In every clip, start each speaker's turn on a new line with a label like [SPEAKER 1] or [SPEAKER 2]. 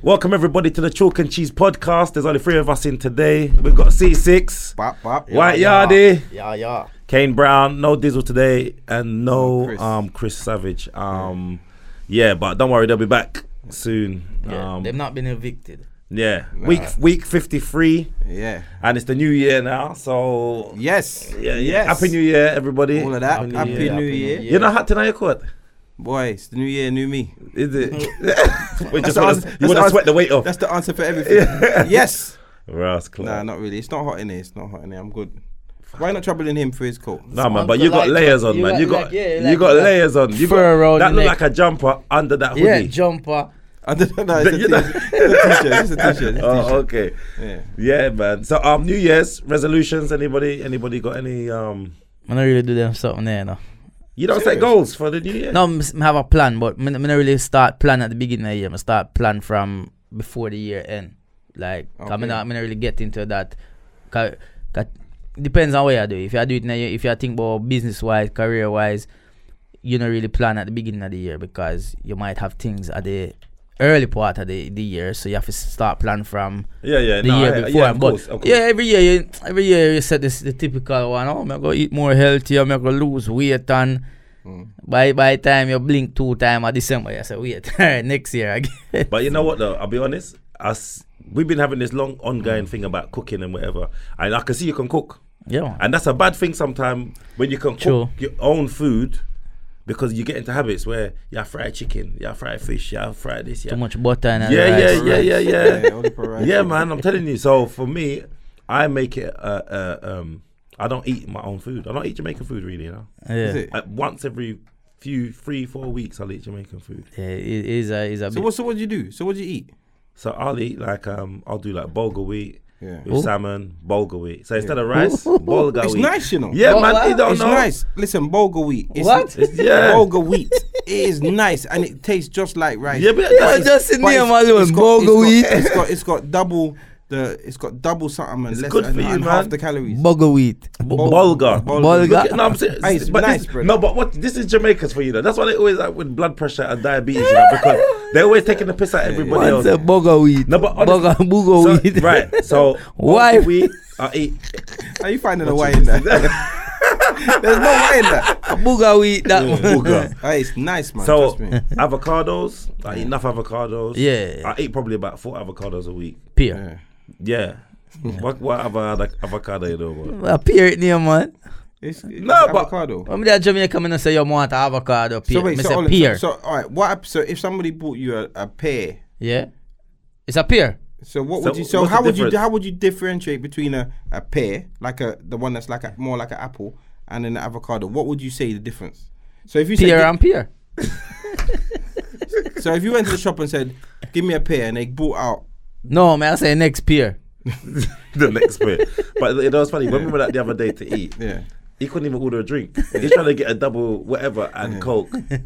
[SPEAKER 1] Welcome everybody to the Chalk and Cheese podcast. There's only three of us in today. We've got C6,
[SPEAKER 2] Bop, bop.
[SPEAKER 1] White Yardie,
[SPEAKER 3] Yeah, yeah.
[SPEAKER 1] Kane Brown, no Dizzle today, and no
[SPEAKER 2] Oh, Chris.
[SPEAKER 1] um Chris Savage. Um, yeah, but don't worry, they'll be back soon.
[SPEAKER 3] yeah.
[SPEAKER 1] Um,
[SPEAKER 3] They've not been evicted.
[SPEAKER 1] yeah, week week 53,
[SPEAKER 2] Yeah.
[SPEAKER 1] and it's the new year now. So
[SPEAKER 2] Yes.
[SPEAKER 1] yeah, yeah.
[SPEAKER 2] Yes.
[SPEAKER 1] Happy New Year, everybody.
[SPEAKER 2] All of that.
[SPEAKER 3] Happy
[SPEAKER 2] Happy, New,
[SPEAKER 3] New Year,
[SPEAKER 2] Year.
[SPEAKER 3] Happy New Year.
[SPEAKER 1] You're not hot tonight, court.
[SPEAKER 2] Boy, it's the new year, new me.
[SPEAKER 1] Is it? we just
[SPEAKER 2] the
[SPEAKER 1] wanna,
[SPEAKER 2] answer-
[SPEAKER 1] you want
[SPEAKER 2] that's the
[SPEAKER 1] to sweat the weight off.
[SPEAKER 2] That's the answer for everything. yes.
[SPEAKER 1] Ross,
[SPEAKER 2] Nah, not really. It's not hot in here. It's not hot in here. I'm good. Why not troubling him for his coat?
[SPEAKER 1] Nah, man,
[SPEAKER 3] I'm
[SPEAKER 1] but you got
[SPEAKER 3] like-
[SPEAKER 1] layers on,
[SPEAKER 3] you
[SPEAKER 1] man.
[SPEAKER 3] like-
[SPEAKER 1] You got
[SPEAKER 3] like, yeah,
[SPEAKER 1] you
[SPEAKER 3] like-
[SPEAKER 1] got
[SPEAKER 3] like
[SPEAKER 1] layers on. You
[SPEAKER 3] fur
[SPEAKER 1] got
[SPEAKER 3] around
[SPEAKER 1] that
[SPEAKER 3] your
[SPEAKER 1] look
[SPEAKER 3] neck.
[SPEAKER 1] like a jumper under that
[SPEAKER 3] Yeah,
[SPEAKER 1] hoodie.
[SPEAKER 3] jumper.
[SPEAKER 2] I don't know. No, it's a
[SPEAKER 1] You
[SPEAKER 2] t-shirt.
[SPEAKER 1] know-
[SPEAKER 2] It's a t-shirt. It's a t-shirt.
[SPEAKER 1] Oh, okay.
[SPEAKER 2] Yeah.
[SPEAKER 1] Yeah, man. So, um, New Year's resolutions. Anybody? Anybody got any? Um,
[SPEAKER 3] I don't really do them something there, no.
[SPEAKER 1] you don't set
[SPEAKER 2] Serious?
[SPEAKER 1] goals for the new year.
[SPEAKER 3] No, I have a plan, but I don't really start plan at the beginning of the year. I start plan from before the year end. Like, I'm
[SPEAKER 2] Okay.
[SPEAKER 3] not, really get into that. 'Cause- 'cause depends on what you do. If you do it now, if you think about business wise, career wise, you don't really plan at the beginning of the year because you might have things at the early part of the, the year. So you have to start plan from
[SPEAKER 1] Yeah, yeah.
[SPEAKER 3] the
[SPEAKER 1] no,
[SPEAKER 3] year
[SPEAKER 1] I-
[SPEAKER 3] before.
[SPEAKER 1] Yeah, of
[SPEAKER 3] but
[SPEAKER 1] course, of course.
[SPEAKER 3] yeah, every year, you, every year you set this the typical one. Oh, I'm gonna eat more healthy. I'm gonna lose weight. And
[SPEAKER 2] Mm.
[SPEAKER 3] by by the time you blink two time at December, you say wait, alright, next year again.
[SPEAKER 1] But you know what though? I'll be honest. Us, we've been having this long ongoing thing about cooking and whatever, and I can see you can cook.
[SPEAKER 3] yeah,
[SPEAKER 1] And that's a bad thing sometimes when you can
[SPEAKER 3] True.
[SPEAKER 1] cook your own food because you get into habits where you have fried chicken, you have fried fish, you have fried this, you
[SPEAKER 3] too
[SPEAKER 1] have
[SPEAKER 3] much butter and
[SPEAKER 1] Yeah,
[SPEAKER 3] rice.
[SPEAKER 1] yeah, yeah, yeah.
[SPEAKER 2] yeah. only for rice.
[SPEAKER 1] yeah, man, I'm telling you. So for me, I make it. Uh, uh, um, I don't eat my own food. I don't eat Jamaican food really. You know,
[SPEAKER 3] yeah.
[SPEAKER 2] Is it?
[SPEAKER 1] like once every few three four weeks, I'll eat Jamaican food.
[SPEAKER 3] Yeah, it is a is a
[SPEAKER 2] So
[SPEAKER 3] bit-
[SPEAKER 2] what? So what do you do? So what do you eat?
[SPEAKER 1] So I'll eat like um, I'll do like bulgur wheat
[SPEAKER 2] Yeah.
[SPEAKER 1] with
[SPEAKER 3] Ooh.
[SPEAKER 1] salmon, bulgur wheat. So instead of rice, bulgur
[SPEAKER 2] It's
[SPEAKER 1] wheat.
[SPEAKER 2] nice, you know.
[SPEAKER 1] Yeah,
[SPEAKER 3] Well,
[SPEAKER 1] man,
[SPEAKER 3] well,
[SPEAKER 1] you don't
[SPEAKER 2] it's
[SPEAKER 1] know.
[SPEAKER 2] nice. Listen, bulgur wheat. It's,
[SPEAKER 3] What?
[SPEAKER 1] It's- yeah.
[SPEAKER 2] Bulgur wheat. it is nice and it tastes just like rice.
[SPEAKER 1] Yeah, but
[SPEAKER 3] Yeah,
[SPEAKER 1] that's,
[SPEAKER 3] just the
[SPEAKER 2] But
[SPEAKER 3] name
[SPEAKER 2] it's-
[SPEAKER 3] alone,
[SPEAKER 2] it's got-
[SPEAKER 3] bulgur
[SPEAKER 2] it's got- It's
[SPEAKER 3] wheat,
[SPEAKER 2] got it's got double the it's got double something and
[SPEAKER 1] It's
[SPEAKER 2] less
[SPEAKER 1] good
[SPEAKER 2] and,
[SPEAKER 1] for you,
[SPEAKER 2] and
[SPEAKER 1] man.
[SPEAKER 2] half the calories.
[SPEAKER 3] bulgur wheat.
[SPEAKER 1] bu- bulgur.
[SPEAKER 3] Bulgur.
[SPEAKER 1] Look at- No, I'm serious.
[SPEAKER 2] Hey, it's
[SPEAKER 1] but
[SPEAKER 2] nice,
[SPEAKER 1] this,
[SPEAKER 2] bro.
[SPEAKER 1] no, but what this is Jamaica's for you though. That's why they always like with blood pressure and diabetes, you know, because they're always taking the piss out everybody
[SPEAKER 3] What's
[SPEAKER 1] else.
[SPEAKER 3] a bulgur wheat?
[SPEAKER 1] No, but honest-
[SPEAKER 3] bulgur bulgur
[SPEAKER 1] So-
[SPEAKER 3] wheat.
[SPEAKER 1] Right. So
[SPEAKER 3] Why?
[SPEAKER 1] we I eat
[SPEAKER 2] Are you finding a way in that? There's no way in that.
[SPEAKER 3] bulgur wheat. That one.
[SPEAKER 1] booger.
[SPEAKER 2] Hey, it's nice, man.
[SPEAKER 1] So
[SPEAKER 2] trust me.
[SPEAKER 1] avocados, I eat enough avocados.
[SPEAKER 3] Yeah.
[SPEAKER 1] I eat probably about four avocados a week.
[SPEAKER 3] pear.
[SPEAKER 2] Yeah.
[SPEAKER 1] Yeah. What what other avocado you know? Bro?
[SPEAKER 3] A pear it name man.
[SPEAKER 2] It's, it's
[SPEAKER 1] No, but-
[SPEAKER 2] avocado.
[SPEAKER 3] When me that Jamaica, me no say you want avocado pear.
[SPEAKER 2] so wait,
[SPEAKER 3] me
[SPEAKER 2] so,
[SPEAKER 3] say
[SPEAKER 2] Olin,
[SPEAKER 3] pear.
[SPEAKER 2] so, so all right, what? hap- So if somebody bought you a, a pear,
[SPEAKER 3] yeah, it's a pear.
[SPEAKER 2] so what
[SPEAKER 1] So
[SPEAKER 2] would you? So
[SPEAKER 1] what's the
[SPEAKER 2] how would you?
[SPEAKER 1] difference?
[SPEAKER 2] How would you differentiate between a, a pear, like a the one that's like a, more like an apple, and an avocado? What would you say the difference? So if you say
[SPEAKER 3] Pear and pear.
[SPEAKER 2] So if you went to the shop and said, "Give me a pear," and they bought out,
[SPEAKER 3] No, man, I say next pear.
[SPEAKER 1] the next bit. But you know it's funny, when we were like the other day to eat,
[SPEAKER 2] yeah,
[SPEAKER 1] he couldn't even order a drink. He's trying to get a double whatever and coke. They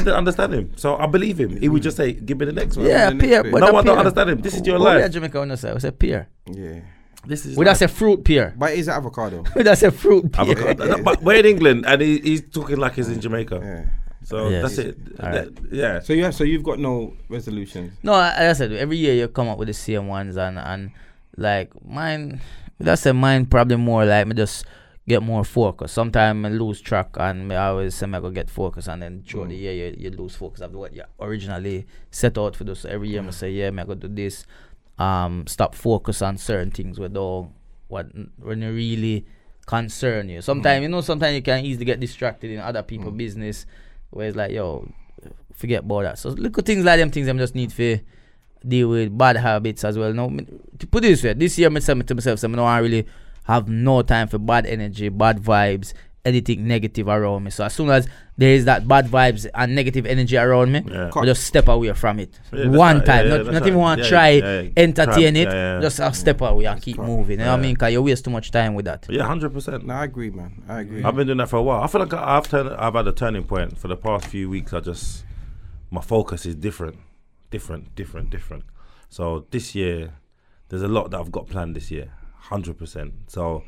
[SPEAKER 1] didn't understand him. So I believe him. He would just say, Give me the next one.
[SPEAKER 3] Yeah,
[SPEAKER 2] the next
[SPEAKER 3] pear.
[SPEAKER 2] pear.
[SPEAKER 3] But Oh,
[SPEAKER 1] No
[SPEAKER 3] a
[SPEAKER 1] one don't
[SPEAKER 3] pear.
[SPEAKER 1] understand him. This is your
[SPEAKER 3] What we
[SPEAKER 1] life.
[SPEAKER 3] at Jamaica when I say, I say pear.
[SPEAKER 2] yeah.
[SPEAKER 1] This is
[SPEAKER 3] We
[SPEAKER 1] life.
[SPEAKER 3] that's a fruit pear.
[SPEAKER 2] But it's avocado.
[SPEAKER 3] We that's a fruit pear.
[SPEAKER 1] Avocado. No, but we're in England and he, he's talking like he's in Jamaica.
[SPEAKER 2] Yeah.
[SPEAKER 1] So
[SPEAKER 3] Yeah.
[SPEAKER 1] that's it.
[SPEAKER 3] All right.
[SPEAKER 1] That- yeah.
[SPEAKER 2] So yeah, so you've got no resolutions.
[SPEAKER 3] No, I, I said every year you come up with the same ones and and like mine. That's a mine probably more like me just get more focus. Sometimes I lose track and me always say me go get focus and then through the year you, you lose focus of what you originally set out for. Do. So every year I say yeah, me I go do this. Um, stop focus on certain things with all what when you really concern you. Sometimes you know sometimes you can easily get distracted in other people' business where it's like yo forget about that. So little things like them things I'm just need to deal with bad habits as well. Now me- to put it this way, this year I said to myself, so I know I really have no time for bad energy, bad vibes, anything negative around me. So as soon as there is that bad vibes and negative energy around me,
[SPEAKER 1] Yeah.
[SPEAKER 3] I just step away from it.
[SPEAKER 1] Yeah, that's
[SPEAKER 3] One
[SPEAKER 1] right.
[SPEAKER 3] time.
[SPEAKER 1] Yeah, yeah,
[SPEAKER 3] not
[SPEAKER 1] that's
[SPEAKER 3] not even
[SPEAKER 1] right.
[SPEAKER 3] want to
[SPEAKER 1] Yeah,
[SPEAKER 3] try
[SPEAKER 1] yeah, yeah.
[SPEAKER 3] entertain
[SPEAKER 1] Crap.
[SPEAKER 3] it.
[SPEAKER 1] Yeah, yeah.
[SPEAKER 3] Just uh, step away and keep moving. You know what I mean? Cause you waste too much time with that.
[SPEAKER 1] Yeah, hundred percent.
[SPEAKER 2] No, I agree, man. I agree.
[SPEAKER 1] I've been doing that for a while. I feel like I- I've turned, I've had a turning point for the past few weeks. I just my focus is different, different, different, different. So this year, there's a lot that I've got planned this year, hundred percent. So,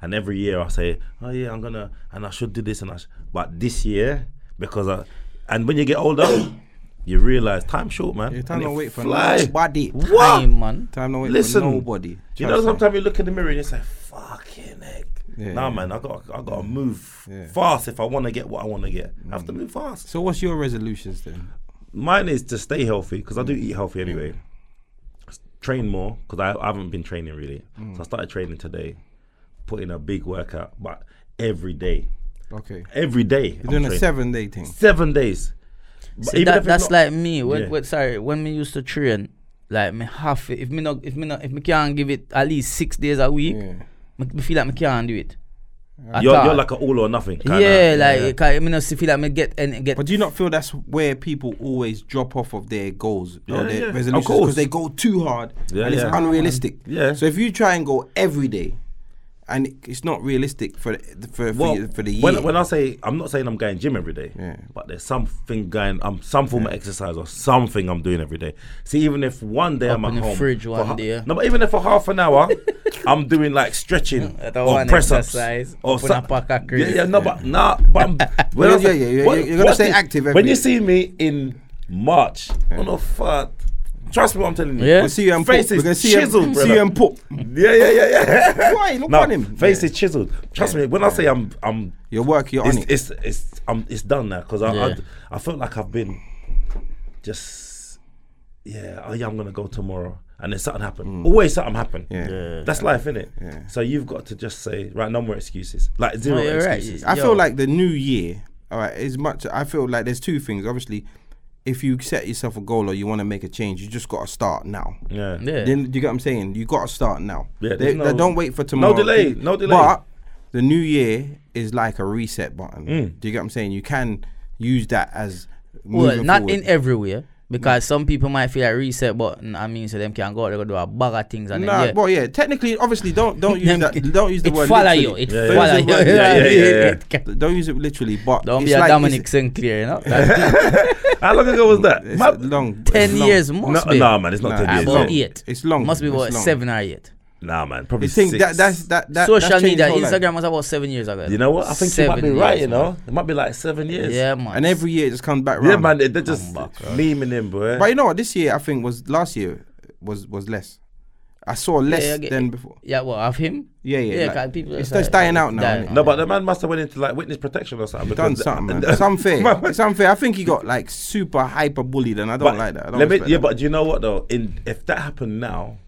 [SPEAKER 1] and every year I say, oh yeah, I'm gonna and I should do this and I, sh-. but this year because I, and when you get older, you realize time's short, man.
[SPEAKER 2] Yeah, time
[SPEAKER 1] And
[SPEAKER 2] don't
[SPEAKER 1] it
[SPEAKER 2] wait for
[SPEAKER 1] fly.
[SPEAKER 2] nobody.
[SPEAKER 1] What?
[SPEAKER 3] Time, man.
[SPEAKER 2] Time don't wait
[SPEAKER 1] Listen,
[SPEAKER 2] for nobody.
[SPEAKER 1] You
[SPEAKER 2] Trust
[SPEAKER 1] know,
[SPEAKER 2] me.
[SPEAKER 1] sometimes you look in the mirror and you say, "Fucking heck."
[SPEAKER 2] Yeah,
[SPEAKER 1] nah,
[SPEAKER 2] yeah.
[SPEAKER 1] man, I got, I got to move
[SPEAKER 2] Yeah. Mm.
[SPEAKER 1] fast if I want to get what I want to get. I have to move fast.
[SPEAKER 2] So what's your resolutions then?
[SPEAKER 1] Mine is to stay healthy because I do eat healthy
[SPEAKER 2] Mm.
[SPEAKER 1] anyway. S- Train more because I, I haven't been training really.
[SPEAKER 2] Mm.
[SPEAKER 1] So I started training today, put in a big workout, but every day,
[SPEAKER 2] Okay.
[SPEAKER 1] every day I'm
[SPEAKER 2] You're doing a
[SPEAKER 1] training.
[SPEAKER 2] seven day thing.
[SPEAKER 1] seven days. But
[SPEAKER 3] See,
[SPEAKER 1] even if
[SPEAKER 3] that,
[SPEAKER 1] it's
[SPEAKER 3] that's
[SPEAKER 1] not-
[SPEAKER 3] like me. When,
[SPEAKER 1] Yeah.
[SPEAKER 3] when- sorry, when me used to train, like me half if me not if me not if me can't give it at least six days a week,
[SPEAKER 2] Yeah.
[SPEAKER 3] me, me feel like me can't do it. At
[SPEAKER 1] you're,
[SPEAKER 3] all.
[SPEAKER 1] you're like an all or nothing. Kinda.
[SPEAKER 3] yeah, like I me not see- feel like me get and get.
[SPEAKER 2] But do you not feel that's where people always drop off of their goals
[SPEAKER 1] Yeah,
[SPEAKER 2] or their
[SPEAKER 1] yeah. Of
[SPEAKER 2] resolutions
[SPEAKER 1] course.
[SPEAKER 2] because they go too hard
[SPEAKER 1] Yeah,
[SPEAKER 2] and it's
[SPEAKER 1] yeah.
[SPEAKER 2] unrealistic?
[SPEAKER 1] Yeah.
[SPEAKER 2] So if you try and go every day, and it- it's not realistic for the- for for,
[SPEAKER 1] Well,
[SPEAKER 2] you- for the year.
[SPEAKER 1] when, when I say I'm not saying I'm going gym every day,
[SPEAKER 2] Yeah.
[SPEAKER 1] but there's something going, um, some form of exercise or something I'm doing every day. See, even if one day I'm at
[SPEAKER 3] Open the
[SPEAKER 1] home,
[SPEAKER 3] fridge
[SPEAKER 1] for
[SPEAKER 3] one
[SPEAKER 1] ha-
[SPEAKER 3] day.
[SPEAKER 1] no, but even if for half an hour, I'm doing like stretching
[SPEAKER 3] That
[SPEAKER 1] or
[SPEAKER 3] one
[SPEAKER 1] press ups
[SPEAKER 3] exercise,
[SPEAKER 1] or
[SPEAKER 3] open
[SPEAKER 1] some-
[SPEAKER 3] a pack of
[SPEAKER 1] yeah,
[SPEAKER 3] crisps.
[SPEAKER 1] yeah, no, but nah, but I'm, when I
[SPEAKER 2] Yeah,
[SPEAKER 1] say-
[SPEAKER 2] yeah, yeah,
[SPEAKER 1] what-
[SPEAKER 2] you're gonna
[SPEAKER 1] what's
[SPEAKER 2] stay
[SPEAKER 1] this?
[SPEAKER 2] active every
[SPEAKER 1] When you
[SPEAKER 2] day.
[SPEAKER 1] see me in March on a fuck, trust me, what I'm telling you,
[SPEAKER 3] Yeah.
[SPEAKER 2] we see you and
[SPEAKER 1] face
[SPEAKER 2] Pop.
[SPEAKER 1] is
[SPEAKER 2] We're gonna see you and-
[SPEAKER 1] chiseled,
[SPEAKER 2] see you and Pop.
[SPEAKER 1] yeah, yeah, yeah, yeah.
[SPEAKER 2] Why? Look
[SPEAKER 1] No,
[SPEAKER 2] on him.
[SPEAKER 1] face is chiseled. Trust me, when I say I'm, I'm
[SPEAKER 2] Your work, you're on it.
[SPEAKER 1] it's, It's it's um, it's done now because I,
[SPEAKER 3] Yeah.
[SPEAKER 1] I I felt like I've been just yeah oh yeah I'm gonna go tomorrow and then something happened. Always something happened.
[SPEAKER 2] Mm. Yeah.
[SPEAKER 1] That's life, innit?
[SPEAKER 2] Yeah.
[SPEAKER 1] So you've got to just say right, no more excuses. Like zero
[SPEAKER 3] No, Oh, you're right.
[SPEAKER 1] excuses.
[SPEAKER 2] I
[SPEAKER 3] Yo.
[SPEAKER 2] feel like the new year, all right, is much. I feel like there's two things. Obviously, if you set yourself a goal or you want to make a change, you just got to start now.
[SPEAKER 1] Yeah.
[SPEAKER 3] yeah.
[SPEAKER 2] Then do you get what I'm saying? You got to start now.
[SPEAKER 1] Yeah,
[SPEAKER 2] they,
[SPEAKER 1] there's
[SPEAKER 2] they
[SPEAKER 1] no-
[SPEAKER 2] don't wait for tomorrow.
[SPEAKER 1] delay, no delay.
[SPEAKER 2] But the new year is like a reset button.
[SPEAKER 1] Mm.
[SPEAKER 2] Do you get what I'm saying? You can use that as
[SPEAKER 3] well,
[SPEAKER 2] moving
[SPEAKER 3] not
[SPEAKER 2] forward.
[SPEAKER 3] in everywhere because some people might feel like reset button. I mean, so them can go out there go do a bag of things and
[SPEAKER 2] Nah,
[SPEAKER 3] then yeah.
[SPEAKER 2] well, yeah. Technically, obviously, don't don't use
[SPEAKER 3] Them
[SPEAKER 2] that.
[SPEAKER 3] ki-
[SPEAKER 2] Don't use the
[SPEAKER 3] it
[SPEAKER 2] word.
[SPEAKER 3] follow
[SPEAKER 2] literally.
[SPEAKER 3] you. It
[SPEAKER 1] Yeah, yeah.
[SPEAKER 3] follow you.
[SPEAKER 2] Yeah, yeah,
[SPEAKER 1] yeah, yeah,
[SPEAKER 3] It can-
[SPEAKER 2] Don't use it literally, but
[SPEAKER 3] Don't
[SPEAKER 2] it's
[SPEAKER 3] be a
[SPEAKER 2] like,
[SPEAKER 3] Dominic
[SPEAKER 2] it's-
[SPEAKER 3] Sinclair, you know. That's
[SPEAKER 1] How long ago was that?
[SPEAKER 2] It's,
[SPEAKER 1] My-
[SPEAKER 2] long.
[SPEAKER 3] ten
[SPEAKER 2] it's long.
[SPEAKER 3] years
[SPEAKER 1] no,
[SPEAKER 3] must be.
[SPEAKER 1] nah, man, it's not
[SPEAKER 2] Nah,
[SPEAKER 1] ten
[SPEAKER 3] Ah,
[SPEAKER 1] years.
[SPEAKER 2] it's
[SPEAKER 3] about
[SPEAKER 2] long.
[SPEAKER 1] no.
[SPEAKER 3] eight.
[SPEAKER 2] It's long.
[SPEAKER 3] Must be
[SPEAKER 2] It's
[SPEAKER 3] about
[SPEAKER 2] long.
[SPEAKER 3] seven or eight.
[SPEAKER 1] Nah, man, probably
[SPEAKER 2] You think
[SPEAKER 1] six.
[SPEAKER 2] that that's that that
[SPEAKER 3] Social
[SPEAKER 2] that's changed
[SPEAKER 3] media,
[SPEAKER 2] whole life.
[SPEAKER 3] Instagram was about seven years ago.
[SPEAKER 1] you know what? I think you
[SPEAKER 3] Seven
[SPEAKER 1] might be right.
[SPEAKER 3] years,
[SPEAKER 1] You know,
[SPEAKER 3] man.
[SPEAKER 1] it might be like seven years.
[SPEAKER 3] Yeah, man.
[SPEAKER 2] and every year it just comes back round.
[SPEAKER 1] Yeah, man, they- they're just
[SPEAKER 3] back, right.
[SPEAKER 1] memeing him, boy.
[SPEAKER 2] But you know what? This year I think was last year was was less. I saw less
[SPEAKER 3] yeah, okay.
[SPEAKER 2] than before.
[SPEAKER 3] yeah, well, of him.
[SPEAKER 2] Yeah, yeah.
[SPEAKER 3] Yeah,
[SPEAKER 2] like,
[SPEAKER 3] 'cause people
[SPEAKER 2] it's
[SPEAKER 3] are
[SPEAKER 2] just dying out now.
[SPEAKER 3] dying
[SPEAKER 2] innit?
[SPEAKER 3] out.
[SPEAKER 1] No, but the man must have went into like witness protection or something.
[SPEAKER 2] Done
[SPEAKER 1] because-
[SPEAKER 2] something, man. It's unfair. It's unfair. I think he got like super hyper bullied, and I don't
[SPEAKER 1] But
[SPEAKER 2] like that. I don't
[SPEAKER 1] let me-
[SPEAKER 2] respect
[SPEAKER 1] yeah,
[SPEAKER 2] that.
[SPEAKER 1] but do you know what though? In if that happened now,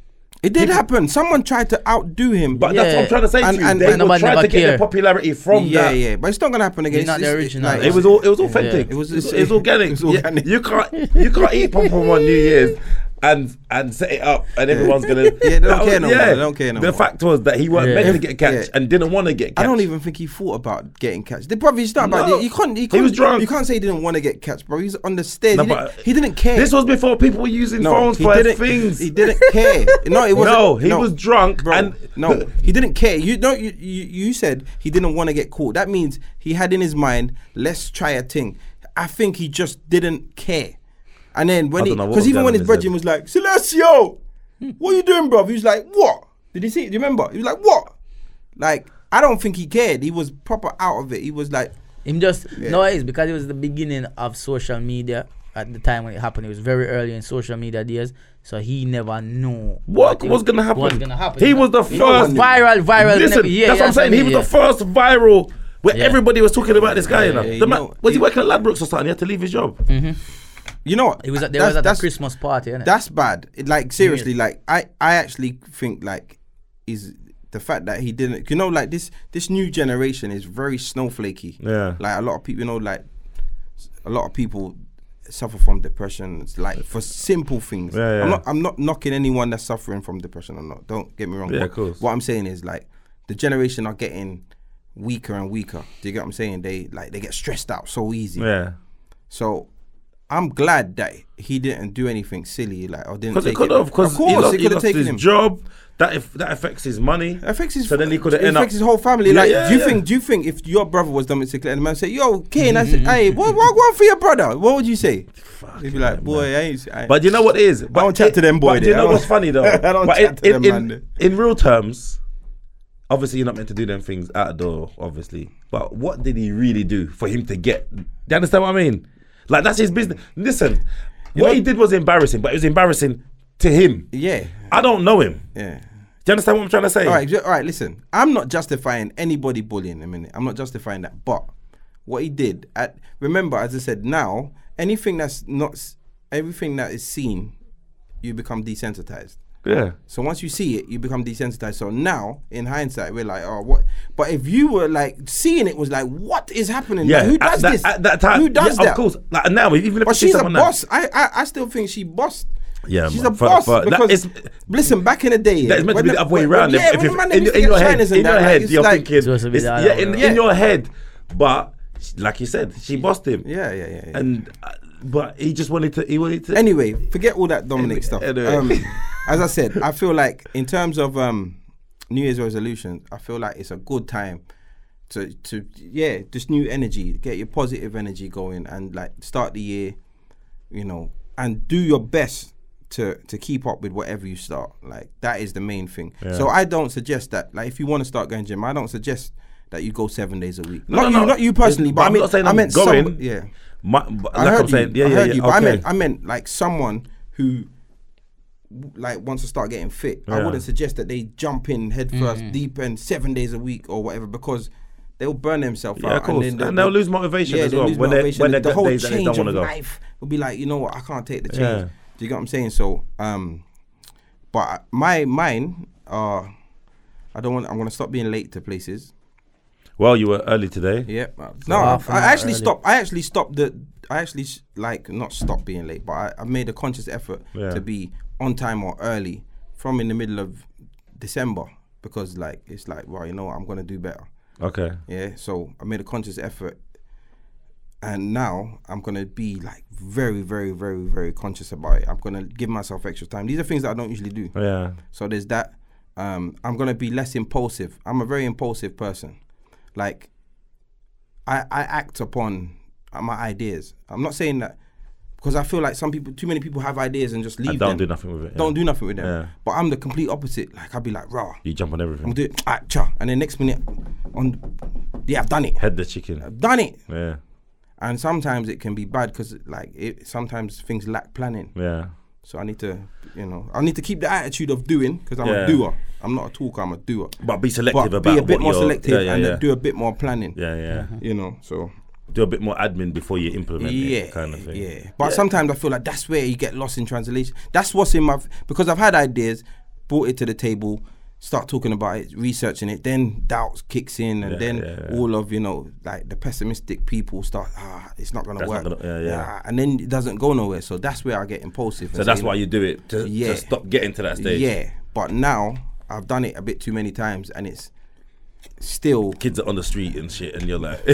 [SPEAKER 2] it did happen. Someone tried to outdo him.
[SPEAKER 1] but that's what I'm
[SPEAKER 3] Yeah.
[SPEAKER 1] trying to say
[SPEAKER 2] And-
[SPEAKER 1] to you.
[SPEAKER 2] and-
[SPEAKER 1] they
[SPEAKER 2] and
[SPEAKER 1] were
[SPEAKER 3] nobody
[SPEAKER 1] trying
[SPEAKER 3] never
[SPEAKER 1] to get their
[SPEAKER 3] cared.
[SPEAKER 1] popularity from
[SPEAKER 2] yeah,
[SPEAKER 1] that.
[SPEAKER 2] yeah, but it's not gonna happen again.
[SPEAKER 3] He's not
[SPEAKER 2] It's-
[SPEAKER 3] the
[SPEAKER 2] it's-
[SPEAKER 3] original.
[SPEAKER 2] like,
[SPEAKER 1] It was all it was authentic.
[SPEAKER 2] It
[SPEAKER 1] It
[SPEAKER 2] was-
[SPEAKER 1] was it
[SPEAKER 2] it's-
[SPEAKER 1] was organic.
[SPEAKER 2] it was
[SPEAKER 1] Yeah,
[SPEAKER 2] organic.
[SPEAKER 1] you can't you can't eat popcorn on New Year's and and set it up and everyone's gonna
[SPEAKER 2] they don't
[SPEAKER 1] that
[SPEAKER 2] care no more, they don't care no
[SPEAKER 1] The
[SPEAKER 2] more.
[SPEAKER 1] fact was that he weren't
[SPEAKER 3] Yeah.
[SPEAKER 1] meant to get catch
[SPEAKER 2] Yeah.
[SPEAKER 1] and didn't want to get
[SPEAKER 2] I
[SPEAKER 1] catch.
[SPEAKER 2] don't even think he thought about getting catch. The brother, it's not about
[SPEAKER 1] No.
[SPEAKER 2] you can't, you
[SPEAKER 1] He
[SPEAKER 2] can't.
[SPEAKER 1] was drunk.
[SPEAKER 2] You can't say he didn't want to get catch, bro. He's on the stairs.
[SPEAKER 1] No,
[SPEAKER 2] he, didn't,
[SPEAKER 1] but-
[SPEAKER 2] he didn't care.
[SPEAKER 1] This was before people were using phones
[SPEAKER 2] he
[SPEAKER 1] for
[SPEAKER 2] didn't-
[SPEAKER 1] things.
[SPEAKER 2] He didn't care. No, it wasn't.
[SPEAKER 1] No, he was drunk
[SPEAKER 2] Bro,
[SPEAKER 1] and-
[SPEAKER 2] no, he didn't care. You don't. You, you you said he didn't want to get caught. That means he had in his mind, let's try a thing. I think he just didn't care. And then when
[SPEAKER 1] I
[SPEAKER 2] he,
[SPEAKER 1] don't know what
[SPEAKER 2] because
[SPEAKER 1] was
[SPEAKER 2] even
[SPEAKER 1] going on
[SPEAKER 2] when
[SPEAKER 1] in
[SPEAKER 2] his
[SPEAKER 1] his
[SPEAKER 2] brethren was like, Celestio, what are you doing, bro? He was like, what? Did he see? it? Do you remember? He was like, what? Like, I don't think he cared. He was proper out of it. He was like,
[SPEAKER 3] Him just no, it is because it was the beginning of social media at the time when it happened. It was very early in social media days, so he never knew
[SPEAKER 1] What
[SPEAKER 3] it-
[SPEAKER 1] was gonna happen?
[SPEAKER 3] What's gonna happen?
[SPEAKER 1] He was the first
[SPEAKER 2] one knew.
[SPEAKER 3] viral, viral.
[SPEAKER 1] Listen,
[SPEAKER 3] never- yeah,
[SPEAKER 1] that's
[SPEAKER 3] yeah,
[SPEAKER 1] what I'm saying. He was
[SPEAKER 3] yeah.
[SPEAKER 1] the first viral where
[SPEAKER 3] Yeah.
[SPEAKER 1] everybody was talking about this guy. you know,
[SPEAKER 2] yeah,
[SPEAKER 1] the
[SPEAKER 2] you
[SPEAKER 1] man,
[SPEAKER 2] know,
[SPEAKER 1] was he
[SPEAKER 2] it-
[SPEAKER 1] working at Ladbrokes or something? He had to leave his job.
[SPEAKER 3] Mm.
[SPEAKER 2] you know what?
[SPEAKER 3] It was at, they
[SPEAKER 2] That's-
[SPEAKER 3] was at the
[SPEAKER 2] that's-
[SPEAKER 3] Christmas party, innit?
[SPEAKER 2] That's bad. It, like seriously, like I, I actually think like is the fact that he didn't. You know, like this this new generation is very snowflakey.
[SPEAKER 1] Yeah.
[SPEAKER 2] Like a lot of people, you know, like s- a lot of people suffer from depression. It's like for simple things.
[SPEAKER 1] Yeah, yeah.
[SPEAKER 2] I'm not I'm not knocking anyone that's suffering from depression or not. Don't get me wrong.
[SPEAKER 1] Yeah,
[SPEAKER 2] What-
[SPEAKER 1] of course.
[SPEAKER 2] What I'm saying is like the generation are getting weaker and weaker. Do you get what I'm saying? They like they get stressed out so easy.
[SPEAKER 1] Yeah,
[SPEAKER 2] So I'm glad that he didn't do anything silly, like or didn't
[SPEAKER 1] because it
[SPEAKER 2] take
[SPEAKER 1] could have. Because he
[SPEAKER 2] of course,
[SPEAKER 1] lost,
[SPEAKER 2] it
[SPEAKER 1] he
[SPEAKER 2] could have
[SPEAKER 1] lost
[SPEAKER 2] taken
[SPEAKER 1] his
[SPEAKER 2] him.
[SPEAKER 1] job. That if that affects his money.
[SPEAKER 2] It affects his.
[SPEAKER 1] So then he could have
[SPEAKER 2] it
[SPEAKER 1] ended up.
[SPEAKER 2] affects his whole family.
[SPEAKER 1] Yeah,
[SPEAKER 2] like,
[SPEAKER 1] yeah,
[SPEAKER 2] do you
[SPEAKER 1] yeah.
[SPEAKER 2] think? Do you think if your brother was Dominic Sinclair and the man said, "Yo, Kane," I said,
[SPEAKER 1] Mm-hmm.
[SPEAKER 2] "Hey, what, what, what for your brother?" What would you say? He'd be like, "Boy, I ain't." I ain't-
[SPEAKER 1] But you know what it is. But
[SPEAKER 2] don't chat
[SPEAKER 1] it-
[SPEAKER 2] to them boy
[SPEAKER 1] But do you
[SPEAKER 2] there. I
[SPEAKER 1] know
[SPEAKER 2] don't-
[SPEAKER 1] what's funny though?
[SPEAKER 2] I don't
[SPEAKER 1] But
[SPEAKER 2] chat
[SPEAKER 1] in,
[SPEAKER 2] to them
[SPEAKER 1] in,
[SPEAKER 2] man
[SPEAKER 1] in, in real terms, obviously you're not meant to do them things out of door, obviously. But what did he really do for him to get? Do you understand what I mean? Like that's his business. Listen, What he did was embarrassing, but it was embarrassing to him.
[SPEAKER 2] Yeah,
[SPEAKER 1] I don't know him.
[SPEAKER 2] yeah.
[SPEAKER 1] Do you understand what I'm trying to say?
[SPEAKER 2] All right, ju- all right. Listen, I'm not justifying anybody bullying a minute. I'm not justifying that, but what he did. At remember, as I said, now anything that's not, s- everything that is seen, you become desensitized.
[SPEAKER 1] Yeah.
[SPEAKER 2] So once you see it, you become desensitized. So now, in hindsight, we're like, oh, what? But if you were like seeing it, was like, what is happening?
[SPEAKER 1] Yeah.
[SPEAKER 2] Like, who
[SPEAKER 1] at
[SPEAKER 2] does
[SPEAKER 1] that,
[SPEAKER 2] this?
[SPEAKER 1] At that time,
[SPEAKER 2] who does
[SPEAKER 1] yeah,
[SPEAKER 2] that?
[SPEAKER 1] Of course. Like now, even if
[SPEAKER 2] But
[SPEAKER 1] you see
[SPEAKER 2] she's a
[SPEAKER 1] someone now-
[SPEAKER 2] boss. I, I I still think she bossed.
[SPEAKER 1] Yeah,
[SPEAKER 2] she's
[SPEAKER 1] man.
[SPEAKER 2] a
[SPEAKER 1] For-
[SPEAKER 2] boss
[SPEAKER 1] for- that
[SPEAKER 2] because
[SPEAKER 1] is-
[SPEAKER 2] listen, back in the day,
[SPEAKER 1] That is meant to be the other way around.
[SPEAKER 2] Yeah,
[SPEAKER 1] If- if-
[SPEAKER 2] when the man
[SPEAKER 1] in,
[SPEAKER 2] used to
[SPEAKER 1] in
[SPEAKER 2] get
[SPEAKER 1] your head,
[SPEAKER 2] shiners
[SPEAKER 1] in
[SPEAKER 2] and
[SPEAKER 1] your
[SPEAKER 2] that,
[SPEAKER 1] head,
[SPEAKER 2] like, it's
[SPEAKER 1] you're
[SPEAKER 2] like-
[SPEAKER 1] thinking,
[SPEAKER 3] supposed to be
[SPEAKER 1] it's-
[SPEAKER 3] the other
[SPEAKER 1] yeah,
[SPEAKER 3] way
[SPEAKER 1] in,
[SPEAKER 3] around.
[SPEAKER 1] in
[SPEAKER 2] Yeah.
[SPEAKER 1] your head, but she- like you said, she bossed him.
[SPEAKER 2] Yeah, yeah, yeah. yeah.
[SPEAKER 1] And uh, but he just wanted to. He wanted to.
[SPEAKER 2] anyway, forget all that Dominic stuff.
[SPEAKER 1] anyway.
[SPEAKER 2] Um, as I said, I feel like in terms of um, New Year's resolution, I feel like it's a good time to to yeah, just new energy, get your positive energy going, and like start the year, you know, and do your best to to keep up with whatever you start. Like that is the main thing. So I don't suggest that. Like if you want to start going gym, I don't suggest. That you go seven days a week.
[SPEAKER 1] No,
[SPEAKER 2] not
[SPEAKER 1] no,
[SPEAKER 2] you,
[SPEAKER 1] no.
[SPEAKER 2] not you personally,
[SPEAKER 1] But
[SPEAKER 2] but, I
[SPEAKER 1] I'm
[SPEAKER 2] mean,
[SPEAKER 1] not saying
[SPEAKER 2] I
[SPEAKER 1] I'm
[SPEAKER 2] meant some-
[SPEAKER 1] going.
[SPEAKER 2] yeah,
[SPEAKER 1] My, but
[SPEAKER 2] I
[SPEAKER 1] like
[SPEAKER 2] heard
[SPEAKER 1] I'm saying,
[SPEAKER 2] you.
[SPEAKER 1] yeah,
[SPEAKER 2] I
[SPEAKER 1] yeah,
[SPEAKER 2] heard
[SPEAKER 1] yeah.
[SPEAKER 2] you,
[SPEAKER 1] okay.
[SPEAKER 2] but I meant I meant like someone who w- like wants to start getting fit. I
[SPEAKER 1] Yeah.
[SPEAKER 2] wouldn't suggest that they jump in head first, deep and seven days a week or whatever because they'll burn themselves
[SPEAKER 1] Yeah,
[SPEAKER 2] out.
[SPEAKER 1] of course.
[SPEAKER 2] then
[SPEAKER 1] And they'll lose motivation
[SPEAKER 2] yeah,
[SPEAKER 1] as
[SPEAKER 2] they'll
[SPEAKER 1] well
[SPEAKER 2] lose
[SPEAKER 1] when they-
[SPEAKER 2] motivation.
[SPEAKER 1] when they
[SPEAKER 2] the
[SPEAKER 1] got
[SPEAKER 2] whole
[SPEAKER 1] days that they
[SPEAKER 2] change
[SPEAKER 1] don't
[SPEAKER 2] of
[SPEAKER 1] wanna go.
[SPEAKER 2] life will be like, you know what, I can't take the change.
[SPEAKER 1] Yeah.
[SPEAKER 2] Do you get what I'm saying? So um but my mine uh I don't want I'm gonna stop being late to places.
[SPEAKER 1] Well, you were early today.
[SPEAKER 2] Yeah. uh, No, I,
[SPEAKER 3] half an
[SPEAKER 2] I
[SPEAKER 3] hour
[SPEAKER 2] actually
[SPEAKER 3] early.
[SPEAKER 2] stopped. I actually stopped the. I actually s- like not stopped being late, but I, I made a conscious effort
[SPEAKER 1] Yeah.
[SPEAKER 2] to be on time or early from in the middle of December because like it's like well you know what, I'm gonna do better.
[SPEAKER 1] Okay.
[SPEAKER 2] Yeah. So I made a conscious effort, and now I'm gonna be like very very very very conscious about it. I'm gonna give myself extra time. These are things that I don't usually do.
[SPEAKER 1] Yeah.
[SPEAKER 2] So there's that. Um, I'm gonna be less impulsive. I'm a very impulsive person. Like, I I act upon uh, my ideas. I'm not saying that because I feel like some people, too many people have ideas and just leave
[SPEAKER 1] And don't
[SPEAKER 2] them.
[SPEAKER 1] do nothing with it. yeah.
[SPEAKER 2] Don't do nothing with them.
[SPEAKER 1] Yeah.
[SPEAKER 2] But I'm the complete opposite. Like I'd be like, rah,
[SPEAKER 1] You jump on
[SPEAKER 2] I'm
[SPEAKER 1] everything.
[SPEAKER 2] gonna do it, ah, cha, and then next minute, on, yeah, I've done it.
[SPEAKER 1] Head the chicken.
[SPEAKER 2] I've done it.
[SPEAKER 1] Yeah.
[SPEAKER 2] And sometimes it can be bad because like it sometimes things lack planning.
[SPEAKER 1] Yeah.
[SPEAKER 2] So I need to, you know, I need to keep the attitude of doing because I'm
[SPEAKER 1] Yeah.
[SPEAKER 2] a doer. I'm not a talker. I'm a doer.
[SPEAKER 1] But be selective
[SPEAKER 2] But
[SPEAKER 1] about
[SPEAKER 2] be a
[SPEAKER 1] what
[SPEAKER 2] bit more
[SPEAKER 1] you're-
[SPEAKER 2] selective
[SPEAKER 1] yeah, yeah,
[SPEAKER 2] and
[SPEAKER 1] yeah.
[SPEAKER 2] then do Uh-huh. a bit more planning.
[SPEAKER 1] Yeah, yeah.
[SPEAKER 2] You know, so
[SPEAKER 1] Do a bit more admin before you implement
[SPEAKER 2] yeah,
[SPEAKER 1] it, kind of thing.
[SPEAKER 2] yeah. But sometimes I feel like that's where you get lost in translation. That's what's in my because I've had ideas, brought it to the table, start talking about it, researching it, then doubts kicks in, and
[SPEAKER 1] Yeah,
[SPEAKER 2] then
[SPEAKER 1] yeah, yeah.
[SPEAKER 2] all of you know like the pessimistic people start ah it's not gonna
[SPEAKER 1] That's
[SPEAKER 2] work,
[SPEAKER 1] not gonna- yeah, yeah.
[SPEAKER 2] and then it doesn't go nowhere. So that's where I get impulsive.
[SPEAKER 1] So that's why you do it to,
[SPEAKER 2] Yeah.
[SPEAKER 1] to stop getting to that stage.
[SPEAKER 2] yeah. But now I've done it a bit too many times, and it's still
[SPEAKER 1] Kids are on the street and shit, and you're like,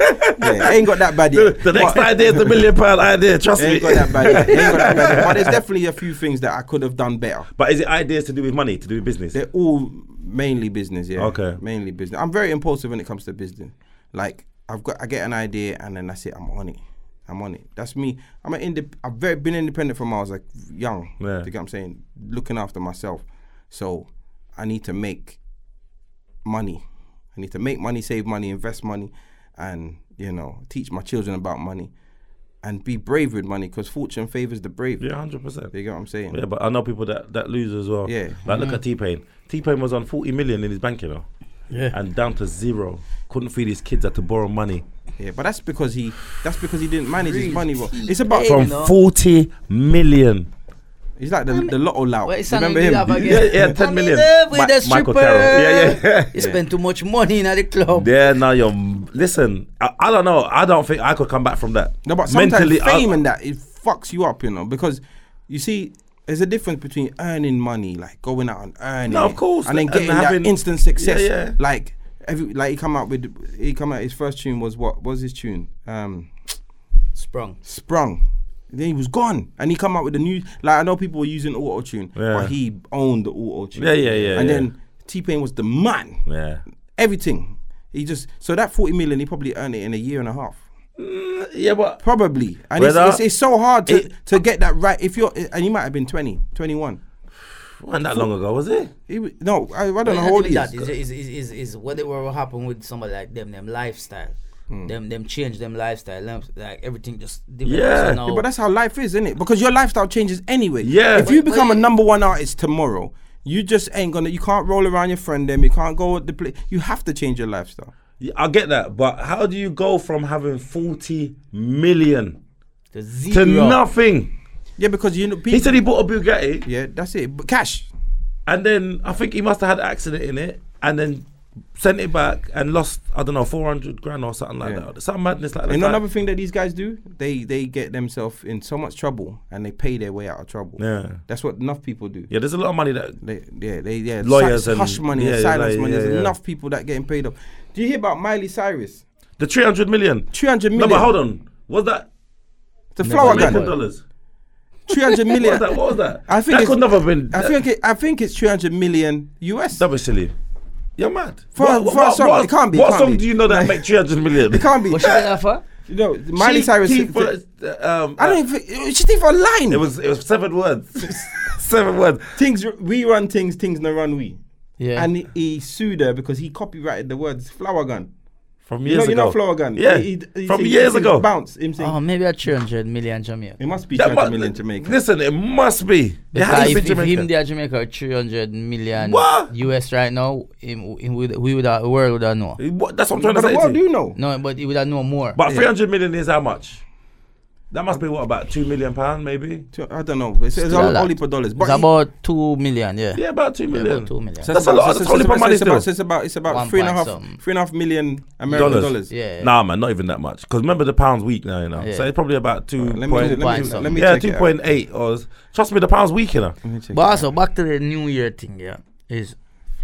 [SPEAKER 2] yeah, it ain't got that bad yet.
[SPEAKER 1] the next
[SPEAKER 2] But-
[SPEAKER 1] idea is the million pound idea. Trust
[SPEAKER 2] It
[SPEAKER 1] me.
[SPEAKER 2] ain't got that bad. yet. It ain't got that bad. yet. But there's definitely a few things that I could have done better.
[SPEAKER 1] But is it ideas to do with money, to do with business?
[SPEAKER 2] They're all mainly business, yeah.
[SPEAKER 1] Okay.
[SPEAKER 2] Mainly business. I'm very impulsive when it comes to business. Like I've got, I get an idea and then that's it. I'm on it. I'm on it. That's me. I'm an indep- I've very been independent from when I was like young.
[SPEAKER 1] Yeah.
[SPEAKER 2] Do you get what I'm saying? Looking after myself. So I need to make money. I need to make money, save money, invest money, and you know, teach my children about money, and be brave with money because fortune favors the brave.
[SPEAKER 1] Yeah, hundred percent.
[SPEAKER 2] You get what I'm saying?
[SPEAKER 1] Yeah, but I know people that that lose as well.
[SPEAKER 2] Yeah. Mm-hmm.
[SPEAKER 1] like look at T Pain. T Pain was on forty million in his bank, you know,
[SPEAKER 3] Yeah.
[SPEAKER 1] and down to zero. Couldn't feed his kids. Had to borrow money
[SPEAKER 2] Yeah, but that's because he that's because he didn't manage his money well. It's about
[SPEAKER 1] from forty million.
[SPEAKER 2] he's like the, the lotto lout.
[SPEAKER 3] Well, it's
[SPEAKER 2] Remember him?
[SPEAKER 3] something we have again.
[SPEAKER 1] Yeah, yeah,
[SPEAKER 3] I'm
[SPEAKER 1] ten
[SPEAKER 3] in
[SPEAKER 1] million.
[SPEAKER 3] love with
[SPEAKER 1] Mi-
[SPEAKER 3] a
[SPEAKER 1] Michael
[SPEAKER 3] stripper.
[SPEAKER 1] Carroll. Yeah, yeah.
[SPEAKER 3] You spend too much money in the club.
[SPEAKER 1] Yeah, now you're. Listen, I, I don't know. I don't think I could come back from that.
[SPEAKER 2] No, but sometimes
[SPEAKER 1] I-
[SPEAKER 2] fame and that it fucks you up, you know, because you see. There's a difference between earning money, like going out and earning,
[SPEAKER 1] No, of
[SPEAKER 2] it,
[SPEAKER 1] course,
[SPEAKER 2] and then
[SPEAKER 1] and
[SPEAKER 2] getting
[SPEAKER 1] having-
[SPEAKER 2] that instant success.
[SPEAKER 1] Yeah, yeah.
[SPEAKER 2] Like every, like he come out with, he come out. His first tune was what? what was his tune? Um,
[SPEAKER 3] Sprung.
[SPEAKER 2] sprung. Then he was gone, and he come out with a new. Like I know people were using auto tune,
[SPEAKER 1] Yeah.
[SPEAKER 2] but he owned the auto tune.
[SPEAKER 1] Yeah, yeah, yeah,
[SPEAKER 2] And
[SPEAKER 1] yeah.
[SPEAKER 2] then T Pain was the man.
[SPEAKER 1] yeah,
[SPEAKER 2] Everything. He just so that forty million, he probably earned it in a year and a half,
[SPEAKER 1] Mm, yeah, but
[SPEAKER 2] probably. And it's,
[SPEAKER 1] Whether-
[SPEAKER 2] it's, it's so hard to,
[SPEAKER 1] it-
[SPEAKER 2] to get that right. If you're and he might have been 20, 21.
[SPEAKER 1] wasn't that long ago, was it?
[SPEAKER 2] He, w- no, I, I don't know
[SPEAKER 3] Well,
[SPEAKER 2] how
[SPEAKER 3] not
[SPEAKER 2] old
[SPEAKER 3] even
[SPEAKER 2] he is.
[SPEAKER 3] that is, is, is, is, is what it will happen with somebody like them, them lifestyle.
[SPEAKER 2] Hmm.
[SPEAKER 3] them them change them lifestyle. them- Like everything just
[SPEAKER 1] Yeah.
[SPEAKER 3] develops.
[SPEAKER 1] Yeah,
[SPEAKER 3] So now,
[SPEAKER 2] Yeah, but that's how life is, isn't it? Because your lifestyle changes anyway.
[SPEAKER 1] Yeah.
[SPEAKER 2] If you
[SPEAKER 1] But-
[SPEAKER 2] become a number one artist tomorrow, you just ain't gonna. You can't roll around your friend them. You can't go at the place. You have to change your lifestyle.
[SPEAKER 1] Yeah, I get that, but how do you go from having 40 million
[SPEAKER 3] to
[SPEAKER 1] to
[SPEAKER 3] zero.
[SPEAKER 1] nothing?
[SPEAKER 2] Yeah, because you know
[SPEAKER 1] He
[SPEAKER 2] people.
[SPEAKER 1] said he bought a Bugatti,
[SPEAKER 2] yeah, that's it. But cash.
[SPEAKER 1] and then I think he must have had an accident in it, and then sent it back and lost I don't know 400 grand or something like
[SPEAKER 2] Yeah.
[SPEAKER 1] that. Some madness like that.
[SPEAKER 2] You know
[SPEAKER 1] Like-
[SPEAKER 2] another thing that these guys do? They they get themselves in so much trouble and they pay their way out of trouble.
[SPEAKER 1] yeah,
[SPEAKER 2] That's what enough people do.
[SPEAKER 1] yeah. There's a lot of money that
[SPEAKER 2] They, yeah, they, yeah.
[SPEAKER 1] Lawyers
[SPEAKER 2] si-
[SPEAKER 1] and-
[SPEAKER 2] hush money
[SPEAKER 1] yeah,
[SPEAKER 2] and
[SPEAKER 1] yeah,
[SPEAKER 2] silence
[SPEAKER 1] like,
[SPEAKER 2] money. There's
[SPEAKER 1] yeah, yeah.
[SPEAKER 2] enough people that getting paid off. Do you hear about Miley Cyrus?
[SPEAKER 1] the 300 million.
[SPEAKER 2] 300
[SPEAKER 1] No,
[SPEAKER 2] million.
[SPEAKER 1] but hold on. Was that
[SPEAKER 2] The
[SPEAKER 3] No,
[SPEAKER 2] flower
[SPEAKER 3] but
[SPEAKER 1] American
[SPEAKER 2] gun.
[SPEAKER 3] look
[SPEAKER 1] dollars? What was
[SPEAKER 2] 300 million.
[SPEAKER 1] that? What was that?
[SPEAKER 2] I think
[SPEAKER 1] that
[SPEAKER 2] it's-
[SPEAKER 1] could never have been.
[SPEAKER 2] I
[SPEAKER 1] that-
[SPEAKER 2] think it, I think it's 300 million US.
[SPEAKER 1] that was silly. You're mad.
[SPEAKER 2] For- for a song, it can't be, it
[SPEAKER 1] What
[SPEAKER 2] can't
[SPEAKER 1] song
[SPEAKER 2] be.
[SPEAKER 1] do you know that
[SPEAKER 2] Like-
[SPEAKER 1] make 300 million?
[SPEAKER 2] it can't be.
[SPEAKER 3] What she been offer?
[SPEAKER 2] you know, Miley
[SPEAKER 1] She-
[SPEAKER 2] Cyrus.
[SPEAKER 1] T for, um,
[SPEAKER 2] I don't even. She's even online.
[SPEAKER 1] It was it was seven words. seven words.
[SPEAKER 2] things we run things, things no run we.
[SPEAKER 3] Yeah.
[SPEAKER 2] And he, he sued her because he copyrighted the words flower gun.
[SPEAKER 1] From
[SPEAKER 2] You
[SPEAKER 1] years
[SPEAKER 2] know, you
[SPEAKER 1] ago.
[SPEAKER 2] know flower gun.
[SPEAKER 1] Yeah.
[SPEAKER 2] He- he- he
[SPEAKER 1] From
[SPEAKER 2] sing- he
[SPEAKER 1] years
[SPEAKER 2] sings
[SPEAKER 1] ago.
[SPEAKER 2] Bounce. Him saying,
[SPEAKER 3] oh, maybe a 300 million Jamaica.
[SPEAKER 2] it must be
[SPEAKER 1] That
[SPEAKER 2] 300
[SPEAKER 1] must-
[SPEAKER 2] million Jamaica.
[SPEAKER 1] Listen, it must be. It
[SPEAKER 3] Because
[SPEAKER 1] has to
[SPEAKER 3] if,
[SPEAKER 1] be
[SPEAKER 3] if him
[SPEAKER 1] Jamaican.
[SPEAKER 3] there Jamaica 300 million
[SPEAKER 1] What?
[SPEAKER 3] US right now, him, him would, we would the world would have know.
[SPEAKER 1] What- That's what I'm trying
[SPEAKER 2] But
[SPEAKER 1] to
[SPEAKER 2] the
[SPEAKER 1] say.
[SPEAKER 2] world
[SPEAKER 1] to you.
[SPEAKER 2] do know.
[SPEAKER 3] No, but he would have know more.
[SPEAKER 1] But 300 million is how much? That must be what about two million pound maybe?
[SPEAKER 2] So, I don't know. It's, it's
[SPEAKER 3] Still a
[SPEAKER 2] all
[SPEAKER 3] lot.
[SPEAKER 2] only per dollars. But
[SPEAKER 3] it's
[SPEAKER 2] he-
[SPEAKER 3] about 2 million, yeah.
[SPEAKER 1] Yeah, about two
[SPEAKER 3] Yeah,
[SPEAKER 1] million.
[SPEAKER 3] about 2 million.
[SPEAKER 2] so
[SPEAKER 1] That's a lot.
[SPEAKER 2] so-
[SPEAKER 1] That's
[SPEAKER 2] so-
[SPEAKER 1] only
[SPEAKER 2] so-
[SPEAKER 1] per
[SPEAKER 2] so
[SPEAKER 1] money
[SPEAKER 2] it's
[SPEAKER 1] still.
[SPEAKER 2] about- so it's about it's about
[SPEAKER 3] One
[SPEAKER 2] three and a
[SPEAKER 3] point
[SPEAKER 2] half
[SPEAKER 3] something.
[SPEAKER 2] three and a half million American dollars.
[SPEAKER 1] Dollars.
[SPEAKER 3] Yeah. yeah.
[SPEAKER 1] Nah, man, not even that much. Because remember the pound's weak now, you know.
[SPEAKER 3] Yeah.
[SPEAKER 1] So it's probably about two
[SPEAKER 2] Let me,
[SPEAKER 1] point-
[SPEAKER 2] let me,
[SPEAKER 3] Point
[SPEAKER 2] let me,
[SPEAKER 3] something.
[SPEAKER 1] yeah,
[SPEAKER 2] check
[SPEAKER 1] two
[SPEAKER 2] it out.
[SPEAKER 1] point eight. Or trust me, the pound's weak, you know.
[SPEAKER 2] Let me check
[SPEAKER 3] But
[SPEAKER 2] it
[SPEAKER 3] also, back to the New Year thing, yeah. Is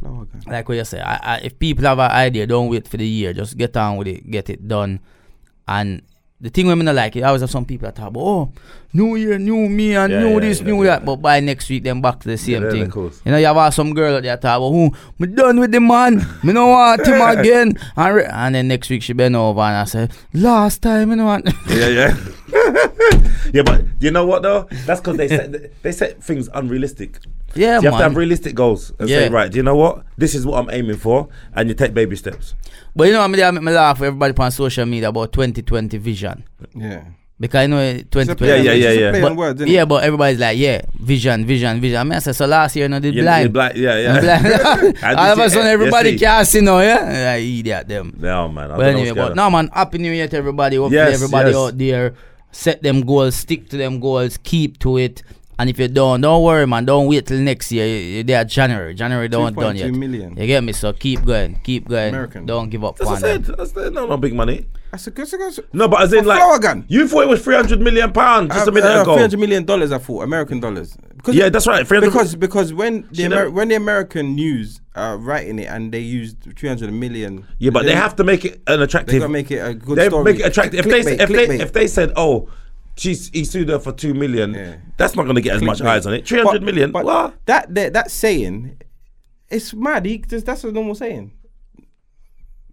[SPEAKER 2] out. Flower gun.
[SPEAKER 3] like what you say, I, I, if people have an idea, don't wait for the year. Just get on with it, get it done. And the thing women are like, I always have some people that talk about, oh, new year, new me, and
[SPEAKER 1] Yeah,
[SPEAKER 3] new
[SPEAKER 1] yeah,
[SPEAKER 3] this,
[SPEAKER 1] yeah,
[SPEAKER 3] new
[SPEAKER 1] yeah.
[SPEAKER 3] that. But by next week, then back to the same
[SPEAKER 1] Yeah,
[SPEAKER 3] thing.
[SPEAKER 1] of course.
[SPEAKER 3] You know, you have uh, some girl out there talk about, oh, me done with the man, me no want him again. And, re- and then next week she bend over and I say, last time, you know what?
[SPEAKER 1] yeah, yeah. yeah, but you know what though? That's because they set they set things unrealistic.
[SPEAKER 3] yeah,
[SPEAKER 1] you have to
[SPEAKER 3] man.
[SPEAKER 1] have realistic goals and say,
[SPEAKER 3] Yeah.
[SPEAKER 1] right, do you know what? This is what I'm aiming for, and you take baby steps.
[SPEAKER 3] but you know, I mean, I make me laugh with everybody on social media about 2020 vision.
[SPEAKER 2] Yeah.
[SPEAKER 3] Because I know eh,
[SPEAKER 2] It's a
[SPEAKER 3] 2020
[SPEAKER 2] play
[SPEAKER 1] Yeah,
[SPEAKER 2] on-
[SPEAKER 1] yeah,
[SPEAKER 2] it's
[SPEAKER 1] yeah,
[SPEAKER 2] a
[SPEAKER 1] yeah.
[SPEAKER 2] play on
[SPEAKER 3] But,
[SPEAKER 2] words, innit?
[SPEAKER 3] yeah, but everybody's like, yeah, vision, vision, vision. I mean, I said, so last year, no, did
[SPEAKER 1] You-
[SPEAKER 3] blind.
[SPEAKER 1] you blind- yeah, yeah.
[SPEAKER 3] I'm blind.
[SPEAKER 1] I
[SPEAKER 3] All of
[SPEAKER 1] did
[SPEAKER 3] a
[SPEAKER 1] see-
[SPEAKER 3] sudden,
[SPEAKER 1] yeah,
[SPEAKER 3] everybody
[SPEAKER 1] see.
[SPEAKER 3] can't see now, yeah? I idiot them.
[SPEAKER 1] No man, I
[SPEAKER 3] But
[SPEAKER 1] don't
[SPEAKER 3] anyway,
[SPEAKER 1] know what's
[SPEAKER 3] but no, man, happy new year to everybody. Hopefully,
[SPEAKER 1] Yes,
[SPEAKER 3] everybody
[SPEAKER 1] yes.
[SPEAKER 3] out there set them goals, stick to them goals, keep to it. And if you don't, don't worry, man. Don't wait till next year. You- you- They are January. January don't done
[SPEAKER 2] 2.2
[SPEAKER 3] yet.
[SPEAKER 2] million.
[SPEAKER 3] You get me? So keep going, keep going.
[SPEAKER 2] American.
[SPEAKER 3] Don't give up.
[SPEAKER 1] that's what I
[SPEAKER 3] on them.
[SPEAKER 1] said. That's the, no, not big money.
[SPEAKER 2] That's a good. That's a good
[SPEAKER 1] No, but as in
[SPEAKER 2] For
[SPEAKER 1] like
[SPEAKER 2] flower gun.
[SPEAKER 1] you thought it was three hundred million pound just a
[SPEAKER 2] Uh,
[SPEAKER 1] minute
[SPEAKER 2] uh,
[SPEAKER 1] ago.
[SPEAKER 2] 300 million dollars, I thought, American dollars. Because
[SPEAKER 1] Yeah, that's right. Three hundred.
[SPEAKER 2] because because when the
[SPEAKER 1] She
[SPEAKER 2] Amer-
[SPEAKER 1] never-
[SPEAKER 2] when the American news are writing it and they used 300 million.
[SPEAKER 1] yeah, but they have to make it an
[SPEAKER 2] They
[SPEAKER 1] attractive.
[SPEAKER 2] gotta make it a good
[SPEAKER 1] they
[SPEAKER 2] story.
[SPEAKER 1] make it attractive. If they,
[SPEAKER 2] Clickbait,
[SPEAKER 1] if, they,
[SPEAKER 2] clickbait.
[SPEAKER 1] if they said, oh, she's he sued her for two million,
[SPEAKER 2] Yeah.
[SPEAKER 1] that's not going to get as much
[SPEAKER 2] Clickbait.
[SPEAKER 1] eyes on it. Three
[SPEAKER 2] But-
[SPEAKER 1] hundred million.
[SPEAKER 2] But
[SPEAKER 1] what?
[SPEAKER 2] that, that that saying, it's mad. He just, that's a normal saying.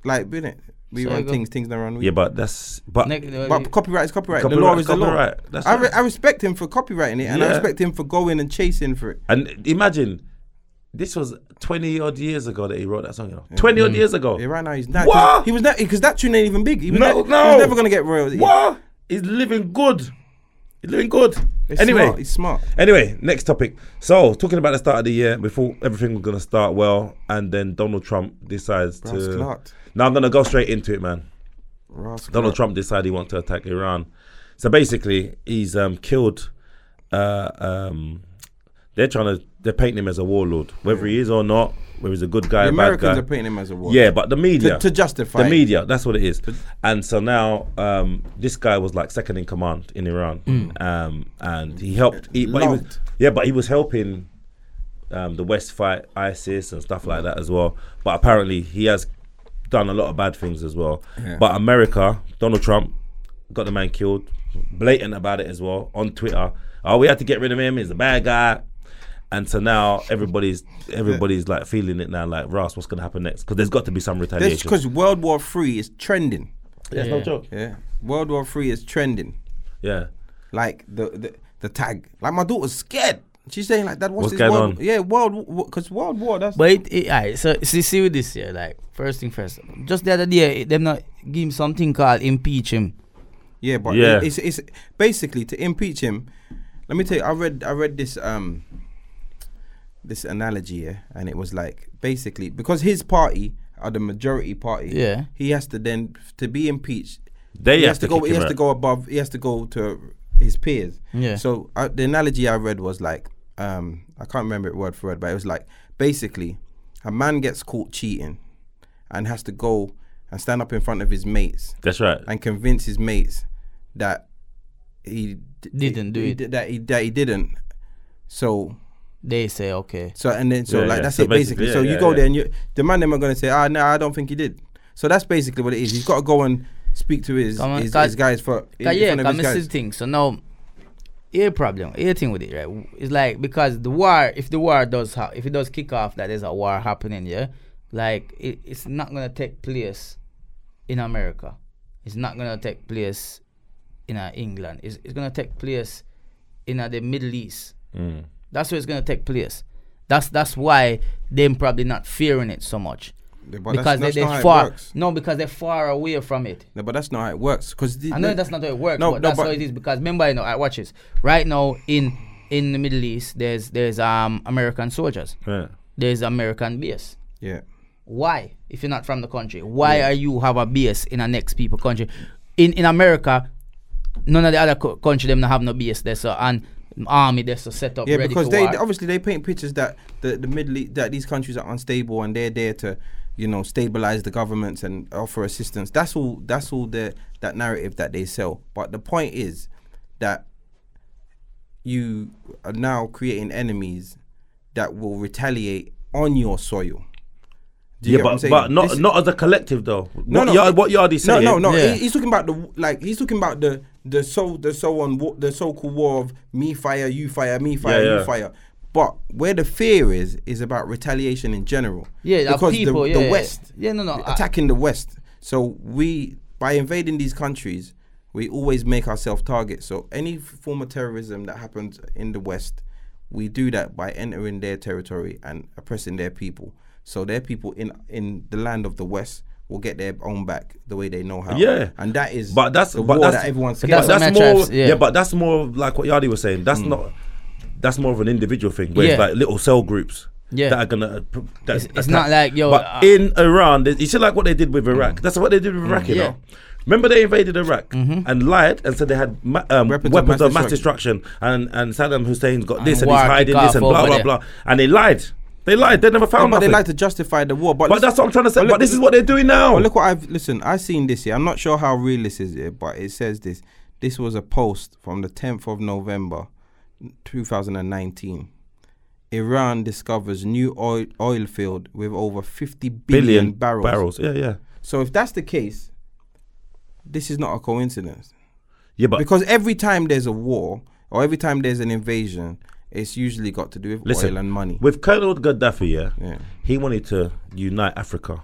[SPEAKER 2] Like, isn't it? We
[SPEAKER 3] So you
[SPEAKER 2] run
[SPEAKER 3] go-
[SPEAKER 2] things, things don't run. We.
[SPEAKER 1] Yeah, but that's but
[SPEAKER 3] Next-
[SPEAKER 2] But copyright is copyright. the
[SPEAKER 1] Copyright
[SPEAKER 2] law
[SPEAKER 1] is
[SPEAKER 2] is the law.
[SPEAKER 1] copyright. That's
[SPEAKER 2] I, re-
[SPEAKER 1] right.
[SPEAKER 2] I respect him for copyrighting it, and I
[SPEAKER 1] Yeah.
[SPEAKER 2] respect him for going and chasing for it.
[SPEAKER 1] and imagine this was twenty odd years ago that he wrote that song. You know, twenty
[SPEAKER 2] Mm.
[SPEAKER 1] odd years ago.
[SPEAKER 2] Yeah, right now he's not.
[SPEAKER 1] What?
[SPEAKER 2] He was not because that tune ain't even big. He was,
[SPEAKER 1] No,
[SPEAKER 2] not,
[SPEAKER 1] no.
[SPEAKER 2] he was never gonna get royalties.
[SPEAKER 1] What? He's living good. He's living good.
[SPEAKER 2] He's
[SPEAKER 1] anyway,
[SPEAKER 2] smart, he's smart.
[SPEAKER 1] Anyway, next topic. So, talking about the start of the year, we thought everything was going to start well, and then Donald Trump decides
[SPEAKER 2] Ross
[SPEAKER 1] to.
[SPEAKER 2] Clark.
[SPEAKER 1] Now I'm going to go straight into it, man.
[SPEAKER 2] Ross
[SPEAKER 1] Donald
[SPEAKER 2] Clark.
[SPEAKER 1] Trump decided he wants to attack Iran. So basically, he's um, killed. Uh, um, they're trying to. They're painting him as a warlord, whether he is or not, whether he's a good guy,
[SPEAKER 2] The
[SPEAKER 1] or bad
[SPEAKER 2] Americans
[SPEAKER 1] guy.
[SPEAKER 2] are painting him as a war.
[SPEAKER 1] yeah, but the media
[SPEAKER 2] To, to justify.
[SPEAKER 1] the
[SPEAKER 2] it.
[SPEAKER 1] media that's what it is and so now um, this guy was like second in command in iran um, and he helped he, but he was,
[SPEAKER 2] Hmm. Loved.
[SPEAKER 1] yeah but he was helping um, the west fight isis and stuff like that as well but apparently he has done a lot of bad things as well
[SPEAKER 2] Yeah.
[SPEAKER 1] but america donald trump got the man killed blatant about it as well on twitter oh we had to get rid of him he's a bad guy and so now everybody's everybody's like feeling it now like Ross, what's gonna happen next? Because there's got to be some retaliation.
[SPEAKER 2] Because World War Three is trending.
[SPEAKER 1] That's
[SPEAKER 3] Yeah.
[SPEAKER 1] no joke.
[SPEAKER 2] Yeah. World War Three is trending.
[SPEAKER 1] Yeah.
[SPEAKER 2] Like the the, the tag. Like my daughter's scared. She's saying like that. What's,
[SPEAKER 1] What's
[SPEAKER 2] this
[SPEAKER 1] going
[SPEAKER 2] world?
[SPEAKER 1] on?
[SPEAKER 2] Yeah, world because world war. That's
[SPEAKER 3] But it, it alright, so see, see with this year, like first thing first. Just the other day, it- them not give him something called impeach him.
[SPEAKER 2] yeah, but
[SPEAKER 1] Yeah.
[SPEAKER 2] It's, it's basically to impeach him. Let me tell you, I read I read this um this analogy here, and it was like basically because his party are the majority party.
[SPEAKER 3] Yeah.
[SPEAKER 2] he has to then to be impeached.
[SPEAKER 1] They
[SPEAKER 2] he
[SPEAKER 1] have
[SPEAKER 2] has to
[SPEAKER 1] to
[SPEAKER 2] go.
[SPEAKER 1] kick
[SPEAKER 2] He
[SPEAKER 1] him
[SPEAKER 2] has to
[SPEAKER 1] out.
[SPEAKER 2] go above. He has to go to his peers.
[SPEAKER 3] Yeah.
[SPEAKER 2] So uh, the analogy I read was like, um, I can't remember it word for word, but it was like basically, a man gets caught cheating, and has to go and stand up in front of his mates
[SPEAKER 1] That's right.
[SPEAKER 2] and convince his mates that he d-
[SPEAKER 3] Didn't do
[SPEAKER 2] he
[SPEAKER 3] it.
[SPEAKER 2] d- that he that he didn't. So
[SPEAKER 3] They say okay.
[SPEAKER 2] so and then so
[SPEAKER 1] Yeah,
[SPEAKER 2] like
[SPEAKER 1] yeah.
[SPEAKER 2] that's
[SPEAKER 1] So
[SPEAKER 2] it
[SPEAKER 1] basically,
[SPEAKER 2] basically.
[SPEAKER 1] yeah,
[SPEAKER 2] so you
[SPEAKER 1] yeah,
[SPEAKER 2] go
[SPEAKER 1] yeah.
[SPEAKER 2] there and you the man them are gonna say, ah no, I don't think he did. So that's basically what it is. He's got to go and speak to his
[SPEAKER 3] Come on,
[SPEAKER 2] his,
[SPEAKER 3] guys.
[SPEAKER 2] his guys for in,
[SPEAKER 3] Cause yeah,
[SPEAKER 2] in front of
[SPEAKER 3] come
[SPEAKER 2] his
[SPEAKER 3] this
[SPEAKER 2] guys.
[SPEAKER 3] is thing. So now, here problem, here thing with it, right? It's like because the war, if the war does, ha- if it does kick off, that there's a war happening, yeah. Like it, it's not gonna take place in America. It's not gonna take place in uh, England. It's, it's gonna take place in uh, the Middle East.
[SPEAKER 1] Mm.
[SPEAKER 3] That's where it's gonna take place. That's that's why them probably not fearing it so much
[SPEAKER 2] Yeah, but that's,
[SPEAKER 3] because
[SPEAKER 2] that's
[SPEAKER 3] they
[SPEAKER 2] not how
[SPEAKER 3] they
[SPEAKER 2] it
[SPEAKER 3] far
[SPEAKER 2] works.
[SPEAKER 3] no because they're far away from it.
[SPEAKER 2] No, but that's not how it works. Because
[SPEAKER 3] I know that's not how it works,
[SPEAKER 2] No,
[SPEAKER 3] but
[SPEAKER 2] no,
[SPEAKER 3] that's
[SPEAKER 2] but-
[SPEAKER 3] how it is because remember, you know, I watch this right now in in the Middle East. There's there's um American soldiers.
[SPEAKER 1] Yeah.
[SPEAKER 3] There's American base.
[SPEAKER 2] yeah.
[SPEAKER 3] Why, if you're not from the country, why are you have a base in a next people country? In in America, none of the other co- country them not have no base there. So and army they so set up.
[SPEAKER 2] Yeah,
[SPEAKER 3] ready
[SPEAKER 2] because
[SPEAKER 3] to
[SPEAKER 2] they
[SPEAKER 3] war.
[SPEAKER 2] obviously they paint pictures that the the Middle East, that these countries are unstable and they're there to, you know, stabilize the governments and offer assistance. That's all. That's all the that narrative that they sell. But the point is that you are now creating enemies that will retaliate on your soil. Do
[SPEAKER 1] yeah,
[SPEAKER 2] you get what I'm
[SPEAKER 1] but,
[SPEAKER 2] saying?
[SPEAKER 1] but not
[SPEAKER 2] This-
[SPEAKER 1] not as a collective though.
[SPEAKER 2] No,
[SPEAKER 1] what
[SPEAKER 2] no,
[SPEAKER 1] Yard,
[SPEAKER 2] it-
[SPEAKER 1] what Yard is
[SPEAKER 2] no,
[SPEAKER 1] saying?
[SPEAKER 2] no, no.
[SPEAKER 3] Yeah.
[SPEAKER 2] He, he's talking about the like. He's talking about the the so the so on wa- the so called war of me fire, you fire, me fire,
[SPEAKER 1] Yeah,
[SPEAKER 2] you
[SPEAKER 1] yeah.
[SPEAKER 2] fire. But where the fear is is about retaliation in general.
[SPEAKER 3] yeah, our
[SPEAKER 2] because
[SPEAKER 3] people,
[SPEAKER 2] the,
[SPEAKER 3] yeah,
[SPEAKER 2] the
[SPEAKER 3] yeah.
[SPEAKER 2] West
[SPEAKER 3] Yeah, no, no, I-
[SPEAKER 2] attacking the West. So we by invading these countries, we always make ourselves targets. So any f- form of terrorism that happens in the West, we do that by entering their territory and oppressing their people. So their people in in the land of the West will get their own back the way they know how.
[SPEAKER 1] Yeah.
[SPEAKER 2] and that is
[SPEAKER 1] But that's
[SPEAKER 2] the
[SPEAKER 1] but
[SPEAKER 2] war
[SPEAKER 1] that's
[SPEAKER 2] that everyone's
[SPEAKER 3] But
[SPEAKER 2] scared
[SPEAKER 3] that's
[SPEAKER 1] but
[SPEAKER 2] of.
[SPEAKER 1] that's
[SPEAKER 3] what Matt
[SPEAKER 1] more
[SPEAKER 3] Traps- yeah. Hmm.
[SPEAKER 1] yeah. But that's more of like what Yardi was saying. That's not that's more of an individual thing. Where it's
[SPEAKER 3] Yeah.
[SPEAKER 1] like little cell groups.
[SPEAKER 3] Yeah.
[SPEAKER 1] That are gonna. uh, pr- That
[SPEAKER 3] It's- it's not like, yo,
[SPEAKER 1] But
[SPEAKER 3] uh, Hmm.
[SPEAKER 1] in Iran, they- you see, like what they did with Iraq. That's what they did with Iraq. You
[SPEAKER 3] Yeah. Mm-hmm.
[SPEAKER 1] know. Remember they invaded Iraq and lied and said they had ma- um,
[SPEAKER 2] Weapons of
[SPEAKER 1] weapons,
[SPEAKER 2] mass
[SPEAKER 1] of mass destruction, and, and Saddam Hussein's got this and
[SPEAKER 3] war
[SPEAKER 1] he's
[SPEAKER 3] kick
[SPEAKER 1] hiding this
[SPEAKER 3] off
[SPEAKER 1] and blah
[SPEAKER 3] over
[SPEAKER 1] blah
[SPEAKER 3] there.
[SPEAKER 1] blah. And they lied. They lied. They never
[SPEAKER 2] Oh, But
[SPEAKER 1] found
[SPEAKER 2] they
[SPEAKER 1] nothing.
[SPEAKER 2] like to justify the war. But,
[SPEAKER 1] but
[SPEAKER 2] listen-
[SPEAKER 1] that's what I'm trying to say.
[SPEAKER 2] but
[SPEAKER 1] But,
[SPEAKER 2] look-
[SPEAKER 1] this is what they're doing now.
[SPEAKER 2] But look what I've listen. I seen this here. I'm not sure how real this is here, but it says this. This was a post from the 10th of November, 2019. Iran discovers new oil oil field with over 50 billion,
[SPEAKER 1] billion
[SPEAKER 2] barrels.
[SPEAKER 1] barrels. Yeah, yeah,
[SPEAKER 2] So if that's the case, this is not a coincidence
[SPEAKER 1] yeah. But
[SPEAKER 2] because every time there's a war or every time there's an invasion, it's usually got to do with
[SPEAKER 1] Listen,
[SPEAKER 2] oil and money.
[SPEAKER 1] with Colonel Gaddafi, yeah,
[SPEAKER 2] Yeah. Mm-hmm.
[SPEAKER 1] he wanted to unite Africa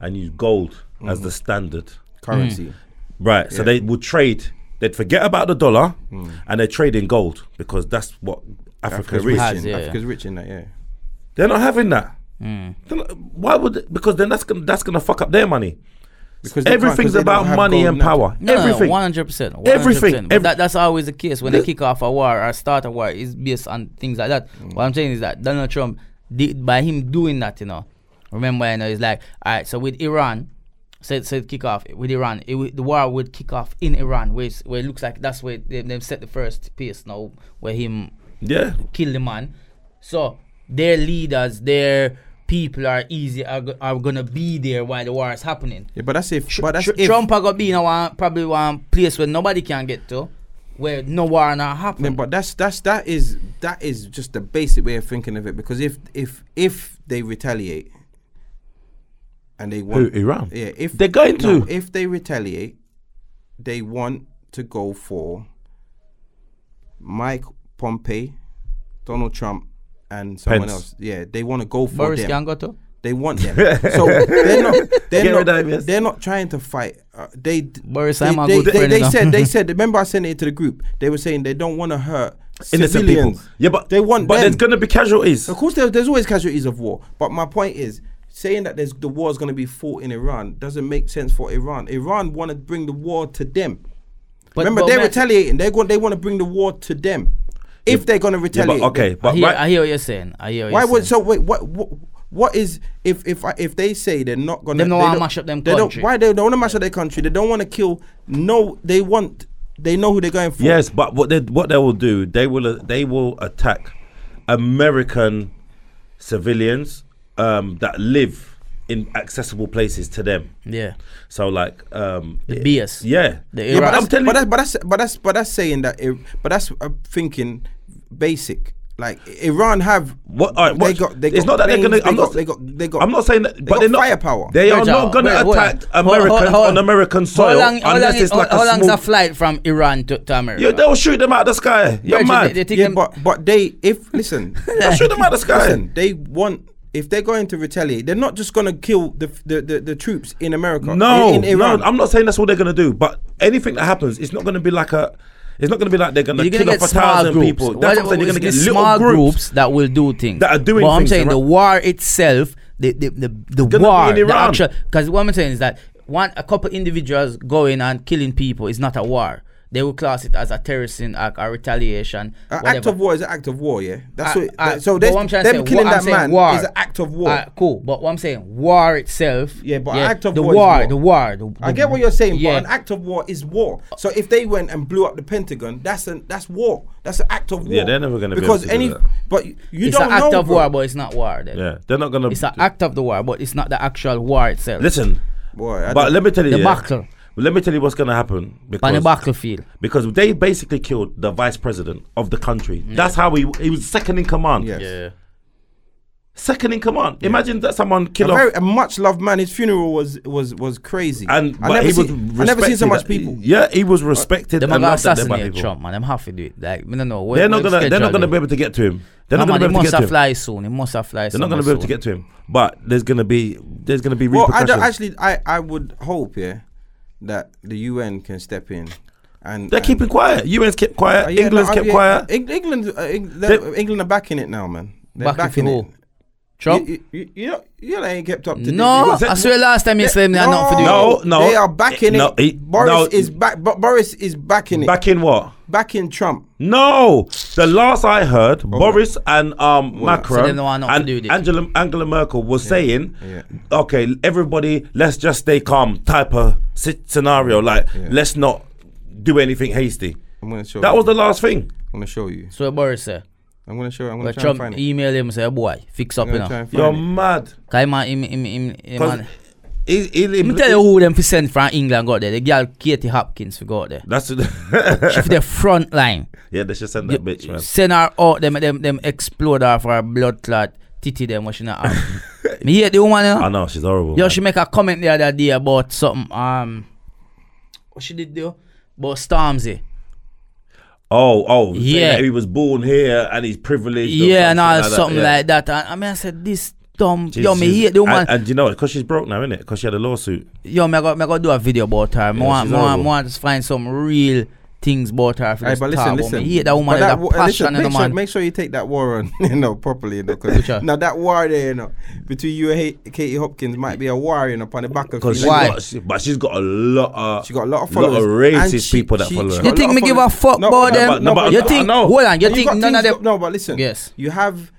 [SPEAKER 1] and use gold as the standard.
[SPEAKER 2] Currency.
[SPEAKER 3] Mm.
[SPEAKER 1] Right. So they would trade. They'd forget about the dollar
[SPEAKER 2] Mm.
[SPEAKER 1] and they trade in gold because that's what Africa
[SPEAKER 2] Africa's
[SPEAKER 1] is.
[SPEAKER 2] rich,
[SPEAKER 3] Has,
[SPEAKER 2] in,
[SPEAKER 3] yeah, yeah.
[SPEAKER 2] Africa's rich in that, yeah.
[SPEAKER 1] They're not having that.
[SPEAKER 3] Mm.
[SPEAKER 1] They're not- Why would? Because then that's gonna, that's gonna fuck up their money.
[SPEAKER 2] Because they can't- 'cause
[SPEAKER 1] Everything's
[SPEAKER 2] they don't
[SPEAKER 1] about
[SPEAKER 2] have
[SPEAKER 1] money
[SPEAKER 2] gold
[SPEAKER 1] and
[SPEAKER 2] nothing.
[SPEAKER 1] power.
[SPEAKER 3] No,
[SPEAKER 1] Everything.
[SPEAKER 3] one hundred percent.
[SPEAKER 1] Everything, ev-
[SPEAKER 3] That, that's always the case when they kick off a war or start a war. It's based on things like that.
[SPEAKER 1] Mm.
[SPEAKER 3] What I'm saying is that Donald Trump, did, by him doing that, you know, remember, you know, it's like, all right. So with Iran, said said kick off with Iran, it, would- the war would kick off in Iran, where, it's, where it looks like that's where they, they set the first pace now, where him
[SPEAKER 1] yeah.
[SPEAKER 3] kill the man. So their leaders, their people are easy are, go- are gonna be there while the war is happening.
[SPEAKER 2] Yeah, but that's if. but that's
[SPEAKER 3] Tr-
[SPEAKER 2] if.
[SPEAKER 3] Trump are gonna be in a one, probably one place where nobody can get to, where no war not happen.
[SPEAKER 2] Yeah, but that's that's that is that is just the basic way of thinking of it. Because if if if they retaliate, and they
[SPEAKER 1] Who
[SPEAKER 2] want
[SPEAKER 1] Iran?
[SPEAKER 2] yeah, if
[SPEAKER 1] They're going
[SPEAKER 2] no,
[SPEAKER 1] to.
[SPEAKER 2] if they retaliate, they want to go for Mike Pompeo, Donald Trump, and someone
[SPEAKER 1] Pence.
[SPEAKER 2] else. Yeah, they want to go for
[SPEAKER 3] Boris
[SPEAKER 2] them.
[SPEAKER 3] can go to.
[SPEAKER 2] They want them. so they're not.
[SPEAKER 1] Get
[SPEAKER 2] They're
[SPEAKER 1] rid of him,
[SPEAKER 2] not.
[SPEAKER 1] yes.
[SPEAKER 2] They're not trying to fight. Uh, they. d-
[SPEAKER 3] Boris,
[SPEAKER 2] they,
[SPEAKER 3] I'm a
[SPEAKER 2] they-
[SPEAKER 3] good
[SPEAKER 2] they-
[SPEAKER 3] friend,
[SPEAKER 2] they
[SPEAKER 3] you know.
[SPEAKER 2] said. They said. Remember, I sent it to the group. They were saying they don't want to hurt
[SPEAKER 1] Innocent
[SPEAKER 2] civilians.
[SPEAKER 1] people. Yeah, but
[SPEAKER 2] They want
[SPEAKER 1] But
[SPEAKER 2] them.
[SPEAKER 1] there's gonna be casualties.
[SPEAKER 2] Of course, there, there's always casualties of war. But my point is, saying that there's the war's going to be fought in Iran doesn't make sense for Iran. Iran want to bring the war to them.
[SPEAKER 3] But-
[SPEAKER 2] Remember,
[SPEAKER 3] but
[SPEAKER 2] they're
[SPEAKER 3] man-
[SPEAKER 2] retaliating. They want. They want to bring the war to them. If they're going to
[SPEAKER 1] Yeah,
[SPEAKER 2] retaliate,
[SPEAKER 1] but okay,
[SPEAKER 3] I
[SPEAKER 1] but
[SPEAKER 3] hear,
[SPEAKER 1] right,
[SPEAKER 3] I hear what you're saying. I hear what
[SPEAKER 2] Why
[SPEAKER 3] you're
[SPEAKER 2] would
[SPEAKER 3] saying.
[SPEAKER 2] so? Wait, what? What, what is if if I, if they say they're not gonna?
[SPEAKER 3] Them no
[SPEAKER 2] they
[SPEAKER 3] wanna
[SPEAKER 2] don't-
[SPEAKER 3] mash up them
[SPEAKER 2] they don't-
[SPEAKER 3] country.
[SPEAKER 2] why they don't want to mash up their country? They don't want to kill. No, they want. They know who they're going for.
[SPEAKER 1] Yes, but what they what they will do, they will uh, they will attack American civilians um, that live in accessible places to them.
[SPEAKER 3] Yeah.
[SPEAKER 1] So like um,
[SPEAKER 3] The
[SPEAKER 1] it-
[SPEAKER 3] BS.
[SPEAKER 1] yeah,
[SPEAKER 3] The
[SPEAKER 2] Yeah, but
[SPEAKER 3] Iraq-
[SPEAKER 1] I'm
[SPEAKER 2] that's,
[SPEAKER 1] telling
[SPEAKER 2] but
[SPEAKER 1] you-
[SPEAKER 2] that's but that's but that's but that's saying that. Ir- But that's uh, thinking basic. Like Iran have
[SPEAKER 1] What? All right,
[SPEAKER 2] they
[SPEAKER 1] what
[SPEAKER 2] got. They
[SPEAKER 1] it's
[SPEAKER 2] got
[SPEAKER 1] not that they're
[SPEAKER 2] planes,
[SPEAKER 1] gonna. I'm
[SPEAKER 2] they
[SPEAKER 1] not.
[SPEAKER 2] got, they got. They got.
[SPEAKER 1] I'm not saying that, but
[SPEAKER 2] got
[SPEAKER 1] they're not
[SPEAKER 2] firepower.
[SPEAKER 1] They are
[SPEAKER 3] Roger,
[SPEAKER 1] not gonna
[SPEAKER 3] wait, hold on.
[SPEAKER 1] attack
[SPEAKER 3] Hold- hold-
[SPEAKER 1] Americans
[SPEAKER 3] hold-
[SPEAKER 1] on American soil
[SPEAKER 3] How long, how
[SPEAKER 1] unless
[SPEAKER 3] long,
[SPEAKER 1] it's
[SPEAKER 3] how,
[SPEAKER 1] like
[SPEAKER 3] how
[SPEAKER 1] a
[SPEAKER 3] long's
[SPEAKER 1] small.
[SPEAKER 3] a flight from Iran to, to America?
[SPEAKER 1] yeah, they'll shoot them out of the sky. You're
[SPEAKER 3] Virgin,
[SPEAKER 1] mad.
[SPEAKER 3] they- they think
[SPEAKER 2] Yeah,
[SPEAKER 3] them-
[SPEAKER 2] but but they if listen.
[SPEAKER 1] They'll shoot them out of the sky.
[SPEAKER 2] Listen, they want. If they're going to retaliate, they're not just going to kill the, the the the troops in America.
[SPEAKER 1] No,
[SPEAKER 2] in, in
[SPEAKER 1] no,
[SPEAKER 2] Iran.
[SPEAKER 1] I'm not saying that's what they're gonna do, but anything that happens, it's not gonna be like a. It's not gonna be like they're gonna
[SPEAKER 3] you're gonna
[SPEAKER 1] kill
[SPEAKER 3] get
[SPEAKER 1] off a
[SPEAKER 3] small
[SPEAKER 1] thousand
[SPEAKER 3] groups.
[SPEAKER 1] people.
[SPEAKER 3] Well,
[SPEAKER 1] That's what I'm saying. You're gonna
[SPEAKER 3] it's
[SPEAKER 1] get
[SPEAKER 3] these
[SPEAKER 1] little
[SPEAKER 3] small
[SPEAKER 1] groups.
[SPEAKER 3] that will do things
[SPEAKER 1] that are doing
[SPEAKER 3] But I'm
[SPEAKER 1] things,
[SPEAKER 3] saying the
[SPEAKER 1] right?
[SPEAKER 3] war itself, the the the, the
[SPEAKER 1] gonna be
[SPEAKER 3] war,
[SPEAKER 1] in
[SPEAKER 3] the
[SPEAKER 1] Iran.
[SPEAKER 3] actual. Because what I'm saying is that one a couple individuals going and killing people is not a war. They will class it as a terrorist act, a retaliation.
[SPEAKER 2] An Uh, act
[SPEAKER 3] whatever.
[SPEAKER 2] of war is an act of war, yeah. That's
[SPEAKER 3] Uh,
[SPEAKER 2] what.
[SPEAKER 3] uh,
[SPEAKER 2] that- so
[SPEAKER 3] but
[SPEAKER 2] this,
[SPEAKER 3] what I'm trying to say,
[SPEAKER 2] them killing
[SPEAKER 3] what I'm
[SPEAKER 2] that
[SPEAKER 3] saying,
[SPEAKER 2] man
[SPEAKER 3] war.
[SPEAKER 2] is an act of war.
[SPEAKER 3] Uh, cool, but what I'm saying, war itself.
[SPEAKER 2] Yeah, but act of
[SPEAKER 3] the
[SPEAKER 2] war is war.
[SPEAKER 3] The war, the war.
[SPEAKER 2] I get what you're saying, but an act of war is war. So if they went and blew up the Pentagon, that's an that's war. That's an act of war.
[SPEAKER 1] Yeah, they're never gonna be
[SPEAKER 2] because
[SPEAKER 1] able to
[SPEAKER 2] any.
[SPEAKER 1] do that.
[SPEAKER 2] But you you
[SPEAKER 3] It's
[SPEAKER 2] don't
[SPEAKER 3] an act
[SPEAKER 2] know.
[SPEAKER 3] of
[SPEAKER 2] bro.
[SPEAKER 3] war, but it's not war. Then.
[SPEAKER 1] Yeah, they're not gonna.
[SPEAKER 3] It's an act of the war, but it's not the actual war itself.
[SPEAKER 1] Listen,
[SPEAKER 2] Boy, I
[SPEAKER 1] but
[SPEAKER 2] don't-
[SPEAKER 1] let me tell you,
[SPEAKER 3] The
[SPEAKER 1] yeah,
[SPEAKER 3] buckle.
[SPEAKER 1] Let me tell you what's gonna happen
[SPEAKER 3] on the
[SPEAKER 1] because
[SPEAKER 3] battlefield.
[SPEAKER 1] because they basically killed the vice president of the country. That's how he he was second in command.
[SPEAKER 2] Yes.
[SPEAKER 1] Second in command. Imagine that someone
[SPEAKER 2] A,
[SPEAKER 1] killed off.
[SPEAKER 2] very, a much loved man. His funeral was was was crazy.
[SPEAKER 1] and
[SPEAKER 2] I
[SPEAKER 1] but
[SPEAKER 2] never
[SPEAKER 1] he was
[SPEAKER 2] seen, I never seen
[SPEAKER 1] respected
[SPEAKER 2] so much
[SPEAKER 1] that-
[SPEAKER 2] people.
[SPEAKER 1] Yeah, he was respected
[SPEAKER 3] Them
[SPEAKER 1] and
[SPEAKER 3] are gonna
[SPEAKER 1] loved at them by
[SPEAKER 3] assassinate
[SPEAKER 1] people.
[SPEAKER 3] Trump, man. Them have to do it. Like, me don't know. Where,
[SPEAKER 1] They're not
[SPEAKER 3] where
[SPEAKER 1] gonna. They're
[SPEAKER 3] schedule
[SPEAKER 1] not gonna
[SPEAKER 3] it?
[SPEAKER 1] be able to get to him. They're
[SPEAKER 3] No,
[SPEAKER 1] not
[SPEAKER 3] man,
[SPEAKER 1] gonna
[SPEAKER 3] he
[SPEAKER 1] be able to
[SPEAKER 3] must
[SPEAKER 1] get to
[SPEAKER 3] have
[SPEAKER 1] him.
[SPEAKER 3] fly soon. He must have fly
[SPEAKER 1] They're
[SPEAKER 3] soon.
[SPEAKER 1] not gonna be able to get to him. But there's gonna be there's gonna be
[SPEAKER 2] Well, I
[SPEAKER 1] repercussions.
[SPEAKER 2] don't- actually, I I would hope yeah that the UN can step in. And
[SPEAKER 1] They're
[SPEAKER 2] and-
[SPEAKER 1] keeping quiet. UN's kept quiet.
[SPEAKER 2] Uh, yeah,
[SPEAKER 1] England's
[SPEAKER 2] no, uh,
[SPEAKER 1] kept
[SPEAKER 2] yeah,
[SPEAKER 1] quiet.
[SPEAKER 2] Eng- England, uh, Eng- they're- England are backing it now, man. They're
[SPEAKER 3] Back if
[SPEAKER 2] backing
[SPEAKER 3] you
[SPEAKER 2] it.
[SPEAKER 3] who? Trump?
[SPEAKER 2] You, you, you, know, you know, they ain't kept up to date.
[SPEAKER 3] No,
[SPEAKER 1] Was it-
[SPEAKER 3] I swear last time you said me, I'm not for doing
[SPEAKER 1] No, no.
[SPEAKER 2] They are backing
[SPEAKER 1] No,
[SPEAKER 2] it.
[SPEAKER 1] he-
[SPEAKER 2] Boris
[SPEAKER 1] no.
[SPEAKER 2] is back. But Boris is backing it.
[SPEAKER 1] Back in what?
[SPEAKER 2] backing Trump.
[SPEAKER 1] No, the last I heard,
[SPEAKER 2] Oh.
[SPEAKER 1] Boris and um,
[SPEAKER 3] So
[SPEAKER 1] Macron
[SPEAKER 3] then why not
[SPEAKER 1] and
[SPEAKER 3] do this?
[SPEAKER 1] Angela Angela Merkel was saying,
[SPEAKER 2] yeah.
[SPEAKER 1] "Okay, everybody, let's just stay calm." Type of si- scenario, like let's not do anything hasty.
[SPEAKER 2] I'm gonna show.
[SPEAKER 1] That
[SPEAKER 2] you.
[SPEAKER 1] was the last thing.
[SPEAKER 2] I'm gonna show you.
[SPEAKER 3] So Boris said.
[SPEAKER 2] I'm gonna show. You. I'm gonna
[SPEAKER 3] But
[SPEAKER 2] try
[SPEAKER 3] Trump
[SPEAKER 2] and find it.
[SPEAKER 3] email him say, boy, fix up,
[SPEAKER 2] I'm
[SPEAKER 3] you
[SPEAKER 2] gonna try
[SPEAKER 3] know.
[SPEAKER 2] and
[SPEAKER 1] You're
[SPEAKER 2] find it.
[SPEAKER 1] mad.
[SPEAKER 3] Cause him, and him, him, him, him
[SPEAKER 1] 'Cause
[SPEAKER 3] man.
[SPEAKER 1] it- it-
[SPEAKER 3] Let me
[SPEAKER 1] it-
[SPEAKER 3] tell you who them fi send from England got there. The girl Katie Hopkins we got there.
[SPEAKER 1] That's
[SPEAKER 3] She for the front line.
[SPEAKER 1] yeah. They should send
[SPEAKER 3] You
[SPEAKER 1] that bitch, man.
[SPEAKER 3] Send her out, them, them, them explode her for her blood clot, titty them, what she not have. Me hate the woman, you know.
[SPEAKER 1] I know she's horrible.
[SPEAKER 3] Yo,
[SPEAKER 1] man.
[SPEAKER 3] she make a comment the other day about something. Um, what she did do? About Stormzy.
[SPEAKER 1] Oh, oh, yeah.
[SPEAKER 3] Yeah.
[SPEAKER 1] he was born here and he's privileged. or
[SPEAKER 3] yeah, and all
[SPEAKER 1] that,
[SPEAKER 3] something
[SPEAKER 1] yeah.
[SPEAKER 3] like that. And I mean, I said this dumb.
[SPEAKER 1] She's-
[SPEAKER 3] yo, me
[SPEAKER 1] she's-
[SPEAKER 3] hate the woman.
[SPEAKER 1] And, and you know, because she's broke now, isn't it? Because she had a lawsuit.
[SPEAKER 3] yo, me got me got do a video about her. Me
[SPEAKER 1] Yeah,
[SPEAKER 3] want
[SPEAKER 1] she's
[SPEAKER 3] me want,
[SPEAKER 1] horrible.
[SPEAKER 3] me want to find some real things about her. For
[SPEAKER 2] Hey,
[SPEAKER 3] this
[SPEAKER 2] but listen,
[SPEAKER 3] talk about
[SPEAKER 2] listen.
[SPEAKER 3] me. hate that woman.
[SPEAKER 2] But
[SPEAKER 3] That,
[SPEAKER 2] wa-
[SPEAKER 3] passion in the
[SPEAKER 2] make, sure,
[SPEAKER 3] man.
[SPEAKER 2] make sure you take that war on, you know, properly. You know, 'cause-
[SPEAKER 3] Which one?
[SPEAKER 2] now that war there, you know, between you and Ha- Katie Hopkins might be a war, you know, upon the back of.
[SPEAKER 1] Because
[SPEAKER 2] you
[SPEAKER 1] she's
[SPEAKER 2] know,
[SPEAKER 3] Why?
[SPEAKER 1] got, she, but she's got a lot of
[SPEAKER 2] She got a lot of
[SPEAKER 1] lot
[SPEAKER 2] followers.
[SPEAKER 1] of
[SPEAKER 2] and
[SPEAKER 1] racist
[SPEAKER 2] she-
[SPEAKER 1] people that
[SPEAKER 2] she-
[SPEAKER 1] follow
[SPEAKER 2] she
[SPEAKER 1] her.
[SPEAKER 3] you
[SPEAKER 2] got
[SPEAKER 3] think
[SPEAKER 2] a lot
[SPEAKER 3] me
[SPEAKER 2] of
[SPEAKER 3] give a
[SPEAKER 2] followers.
[SPEAKER 3] fuck
[SPEAKER 2] No,
[SPEAKER 3] about
[SPEAKER 2] no,
[SPEAKER 3] them?
[SPEAKER 2] but- no, but-
[SPEAKER 3] you
[SPEAKER 1] I- I
[SPEAKER 3] think?
[SPEAKER 1] know.
[SPEAKER 3] Hold on. You
[SPEAKER 2] but
[SPEAKER 3] think
[SPEAKER 2] got
[SPEAKER 3] none of
[SPEAKER 2] things
[SPEAKER 3] them?
[SPEAKER 2] go- no, but listen.
[SPEAKER 3] Yes.
[SPEAKER 2] You have,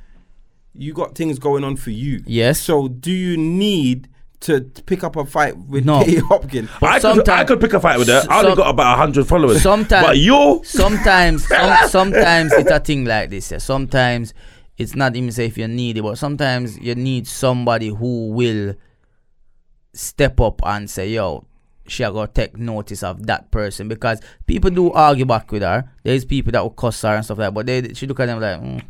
[SPEAKER 2] you got things going on for you.
[SPEAKER 3] Yes.
[SPEAKER 2] So do you need to pick up a fight with
[SPEAKER 3] No.
[SPEAKER 2] Katie Hopkins?
[SPEAKER 1] I could, I
[SPEAKER 3] sometime-
[SPEAKER 1] could pick a fight with her. I only
[SPEAKER 3] some-
[SPEAKER 1] got about hundred followers.
[SPEAKER 3] Sometimes-
[SPEAKER 1] but you,
[SPEAKER 3] sometimes some, sometimes it's a thing like this yeah. sometimes it's not even say if you need it but sometimes you need somebody who will step up and say yo she a go take notice of that person because people do argue back with her there's people that will cuss her and stuff like that but they she look at them like mm.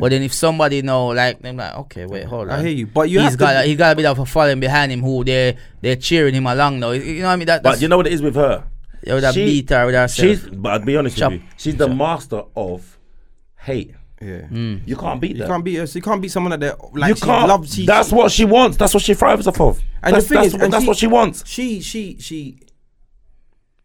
[SPEAKER 3] But then if somebody know, like them, like okay, wait, hold on.
[SPEAKER 2] I hear you, but you
[SPEAKER 3] he's
[SPEAKER 2] have to-
[SPEAKER 3] got a, he got a bit of a following behind him who they they're cheering him along now. You you know what I mean? That,
[SPEAKER 1] but
[SPEAKER 3] that's,
[SPEAKER 1] you know what it is with her.
[SPEAKER 3] you know, that
[SPEAKER 1] she-
[SPEAKER 3] beat her with herself.
[SPEAKER 1] She's. But I'll be honest
[SPEAKER 3] Chop.
[SPEAKER 1] with you. She's the
[SPEAKER 3] Chop.
[SPEAKER 1] master of hate.
[SPEAKER 2] Yeah.
[SPEAKER 3] Mm.
[SPEAKER 1] You can't beat
[SPEAKER 2] You
[SPEAKER 1] that.
[SPEAKER 2] can't beat us. You can't beat someone that they like.
[SPEAKER 1] you
[SPEAKER 2] she
[SPEAKER 1] can't.
[SPEAKER 2] loves. She,
[SPEAKER 1] that's what she wants. That's what she thrives off of.
[SPEAKER 2] And the
[SPEAKER 1] that's
[SPEAKER 2] thing
[SPEAKER 1] that's,
[SPEAKER 2] is,
[SPEAKER 1] what,
[SPEAKER 2] and
[SPEAKER 1] that's
[SPEAKER 2] she-
[SPEAKER 1] what she wants.
[SPEAKER 2] she she she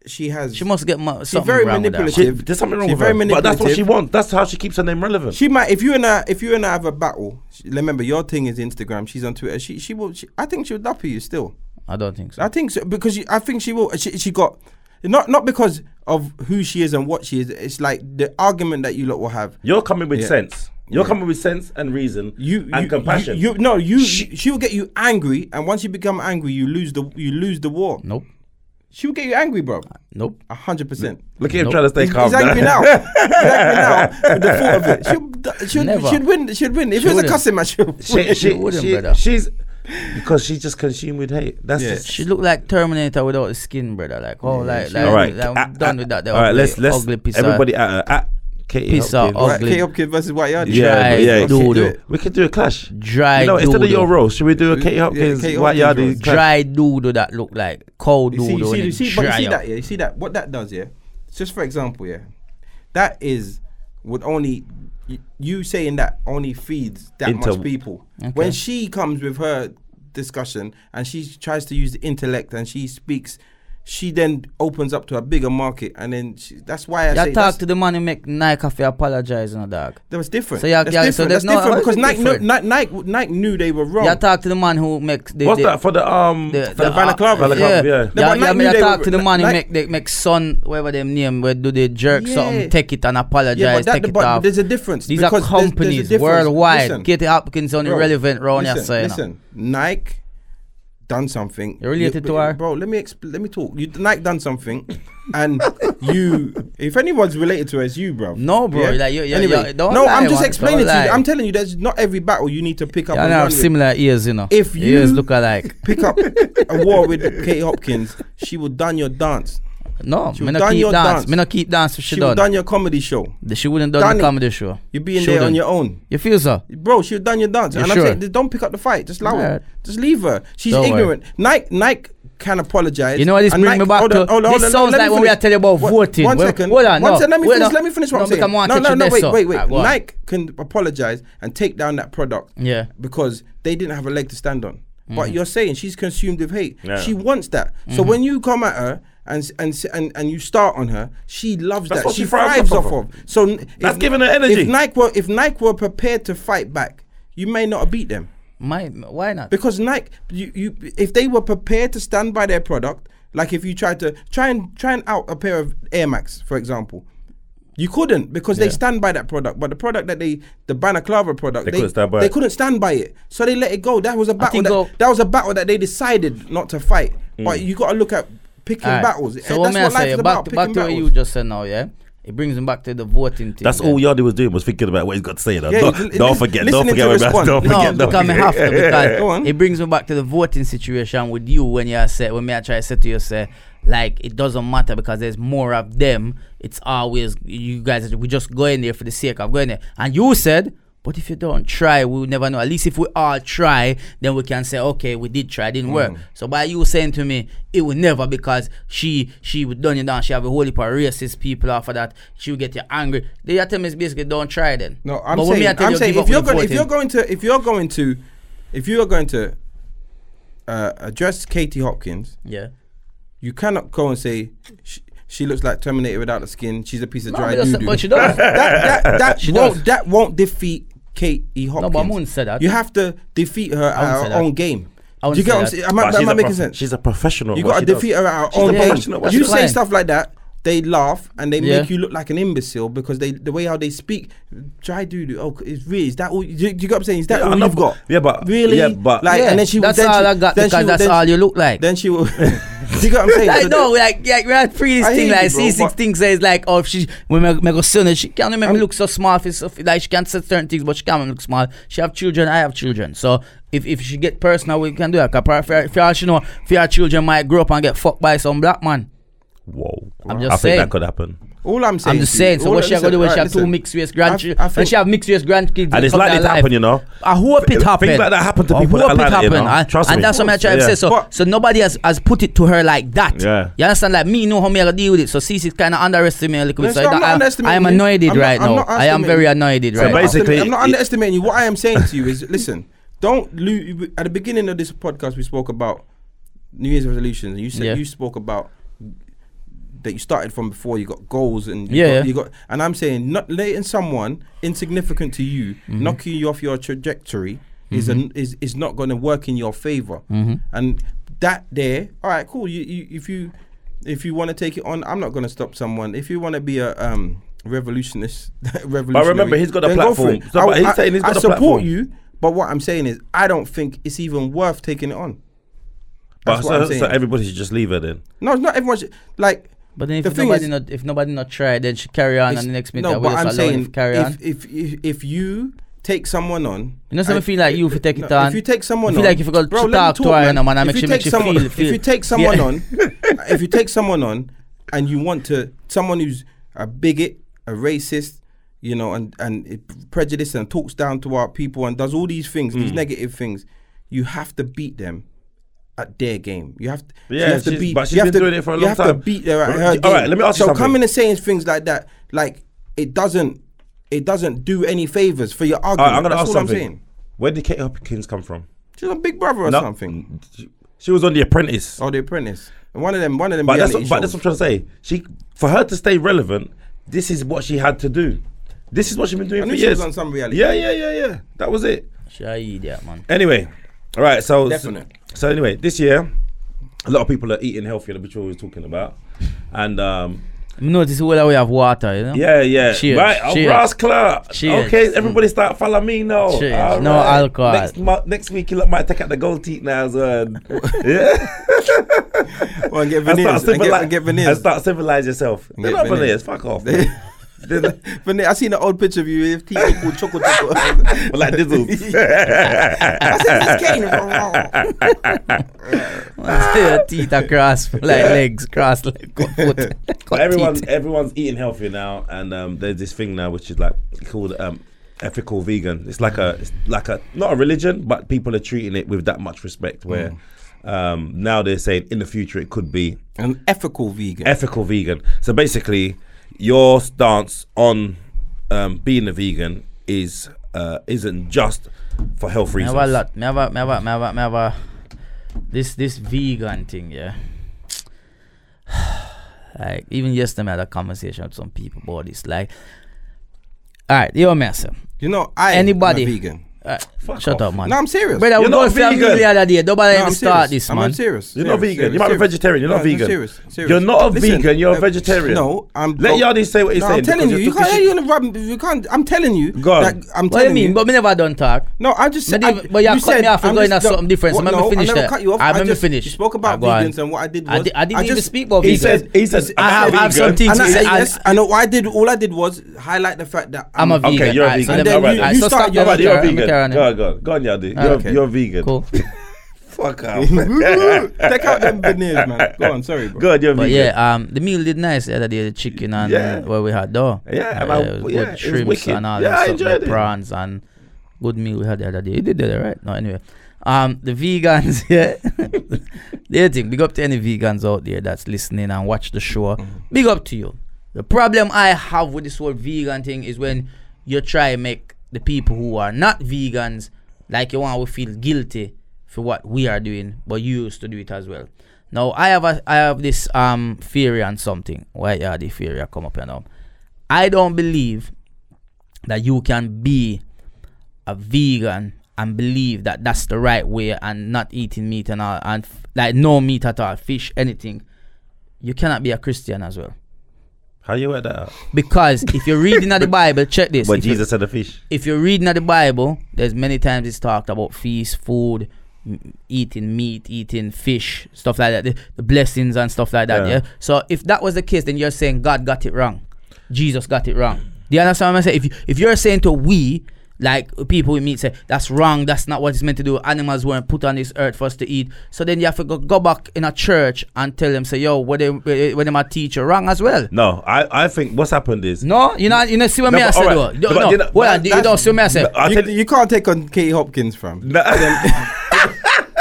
[SPEAKER 2] she has.
[SPEAKER 3] She must get mu-
[SPEAKER 2] She's
[SPEAKER 3] something
[SPEAKER 2] very
[SPEAKER 3] wrong with that.
[SPEAKER 1] She,
[SPEAKER 2] manipulative.
[SPEAKER 1] there's something wrong
[SPEAKER 2] She's
[SPEAKER 1] with
[SPEAKER 2] very
[SPEAKER 1] her. But that's what she
[SPEAKER 2] manipulative.
[SPEAKER 1] wants. That's how she keeps her name relevant.
[SPEAKER 2] She might if you and I if you and I have a battle. She, remember your thing is Instagram. She's on Twitter. She she will. She, I think she would love you still.
[SPEAKER 3] I don't think so.
[SPEAKER 2] I think so because you, I think she will. She, she got not not because of who she is and what she is. It's like the argument that you lot will have.
[SPEAKER 1] You're coming with
[SPEAKER 2] Yeah.
[SPEAKER 1] sense. You're
[SPEAKER 2] Yeah.
[SPEAKER 1] coming with sense and reason
[SPEAKER 2] You
[SPEAKER 1] and
[SPEAKER 2] you,
[SPEAKER 1] compassion.
[SPEAKER 2] You, you no you.
[SPEAKER 1] She-
[SPEAKER 2] She, will get you angry, and once you become angry, you lose the you lose the war.
[SPEAKER 3] nope.
[SPEAKER 2] She will get you angry, bro.
[SPEAKER 3] Nope.
[SPEAKER 2] A hundred percent.
[SPEAKER 1] Look at him
[SPEAKER 3] Nope.
[SPEAKER 1] trying to stay
[SPEAKER 2] He's
[SPEAKER 1] calm.
[SPEAKER 2] he's angry now. He's angry now. With the thought of it, she'll, d- she'll,
[SPEAKER 3] Never.
[SPEAKER 2] she'd win. She'd win. If
[SPEAKER 3] She
[SPEAKER 2] it was a
[SPEAKER 3] wouldn't.
[SPEAKER 2] customer, she'll win.
[SPEAKER 1] she, she,
[SPEAKER 3] You wouldn't,
[SPEAKER 1] she-
[SPEAKER 3] brother.
[SPEAKER 1] she's because she's just consumed with hate. That's
[SPEAKER 2] Yeah.
[SPEAKER 1] just,
[SPEAKER 3] She looked like Terminator without the skin, brother. Like, oh, like, like,
[SPEAKER 1] all right.
[SPEAKER 3] like,
[SPEAKER 1] Uh,
[SPEAKER 3] I'm done
[SPEAKER 1] uh,
[SPEAKER 3] with that. They're
[SPEAKER 1] all right,
[SPEAKER 3] ugly,
[SPEAKER 1] let's let's
[SPEAKER 3] ugly piece of-
[SPEAKER 1] everybody at, her- at E Katie
[SPEAKER 3] Piss her
[SPEAKER 1] Hopkins.
[SPEAKER 3] off.
[SPEAKER 2] Right,
[SPEAKER 3] Ugly.
[SPEAKER 2] K Hopkins versus White Yard.
[SPEAKER 1] Yeah,
[SPEAKER 3] Dry
[SPEAKER 1] yeah, yeah.
[SPEAKER 2] do
[SPEAKER 3] doodle.
[SPEAKER 2] it.
[SPEAKER 1] We could do a clash.
[SPEAKER 3] Dry
[SPEAKER 1] you know, instead of
[SPEAKER 3] doodle.
[SPEAKER 1] your roast, should we do a
[SPEAKER 2] Yeah,
[SPEAKER 1] Katie
[SPEAKER 2] Katie
[SPEAKER 1] Hopkins,
[SPEAKER 2] Hopkins
[SPEAKER 1] White Yardie
[SPEAKER 2] roast.
[SPEAKER 1] clash?
[SPEAKER 3] Dry doodle that look like cold
[SPEAKER 2] You see, you see,
[SPEAKER 3] doodle. and
[SPEAKER 2] you
[SPEAKER 3] it
[SPEAKER 2] see, but you
[SPEAKER 3] dry
[SPEAKER 2] see
[SPEAKER 3] up.
[SPEAKER 2] that, yeah, you see that. What that does, yeah. Just for example, yeah, that is would only y- you saying that only feeds that
[SPEAKER 1] Inter-
[SPEAKER 2] much people.
[SPEAKER 3] Okay.
[SPEAKER 2] When she comes with her discussion and she tries to use the intellect and she speaks, she then opens up to a bigger market, and then she, that's why I
[SPEAKER 3] You
[SPEAKER 2] say
[SPEAKER 3] talk
[SPEAKER 2] that's,
[SPEAKER 3] to the man who make Nike for apologize and a dog.
[SPEAKER 2] that was different.
[SPEAKER 3] So yeah,
[SPEAKER 2] that's
[SPEAKER 3] yeah,
[SPEAKER 2] different.
[SPEAKER 3] so there's
[SPEAKER 2] that's
[SPEAKER 3] no-
[SPEAKER 2] different
[SPEAKER 3] how
[SPEAKER 2] because
[SPEAKER 3] is it
[SPEAKER 2] Nike, kno-
[SPEAKER 3] different?
[SPEAKER 2] Nike, Nike, Nike knew they were wrong.
[SPEAKER 3] You talk to the man who makes the
[SPEAKER 1] What's
[SPEAKER 3] the,
[SPEAKER 1] that for the um?
[SPEAKER 3] The,
[SPEAKER 1] for the,
[SPEAKER 2] balaclava.
[SPEAKER 1] Balaclava, yeah.
[SPEAKER 3] yeah.
[SPEAKER 1] No,
[SPEAKER 2] but
[SPEAKER 3] yeah, yeah,
[SPEAKER 2] Nike
[SPEAKER 3] me
[SPEAKER 2] knew
[SPEAKER 3] I
[SPEAKER 2] they
[SPEAKER 3] talk
[SPEAKER 2] were-
[SPEAKER 3] to the man who
[SPEAKER 2] Nike-
[SPEAKER 3] make they make son whatever them name where do they jerk
[SPEAKER 2] Yeah.
[SPEAKER 3] something take it and apologize
[SPEAKER 2] yeah, but, that,
[SPEAKER 3] take it
[SPEAKER 2] but
[SPEAKER 3] off.
[SPEAKER 2] there's a difference.
[SPEAKER 3] These are
[SPEAKER 2] because there's- there's a
[SPEAKER 3] companies
[SPEAKER 2] difference.
[SPEAKER 3] worldwide.
[SPEAKER 2] Listen.
[SPEAKER 3] Katie Hopkins only
[SPEAKER 2] Bro,
[SPEAKER 3] relevant round here, so you know.
[SPEAKER 2] listen, Nike done something.
[SPEAKER 3] You're related
[SPEAKER 2] You-
[SPEAKER 3] to her?
[SPEAKER 2] bro. Let me expl- let me talk. You, Nike done something, and you, if anyone's related to her, it's you, bro.
[SPEAKER 3] No, bro, like, you- you- you- don't
[SPEAKER 2] no,
[SPEAKER 3] lie,
[SPEAKER 2] I'm just
[SPEAKER 3] man,
[SPEAKER 2] explaining
[SPEAKER 3] don't
[SPEAKER 2] to you.
[SPEAKER 3] lie.
[SPEAKER 2] I'm telling you, there's not every battle you need to pick up.
[SPEAKER 3] Yeah,
[SPEAKER 2] and
[SPEAKER 3] they
[SPEAKER 2] run
[SPEAKER 3] have
[SPEAKER 2] with.
[SPEAKER 3] similar ears, you know.
[SPEAKER 2] If you-
[SPEAKER 3] ears look alike,
[SPEAKER 2] pick up a war with Kate Hopkins, she will done your dance.
[SPEAKER 3] no,
[SPEAKER 2] She
[SPEAKER 3] me
[SPEAKER 2] done
[SPEAKER 3] not keep
[SPEAKER 2] your
[SPEAKER 3] dance.
[SPEAKER 2] dance.
[SPEAKER 3] Me not keep dance. If she,
[SPEAKER 2] She will
[SPEAKER 3] done.
[SPEAKER 2] done your comedy show.
[SPEAKER 3] The- She wouldn't done,
[SPEAKER 2] Done
[SPEAKER 3] the
[SPEAKER 2] it.
[SPEAKER 3] comedy show.
[SPEAKER 2] You're being
[SPEAKER 3] She
[SPEAKER 2] there on
[SPEAKER 3] wouldn't.
[SPEAKER 2] your own.
[SPEAKER 3] You feel so?
[SPEAKER 2] Bro, she had done your dance.
[SPEAKER 3] You
[SPEAKER 2] and
[SPEAKER 3] sure?
[SPEAKER 2] I'm saying, don't pick up the fight. Just allow
[SPEAKER 3] Yeah.
[SPEAKER 2] her. Just leave her. She's
[SPEAKER 3] Don't worry.
[SPEAKER 2] ignorant. Nike, Nike can apologize.
[SPEAKER 3] You know what this
[SPEAKER 2] and
[SPEAKER 3] brings me
[SPEAKER 2] Nike-
[SPEAKER 3] back
[SPEAKER 2] hold
[SPEAKER 3] to?
[SPEAKER 2] on, hold on,
[SPEAKER 3] this
[SPEAKER 2] hold on,
[SPEAKER 3] sounds
[SPEAKER 2] let me
[SPEAKER 3] like when we are
[SPEAKER 2] finish.
[SPEAKER 3] telling about
[SPEAKER 2] What-
[SPEAKER 3] voting.
[SPEAKER 2] One
[SPEAKER 3] Well,
[SPEAKER 2] second.
[SPEAKER 3] Hold on,
[SPEAKER 2] one
[SPEAKER 3] no,
[SPEAKER 2] second, Let me
[SPEAKER 3] wait,
[SPEAKER 2] finish.
[SPEAKER 3] no.
[SPEAKER 2] Let me finish what
[SPEAKER 3] No,
[SPEAKER 2] I'm saying.
[SPEAKER 3] because I wanna
[SPEAKER 2] No,
[SPEAKER 3] catch
[SPEAKER 2] no,
[SPEAKER 3] you
[SPEAKER 2] no.
[SPEAKER 3] there,
[SPEAKER 2] Wait,
[SPEAKER 3] so-
[SPEAKER 2] wait, wait.
[SPEAKER 3] Ah, go on.
[SPEAKER 2] Nike can apologize and take down that product
[SPEAKER 3] Yeah.
[SPEAKER 2] because they didn't have a leg to stand on. But you're saying she's consumed with hate.
[SPEAKER 1] Yeah.
[SPEAKER 2] She wants that. So when you come at her. And, s- and s- and and you start on her. She loves
[SPEAKER 1] That's
[SPEAKER 2] that.
[SPEAKER 1] what
[SPEAKER 2] she
[SPEAKER 1] she thrives
[SPEAKER 2] thrives
[SPEAKER 1] off
[SPEAKER 2] off
[SPEAKER 1] of.
[SPEAKER 2] of. So n-
[SPEAKER 1] That's
[SPEAKER 2] if-
[SPEAKER 1] giving her energy.
[SPEAKER 2] If Nike were if Nike were prepared to fight back, you may not have beat them.
[SPEAKER 3] My, why not?
[SPEAKER 2] Because Nike, you, you if they were prepared to stand by their product, like if you tried to try and try and out a pair of Air Max, for example, you couldn't because they
[SPEAKER 3] Yeah.
[SPEAKER 2] stand by that product. But the product that they, the Balaclava product,
[SPEAKER 1] They couldn't stand by
[SPEAKER 2] they
[SPEAKER 1] it.
[SPEAKER 2] couldn't stand by it, so they let it go. That was a battle.
[SPEAKER 3] think
[SPEAKER 2] That,
[SPEAKER 3] go-
[SPEAKER 2] that was a battle that they decided not to fight.
[SPEAKER 1] Mm.
[SPEAKER 2] But you got to look at picking
[SPEAKER 3] Alright,
[SPEAKER 2] battles.
[SPEAKER 3] So
[SPEAKER 2] Eh,
[SPEAKER 3] what
[SPEAKER 2] That's
[SPEAKER 3] may I
[SPEAKER 2] what life
[SPEAKER 3] say?
[SPEAKER 2] is
[SPEAKER 3] Back,
[SPEAKER 2] about.
[SPEAKER 3] back
[SPEAKER 2] Picking
[SPEAKER 3] to what
[SPEAKER 2] battles.
[SPEAKER 3] you just said now, yeah. It brings me back to the voting thing.
[SPEAKER 1] That's
[SPEAKER 3] then.
[SPEAKER 1] all Yardi was doing was thinking about what he's got to say. Though.
[SPEAKER 2] Yeah,
[SPEAKER 1] don't,
[SPEAKER 2] li-
[SPEAKER 1] don't
[SPEAKER 2] listen-
[SPEAKER 1] forget, don't
[SPEAKER 2] listening
[SPEAKER 1] forget,
[SPEAKER 2] to
[SPEAKER 1] what
[SPEAKER 2] respond.
[SPEAKER 1] don't
[SPEAKER 3] No,
[SPEAKER 1] forget, don't
[SPEAKER 3] because I
[SPEAKER 1] forget.
[SPEAKER 3] have to because
[SPEAKER 2] Go on.
[SPEAKER 3] it brings me back to the voting situation with you when you are say when me I try to say to you say like it doesn't matter because there's more of them. It's always you guys. We just go in there for the sake of going there. And you said, but if you don't try, we'll never know. At least if we all try, then we can say okay, we did try, it didn't
[SPEAKER 2] Mm-hmm.
[SPEAKER 3] work. So by you saying to me, it will never because she she would done it down. She have a whole heap of racist people after that. She will get you angry. They are telling me basically don't try then.
[SPEAKER 2] No, I'm
[SPEAKER 3] But when me I
[SPEAKER 2] saying,
[SPEAKER 3] tell
[SPEAKER 2] I'm
[SPEAKER 3] you
[SPEAKER 2] saying
[SPEAKER 3] give
[SPEAKER 2] if
[SPEAKER 3] up
[SPEAKER 2] you're
[SPEAKER 3] with the
[SPEAKER 2] going, if you're
[SPEAKER 3] voting-
[SPEAKER 2] going to, if you're going to, if you are going to uh, address Katie Hopkins,
[SPEAKER 3] yeah.
[SPEAKER 2] you cannot go and say she, she looks like Terminator without the skin. She's a piece of
[SPEAKER 3] No,
[SPEAKER 2] dry
[SPEAKER 3] because-
[SPEAKER 2] doo
[SPEAKER 3] but she does.
[SPEAKER 2] that that, that
[SPEAKER 3] She
[SPEAKER 2] won't
[SPEAKER 3] does.
[SPEAKER 2] that won't defeat Katie Hopkins.
[SPEAKER 3] but I wouldn't say that.
[SPEAKER 2] You have to defeat her at
[SPEAKER 3] wouldn't
[SPEAKER 2] her
[SPEAKER 3] say that.
[SPEAKER 2] own game.
[SPEAKER 3] I
[SPEAKER 2] Do you
[SPEAKER 3] wouldn't
[SPEAKER 2] get
[SPEAKER 3] say
[SPEAKER 2] what I'm saying?
[SPEAKER 3] that.
[SPEAKER 1] But
[SPEAKER 2] Am I,
[SPEAKER 1] she's
[SPEAKER 2] am I
[SPEAKER 1] a
[SPEAKER 2] making
[SPEAKER 1] prof-
[SPEAKER 2] sense?
[SPEAKER 1] She's a professional.
[SPEAKER 2] You
[SPEAKER 1] got
[SPEAKER 2] got to defeat her at her
[SPEAKER 1] She's a
[SPEAKER 2] own
[SPEAKER 1] professional.
[SPEAKER 2] game.
[SPEAKER 1] What
[SPEAKER 2] You
[SPEAKER 1] she
[SPEAKER 2] say
[SPEAKER 3] does.
[SPEAKER 2] stuff like that, they laugh and they
[SPEAKER 3] Yeah.
[SPEAKER 2] make you look like an imbecile because they the way how they speak. Dry doo doo. Oh, it's really is that all? You, you get what I'm saying? Is that
[SPEAKER 1] Yeah,
[SPEAKER 2] all
[SPEAKER 1] and
[SPEAKER 2] you've
[SPEAKER 1] I've-
[SPEAKER 2] got?
[SPEAKER 1] yeah, but-
[SPEAKER 2] really,
[SPEAKER 1] yeah, but-
[SPEAKER 2] like,
[SPEAKER 3] Yeah,
[SPEAKER 2] and then she
[SPEAKER 3] that's
[SPEAKER 2] then
[SPEAKER 3] all
[SPEAKER 2] she,
[SPEAKER 3] I got
[SPEAKER 2] then
[SPEAKER 3] because
[SPEAKER 2] she,
[SPEAKER 3] that's
[SPEAKER 2] then
[SPEAKER 3] all you look like.
[SPEAKER 2] Then she will. Do you get what I'm saying?
[SPEAKER 3] Like,
[SPEAKER 2] So
[SPEAKER 3] no, like, like, we had free this
[SPEAKER 2] I
[SPEAKER 3] thing,
[SPEAKER 2] hear
[SPEAKER 3] like,
[SPEAKER 2] you, bro,
[SPEAKER 3] C6
[SPEAKER 2] but-
[SPEAKER 3] thing says, like, oh, if she, when my, my son, she can't make me
[SPEAKER 2] I'm-
[SPEAKER 3] look so small, for so, like, she can't say certain things, but she can't make me look small. She have children, I have children. So, if, if she get personal, we can do that. Cause for, for all she know, for her children might grow up and get fucked by some black man.
[SPEAKER 1] Whoa.
[SPEAKER 3] I'm
[SPEAKER 1] I
[SPEAKER 3] just
[SPEAKER 1] think
[SPEAKER 3] saying.
[SPEAKER 1] that could happen.
[SPEAKER 2] All I'm saying.
[SPEAKER 3] I'm just
[SPEAKER 2] to you-
[SPEAKER 3] saying. So
[SPEAKER 2] all
[SPEAKER 3] what
[SPEAKER 2] I-
[SPEAKER 3] she have got to do when
[SPEAKER 2] listen,
[SPEAKER 3] she have two
[SPEAKER 2] alright,
[SPEAKER 3] mixed race grandchildren?
[SPEAKER 2] I
[SPEAKER 3] When
[SPEAKER 2] think-
[SPEAKER 3] she have mixed race grandkids,
[SPEAKER 1] And it's
[SPEAKER 3] for
[SPEAKER 1] likely
[SPEAKER 3] their
[SPEAKER 1] to
[SPEAKER 3] life.
[SPEAKER 1] happen, you know.
[SPEAKER 3] I hope Ah, it
[SPEAKER 1] Things
[SPEAKER 3] happen.
[SPEAKER 1] like that happen to
[SPEAKER 3] I
[SPEAKER 1] people
[SPEAKER 3] hope
[SPEAKER 1] that
[SPEAKER 3] it
[SPEAKER 1] are like that, you
[SPEAKER 3] happen.
[SPEAKER 1] know.
[SPEAKER 3] And-
[SPEAKER 1] Trust
[SPEAKER 3] and
[SPEAKER 1] me.
[SPEAKER 3] that's what I'm trying to
[SPEAKER 1] Yeah.
[SPEAKER 3] say. So,
[SPEAKER 2] But-
[SPEAKER 3] so nobody has, has put it to her like that.
[SPEAKER 1] Yeah.
[SPEAKER 3] You understand? Like me know how me I gotta deal with it. So CC is kind of underestimating a little bit.
[SPEAKER 2] No,
[SPEAKER 3] So
[SPEAKER 2] it's not- I'm not
[SPEAKER 3] that I, I
[SPEAKER 2] underestimating
[SPEAKER 3] am
[SPEAKER 2] you.
[SPEAKER 3] annoyed
[SPEAKER 2] I'm not-
[SPEAKER 3] right
[SPEAKER 2] I'm
[SPEAKER 3] now.
[SPEAKER 2] not
[SPEAKER 3] I am very annoyed
[SPEAKER 1] So
[SPEAKER 3] right now.
[SPEAKER 1] basi- basically,
[SPEAKER 2] I'm not
[SPEAKER 1] it-
[SPEAKER 2] underestimating you. What I am saying to you is, listen, don't lose. At the beginning of this podcast, we spoke about New Year's resolutions. You said
[SPEAKER 3] Yeah.
[SPEAKER 2] you spoke about that you started from before. You got goals and you
[SPEAKER 3] Yeah,
[SPEAKER 2] got,
[SPEAKER 3] yeah.
[SPEAKER 2] you got. And I'm saying, not letting someone insignificant to you
[SPEAKER 3] Mm-hmm.
[SPEAKER 2] knocking you off your trajectory is an, is is not going to work in your favor.
[SPEAKER 3] Mm-hmm.
[SPEAKER 2] And that there, all right, cool. You, you if you if you want to take it on, I'm not going to stop someone. If you want to be a um revolutionist, revolutionary,
[SPEAKER 1] remember, he's got a
[SPEAKER 2] then go for
[SPEAKER 1] platform.
[SPEAKER 2] it.
[SPEAKER 1] So, but he's saying he's
[SPEAKER 2] I
[SPEAKER 1] got a
[SPEAKER 2] support
[SPEAKER 1] platform.
[SPEAKER 2] you, but what I'm saying is, I don't think it's even worth taking it on.
[SPEAKER 1] But
[SPEAKER 2] That's what
[SPEAKER 1] so,
[SPEAKER 2] I'm saying.
[SPEAKER 1] so everybody should just leave her then.
[SPEAKER 2] No, it's not everyone. Should, like,
[SPEAKER 3] But then
[SPEAKER 2] The
[SPEAKER 3] if
[SPEAKER 2] thing
[SPEAKER 3] nobody
[SPEAKER 2] is-
[SPEAKER 3] not if nobody not try, then she carry on,
[SPEAKER 2] it's-
[SPEAKER 3] and the next minute I
[SPEAKER 2] no,
[SPEAKER 3] will
[SPEAKER 2] but I'm
[SPEAKER 3] just allow him
[SPEAKER 2] saying
[SPEAKER 3] to carry on.
[SPEAKER 2] if, if if if you take someone on,
[SPEAKER 3] You know, so
[SPEAKER 2] I-
[SPEAKER 3] I feel like you if you take
[SPEAKER 2] no,
[SPEAKER 3] it on.
[SPEAKER 2] If you take someone,
[SPEAKER 3] I feel
[SPEAKER 2] on,
[SPEAKER 3] like if you go to
[SPEAKER 2] bro, let me
[SPEAKER 3] talk to her, you know, man, I
[SPEAKER 2] If
[SPEAKER 3] make
[SPEAKER 2] you
[SPEAKER 3] sure-
[SPEAKER 2] take
[SPEAKER 3] make sure
[SPEAKER 2] someone,
[SPEAKER 3] feel-
[SPEAKER 2] if
[SPEAKER 3] feel-
[SPEAKER 2] you take someone
[SPEAKER 3] Yeah.
[SPEAKER 2] on, if you take someone on, and you want to someone who's a bigot, a racist, you know, and and it- prejudice and talks down to our people and does all these things, these
[SPEAKER 1] Mm.
[SPEAKER 2] negative things, you have to beat them. At their game, you have to.
[SPEAKER 1] Yeah,
[SPEAKER 2] you have to
[SPEAKER 1] she's-
[SPEAKER 2] beat.
[SPEAKER 1] but she's
[SPEAKER 2] you have
[SPEAKER 1] been
[SPEAKER 2] to,
[SPEAKER 1] doing it for a
[SPEAKER 2] you
[SPEAKER 1] long
[SPEAKER 2] have
[SPEAKER 1] time.
[SPEAKER 2] to beat her at
[SPEAKER 1] Right,
[SPEAKER 2] her
[SPEAKER 1] all
[SPEAKER 2] game.
[SPEAKER 1] right, let me ask you
[SPEAKER 2] so
[SPEAKER 1] something.
[SPEAKER 2] coming and saying things like that, like it doesn't, it doesn't do any favors for your
[SPEAKER 1] All
[SPEAKER 2] argument.
[SPEAKER 1] right, I'm gonna
[SPEAKER 2] That's
[SPEAKER 1] ask
[SPEAKER 2] all
[SPEAKER 1] something.
[SPEAKER 2] I'm saying.
[SPEAKER 1] Where did Kate Hopkins come from?
[SPEAKER 2] She's a big brother or
[SPEAKER 1] No.
[SPEAKER 2] something.
[SPEAKER 1] She was on The Apprentice.
[SPEAKER 2] Or the apprentice. One of them one of them
[SPEAKER 1] But that's,
[SPEAKER 2] reality
[SPEAKER 1] what, but that's
[SPEAKER 2] shows.
[SPEAKER 1] what I'm trying to say. She, for her to stay relevant, this is what she had to do. This is what she's been doing
[SPEAKER 2] I
[SPEAKER 1] for
[SPEAKER 2] knew she
[SPEAKER 1] years.
[SPEAKER 2] was on some reality.
[SPEAKER 1] yeah, yeah, yeah, yeah. That was it.
[SPEAKER 3] she a idiot, man.
[SPEAKER 1] Anyway, all right. So
[SPEAKER 2] Definite.
[SPEAKER 1] So anyway, this year, a lot of people are eating healthier, which we're always talking about, and um,
[SPEAKER 3] You notice all that we have water, you know.
[SPEAKER 1] yeah, yeah,
[SPEAKER 3] Cheers,
[SPEAKER 1] right. oh,
[SPEAKER 3] cheers.
[SPEAKER 1] Brass club.
[SPEAKER 3] Cheers.
[SPEAKER 1] Okay, everybody start following me now.
[SPEAKER 3] Cheers.
[SPEAKER 1] All
[SPEAKER 3] No alcohol.
[SPEAKER 1] Next, mo- next week, you lot might take out the gold teeth now as well. yeah,
[SPEAKER 2] Well, and
[SPEAKER 1] and
[SPEAKER 2] get veneers.
[SPEAKER 1] start
[SPEAKER 2] And get,
[SPEAKER 1] civilize,
[SPEAKER 2] and get
[SPEAKER 1] and
[SPEAKER 2] veneers.
[SPEAKER 1] start civilize yourself. They're
[SPEAKER 2] get
[SPEAKER 1] not veneers.
[SPEAKER 2] veneers.
[SPEAKER 1] Fuck off. man. They're not-
[SPEAKER 2] Veneer- I seen an old picture of you with teeth called Choco Choco.
[SPEAKER 1] but like dizzles.
[SPEAKER 2] I said, this game is wrong.
[SPEAKER 3] Your teeth are crossed, like legs, crossed like got foot. got
[SPEAKER 1] But everyone,
[SPEAKER 3] teeth.
[SPEAKER 1] everyone's eating healthy now, and um, there's this thing now which is like called um, ethical vegan. It's like a, it's like a not a religion, but people are treating it with that much respect. Where
[SPEAKER 3] Mm.
[SPEAKER 1] um, now they're saying in the future it could be
[SPEAKER 2] An ethical vegan.
[SPEAKER 1] ethical vegan. So basically, your stance on um, being a vegan is uh, isn't just for health
[SPEAKER 3] Me
[SPEAKER 1] reasons.
[SPEAKER 3] have a lot. Me have a, me have a, me have a, me have a, this this vegan thing, yeah. like even yesterday, I had a conversation with some people about this. Like, all right, you're a mess.
[SPEAKER 2] you know, I
[SPEAKER 3] Anybody. Uh,
[SPEAKER 2] am a vegan.
[SPEAKER 1] Fuck
[SPEAKER 3] Shut
[SPEAKER 1] off.
[SPEAKER 3] up, man.
[SPEAKER 2] No, I'm serious.
[SPEAKER 3] Brother, we
[SPEAKER 1] You're not
[SPEAKER 3] go for a
[SPEAKER 1] vegan.
[SPEAKER 3] meal the other day. Nobody
[SPEAKER 2] No,
[SPEAKER 3] even
[SPEAKER 2] I'm
[SPEAKER 3] start
[SPEAKER 2] serious.
[SPEAKER 3] this,
[SPEAKER 2] I'm
[SPEAKER 3] man.
[SPEAKER 2] serious.
[SPEAKER 1] You're not vegan.
[SPEAKER 2] Serious, serious,
[SPEAKER 1] you might be
[SPEAKER 2] serious.
[SPEAKER 1] vegetarian. You're
[SPEAKER 2] No,
[SPEAKER 1] not
[SPEAKER 2] no,
[SPEAKER 1] vegan.
[SPEAKER 2] serious, serious.
[SPEAKER 1] You're not a
[SPEAKER 2] Listen,
[SPEAKER 1] vegan. You're a
[SPEAKER 2] uh,
[SPEAKER 1] vegetarian.
[SPEAKER 2] No, I'm.
[SPEAKER 1] Let Yardi say what he's
[SPEAKER 2] No,
[SPEAKER 1] saying.
[SPEAKER 2] I'm telling you,
[SPEAKER 1] because
[SPEAKER 2] you
[SPEAKER 1] you're
[SPEAKER 2] can't.
[SPEAKER 1] talking
[SPEAKER 2] You can't. You can't. I'm telling you.
[SPEAKER 1] Go on.
[SPEAKER 2] that- I'm
[SPEAKER 3] What do
[SPEAKER 2] telling
[SPEAKER 3] you mean? But me never done talk.
[SPEAKER 2] No, I just
[SPEAKER 3] But
[SPEAKER 2] I-
[SPEAKER 3] even- but you cut me off for
[SPEAKER 2] I'm
[SPEAKER 3] going
[SPEAKER 2] just-
[SPEAKER 3] at something different, so
[SPEAKER 2] what-
[SPEAKER 3] let me
[SPEAKER 2] no,
[SPEAKER 3] finish
[SPEAKER 2] I never
[SPEAKER 3] that.
[SPEAKER 2] cut you off.
[SPEAKER 3] Ah, let me
[SPEAKER 2] just-
[SPEAKER 3] finish.
[SPEAKER 2] You spoke about
[SPEAKER 3] Ah, go on.
[SPEAKER 2] vegans and what I did
[SPEAKER 3] I
[SPEAKER 2] was
[SPEAKER 3] di- I didn't even
[SPEAKER 2] just-
[SPEAKER 3] speak about
[SPEAKER 1] shit. He
[SPEAKER 3] vegan.
[SPEAKER 1] said. He said.
[SPEAKER 3] I have- I have
[SPEAKER 1] vegan.
[SPEAKER 3] something
[SPEAKER 2] And I,
[SPEAKER 3] Things-
[SPEAKER 2] said
[SPEAKER 3] I-
[SPEAKER 2] yes, I know. What I did, all I did was highlight the fact that
[SPEAKER 3] I'm a
[SPEAKER 1] Okay,
[SPEAKER 3] vegan.
[SPEAKER 1] you're a
[SPEAKER 3] Alright, so
[SPEAKER 1] vegan.
[SPEAKER 3] let me-
[SPEAKER 1] Alright,
[SPEAKER 3] alright,
[SPEAKER 2] you
[SPEAKER 3] so
[SPEAKER 2] start-
[SPEAKER 3] stop
[SPEAKER 2] you're
[SPEAKER 1] All right,
[SPEAKER 3] there,
[SPEAKER 1] you're a
[SPEAKER 3] let me
[SPEAKER 1] vegan.
[SPEAKER 3] carry on then.
[SPEAKER 1] Go on, go on, go on, Yadi. You're,
[SPEAKER 3] okay.
[SPEAKER 1] you're vegan.
[SPEAKER 3] Cool.
[SPEAKER 1] Fuck up.
[SPEAKER 2] Take out them veneers, man. Go on, sorry, bro.
[SPEAKER 1] Good, you're
[SPEAKER 3] But
[SPEAKER 1] vegan.
[SPEAKER 3] yeah, um, the meal did nice the other day. The chicken and
[SPEAKER 1] Yeah.
[SPEAKER 3] uh, what we had though.
[SPEAKER 1] Yeah, and
[SPEAKER 3] uh,
[SPEAKER 1] I-
[SPEAKER 3] it was
[SPEAKER 1] yeah,
[SPEAKER 3] good
[SPEAKER 1] it was
[SPEAKER 3] shrimps
[SPEAKER 1] wicked.
[SPEAKER 3] and all
[SPEAKER 1] Yeah, I
[SPEAKER 3] that stuff,
[SPEAKER 1] enjoyed
[SPEAKER 3] like
[SPEAKER 1] it.
[SPEAKER 3] prawns and good meal we had the other day. You did that right? No, anyway. Um, the vegans, yeah. they think big up to any vegans out there that's listening and watch the show. Big up to you. The problem I have with this whole vegan thing is when you try and make the people who are not vegans like you want to feel guilty for what we are doing, but you used to do it as well. Now I have a I have this um theory on something. Why yeah the theory I come up here now. I don't believe that you can be a vegan and believe that that's the right way and not eating meat and all and f- like no meat at all, fish, anything. You cannot be a Christian as well.
[SPEAKER 1] How you work that out?
[SPEAKER 3] Because if you're reading at the Bible, check this.
[SPEAKER 1] But
[SPEAKER 3] If you-
[SPEAKER 1] Jesus said a fish.
[SPEAKER 3] if you're reading at the Bible, there's many times it's talked about feast, food, m- eating meat, eating fish, stuff like that, the, the blessings and stuff like that.
[SPEAKER 1] Yeah.
[SPEAKER 3] Yeah. So if that was the case, then you're saying God got it wrong, Jesus got it wrong. Do you understand what I'm saying? If you, if you're saying to we Like people we meet say that's wrong. That's not what it's meant to do. Animals weren't put on this earth for us to eat. So then you have to go, go back in a church and tell them say yo, what they what them a teacher wrong as well.
[SPEAKER 1] No, I, I think what's happened is
[SPEAKER 3] No, you know you know see what
[SPEAKER 1] No,
[SPEAKER 3] me I
[SPEAKER 1] but
[SPEAKER 3] said
[SPEAKER 1] alright.
[SPEAKER 3] though.
[SPEAKER 1] No, but
[SPEAKER 3] No,
[SPEAKER 1] you
[SPEAKER 3] no,
[SPEAKER 1] know-
[SPEAKER 3] well, you don't see what me I said.
[SPEAKER 1] I'll
[SPEAKER 2] you,
[SPEAKER 1] tell you.
[SPEAKER 2] you can't take on Katie Hopkins from.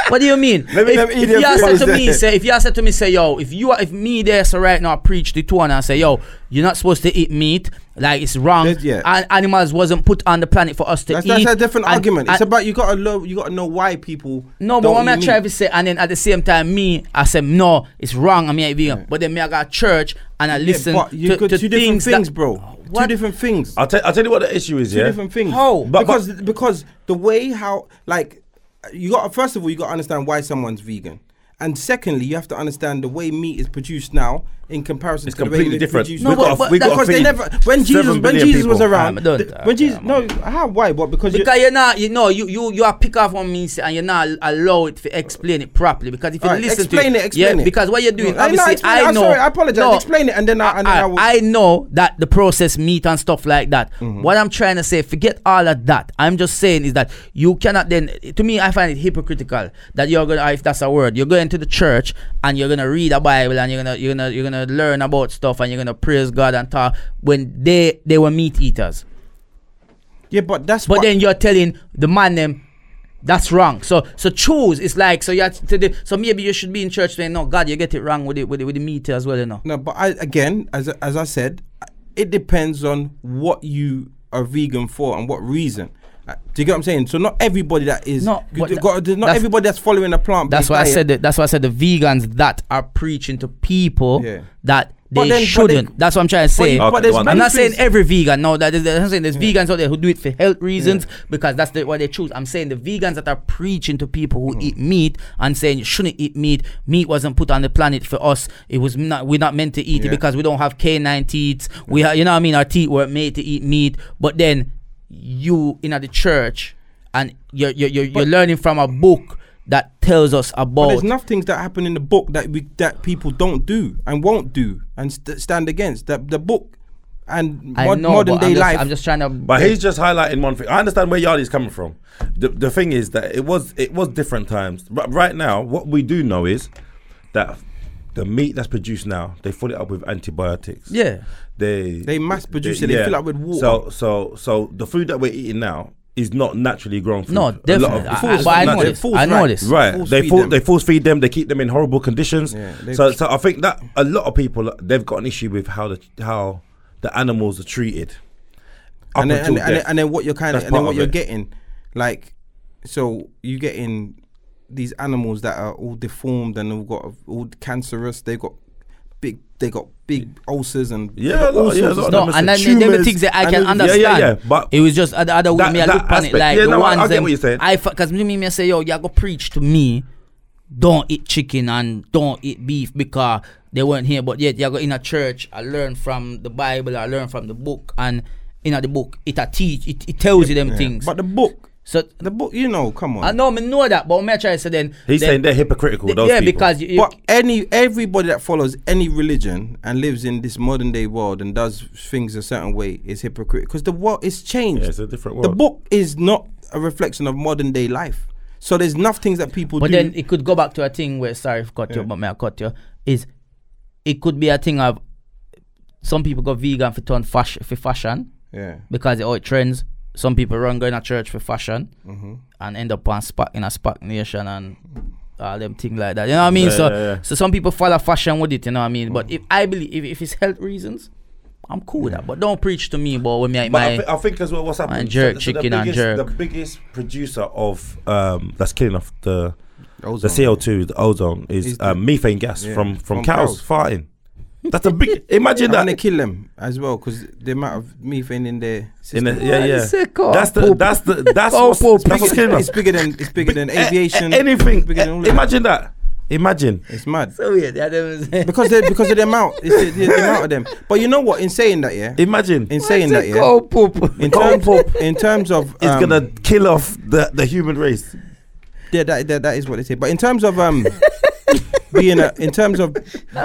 [SPEAKER 3] What do you mean?
[SPEAKER 1] Let me-
[SPEAKER 3] if,
[SPEAKER 1] let me-
[SPEAKER 3] if
[SPEAKER 1] let me
[SPEAKER 3] you said
[SPEAKER 2] finish
[SPEAKER 3] to me,
[SPEAKER 2] that.
[SPEAKER 3] say, if you said to me, say, yo, if you are, if me there, so right now, I preach the two and I say, yo, you're not supposed to eat meat, like it's wrong.
[SPEAKER 2] That's- yeah.
[SPEAKER 3] And animals wasn't put on the planet for us to
[SPEAKER 2] That's,
[SPEAKER 3] eat.
[SPEAKER 2] that's a different
[SPEAKER 3] and-
[SPEAKER 2] argument.
[SPEAKER 3] and-
[SPEAKER 2] it's about you gotta know you gotta know why people.
[SPEAKER 3] no, but
[SPEAKER 2] don't
[SPEAKER 3] what me I
[SPEAKER 2] eat
[SPEAKER 3] try
[SPEAKER 2] meat.
[SPEAKER 3] to say, and then at the same time, me, I say, no, it's wrong. I mean, I vegan. But then me, I got church and I
[SPEAKER 2] Yeah,
[SPEAKER 3] listen
[SPEAKER 2] but you
[SPEAKER 3] to,
[SPEAKER 2] got
[SPEAKER 3] to
[SPEAKER 2] two different
[SPEAKER 3] things,
[SPEAKER 2] things,
[SPEAKER 3] that,
[SPEAKER 2] bro.
[SPEAKER 3] What?
[SPEAKER 2] Two different things.
[SPEAKER 1] I'll, tell, I'll tell you what the issue is,
[SPEAKER 2] two
[SPEAKER 1] Uh, yeah?
[SPEAKER 2] different things.
[SPEAKER 3] How?
[SPEAKER 1] But-
[SPEAKER 2] because because the way how like you got first of all you got to understand why someone's vegan, and secondly you have to understand the way meat is produced now in comparison
[SPEAKER 1] It's
[SPEAKER 2] to the way
[SPEAKER 1] completely
[SPEAKER 2] meat is
[SPEAKER 1] different.
[SPEAKER 2] produced
[SPEAKER 1] No,
[SPEAKER 2] now.
[SPEAKER 3] but- We've got- we've got
[SPEAKER 2] because they
[SPEAKER 1] feed
[SPEAKER 2] never
[SPEAKER 1] seven
[SPEAKER 2] when Jesus when
[SPEAKER 1] billion
[SPEAKER 2] Jesus was
[SPEAKER 1] people.
[SPEAKER 2] around
[SPEAKER 3] Ah, but don't-
[SPEAKER 2] th- when
[SPEAKER 3] ah,
[SPEAKER 2] Jesus
[SPEAKER 3] come
[SPEAKER 2] no how why what because you
[SPEAKER 3] Because you're not, you know, you you you are pick up on me and you're not allow it to explain it properly. Because if you
[SPEAKER 2] Alright,
[SPEAKER 3] listen
[SPEAKER 2] explain
[SPEAKER 3] to
[SPEAKER 2] it, explain
[SPEAKER 3] yeah,
[SPEAKER 2] it.
[SPEAKER 3] because what you're
[SPEAKER 2] No,
[SPEAKER 3] doing,
[SPEAKER 2] no,
[SPEAKER 3] obviously,
[SPEAKER 2] explain it.
[SPEAKER 3] I
[SPEAKER 2] I'm
[SPEAKER 3] know.
[SPEAKER 2] sorry, I apologize.
[SPEAKER 3] No,
[SPEAKER 2] Explain it and then I- and then I will-
[SPEAKER 3] I know that the process meat and stuff like that.
[SPEAKER 2] Mm-hmm.
[SPEAKER 3] What I'm trying to say, forget all of that. I'm just saying is that you cannot then. To me, I find it hypocritical that you're gonna, if that's a word, you're going to the church and you're gonna read a Bible and you're gonna you're gonna you're gonna learn about stuff and you're gonna praise God and talk when they they were meat eaters.
[SPEAKER 2] yeah but that's
[SPEAKER 3] But
[SPEAKER 2] what,
[SPEAKER 3] then you're telling the man them that's wrong. So so choose. It's like so you have to the, so maybe you should be in church saying no God you get it wrong with it with it, with the meat as well you know.
[SPEAKER 2] No, but I, again, as as I said, it depends on what you are vegan for and what reason. Uh, Do you get what I'm saying? So not everybody that is
[SPEAKER 3] No,
[SPEAKER 2] you
[SPEAKER 3] but
[SPEAKER 2] do-
[SPEAKER 3] tha-
[SPEAKER 2] got- not
[SPEAKER 3] that's-
[SPEAKER 2] everybody that's following a plant.
[SPEAKER 3] That's why I said that. That's why I said the vegans that are preaching to people
[SPEAKER 2] Yeah.
[SPEAKER 3] that
[SPEAKER 2] But
[SPEAKER 3] they
[SPEAKER 2] then- but they-
[SPEAKER 3] shouldn't. that's what I'm trying to say.
[SPEAKER 1] Okay,
[SPEAKER 2] but there's
[SPEAKER 1] go on.
[SPEAKER 2] many
[SPEAKER 3] I'm not saying
[SPEAKER 2] things-
[SPEAKER 3] every vegan. No, that is. I'm saying there's vegans out there who do it for health reasons because that's the, what they choose. I'm saying the vegans that are preaching to people who
[SPEAKER 2] Hmm.
[SPEAKER 3] eat meat and saying you shouldn't eat meat. Meat wasn't put on the planet for us. It was not. We're not meant to eat
[SPEAKER 2] Yeah. Hmm.
[SPEAKER 3] it because we don't have canine teeth. We, ha- you know, what I mean, our teeth weren't made to eat meat. But then you in the church and you're you're you're, you're learning from a book that tells us
[SPEAKER 2] But there's
[SPEAKER 3] about.
[SPEAKER 2] enough things that happen in the book that we that people don't do and won't do and st- stand against. That the book and
[SPEAKER 3] I
[SPEAKER 2] mod-
[SPEAKER 3] know,
[SPEAKER 2] modern
[SPEAKER 3] but
[SPEAKER 2] day
[SPEAKER 3] I'm just,
[SPEAKER 2] life.
[SPEAKER 3] I'm just trying to.
[SPEAKER 1] But he's just highlighting one thing. I understand where Yardi's coming from. The, the thing is that it was it was different times. But right now, what we do know is that the meat that's produced now, they fill it up with antibiotics.
[SPEAKER 3] yeah.
[SPEAKER 1] They
[SPEAKER 2] They mass produce it, they fill up with water.
[SPEAKER 1] So so so the food that we're eating now is not naturally grown food.
[SPEAKER 3] No,
[SPEAKER 1] A lot
[SPEAKER 3] definitely.
[SPEAKER 1] of-
[SPEAKER 3] I-
[SPEAKER 1] Force-
[SPEAKER 3] I- but I know
[SPEAKER 1] nat-
[SPEAKER 3] this. I know this.
[SPEAKER 1] Right,
[SPEAKER 2] Force
[SPEAKER 1] they
[SPEAKER 2] feed
[SPEAKER 1] force,
[SPEAKER 2] them.
[SPEAKER 1] they force feed them. They keep them in horrible conditions.
[SPEAKER 2] Yeah, they-
[SPEAKER 1] so, so I think that a lot of people they've got an issue with how the how the animals are treated. Up
[SPEAKER 2] and then,
[SPEAKER 1] until
[SPEAKER 2] and, and,
[SPEAKER 1] death.
[SPEAKER 2] then, and then what you're kind of
[SPEAKER 1] That's
[SPEAKER 2] and then
[SPEAKER 1] part
[SPEAKER 2] what
[SPEAKER 1] of
[SPEAKER 2] you're
[SPEAKER 1] it.
[SPEAKER 2] getting, like, so you getting these animals that are all deformed and all got all cancerous. They got big. They got big ulcers and they
[SPEAKER 1] Yeah,
[SPEAKER 2] got all
[SPEAKER 1] no, yeah,
[SPEAKER 2] sorts
[SPEAKER 1] no,
[SPEAKER 2] of
[SPEAKER 1] no,
[SPEAKER 2] stuff.
[SPEAKER 3] No,
[SPEAKER 1] Mr.
[SPEAKER 3] and then them the
[SPEAKER 1] Tumors,
[SPEAKER 3] things that I
[SPEAKER 1] and
[SPEAKER 3] can
[SPEAKER 1] then- yeah,
[SPEAKER 3] understand.
[SPEAKER 1] yeah, yeah, but-
[SPEAKER 3] it was just the other way
[SPEAKER 1] That-
[SPEAKER 3] me I
[SPEAKER 1] that
[SPEAKER 3] look on it
[SPEAKER 1] aspect.
[SPEAKER 3] like
[SPEAKER 1] Yeah,
[SPEAKER 3] the
[SPEAKER 1] no, I- I
[SPEAKER 3] ones
[SPEAKER 1] get
[SPEAKER 3] them,
[SPEAKER 1] what you're saying.
[SPEAKER 3] I because me me I say yo you go preach to me, don't eat chicken and don't eat beef because they weren't here. But yet you go in a church. I learn from the Bible. I learn from the book and. In the book, it a teach, it, it tells you them things.
[SPEAKER 2] But the book,
[SPEAKER 3] so
[SPEAKER 2] the book, you know, come on.
[SPEAKER 3] I know, me know that, but me I try to say then.
[SPEAKER 1] He's
[SPEAKER 3] then-
[SPEAKER 1] saying they're hypocritical.
[SPEAKER 3] th-
[SPEAKER 1] those
[SPEAKER 3] yeah,
[SPEAKER 1] people.
[SPEAKER 3] because you, you-
[SPEAKER 2] But any everybody that follows any religion and lives in this modern day world and does things a certain way is hypocritical because the world is changed.
[SPEAKER 1] Yeah, it's a different
[SPEAKER 2] The
[SPEAKER 1] world.
[SPEAKER 2] book is not a reflection of modern day life. So there's enough things that people
[SPEAKER 3] But
[SPEAKER 2] do.
[SPEAKER 3] then it could go back to a thing where sorry if cut you, but may I cut you? Is it could be a thing of some people go vegan for turn fashion for fashion
[SPEAKER 2] yeah.
[SPEAKER 3] because it all trends. Some people run going to church for fashion
[SPEAKER 2] mm-hmm.
[SPEAKER 3] and end up on spot in a spot nation and all them thing like that. You know what I mean?
[SPEAKER 1] Yeah,
[SPEAKER 3] so
[SPEAKER 1] yeah, yeah.
[SPEAKER 3] so some people follow fashion with it, you know what I mean? But if I believe if, if it's health reasons, I'm cool with that. But don't preach to me about when me
[SPEAKER 1] But I,
[SPEAKER 3] my
[SPEAKER 1] thi- I think as well, what's happening?
[SPEAKER 3] jerk
[SPEAKER 1] the
[SPEAKER 3] chicken and
[SPEAKER 1] biggest,
[SPEAKER 3] jerk.
[SPEAKER 1] The biggest producer of um, that's killing off the the
[SPEAKER 2] Ozone.
[SPEAKER 1] CO two, the ozone, is
[SPEAKER 2] Is the-
[SPEAKER 1] uh, methane gas
[SPEAKER 2] Yeah,
[SPEAKER 1] from, from
[SPEAKER 2] from
[SPEAKER 1] cows farting. That's a big. Imagine
[SPEAKER 2] And they
[SPEAKER 1] that.
[SPEAKER 2] kill them as well because the amount of methane in their
[SPEAKER 1] In
[SPEAKER 2] system.
[SPEAKER 1] a, yeah, yeah.
[SPEAKER 3] sick, oh,
[SPEAKER 1] That's the
[SPEAKER 3] poop.
[SPEAKER 1] that's the that's
[SPEAKER 3] Oh,
[SPEAKER 1] what's,
[SPEAKER 3] poop.
[SPEAKER 1] that's what's killing
[SPEAKER 2] it's
[SPEAKER 1] us.
[SPEAKER 2] bigger than it's bigger than
[SPEAKER 1] A- a-
[SPEAKER 2] aviation.
[SPEAKER 1] anything.
[SPEAKER 2] bigger than all of that.
[SPEAKER 1] Imagine that. Imagine.
[SPEAKER 2] It's mad
[SPEAKER 3] so weird. yeah, that was-
[SPEAKER 2] because they because of the amount. It's the, the amount of them. But you know what? In saying that, yeah.
[SPEAKER 1] Imagine.
[SPEAKER 2] In saying that, yeah.
[SPEAKER 3] Go poop.
[SPEAKER 2] In
[SPEAKER 1] Cold
[SPEAKER 2] terms, in terms of
[SPEAKER 1] it's
[SPEAKER 2] um,
[SPEAKER 1] gonna kill off the, the human race.
[SPEAKER 2] Yeah, that, that that is what they say. But in terms of um being a in terms of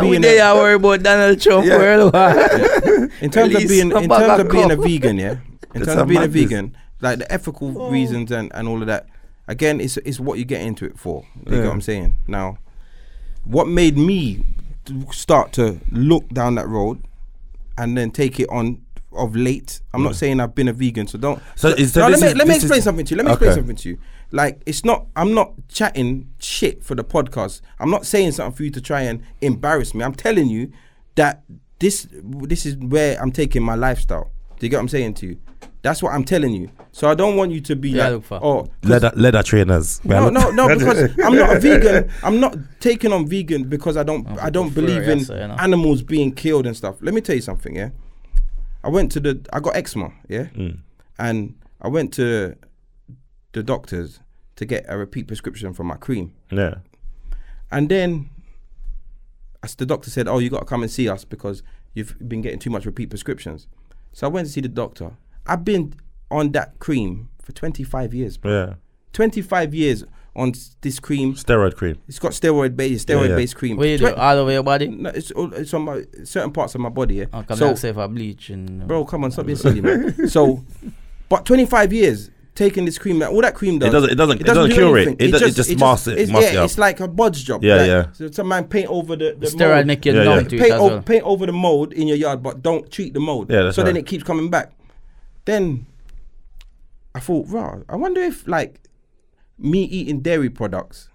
[SPEAKER 3] We
[SPEAKER 2] being
[SPEAKER 3] they
[SPEAKER 2] a,
[SPEAKER 3] are worried about Donald Trump
[SPEAKER 1] Yeah.
[SPEAKER 3] worldwide.
[SPEAKER 2] in terms of
[SPEAKER 3] Release
[SPEAKER 2] being
[SPEAKER 3] the
[SPEAKER 2] in terms of being a
[SPEAKER 3] Bagaco.
[SPEAKER 2] vegan, yeah. In
[SPEAKER 1] It's
[SPEAKER 2] terms
[SPEAKER 1] a
[SPEAKER 2] of being a
[SPEAKER 1] madness.
[SPEAKER 2] vegan, like the ethical
[SPEAKER 1] Oh.
[SPEAKER 2] reasons and, and all of that. Again, it's it's what you get into it for. You
[SPEAKER 1] Yeah.
[SPEAKER 2] get what I'm saying? Now, what made me t- start to look down that road and then take it on of late. I'm not saying I've been a vegan, so don't.
[SPEAKER 1] So is that-
[SPEAKER 2] no, let
[SPEAKER 1] this
[SPEAKER 2] me
[SPEAKER 1] is-
[SPEAKER 2] let me
[SPEAKER 1] this is-
[SPEAKER 2] explain something to you. Let me explain
[SPEAKER 1] Okay.
[SPEAKER 2] something to you. Like it's not. I'm not chatting shit for the podcast. I'm not saying something for you to try and embarrass me. I'm telling you that this this is where I'm taking my lifestyle. Do you get what I'm saying to you? That's what I'm telling you. So I don't want you to be
[SPEAKER 3] Yeah, look
[SPEAKER 2] like,
[SPEAKER 3] for-
[SPEAKER 2] oh,
[SPEAKER 1] leather leather trainers.
[SPEAKER 2] no, no, no, because I'm not a vegan. I'm not taking on vegan because I don't, I don't
[SPEAKER 3] prefer it,
[SPEAKER 2] believe in
[SPEAKER 3] yes, you know.
[SPEAKER 2] animals being killed and stuff. Let me tell you something, yeah. I went to the, I got eczema, yeah, and I went to the doctors to get a repeat prescription for my cream,
[SPEAKER 1] Yeah.
[SPEAKER 2] and then as the doctor said, "Oh, you got to come and see us because you've been getting too much repeat prescriptions." So I went to see the doctor. I've been on that cream for 25 years, bro.
[SPEAKER 1] Yeah.
[SPEAKER 2] 25 years on s- this cream.
[SPEAKER 1] Steroid cream.
[SPEAKER 2] It's got steroid based
[SPEAKER 1] Yeah, yeah.
[SPEAKER 2] steroid based cream.
[SPEAKER 3] What you do?
[SPEAKER 2] Twen-
[SPEAKER 3] All over your body?
[SPEAKER 2] no, it's all, it's on my certain parts of my body. Yeah.
[SPEAKER 3] Oh, come
[SPEAKER 2] so,
[SPEAKER 3] so, say if I bleach and uh,
[SPEAKER 2] bro, come on, stop being silly, man. So, but 25 years taking this cream, that all that cream does.
[SPEAKER 1] It doesn't. It doesn't. It doesn't,
[SPEAKER 2] do
[SPEAKER 1] cure
[SPEAKER 2] anything.
[SPEAKER 1] it. It, do- it just masks it.
[SPEAKER 2] it's-
[SPEAKER 1] masks
[SPEAKER 2] yeah,
[SPEAKER 1] it up.
[SPEAKER 2] it's like a bod's job.
[SPEAKER 1] Yeah,
[SPEAKER 2] like,
[SPEAKER 1] yeah.
[SPEAKER 2] So some man paint over the, the
[SPEAKER 3] steroid
[SPEAKER 2] mold.
[SPEAKER 3] make you
[SPEAKER 1] Yeah,
[SPEAKER 3] numb
[SPEAKER 1] yeah.
[SPEAKER 3] to it
[SPEAKER 2] paint,
[SPEAKER 3] as
[SPEAKER 2] over,
[SPEAKER 3] well.
[SPEAKER 2] paint over the mold in your yard, but don't treat the mold.
[SPEAKER 1] Yeah, that's
[SPEAKER 2] so then
[SPEAKER 1] right.
[SPEAKER 2] it keeps coming back. Then I thought, wow, I wonder if like me eating dairy products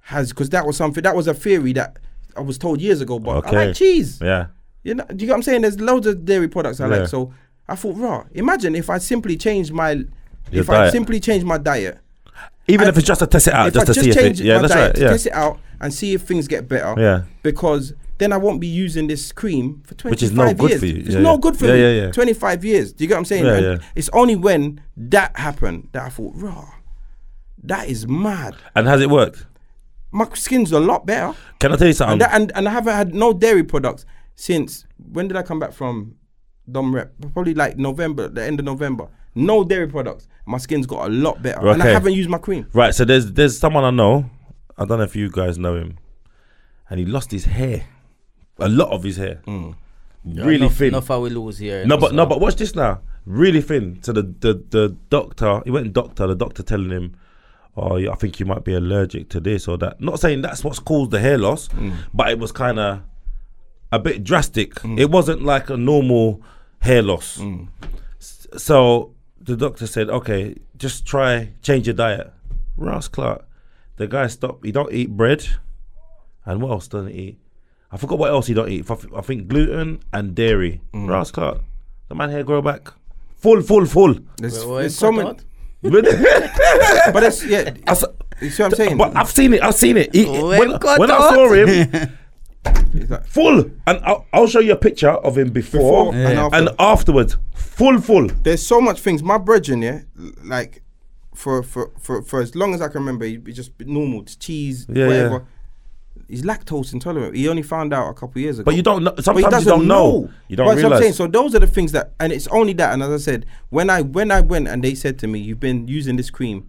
[SPEAKER 2] has because that was something that was a theory that I was told years ago. But I
[SPEAKER 1] Okay.
[SPEAKER 2] like cheese.
[SPEAKER 1] yeah.
[SPEAKER 2] You know, do you get what I'm saying? There's loads of dairy products I
[SPEAKER 1] Yeah.
[SPEAKER 2] like. So I thought, raw. Imagine if I simply changed my,
[SPEAKER 1] Your
[SPEAKER 2] if I
[SPEAKER 1] diet.
[SPEAKER 2] simply changed my diet.
[SPEAKER 1] Even
[SPEAKER 2] I-
[SPEAKER 1] if it's just to test it out,
[SPEAKER 2] if
[SPEAKER 1] Ah, just
[SPEAKER 2] I
[SPEAKER 1] to see if it.
[SPEAKER 2] change
[SPEAKER 1] Yeah,
[SPEAKER 2] my
[SPEAKER 1] that's
[SPEAKER 2] diet
[SPEAKER 1] right.
[SPEAKER 2] to
[SPEAKER 1] Yeah.
[SPEAKER 2] test it out and see if things get better.
[SPEAKER 1] Yeah.
[SPEAKER 2] Because then I won't be using this cream for 25
[SPEAKER 1] Which is no good
[SPEAKER 2] years.
[SPEAKER 1] for you.
[SPEAKER 2] It's
[SPEAKER 1] Yeah,
[SPEAKER 2] no
[SPEAKER 1] yeah.
[SPEAKER 2] good for
[SPEAKER 1] Yeah,
[SPEAKER 2] me.
[SPEAKER 1] yeah, yeah.
[SPEAKER 2] 25 years. Do you get what I'm saying?
[SPEAKER 1] Yeah,
[SPEAKER 2] And
[SPEAKER 1] yeah.
[SPEAKER 2] It's only when that happened that I thought, raw, that is mad.
[SPEAKER 1] And has it worked?
[SPEAKER 2] My skin's a lot better.
[SPEAKER 1] Can I tell you
[SPEAKER 2] And,
[SPEAKER 1] something?
[SPEAKER 2] that, and, and I haven't had no dairy products since when did I come back from Dom Rep? Probably like November, the end of November. No dairy products. My skin's got a lot better. And I
[SPEAKER 1] Okay.
[SPEAKER 2] haven't used my cream.
[SPEAKER 1] Right, so there's there's someone I know. I don't know if you guys know him, and he lost his hair, a lot of his hair,
[SPEAKER 2] Mm.
[SPEAKER 1] really
[SPEAKER 3] enough,
[SPEAKER 1] thin.
[SPEAKER 3] Enough how we lose here.
[SPEAKER 1] no, but no, but watch this now. Really thin. So the the, the doctor, he went to doctor. The doctor telling him, "Oh, yeah, I think you might be allergic to this or that." Not saying that's what's caused the hair loss, but it was kind of a bit drastic. It wasn't like a normal hair loss. S- So the doctor said, "Okay, just try change your diet." Ross Clark, the guy stopped. He don't eat bread, and what else doesn't he eat? I forgot what else he don't eat. I th- I think gluten and dairy.
[SPEAKER 2] Mm.
[SPEAKER 1] Ross Clark, the man hair grow back, full, full, full.
[SPEAKER 2] There's,
[SPEAKER 3] Wait, wait,
[SPEAKER 2] there's so
[SPEAKER 3] cut
[SPEAKER 2] many.
[SPEAKER 3] out?
[SPEAKER 1] Really?
[SPEAKER 2] But that's, yeah.
[SPEAKER 1] I s-
[SPEAKER 2] You see what I'm saying?
[SPEAKER 1] but I've seen it. I've seen it. He-
[SPEAKER 3] Well,
[SPEAKER 1] when
[SPEAKER 3] cut
[SPEAKER 1] when I
[SPEAKER 3] out.
[SPEAKER 1] saw him,
[SPEAKER 2] It's like-
[SPEAKER 1] full, and I'll, I'll show you a picture of him before,
[SPEAKER 2] Before and Yeah. after.
[SPEAKER 1] and afterwards, full, full.
[SPEAKER 2] there's so much things. My brethren, yeah, l- like for for for, for as long as I can remember, he he just normal it's cheese,
[SPEAKER 1] Yeah,
[SPEAKER 2] whatever. He's lactose intolerant. He only found out a couple years ago.
[SPEAKER 1] But you don't know.
[SPEAKER 2] But he
[SPEAKER 1] Sometimes you
[SPEAKER 2] doesn't
[SPEAKER 1] don't know. You don't
[SPEAKER 2] But that's what I'm
[SPEAKER 1] realize.
[SPEAKER 2] saying, so those are the things that, and it's only that. And as I said, when I when I went and they said to me, "You've been using this cream."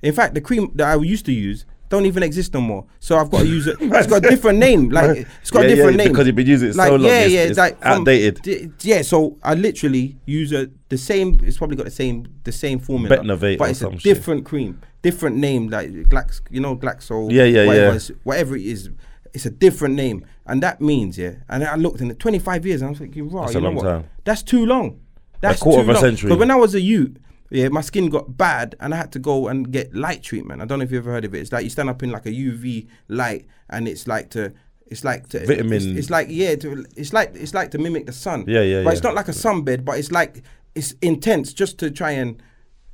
[SPEAKER 2] In fact, the cream that I used to use don't even exist no more. So I've got to use it. It's got a different name. Like it's got
[SPEAKER 1] Yeah,
[SPEAKER 2] a
[SPEAKER 1] yeah,
[SPEAKER 2] different name
[SPEAKER 1] because you've been using it so long,
[SPEAKER 2] Yeah,
[SPEAKER 1] it's-
[SPEAKER 2] yeah,
[SPEAKER 1] it's
[SPEAKER 2] like from-
[SPEAKER 1] outdated.
[SPEAKER 2] D- yeah, so I literally use a the same. It's probably got the same the same formula,
[SPEAKER 1] Betnovate
[SPEAKER 2] but
[SPEAKER 1] or
[SPEAKER 2] it's a
[SPEAKER 1] some shit.
[SPEAKER 2] different cream, different name, like Glax, you know, Glaxo.
[SPEAKER 1] Yeah, yeah,
[SPEAKER 2] whatever
[SPEAKER 1] yeah.
[SPEAKER 2] it's- Whatever it is, it's a different name, and that means yeah. And I looked in it, twenty five years, and I was thinking, wow,
[SPEAKER 1] That's
[SPEAKER 2] you
[SPEAKER 1] a
[SPEAKER 2] know
[SPEAKER 1] long
[SPEAKER 2] what?
[SPEAKER 1] time.
[SPEAKER 2] That's too long. That's
[SPEAKER 1] quarter
[SPEAKER 2] too
[SPEAKER 1] of a
[SPEAKER 2] long.
[SPEAKER 1] century.
[SPEAKER 2] But when I was a youth. Yeah, my skin got bad and I had to go and get light treatment. I don't know if you've ever heard of it. It's like you stand up in like a UV light and it's like to, it's like to,
[SPEAKER 1] Vitamin-
[SPEAKER 2] It's, it's like yeah, to, it's like it's like to mimic the sun.
[SPEAKER 1] Yeah, yeah,
[SPEAKER 2] But it's
[SPEAKER 1] yeah.
[SPEAKER 2] not like a sunbed, but it's like it's intense just to try and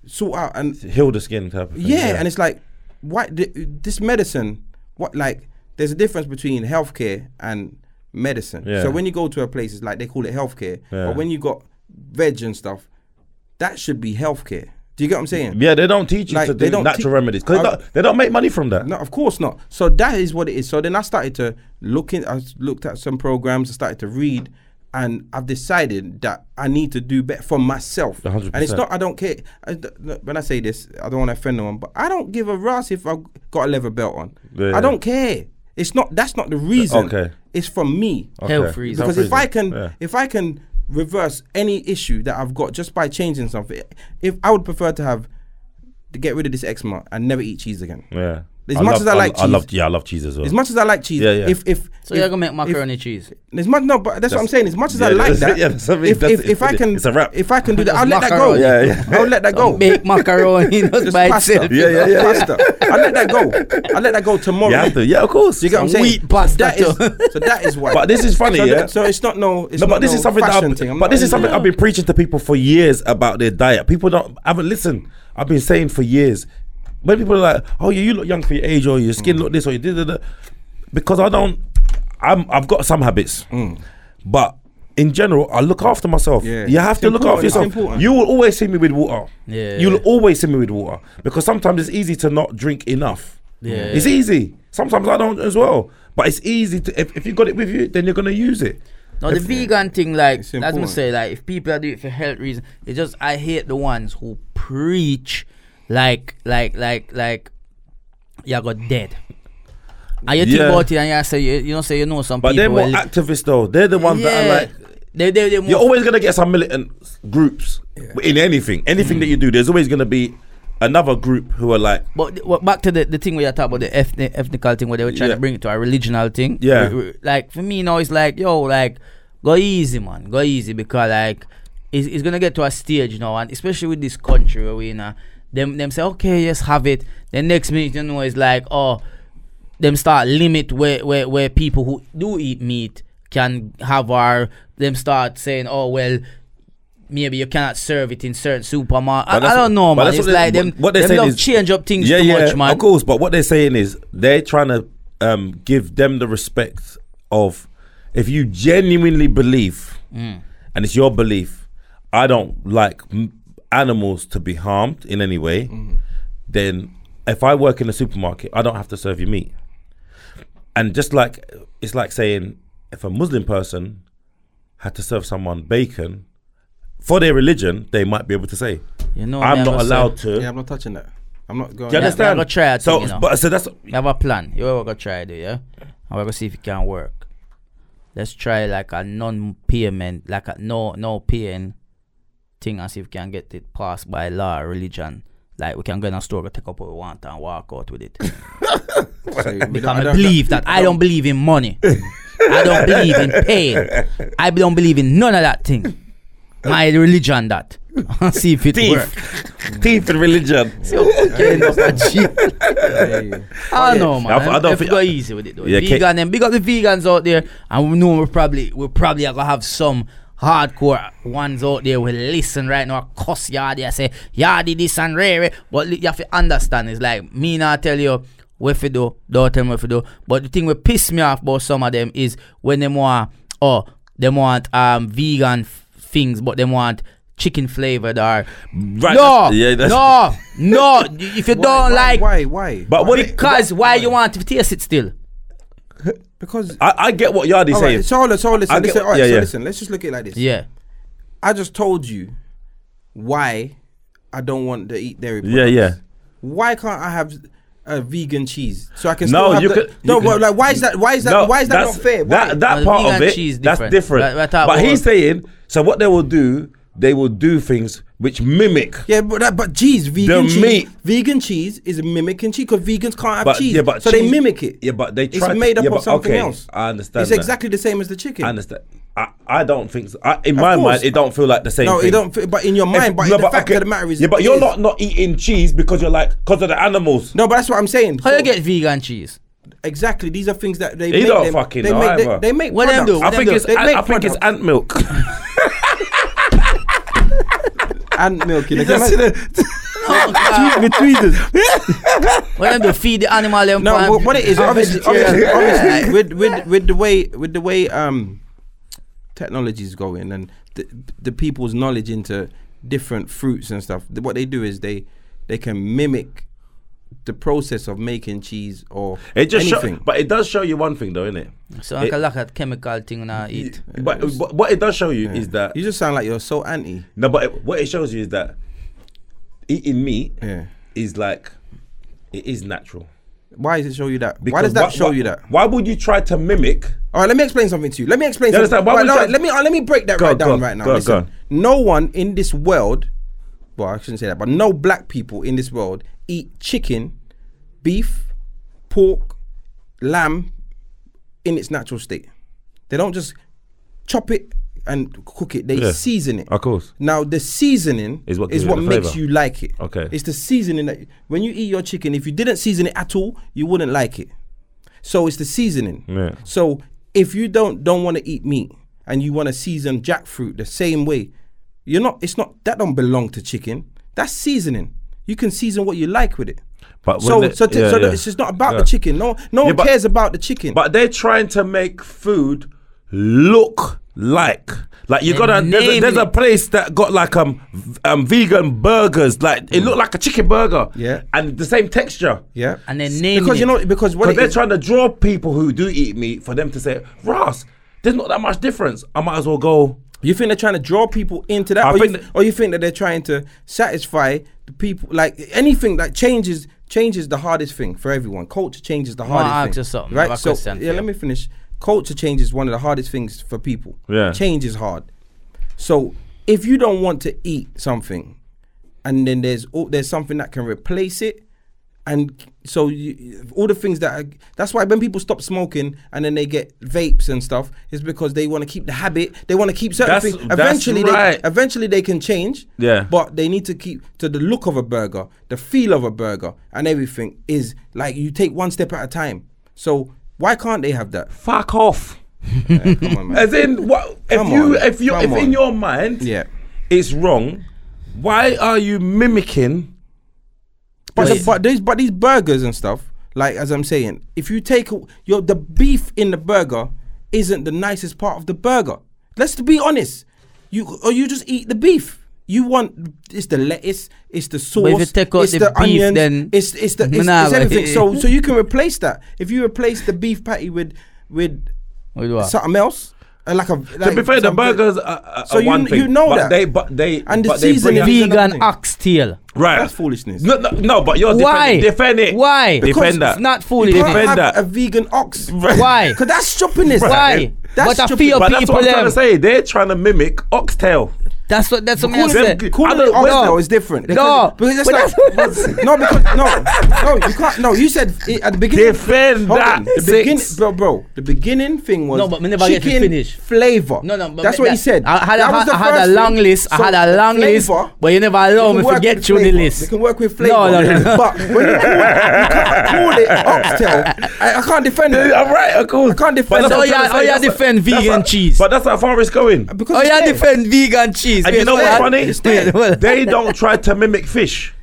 [SPEAKER 2] sort out and
[SPEAKER 1] Heal the skin type of thing.
[SPEAKER 2] yeah, and it's like why th- this medicine? What like there's a difference between healthcare and medicine.
[SPEAKER 1] Yeah.
[SPEAKER 2] So when you go to a place, it's like they call it healthcare,
[SPEAKER 1] Yeah.
[SPEAKER 2] but when you got veg and stuff, that should be healthcare. Do you get what I'm saying?
[SPEAKER 1] yeah, they don't teach you
[SPEAKER 2] Like,
[SPEAKER 1] to
[SPEAKER 2] they
[SPEAKER 1] do
[SPEAKER 2] don't
[SPEAKER 1] natural
[SPEAKER 2] te-
[SPEAKER 1] remedies because
[SPEAKER 2] I-
[SPEAKER 1] they, don't- they don't make money from that.
[SPEAKER 2] No, of course not. So that is what it is. So then I started to look in. I s- looked at some programs. I started to read, and I've decided that I need to do better for myself.
[SPEAKER 1] 100%.
[SPEAKER 2] And it's not. I don't care. I d- no, when I say this, I don't want to offend no one, but I don't give a russ if I have got a leather belt on.
[SPEAKER 1] Yeah.
[SPEAKER 2] I don't care. It's not. That's not the reason.
[SPEAKER 1] Okay.
[SPEAKER 2] It's for me.
[SPEAKER 1] Okay.
[SPEAKER 3] Health reasons.
[SPEAKER 2] Because if I can,
[SPEAKER 1] Yeah.
[SPEAKER 2] if I can reverse any issue that I've got just by changing something. If I would prefer to have to get rid of this eczema and never eat cheese again.
[SPEAKER 1] Yeah.
[SPEAKER 2] As much
[SPEAKER 1] love-
[SPEAKER 2] as I like
[SPEAKER 1] I
[SPEAKER 2] cheese-
[SPEAKER 1] love, yeah, I love cheese as well.
[SPEAKER 2] As much as I like cheese,
[SPEAKER 1] Yeah, yeah.
[SPEAKER 2] if if
[SPEAKER 3] So
[SPEAKER 2] if-
[SPEAKER 3] you're gonna make
[SPEAKER 2] if-
[SPEAKER 3] macaroni cheese.
[SPEAKER 2] As much no, but that's, what I'm saying. As much as I
[SPEAKER 1] Yeah,
[SPEAKER 2] like
[SPEAKER 1] that's-
[SPEAKER 2] that,
[SPEAKER 1] yeah, that's what I mean,
[SPEAKER 2] if,
[SPEAKER 1] that's-
[SPEAKER 2] if, if I
[SPEAKER 1] it's-
[SPEAKER 2] can,
[SPEAKER 1] it's a wrap.
[SPEAKER 2] If I can do that,
[SPEAKER 3] Just
[SPEAKER 2] I'll let that go.
[SPEAKER 3] macaroni.
[SPEAKER 1] Yeah, yeah.
[SPEAKER 2] I'll let that go.
[SPEAKER 3] Make macaroni just
[SPEAKER 2] Just
[SPEAKER 3] by
[SPEAKER 2] pasta.
[SPEAKER 3] itself.
[SPEAKER 1] Yeah, yeah, yeah.
[SPEAKER 2] Pasta. I'll let that go. I'll let that go tomorrow.
[SPEAKER 1] you have to, yeah, of course.
[SPEAKER 2] You get what I'm
[SPEAKER 3] Some
[SPEAKER 2] saying?
[SPEAKER 3] wheat pasta
[SPEAKER 2] That is,
[SPEAKER 3] too.
[SPEAKER 2] so that is why.
[SPEAKER 1] But this is funny,
[SPEAKER 2] so
[SPEAKER 1] yeah.
[SPEAKER 2] that- so it's not no. It's
[SPEAKER 1] no,
[SPEAKER 2] not
[SPEAKER 1] but this
[SPEAKER 2] no
[SPEAKER 1] is something. That
[SPEAKER 2] fashion
[SPEAKER 1] I've,
[SPEAKER 2] thing. I'm
[SPEAKER 1] but
[SPEAKER 2] not-
[SPEAKER 1] this is
[SPEAKER 2] I'm
[SPEAKER 1] something
[SPEAKER 2] not-
[SPEAKER 1] I've been preaching to people for years about their diet. People don't haven't listened. I've been saying for years. When people are like, "Oh, yeah, you look young for your age, or your skin look this, or you did that," because I don't. I'm. I've got some habits, but in general, I look after myself.
[SPEAKER 2] Mm. Yeah.
[SPEAKER 1] You have
[SPEAKER 2] It's
[SPEAKER 1] to look
[SPEAKER 2] important,
[SPEAKER 1] after
[SPEAKER 2] it's
[SPEAKER 1] yourself.
[SPEAKER 2] important.
[SPEAKER 1] You will always see me with water.
[SPEAKER 3] Yeah.
[SPEAKER 1] You'll always see me with water because sometimes it's easy to not drink enough.
[SPEAKER 3] Yeah.
[SPEAKER 1] It's easy. Sometimes I don't as well, but it's easy to. If, if you got it with you, then you're gonna use it.
[SPEAKER 3] No, the vegan thing, like
[SPEAKER 2] It's
[SPEAKER 3] that's me
[SPEAKER 2] important.
[SPEAKER 3] say, like if people do it for health reasons, it's just I hate the ones who preach, like, like, like, like, you got dead. And you think
[SPEAKER 1] Yeah.
[SPEAKER 3] about it, and you say, you, you know, say you know some
[SPEAKER 1] But
[SPEAKER 3] people.
[SPEAKER 1] they're more
[SPEAKER 3] will li-
[SPEAKER 1] activists though. They're the ones that are
[SPEAKER 3] Yeah.
[SPEAKER 1] like
[SPEAKER 3] they, they, they more
[SPEAKER 1] you're always gonna get some militant groups in anything. Anything that you do, there's always gonna be another group who are like
[SPEAKER 3] But th- well, back to the, the thing where you talk about the ethnic, ethnical thing where they were trying
[SPEAKER 1] Yeah.
[SPEAKER 3] to bring it to a religional thing.
[SPEAKER 1] Yeah.
[SPEAKER 3] R- r- like for me now it's like, yo, like go easy man. Go easy because like it's, it's gonna get to a stage now and especially with this country where we in a them them say, Okay, yes, have it. The next minute you know it's like, oh, them start limit where where, where people who do eat meat can have our them start saying, Oh well, Maybe you cannot serve it in certain supermarket. I,
[SPEAKER 1] But that's-
[SPEAKER 3] I don't
[SPEAKER 1] but
[SPEAKER 3] know, man.
[SPEAKER 1] that's
[SPEAKER 3] It's
[SPEAKER 1] what they-
[SPEAKER 3] like them.
[SPEAKER 1] what they're
[SPEAKER 3] them
[SPEAKER 1] saying
[SPEAKER 3] love
[SPEAKER 1] is-
[SPEAKER 3] change up things
[SPEAKER 1] yeah,
[SPEAKER 3] too
[SPEAKER 1] yeah,
[SPEAKER 3] much, man.
[SPEAKER 1] Of course, but what they're saying is they're trying to um, give them the respect of if you genuinely believe,
[SPEAKER 3] Mm.
[SPEAKER 1] and it's your belief. I don't like m- animals to be harmed in any way.
[SPEAKER 3] Mm.
[SPEAKER 1] Then, if I work in a supermarket, I don't have to serve you meat. And just like it's like saying if a Muslim person had to serve someone bacon for their religion, they might be able to say,
[SPEAKER 3] You know,
[SPEAKER 1] "I'm
[SPEAKER 3] me
[SPEAKER 1] not
[SPEAKER 3] have a
[SPEAKER 1] allowed
[SPEAKER 3] say-
[SPEAKER 1] to."
[SPEAKER 2] Yeah, I'm not touching that. I'm not going.
[SPEAKER 1] Do you
[SPEAKER 3] Yeah,
[SPEAKER 1] understand?
[SPEAKER 3] we have a triad
[SPEAKER 1] so,
[SPEAKER 3] thing, you know.
[SPEAKER 1] but so that's
[SPEAKER 3] me have a plan. You ever gonna try it, yeah? And we're gonna see if it can work. Let's try like a non-payment, like a no no paying thing, and see if we can get it passed by law, religion. Like we can go in a store, go take up what we want, and walk out with it.
[SPEAKER 2] So we don't-
[SPEAKER 3] Because I,
[SPEAKER 2] I don't-
[SPEAKER 3] believe that I don't believe in money. I don't believe in pain. I don't believe in none of that thing. My religion, that. see if it works.
[SPEAKER 1] thief, thief and religion.
[SPEAKER 2] Yeah, yeah, yeah.
[SPEAKER 3] I don't know, Ah, man.
[SPEAKER 1] I- I don't
[SPEAKER 3] if
[SPEAKER 1] think-
[SPEAKER 3] go easy with it though.
[SPEAKER 1] Yeah,
[SPEAKER 3] vegan
[SPEAKER 1] ca-
[SPEAKER 3] and big up the vegans out there, and we know we're probably we're probably gonna have some hardcore ones out there will listen right now. Cuss yardy, I say yardy this and rare, eh?" but li- you have to understand it's like me not tell you. What you do, don't tell me what you do. But the thing that piss me off about some of them is when them want, oh, them want um vegan f- things, but them want chicken flavored or
[SPEAKER 1] Right,
[SPEAKER 3] no,
[SPEAKER 1] that's- yeah, that's-
[SPEAKER 3] no, Oh, no. If you don't
[SPEAKER 2] why,
[SPEAKER 3] like
[SPEAKER 2] why? Why?
[SPEAKER 1] But what? it-
[SPEAKER 3] because why you want to taste it still?
[SPEAKER 2] because
[SPEAKER 1] I, I get what Yardi
[SPEAKER 2] all
[SPEAKER 1] saying.
[SPEAKER 2] right, so hold on, so listen,
[SPEAKER 1] I get
[SPEAKER 2] listen,
[SPEAKER 1] what-
[SPEAKER 2] all right,
[SPEAKER 1] yeah,
[SPEAKER 2] so
[SPEAKER 1] yeah.
[SPEAKER 2] listen. Let's just look at it like this.
[SPEAKER 3] Yeah.
[SPEAKER 2] I just told you why I don't want to eat dairy. Products.
[SPEAKER 1] Yeah, yeah.
[SPEAKER 2] Why can't I have a vegan cheese so I can?
[SPEAKER 1] No,
[SPEAKER 2] still have
[SPEAKER 1] you
[SPEAKER 2] the,
[SPEAKER 1] could-
[SPEAKER 2] No,
[SPEAKER 1] you
[SPEAKER 2] but
[SPEAKER 1] could-
[SPEAKER 2] like, why is that? Why is that?
[SPEAKER 1] No,
[SPEAKER 2] why is that
[SPEAKER 1] that's-
[SPEAKER 2] not fair? Why?
[SPEAKER 1] That, that
[SPEAKER 3] Well,
[SPEAKER 1] part of
[SPEAKER 3] vegan
[SPEAKER 1] it,
[SPEAKER 3] cheese
[SPEAKER 1] that's
[SPEAKER 3] different.
[SPEAKER 1] different.
[SPEAKER 3] That- that type
[SPEAKER 1] but
[SPEAKER 3] of-
[SPEAKER 1] he's saying, so what they will do, they will do things which mimic.
[SPEAKER 2] yeah, but that, but cheese, vegan cheese,
[SPEAKER 1] meat.
[SPEAKER 2] vegan cheese is mimicking cheese because vegans can't have
[SPEAKER 1] But
[SPEAKER 2] cheese,
[SPEAKER 1] yeah, but
[SPEAKER 2] so they
[SPEAKER 1] cheese-
[SPEAKER 2] mimic it.
[SPEAKER 1] Yeah, but they
[SPEAKER 2] it's
[SPEAKER 1] try to-
[SPEAKER 2] made up
[SPEAKER 1] yeah,
[SPEAKER 2] of
[SPEAKER 1] but
[SPEAKER 2] something
[SPEAKER 1] okay,
[SPEAKER 2] else.
[SPEAKER 1] I understand
[SPEAKER 2] It's
[SPEAKER 1] that.
[SPEAKER 2] exactly the same as the chicken.
[SPEAKER 1] I understand. I, I don't think so. I, in my
[SPEAKER 2] course.
[SPEAKER 1] mind, it don't feel like the same.
[SPEAKER 2] No,
[SPEAKER 1] thing.
[SPEAKER 2] it don't. Fit, but in your mind,
[SPEAKER 1] If-
[SPEAKER 2] but
[SPEAKER 1] no,
[SPEAKER 2] the fact
[SPEAKER 1] okay.
[SPEAKER 2] of the matter is,
[SPEAKER 1] yeah, but
[SPEAKER 2] it
[SPEAKER 1] you're
[SPEAKER 2] is.
[SPEAKER 1] not not eating cheese because you're like because of the animals.
[SPEAKER 2] No, but that's what I'm saying.
[SPEAKER 3] How
[SPEAKER 2] So-
[SPEAKER 3] you get vegan cheese?
[SPEAKER 2] Exactly, these are things that they
[SPEAKER 1] He
[SPEAKER 2] make.
[SPEAKER 1] don't
[SPEAKER 2] them-
[SPEAKER 1] fucking
[SPEAKER 2] they
[SPEAKER 1] know
[SPEAKER 2] make,
[SPEAKER 1] either.
[SPEAKER 2] they, they make
[SPEAKER 3] What them
[SPEAKER 2] products.
[SPEAKER 3] do?
[SPEAKER 1] I
[SPEAKER 3] They
[SPEAKER 1] think
[SPEAKER 3] do.
[SPEAKER 1] it's
[SPEAKER 2] They
[SPEAKER 1] ant-
[SPEAKER 2] make
[SPEAKER 1] I think it's
[SPEAKER 2] products.
[SPEAKER 1] ant milk.
[SPEAKER 2] and milk.
[SPEAKER 1] You just see the-
[SPEAKER 2] with tweezers.
[SPEAKER 3] When them do feed the animal them
[SPEAKER 2] No,
[SPEAKER 3] pan-
[SPEAKER 2] well, what it is uh,
[SPEAKER 3] I'm
[SPEAKER 2] obviously, obviously,
[SPEAKER 3] vegetarian.
[SPEAKER 2] obviously with with with the way with the way um technology's going and the the people's knowledge into different fruits and stuff. th- What they do is they they can mimic the process of making cheese or
[SPEAKER 1] It just show,
[SPEAKER 2] anything.
[SPEAKER 1] but it does show you one thing though, innit?
[SPEAKER 3] So
[SPEAKER 1] It-
[SPEAKER 3] I can look at chemical thing and I eat.
[SPEAKER 1] But, but what it does show you is that
[SPEAKER 2] you just sound like you're so anti.
[SPEAKER 1] no, but it, what it shows you is that eating meat
[SPEAKER 2] Yeah.
[SPEAKER 1] is like it is natural.
[SPEAKER 2] Why does it show you that? why does that show you that?
[SPEAKER 4] Why would you try to mimic?
[SPEAKER 2] All right, let me explain something to you. Let me explain.
[SPEAKER 4] You
[SPEAKER 2] something.
[SPEAKER 4] understand? Why
[SPEAKER 2] Right,
[SPEAKER 4] would
[SPEAKER 2] no,
[SPEAKER 4] you-
[SPEAKER 2] right, let me uh, let me break that
[SPEAKER 4] Go
[SPEAKER 2] right
[SPEAKER 4] on, go
[SPEAKER 2] down
[SPEAKER 4] on,
[SPEAKER 2] right now.
[SPEAKER 4] go on,
[SPEAKER 2] Listen,
[SPEAKER 4] go on.
[SPEAKER 2] no one in this world, well, I shouldn't say that, but no black people in this world eat chicken, beef, pork, lamb in its natural state. They don't just chop it and cook it. They
[SPEAKER 1] Yeah.
[SPEAKER 2] season it.
[SPEAKER 1] Of course.
[SPEAKER 2] Now the seasoning
[SPEAKER 1] Is what
[SPEAKER 2] is
[SPEAKER 1] gives it
[SPEAKER 2] what
[SPEAKER 1] the
[SPEAKER 2] makes
[SPEAKER 1] flavour.
[SPEAKER 2] you like it.
[SPEAKER 1] Okay.
[SPEAKER 2] It's the seasoning that when you eat your chicken, if you didn't season it at all, you wouldn't like it. So it's the seasoning.
[SPEAKER 1] Yeah.
[SPEAKER 2] So if you don't don't want to eat meat and you want to season jackfruit the same way, you're not. It's not that don't belong to chicken. That's seasoning. You can season what you like with it.
[SPEAKER 1] But
[SPEAKER 2] so
[SPEAKER 1] when they-
[SPEAKER 2] so, t-
[SPEAKER 1] yeah,
[SPEAKER 2] so that
[SPEAKER 1] yeah.
[SPEAKER 2] it's just not about
[SPEAKER 1] Yeah.
[SPEAKER 2] the chicken. No no
[SPEAKER 1] Yeah,
[SPEAKER 2] one
[SPEAKER 1] but-
[SPEAKER 2] cares about the chicken.
[SPEAKER 4] But they're trying to make food look like. Like you
[SPEAKER 3] Yeah,
[SPEAKER 4] got a there's, a
[SPEAKER 3] name
[SPEAKER 4] there's a
[SPEAKER 3] it.
[SPEAKER 4] place that got like um v- um vegan burgers like it looked like a chicken burger
[SPEAKER 2] Mm. Yeah.
[SPEAKER 4] and the same texture
[SPEAKER 2] yeah.
[SPEAKER 3] And then name
[SPEAKER 2] because you know because what
[SPEAKER 4] because
[SPEAKER 2] it
[SPEAKER 4] they're
[SPEAKER 2] is-
[SPEAKER 4] trying to draw people who do eat meat for them to say Ross there's not that much difference I might as well go
[SPEAKER 2] You think they're trying to draw people into that,
[SPEAKER 4] I
[SPEAKER 2] or you,
[SPEAKER 4] think
[SPEAKER 2] th- or you think that they're trying to satisfy the people? Like anything that changes changes the hardest thing for everyone. Culture changes the
[SPEAKER 3] wanna
[SPEAKER 2] hardest
[SPEAKER 3] ask
[SPEAKER 2] thing,
[SPEAKER 3] you something, I
[SPEAKER 2] right?
[SPEAKER 3] have a
[SPEAKER 2] So
[SPEAKER 3] question for
[SPEAKER 2] yeah,
[SPEAKER 3] you.
[SPEAKER 2] let me finish. Culture change is one of the hardest things for people.
[SPEAKER 1] Yeah.
[SPEAKER 2] change is hard. So if you don't want to eat something, and then there's all, there's something that can replace it, and so you, all the things that are, that's why when people stop smoking and then they get vapes and stuff is because they want to keep the habit. They want to keep certain
[SPEAKER 4] That's-
[SPEAKER 2] things.
[SPEAKER 4] that's
[SPEAKER 2] Eventually,
[SPEAKER 4] right.
[SPEAKER 2] they eventually they can change.
[SPEAKER 1] Yeah.
[SPEAKER 2] but they need to keep to the look of a burger, the feel of a burger, and everything is like you take one step at a time. So why can't they have that?
[SPEAKER 4] fuck off
[SPEAKER 2] Yeah, come on, man.
[SPEAKER 4] as in what if
[SPEAKER 2] Come
[SPEAKER 4] you
[SPEAKER 2] on,
[SPEAKER 4] if you if
[SPEAKER 2] come on.
[SPEAKER 4] in your mind
[SPEAKER 2] Yeah.
[SPEAKER 4] it's wrong why are you mimicking
[SPEAKER 2] But, the,
[SPEAKER 3] Wait.
[SPEAKER 2] but these but these burgers and stuff, like as I'm saying, if you take a- your the beef in the burger isn't the nicest part of the burger. Let's be honest. You or you just eat the beef. You want it's the lettuce, it's the sauce,
[SPEAKER 3] if you take out
[SPEAKER 2] it's
[SPEAKER 3] the
[SPEAKER 2] the,
[SPEAKER 3] beef,
[SPEAKER 2] onions,
[SPEAKER 3] then-
[SPEAKER 2] it's it's the it's,
[SPEAKER 3] Nah,
[SPEAKER 2] it's
[SPEAKER 3] but-
[SPEAKER 2] everything. So so you can replace that if you replace the beef patty with with
[SPEAKER 3] With what?
[SPEAKER 2] something else, uh, like a like
[SPEAKER 4] to be fair the
[SPEAKER 2] some-
[SPEAKER 4] burgers are, are,
[SPEAKER 2] So
[SPEAKER 4] are
[SPEAKER 2] you-
[SPEAKER 4] one thing
[SPEAKER 2] you know
[SPEAKER 4] but
[SPEAKER 2] that.
[SPEAKER 4] they but they
[SPEAKER 2] And the
[SPEAKER 4] but they bring
[SPEAKER 2] seasoning-
[SPEAKER 4] out-
[SPEAKER 3] Vegan
[SPEAKER 2] nothing.
[SPEAKER 3] oxtail.
[SPEAKER 4] Right.
[SPEAKER 2] That's foolishness.
[SPEAKER 4] No, no, no but you're
[SPEAKER 3] Why?
[SPEAKER 4] defend, defend it.
[SPEAKER 3] Why?
[SPEAKER 2] Because
[SPEAKER 4] defend that.
[SPEAKER 3] It's not
[SPEAKER 2] You
[SPEAKER 3] foolishness.
[SPEAKER 2] can't
[SPEAKER 4] Defend
[SPEAKER 2] have
[SPEAKER 4] that.
[SPEAKER 2] a vegan ox.
[SPEAKER 3] Why?
[SPEAKER 2] Because that's shoppiness.
[SPEAKER 3] Why?
[SPEAKER 2] That's
[SPEAKER 3] But I
[SPEAKER 2] shoppiness.
[SPEAKER 3] feel
[SPEAKER 4] but that's what I'm
[SPEAKER 3] people
[SPEAKER 4] trying to
[SPEAKER 3] them.
[SPEAKER 4] say. They're trying to mimic oxtail.
[SPEAKER 3] That's what. That's what
[SPEAKER 4] Cool
[SPEAKER 3] I
[SPEAKER 4] them-
[SPEAKER 3] said.
[SPEAKER 4] cool
[SPEAKER 2] Calling
[SPEAKER 4] I
[SPEAKER 2] it
[SPEAKER 4] don't-
[SPEAKER 2] oxtail
[SPEAKER 3] no.
[SPEAKER 2] is different. They
[SPEAKER 3] No,
[SPEAKER 2] can't- because that's
[SPEAKER 3] but
[SPEAKER 2] not-
[SPEAKER 3] that's-
[SPEAKER 2] no, because no, no, you can't. No, you said i- at the beginning.
[SPEAKER 4] Defend
[SPEAKER 2] Hold
[SPEAKER 4] that,
[SPEAKER 2] on, The
[SPEAKER 4] six.
[SPEAKER 2] beginning, bro, bro. The beginning thing was
[SPEAKER 3] No, but me never get
[SPEAKER 2] chicken
[SPEAKER 3] to finish.
[SPEAKER 2] flavor.
[SPEAKER 3] No, no, but
[SPEAKER 2] that's
[SPEAKER 3] but
[SPEAKER 2] what
[SPEAKER 3] that-
[SPEAKER 2] he said.
[SPEAKER 3] I had, a,
[SPEAKER 2] That was the
[SPEAKER 3] I had
[SPEAKER 2] first
[SPEAKER 3] a
[SPEAKER 2] thing.
[SPEAKER 3] long list.
[SPEAKER 2] So,
[SPEAKER 3] I had a long list,
[SPEAKER 2] flavor,
[SPEAKER 3] but you never
[SPEAKER 2] we
[SPEAKER 3] allow
[SPEAKER 2] can
[SPEAKER 3] me to
[SPEAKER 2] work
[SPEAKER 3] get
[SPEAKER 2] with
[SPEAKER 3] through the
[SPEAKER 2] flavor.
[SPEAKER 3] list.
[SPEAKER 2] We can work with flavor.
[SPEAKER 3] No, no, no.
[SPEAKER 2] But when you call, it- you can't call it oxtail, I, I can't defend it.
[SPEAKER 4] I'm right, of course.
[SPEAKER 2] I can't
[SPEAKER 4] But
[SPEAKER 2] defend
[SPEAKER 4] that's
[SPEAKER 2] it.
[SPEAKER 3] Oh,
[SPEAKER 4] what I'm
[SPEAKER 3] yeah,
[SPEAKER 4] trying to
[SPEAKER 3] oh,
[SPEAKER 4] say.
[SPEAKER 3] yeah,
[SPEAKER 4] That's what-
[SPEAKER 3] defend
[SPEAKER 4] that's
[SPEAKER 3] vegan
[SPEAKER 4] what-
[SPEAKER 3] cheese.
[SPEAKER 4] But that's how far it's going.
[SPEAKER 2] Because
[SPEAKER 3] Oh
[SPEAKER 2] it's
[SPEAKER 3] yeah,
[SPEAKER 2] there.
[SPEAKER 3] defend vegan cheese.
[SPEAKER 4] And you know what's
[SPEAKER 3] Yes,
[SPEAKER 4] funny?
[SPEAKER 3] wait, wait.
[SPEAKER 4] They don't try to mimic fish.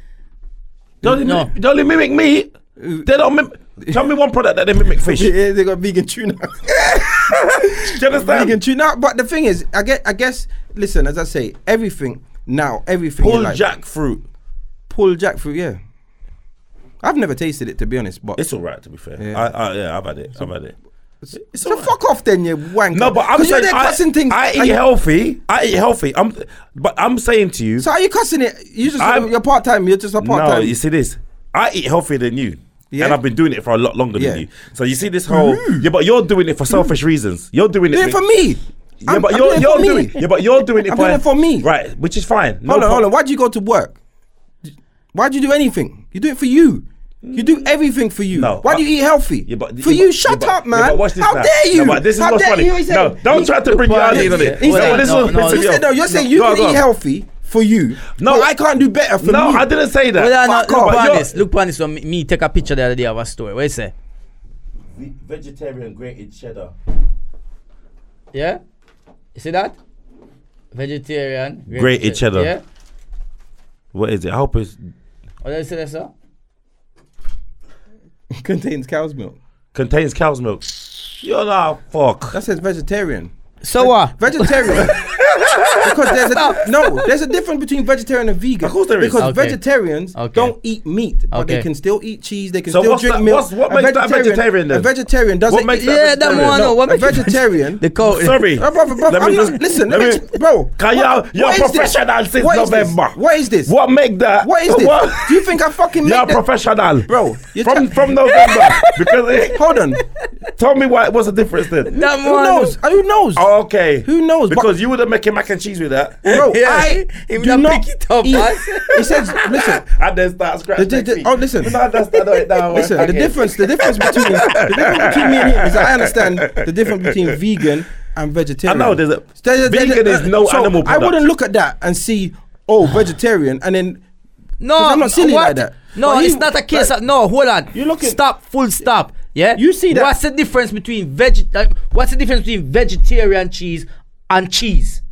[SPEAKER 4] They only,
[SPEAKER 3] No.
[SPEAKER 4] they only mimic meat. They don't mimic. Tell me one product that they mimic fish. Do
[SPEAKER 2] Yeah, they got vegan tuna.
[SPEAKER 4] you understand?
[SPEAKER 2] vegan tuna. But the thing is, I get, I guess. Listen, as I say, everything now, everything. in
[SPEAKER 4] Pull
[SPEAKER 2] life-
[SPEAKER 4] jackfruit.
[SPEAKER 2] pull jackfruit. Yeah, I've never tasted it to be honest, but
[SPEAKER 1] It's all right, to be fair.
[SPEAKER 2] Yeah.
[SPEAKER 1] I, I, yeah, I've had it. I've had it. It's
[SPEAKER 2] so fuck off then, you wanker.
[SPEAKER 4] No, but I'm
[SPEAKER 2] 'Cause
[SPEAKER 4] saying
[SPEAKER 2] you're there
[SPEAKER 4] I,
[SPEAKER 2] cussing things.
[SPEAKER 4] I
[SPEAKER 2] Are
[SPEAKER 4] eat
[SPEAKER 2] you-
[SPEAKER 4] healthy. I eat healthy. I'm, but I'm saying to you,
[SPEAKER 2] So are you cussing it? You just
[SPEAKER 4] I'm-
[SPEAKER 2] you're part time. You're just a part
[SPEAKER 1] no,
[SPEAKER 2] time.
[SPEAKER 1] you see this. I eat healthier than you.
[SPEAKER 2] Yeah.
[SPEAKER 1] And I've been doing it for a lot longer
[SPEAKER 2] Yeah.
[SPEAKER 1] than you. So you see this whole yeah, but you're doing it for selfish reasons. You're doing it
[SPEAKER 2] Doing it for me.
[SPEAKER 1] Yeah,
[SPEAKER 2] I'm-
[SPEAKER 1] but
[SPEAKER 2] I'm
[SPEAKER 1] you're
[SPEAKER 2] doing it
[SPEAKER 1] you're
[SPEAKER 2] for me.
[SPEAKER 1] doing yeah, but you're doing it.
[SPEAKER 2] I'm
[SPEAKER 1] for,
[SPEAKER 2] doing it for me.
[SPEAKER 1] right? Which is fine. No
[SPEAKER 2] Hold on,
[SPEAKER 1] pro-
[SPEAKER 2] hold on. Why do you go to work? Why do you do anything? You do it for you. You do everything for you.
[SPEAKER 1] No,
[SPEAKER 2] Why do
[SPEAKER 1] I-
[SPEAKER 2] you eat healthy?
[SPEAKER 1] Yeah, but
[SPEAKER 2] for
[SPEAKER 1] yeah,
[SPEAKER 2] you,
[SPEAKER 1] but-
[SPEAKER 2] shut
[SPEAKER 1] yeah, but-
[SPEAKER 2] up,
[SPEAKER 1] yeah,
[SPEAKER 2] man.
[SPEAKER 1] but watch this
[SPEAKER 2] How
[SPEAKER 1] now.
[SPEAKER 2] dare you?
[SPEAKER 1] No, but this is
[SPEAKER 2] How
[SPEAKER 1] what's
[SPEAKER 2] dare
[SPEAKER 1] funny.
[SPEAKER 2] you? He said-
[SPEAKER 1] No, don't try to bring your
[SPEAKER 3] part
[SPEAKER 1] hand in
[SPEAKER 3] is-
[SPEAKER 1] on it.
[SPEAKER 3] he
[SPEAKER 1] No,
[SPEAKER 3] said-
[SPEAKER 1] but this
[SPEAKER 3] no,
[SPEAKER 1] was
[SPEAKER 3] no,
[SPEAKER 1] pissing
[SPEAKER 2] You
[SPEAKER 1] me
[SPEAKER 3] he
[SPEAKER 1] off.
[SPEAKER 2] said no. You're saying you
[SPEAKER 1] Go on,
[SPEAKER 2] can
[SPEAKER 1] go
[SPEAKER 2] eat
[SPEAKER 1] on.
[SPEAKER 2] healthy for you.
[SPEAKER 1] No.
[SPEAKER 2] but I can't do better for
[SPEAKER 1] No,
[SPEAKER 2] you.
[SPEAKER 1] I didn't say that.
[SPEAKER 3] Well,
[SPEAKER 2] Fuck
[SPEAKER 3] no, uh, look
[SPEAKER 2] off.
[SPEAKER 3] upon
[SPEAKER 1] But
[SPEAKER 3] this.
[SPEAKER 1] you're-
[SPEAKER 3] Look upon this. when Me me take a picture the other day of a story. What you say?
[SPEAKER 1] Vegetarian grated cheddar.
[SPEAKER 3] Yeah. You see that? Vegetarian.
[SPEAKER 1] Grated cheddar.
[SPEAKER 3] Yeah.
[SPEAKER 1] What is it? I hope it's
[SPEAKER 3] What did you say there, sir?
[SPEAKER 2] Contains cow's milk.
[SPEAKER 1] contains cow's milk. You're not fuck.
[SPEAKER 2] That says vegetarian.
[SPEAKER 3] So what?
[SPEAKER 2] Vegetarian. because there's a, no, there's a difference between vegetarian and vegan.
[SPEAKER 1] Of course there is.
[SPEAKER 2] Because
[SPEAKER 3] Okay.
[SPEAKER 2] vegetarians
[SPEAKER 3] Okay.
[SPEAKER 2] don't eat meat, but they
[SPEAKER 3] Okay.
[SPEAKER 2] can still eat cheese. They can
[SPEAKER 1] So
[SPEAKER 2] still
[SPEAKER 1] what's
[SPEAKER 2] drink
[SPEAKER 1] that-
[SPEAKER 2] milk.
[SPEAKER 1] what's- what
[SPEAKER 2] A
[SPEAKER 1] makes that vegetarian then?
[SPEAKER 2] A vegetarian doesn't.
[SPEAKER 1] What makes that
[SPEAKER 3] Yeah, that
[SPEAKER 1] vegetarian?
[SPEAKER 3] one.
[SPEAKER 2] No,
[SPEAKER 3] No, what
[SPEAKER 2] a
[SPEAKER 3] makes you-
[SPEAKER 2] vegetarian.
[SPEAKER 3] The coat.
[SPEAKER 1] Sorry.
[SPEAKER 2] Oh, brother, brother,
[SPEAKER 1] Let me
[SPEAKER 2] I'm
[SPEAKER 1] just-
[SPEAKER 2] not, listen,
[SPEAKER 1] let
[SPEAKER 2] let,
[SPEAKER 1] me-
[SPEAKER 2] me, bro.
[SPEAKER 1] Can you- you're
[SPEAKER 2] what is this?
[SPEAKER 1] professional since
[SPEAKER 2] What is this?
[SPEAKER 1] November.
[SPEAKER 2] What is this?
[SPEAKER 1] What make that?
[SPEAKER 2] What is this?
[SPEAKER 1] What?
[SPEAKER 2] Do you think I fucking
[SPEAKER 1] You're a
[SPEAKER 2] made that?
[SPEAKER 1] professional,
[SPEAKER 2] Bro, you're
[SPEAKER 1] From
[SPEAKER 2] tra-
[SPEAKER 1] from November because
[SPEAKER 2] Hold on.
[SPEAKER 1] tell me why. What's the difference then?
[SPEAKER 3] That
[SPEAKER 2] Who
[SPEAKER 3] one.
[SPEAKER 2] knows? Who knows?
[SPEAKER 1] Oh, okay.
[SPEAKER 2] Who knows? But-
[SPEAKER 1] Because you would have making mac and cheese with that,
[SPEAKER 2] Bro,
[SPEAKER 3] Yeah.
[SPEAKER 2] I
[SPEAKER 3] He would
[SPEAKER 2] do
[SPEAKER 3] not
[SPEAKER 2] not
[SPEAKER 3] pick it up,
[SPEAKER 2] eat-
[SPEAKER 3] man.
[SPEAKER 2] He says, listen,
[SPEAKER 1] and then start scratching.
[SPEAKER 2] The- the- the- oh, listen. Listen, the difference, the difference between the difference between me and him is I understand the difference between vegan and vegetarian.
[SPEAKER 1] I know, there's a-
[SPEAKER 2] There's there's
[SPEAKER 1] vegan is no
[SPEAKER 2] so
[SPEAKER 1] animal
[SPEAKER 2] I
[SPEAKER 1] product.
[SPEAKER 2] wouldn't look at that and see, oh, vegetarian, and then
[SPEAKER 3] No,
[SPEAKER 2] 'Cause I'm not silly
[SPEAKER 3] what?
[SPEAKER 2] like that.
[SPEAKER 3] No,
[SPEAKER 2] But he-
[SPEAKER 3] it's not a case. of, no, hold on.
[SPEAKER 2] You look at-
[SPEAKER 3] stop. Full stop. Yeah.
[SPEAKER 2] You see that-
[SPEAKER 3] What's the difference between veg? Like, what's the difference between vegetarian cheese and cheese?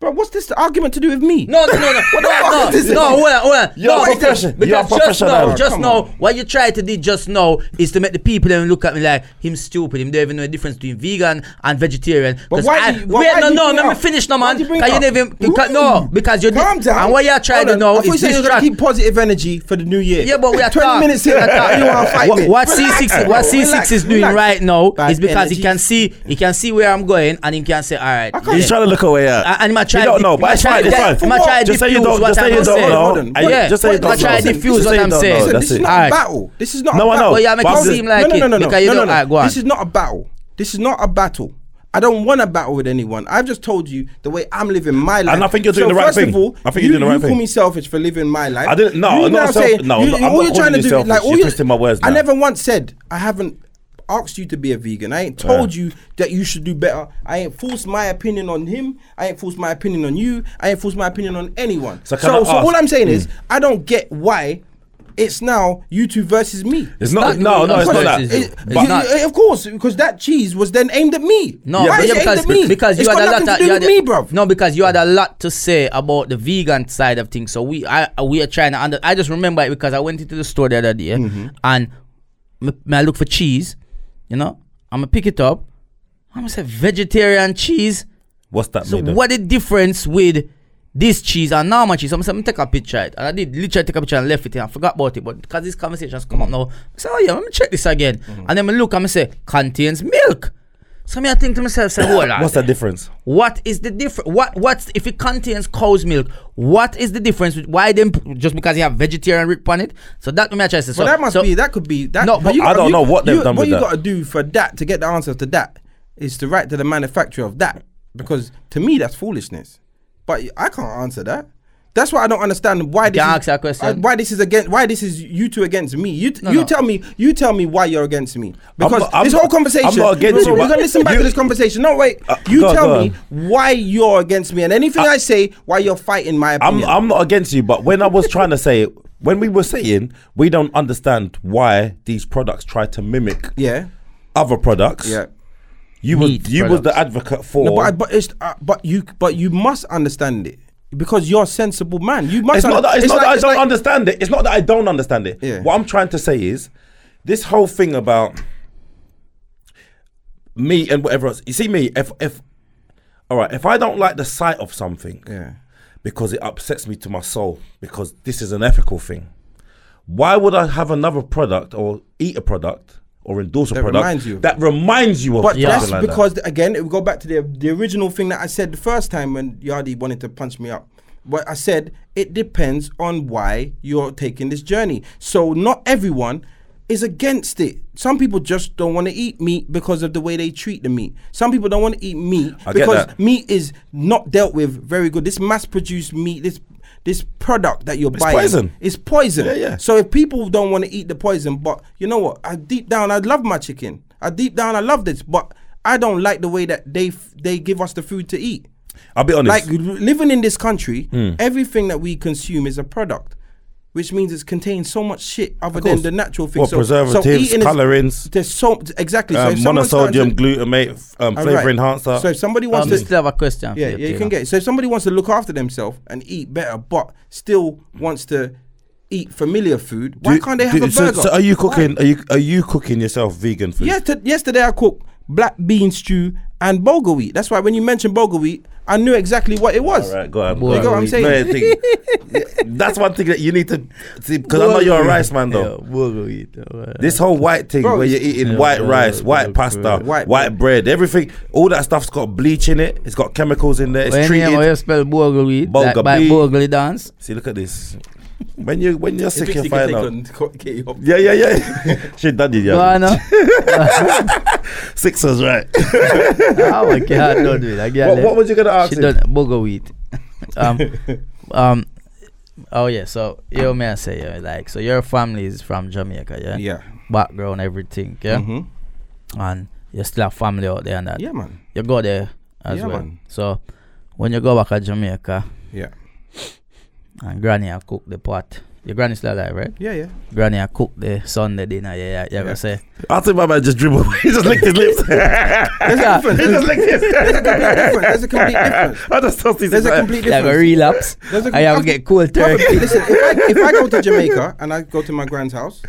[SPEAKER 2] bro, what's this argument to do with me?
[SPEAKER 3] No, no, no, no, no, no,
[SPEAKER 2] fuck is this?
[SPEAKER 3] no, hold on, hold on.
[SPEAKER 1] You're
[SPEAKER 3] no,
[SPEAKER 1] a
[SPEAKER 3] because-
[SPEAKER 1] profession-
[SPEAKER 3] because
[SPEAKER 1] you're a
[SPEAKER 3] just now,
[SPEAKER 1] professional.
[SPEAKER 3] just
[SPEAKER 2] Come
[SPEAKER 3] now, what you try to do just now is to make the people then look at me like him stupid. Him don't even know the difference between vegan and vegetarian.
[SPEAKER 2] But
[SPEAKER 3] 'Cause
[SPEAKER 2] why
[SPEAKER 3] I,
[SPEAKER 2] do you- but
[SPEAKER 3] wait,
[SPEAKER 2] why do
[SPEAKER 3] no,
[SPEAKER 2] you
[SPEAKER 3] no,
[SPEAKER 2] bring
[SPEAKER 3] let
[SPEAKER 2] it
[SPEAKER 3] me
[SPEAKER 2] up?
[SPEAKER 3] finish, no
[SPEAKER 2] Why
[SPEAKER 3] man.
[SPEAKER 2] do you bring
[SPEAKER 3] Can you
[SPEAKER 2] it up?
[SPEAKER 3] never? you can't- No,
[SPEAKER 2] Ooh.
[SPEAKER 3] because you.
[SPEAKER 2] Calm down.
[SPEAKER 3] And what you're trying
[SPEAKER 2] Hold
[SPEAKER 3] to
[SPEAKER 2] on.
[SPEAKER 3] know
[SPEAKER 2] I thought you
[SPEAKER 3] is
[SPEAKER 2] said you were gonna keep
[SPEAKER 3] distract.
[SPEAKER 2] positive energy for the new year.
[SPEAKER 3] Yeah, but we are
[SPEAKER 2] 20
[SPEAKER 3] talk-
[SPEAKER 2] minutes here.
[SPEAKER 3] we are talk-
[SPEAKER 2] you want to fight me?
[SPEAKER 3] What C six what
[SPEAKER 2] Relax,
[SPEAKER 3] C six is doing
[SPEAKER 2] relax.
[SPEAKER 3] right now
[SPEAKER 2] Bad
[SPEAKER 3] is because
[SPEAKER 2] energy.
[SPEAKER 3] he can see he can see where I'm going and he can say all right.
[SPEAKER 1] He's trying to look away.
[SPEAKER 3] I,
[SPEAKER 1] At.
[SPEAKER 3] and my try
[SPEAKER 1] You don't know,
[SPEAKER 3] my
[SPEAKER 1] but it's
[SPEAKER 3] try
[SPEAKER 1] fine. It's
[SPEAKER 3] yeah,
[SPEAKER 1] fine.
[SPEAKER 3] my try
[SPEAKER 1] Just say you
[SPEAKER 3] diffuse
[SPEAKER 1] don't.
[SPEAKER 3] what
[SPEAKER 1] Just say
[SPEAKER 3] I'm
[SPEAKER 1] you don't
[SPEAKER 3] saying.
[SPEAKER 2] Hold
[SPEAKER 1] know.
[SPEAKER 2] on.
[SPEAKER 1] I-
[SPEAKER 3] Yeah,
[SPEAKER 1] Just say you
[SPEAKER 3] but
[SPEAKER 1] don't
[SPEAKER 3] I try
[SPEAKER 1] know.
[SPEAKER 3] to diffuse
[SPEAKER 1] Just
[SPEAKER 3] what
[SPEAKER 1] say you
[SPEAKER 3] I'm
[SPEAKER 1] don't
[SPEAKER 3] saying.
[SPEAKER 1] know.
[SPEAKER 2] Listen,
[SPEAKER 1] That's
[SPEAKER 2] this is
[SPEAKER 1] it.
[SPEAKER 2] not
[SPEAKER 3] Alright.
[SPEAKER 2] a battle. This is not
[SPEAKER 1] No,
[SPEAKER 2] a
[SPEAKER 1] I
[SPEAKER 2] battle.
[SPEAKER 1] know.
[SPEAKER 3] Well, yeah, make
[SPEAKER 1] But
[SPEAKER 3] it
[SPEAKER 1] I'm
[SPEAKER 3] seem
[SPEAKER 1] just-
[SPEAKER 3] like
[SPEAKER 2] no,
[SPEAKER 3] it
[SPEAKER 2] no, no, no,
[SPEAKER 3] because you
[SPEAKER 2] no,
[SPEAKER 3] know
[SPEAKER 2] no,
[SPEAKER 3] alright,
[SPEAKER 2] no.
[SPEAKER 3] go on.
[SPEAKER 2] This is not a battle. This is not a battle. I don't want a battle with anyone. I've just told you the way I'm living my life.
[SPEAKER 1] And I think you're doing
[SPEAKER 2] so
[SPEAKER 1] the right
[SPEAKER 2] first
[SPEAKER 1] thing.
[SPEAKER 2] Of all,
[SPEAKER 1] I think you're
[SPEAKER 2] you-
[SPEAKER 1] doing the right
[SPEAKER 2] you
[SPEAKER 1] thing.
[SPEAKER 2] call me selfish for living my life.
[SPEAKER 1] I didn't- no,
[SPEAKER 2] You
[SPEAKER 1] I'm not
[SPEAKER 2] now
[SPEAKER 1] self-
[SPEAKER 2] saying-
[SPEAKER 1] no, I'm not- I'm
[SPEAKER 2] all
[SPEAKER 1] not
[SPEAKER 2] you're trying
[SPEAKER 1] calling
[SPEAKER 2] to
[SPEAKER 1] you
[SPEAKER 2] do,
[SPEAKER 1] selfish.
[SPEAKER 2] like all
[SPEAKER 1] You're
[SPEAKER 2] you-
[SPEAKER 1] twisting my words
[SPEAKER 2] I
[SPEAKER 1] now.
[SPEAKER 2] never once said I haven't asked you to be a vegan. I ain't told you that you should do better. I ain't forced my opinion on him. I ain't forced my opinion on you. I ain't forced my opinion on anyone.
[SPEAKER 1] So can
[SPEAKER 2] so,
[SPEAKER 1] I
[SPEAKER 2] so all
[SPEAKER 1] ask-
[SPEAKER 2] I'm saying
[SPEAKER 3] Mm.
[SPEAKER 2] is I don't get why it's now you two versus me.
[SPEAKER 1] It's not.
[SPEAKER 3] That-
[SPEAKER 1] No, no,
[SPEAKER 3] of
[SPEAKER 1] it's
[SPEAKER 3] course
[SPEAKER 1] not
[SPEAKER 3] it
[SPEAKER 1] that.
[SPEAKER 3] is.
[SPEAKER 2] It-
[SPEAKER 3] It's
[SPEAKER 2] you-
[SPEAKER 3] not.
[SPEAKER 2] you- Of course, because that cheese was then aimed at me.
[SPEAKER 3] No,
[SPEAKER 2] Why
[SPEAKER 3] but
[SPEAKER 2] is
[SPEAKER 3] yeah,
[SPEAKER 2] it
[SPEAKER 3] because,
[SPEAKER 2] aimed at me?
[SPEAKER 3] because you
[SPEAKER 2] It's
[SPEAKER 3] had
[SPEAKER 2] got
[SPEAKER 3] a lot.
[SPEAKER 2] nothing
[SPEAKER 3] Of,
[SPEAKER 2] to
[SPEAKER 3] you
[SPEAKER 2] do
[SPEAKER 3] had
[SPEAKER 2] with
[SPEAKER 3] a-
[SPEAKER 2] me, bruv.
[SPEAKER 3] No, because you had a lot to say about the vegan side of things. So we, I, uh, we are trying to. Under, I just remember it because I went into the store the other day
[SPEAKER 2] Mm-hmm.
[SPEAKER 3] and me, me I look for cheese. You know, I'm gonna pick it up. I'm gonna say vegetarian cheese.
[SPEAKER 1] What's that?
[SPEAKER 3] So
[SPEAKER 1] made of?
[SPEAKER 3] what the difference with this cheese and normal cheese? I'm saying, take a picture of it. And I did literally take a picture and left it. And I forgot about it. But because these conversations come up now, I say, oh yeah, let me check this again.
[SPEAKER 2] Mm-hmm.
[SPEAKER 3] And then I look and I say, contains milk. So me, I think to myself, say, hold on.
[SPEAKER 1] What's the difference?
[SPEAKER 3] What is the difference? What what's if it contains cow's milk? What is the difference? With why them just because you have vegetarian written on it? So that me I try to say. So
[SPEAKER 2] Well, that must
[SPEAKER 3] so-
[SPEAKER 2] be. That could be. That,
[SPEAKER 3] No, but
[SPEAKER 2] you
[SPEAKER 1] I don't
[SPEAKER 2] you-
[SPEAKER 1] know what they've
[SPEAKER 2] you,
[SPEAKER 1] done
[SPEAKER 2] What
[SPEAKER 1] with
[SPEAKER 2] you
[SPEAKER 1] that.
[SPEAKER 2] got to do for that to get the answer to that is to write to the manufacturer of that because to me that's foolishness. But I can't answer that. That's why I don't understand why this
[SPEAKER 3] Can
[SPEAKER 2] is,
[SPEAKER 3] I ask you a question?
[SPEAKER 2] uh, why this is against why this is you two against me. You t- you
[SPEAKER 3] no.
[SPEAKER 2] tell me you tell me why you're against me because
[SPEAKER 1] not- I'm
[SPEAKER 2] this
[SPEAKER 1] not-
[SPEAKER 2] whole conversation.
[SPEAKER 1] I'm not against you,
[SPEAKER 2] We're
[SPEAKER 1] but
[SPEAKER 2] gonna listen back
[SPEAKER 1] you-
[SPEAKER 2] to this conversation. No wait,
[SPEAKER 1] Uh,
[SPEAKER 2] you
[SPEAKER 1] go on,
[SPEAKER 2] tell
[SPEAKER 1] go
[SPEAKER 2] me why you're against me and anything I, say why you're fighting my
[SPEAKER 1] I'm
[SPEAKER 2] opinion.
[SPEAKER 1] I'm not against you, but when I was trying to say, when we were saying, we don't understand why these products try to mimic
[SPEAKER 2] yeah,
[SPEAKER 1] other products.
[SPEAKER 2] yeah.
[SPEAKER 1] You was
[SPEAKER 3] Meat
[SPEAKER 1] you was the
[SPEAKER 3] products.
[SPEAKER 1] advocate for.
[SPEAKER 2] No, but I- but it's uh, but you but you must understand it because you're a sensible man. You must.
[SPEAKER 1] It's not that, it's, not
[SPEAKER 2] like-
[SPEAKER 1] that I
[SPEAKER 2] it's
[SPEAKER 1] don't
[SPEAKER 2] like-
[SPEAKER 1] understand it. It's not that I don't understand it.
[SPEAKER 2] Yeah.
[SPEAKER 1] What I'm trying to say is this whole thing about me and whatever else. You see me if if all right, if I don't like the sight of something
[SPEAKER 2] Yeah.
[SPEAKER 1] because it upsets me to my soul because this is an ethical thing. Why would I have another product or eat a product or endorse a
[SPEAKER 2] That
[SPEAKER 1] product
[SPEAKER 2] reminds you.
[SPEAKER 1] that reminds you of
[SPEAKER 2] But
[SPEAKER 1] something
[SPEAKER 2] that's
[SPEAKER 1] like that?
[SPEAKER 2] because again, we go back to the the original thing that I said the first time when Yadi wanted to punch me up. But I said it depends on why you're taking this journey. So not everyone is against it. Some people just don't want to eat meat because of the way they treat the meat. Some people don't want to eat meat
[SPEAKER 1] I get
[SPEAKER 2] because
[SPEAKER 1] that.
[SPEAKER 2] meat is not dealt with very good. This mass-produced meat, this this product that you're buying,
[SPEAKER 1] poison.
[SPEAKER 2] It's poison.
[SPEAKER 1] Yeah, yeah.
[SPEAKER 2] So if people don't want to eat the poison, but you know what? I deep down, I love my chicken. I deep down, I love this, but I don't like the way that they f- they give us the food to eat.
[SPEAKER 1] I'll be honest.
[SPEAKER 2] Like l- living in this country,
[SPEAKER 1] Hmm.
[SPEAKER 2] everything that we consume is a product. Which means it contains so much shit other than
[SPEAKER 1] course.
[SPEAKER 2] the natural thing.
[SPEAKER 1] Well,
[SPEAKER 2] so, so
[SPEAKER 1] preservatives,
[SPEAKER 2] eating is-
[SPEAKER 1] colourings,
[SPEAKER 2] There's so exactly so
[SPEAKER 1] um,
[SPEAKER 2] if someone starts
[SPEAKER 1] monosodium
[SPEAKER 2] to-
[SPEAKER 1] glutamate f- um,
[SPEAKER 2] All
[SPEAKER 1] flavor
[SPEAKER 2] right.
[SPEAKER 1] enhancer.
[SPEAKER 2] So if somebody wants
[SPEAKER 3] um,
[SPEAKER 2] to
[SPEAKER 3] I still have a question. for
[SPEAKER 2] yeah,
[SPEAKER 3] you,
[SPEAKER 2] yeah, you
[SPEAKER 3] Taylor.
[SPEAKER 2] can get it. So if somebody wants to look after themselves and eat better, but still wants to eat familiar food, why
[SPEAKER 1] Do-
[SPEAKER 2] can't they have
[SPEAKER 1] do-
[SPEAKER 2] a
[SPEAKER 1] so,
[SPEAKER 2] burger?
[SPEAKER 1] So are you
[SPEAKER 2] Why?
[SPEAKER 1] cooking? Are you are you cooking yourself vegan food?
[SPEAKER 2] Yes, yesterday I cooked black bean stew and bulgur wheat. That's why when you mentioned bulgur wheat, I knew exactly what it was.
[SPEAKER 1] All right, go on. go
[SPEAKER 3] Boy. You
[SPEAKER 1] on.
[SPEAKER 3] get
[SPEAKER 2] what I'm saying?
[SPEAKER 1] No, you think- That's one thing that you need to see because I know you're a rice man though.
[SPEAKER 3] Bulgur wheat. though, uh,
[SPEAKER 1] This whole white thing
[SPEAKER 2] Bro,
[SPEAKER 1] where you're
[SPEAKER 2] it's-
[SPEAKER 1] eating
[SPEAKER 3] Yeah,
[SPEAKER 1] white
[SPEAKER 3] bro,
[SPEAKER 1] rice, white
[SPEAKER 3] bro,
[SPEAKER 1] pasta,
[SPEAKER 2] bro.
[SPEAKER 1] white,
[SPEAKER 2] White
[SPEAKER 1] bread, everything, all that stuff's got bleach in it. It's got chemicals in there. It's
[SPEAKER 3] When
[SPEAKER 1] treated.
[SPEAKER 3] you, when you spell bulgur wheat,
[SPEAKER 1] Bulgur
[SPEAKER 3] like by
[SPEAKER 1] wheat.
[SPEAKER 3] bulgur dance.
[SPEAKER 1] See, look at this. When you when you're sick,
[SPEAKER 2] If
[SPEAKER 1] you
[SPEAKER 2] you can
[SPEAKER 1] find
[SPEAKER 2] take
[SPEAKER 1] out.
[SPEAKER 2] on- co- get you up.
[SPEAKER 1] Yeah, yeah, yeah. Shit, that did
[SPEAKER 3] No,
[SPEAKER 1] yeah.
[SPEAKER 3] I know.
[SPEAKER 1] Sixers, right?
[SPEAKER 3] Oh, I can't do it. I can't
[SPEAKER 1] what, what was you gonna ask
[SPEAKER 3] She
[SPEAKER 1] him?
[SPEAKER 3] done booger weed. um, um, oh yeah. So you may I say yeah, like so your family is from Jamaica, yeah.
[SPEAKER 2] Yeah.
[SPEAKER 3] Background, everything, yeah.
[SPEAKER 1] Mm-hmm.
[SPEAKER 2] Mhm.
[SPEAKER 3] And you still have family out there and that.
[SPEAKER 2] Yeah, man.
[SPEAKER 3] You go there as
[SPEAKER 2] Yeah,
[SPEAKER 3] well.
[SPEAKER 2] man.
[SPEAKER 3] So when you go back to Jamaica
[SPEAKER 2] Yeah.
[SPEAKER 3] and Granny a cook the pot. Your granny still alive, right?
[SPEAKER 2] Yeah, yeah.
[SPEAKER 3] Granny a cook the Sunday dinner. Yeah, yeah. You
[SPEAKER 2] Yeah.
[SPEAKER 3] ever say?
[SPEAKER 1] I think my man just dribbled. he just licked his lips.
[SPEAKER 2] There's a difference. There's a
[SPEAKER 1] licked his
[SPEAKER 2] complete difference. There's a complete difference.
[SPEAKER 1] I just thought this
[SPEAKER 2] There's a
[SPEAKER 1] like-
[SPEAKER 2] complete
[SPEAKER 3] You have a
[SPEAKER 2] difference.
[SPEAKER 3] relapse.
[SPEAKER 2] There's a
[SPEAKER 3] I have
[SPEAKER 2] complete-
[SPEAKER 3] get cold turkey.
[SPEAKER 2] Brother, listen, if I, if I go to Jamaica and I go to my grand's house,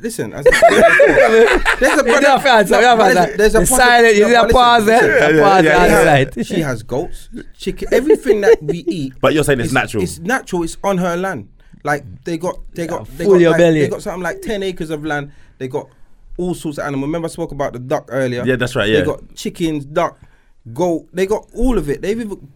[SPEAKER 2] listen, as there's a
[SPEAKER 3] You don't
[SPEAKER 2] brother,
[SPEAKER 3] answer, you don't
[SPEAKER 2] but
[SPEAKER 3] answer.
[SPEAKER 2] there's a- there's a
[SPEAKER 3] You
[SPEAKER 2] possi-
[SPEAKER 3] silent, you
[SPEAKER 2] no,
[SPEAKER 3] didn't
[SPEAKER 2] but
[SPEAKER 3] pause
[SPEAKER 2] listen,
[SPEAKER 3] there.
[SPEAKER 1] listen.
[SPEAKER 3] Pause
[SPEAKER 1] Yeah, yeah,
[SPEAKER 3] there,
[SPEAKER 1] yeah.
[SPEAKER 3] right.
[SPEAKER 2] she has goats, chicken, everything that we eat.
[SPEAKER 1] But you're saying it's,
[SPEAKER 2] is-
[SPEAKER 1] natural.
[SPEAKER 2] It's natural. It's on her land. Like they got, they got, they
[SPEAKER 3] full
[SPEAKER 2] got,
[SPEAKER 3] your
[SPEAKER 2] like,
[SPEAKER 3] belly.
[SPEAKER 2] they got something like ten acres of land. They got all sorts of animals. Remember, I spoke about the duck earlier.
[SPEAKER 1] yeah, that's right.
[SPEAKER 2] They
[SPEAKER 1] Yeah.
[SPEAKER 2] got chickens, duck, goat. They got all of it. They've even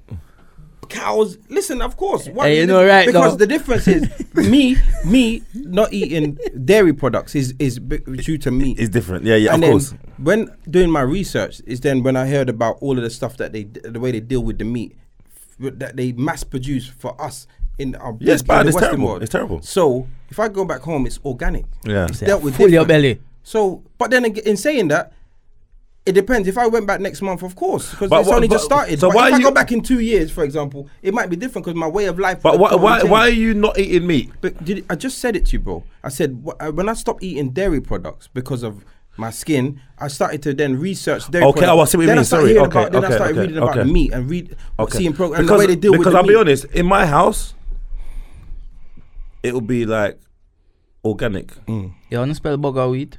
[SPEAKER 2] cows. Listen, of course. Why
[SPEAKER 3] Hey, you
[SPEAKER 2] is
[SPEAKER 3] know
[SPEAKER 2] it-
[SPEAKER 3] right
[SPEAKER 2] Because
[SPEAKER 3] now.
[SPEAKER 2] the difference is me, me not eating dairy products is is b- due to meat.
[SPEAKER 1] it's different. Yeah, yeah.
[SPEAKER 2] and
[SPEAKER 1] of
[SPEAKER 2] then
[SPEAKER 1] course.
[SPEAKER 2] when doing my research is then when I heard about all of the stuff that they the way they deal with the meat f- that they mass produce for us in our
[SPEAKER 1] Yeah, it's
[SPEAKER 2] in
[SPEAKER 1] bad.
[SPEAKER 2] the
[SPEAKER 1] It's
[SPEAKER 2] Western
[SPEAKER 1] terrible.
[SPEAKER 2] world.
[SPEAKER 1] It's terrible.
[SPEAKER 2] So if I go back home, it's organic.
[SPEAKER 1] Yeah.
[SPEAKER 2] It's dealt with
[SPEAKER 3] Full your
[SPEAKER 2] different.
[SPEAKER 3] belly.
[SPEAKER 2] So, but then ag- in saying that, it depends. If I went back next month, of course, because
[SPEAKER 1] But
[SPEAKER 2] it's
[SPEAKER 1] wha-
[SPEAKER 2] only
[SPEAKER 1] but-
[SPEAKER 2] just started.
[SPEAKER 1] so
[SPEAKER 2] So but
[SPEAKER 1] why
[SPEAKER 2] if
[SPEAKER 1] are
[SPEAKER 2] I
[SPEAKER 1] you-
[SPEAKER 2] go back in two years, for example, it might be different because my way of life.
[SPEAKER 1] But why,
[SPEAKER 2] totally
[SPEAKER 1] why
[SPEAKER 2] changed.
[SPEAKER 1] why are you not eating meat?
[SPEAKER 2] But did, I just said it to you, bro. I said wh- uh, when I stopped eating dairy products because of my skin, I started to then research dairy.
[SPEAKER 1] Okay,
[SPEAKER 2] products.
[SPEAKER 1] oh, I see what you
[SPEAKER 2] then
[SPEAKER 1] mean.
[SPEAKER 2] I started
[SPEAKER 1] Sorry.
[SPEAKER 2] hearing
[SPEAKER 1] Okay,
[SPEAKER 2] about, then
[SPEAKER 1] okay,
[SPEAKER 2] I started
[SPEAKER 1] okay,
[SPEAKER 2] reading about
[SPEAKER 1] okay.
[SPEAKER 2] meat and read
[SPEAKER 1] Okay.
[SPEAKER 2] seeing programs
[SPEAKER 1] because
[SPEAKER 2] the way they deal
[SPEAKER 1] because
[SPEAKER 2] with the
[SPEAKER 1] I'll be
[SPEAKER 2] meat.
[SPEAKER 1] honest, in my house, it will be like organic.
[SPEAKER 2] Mm.
[SPEAKER 3] You wanna spell bugger wheat?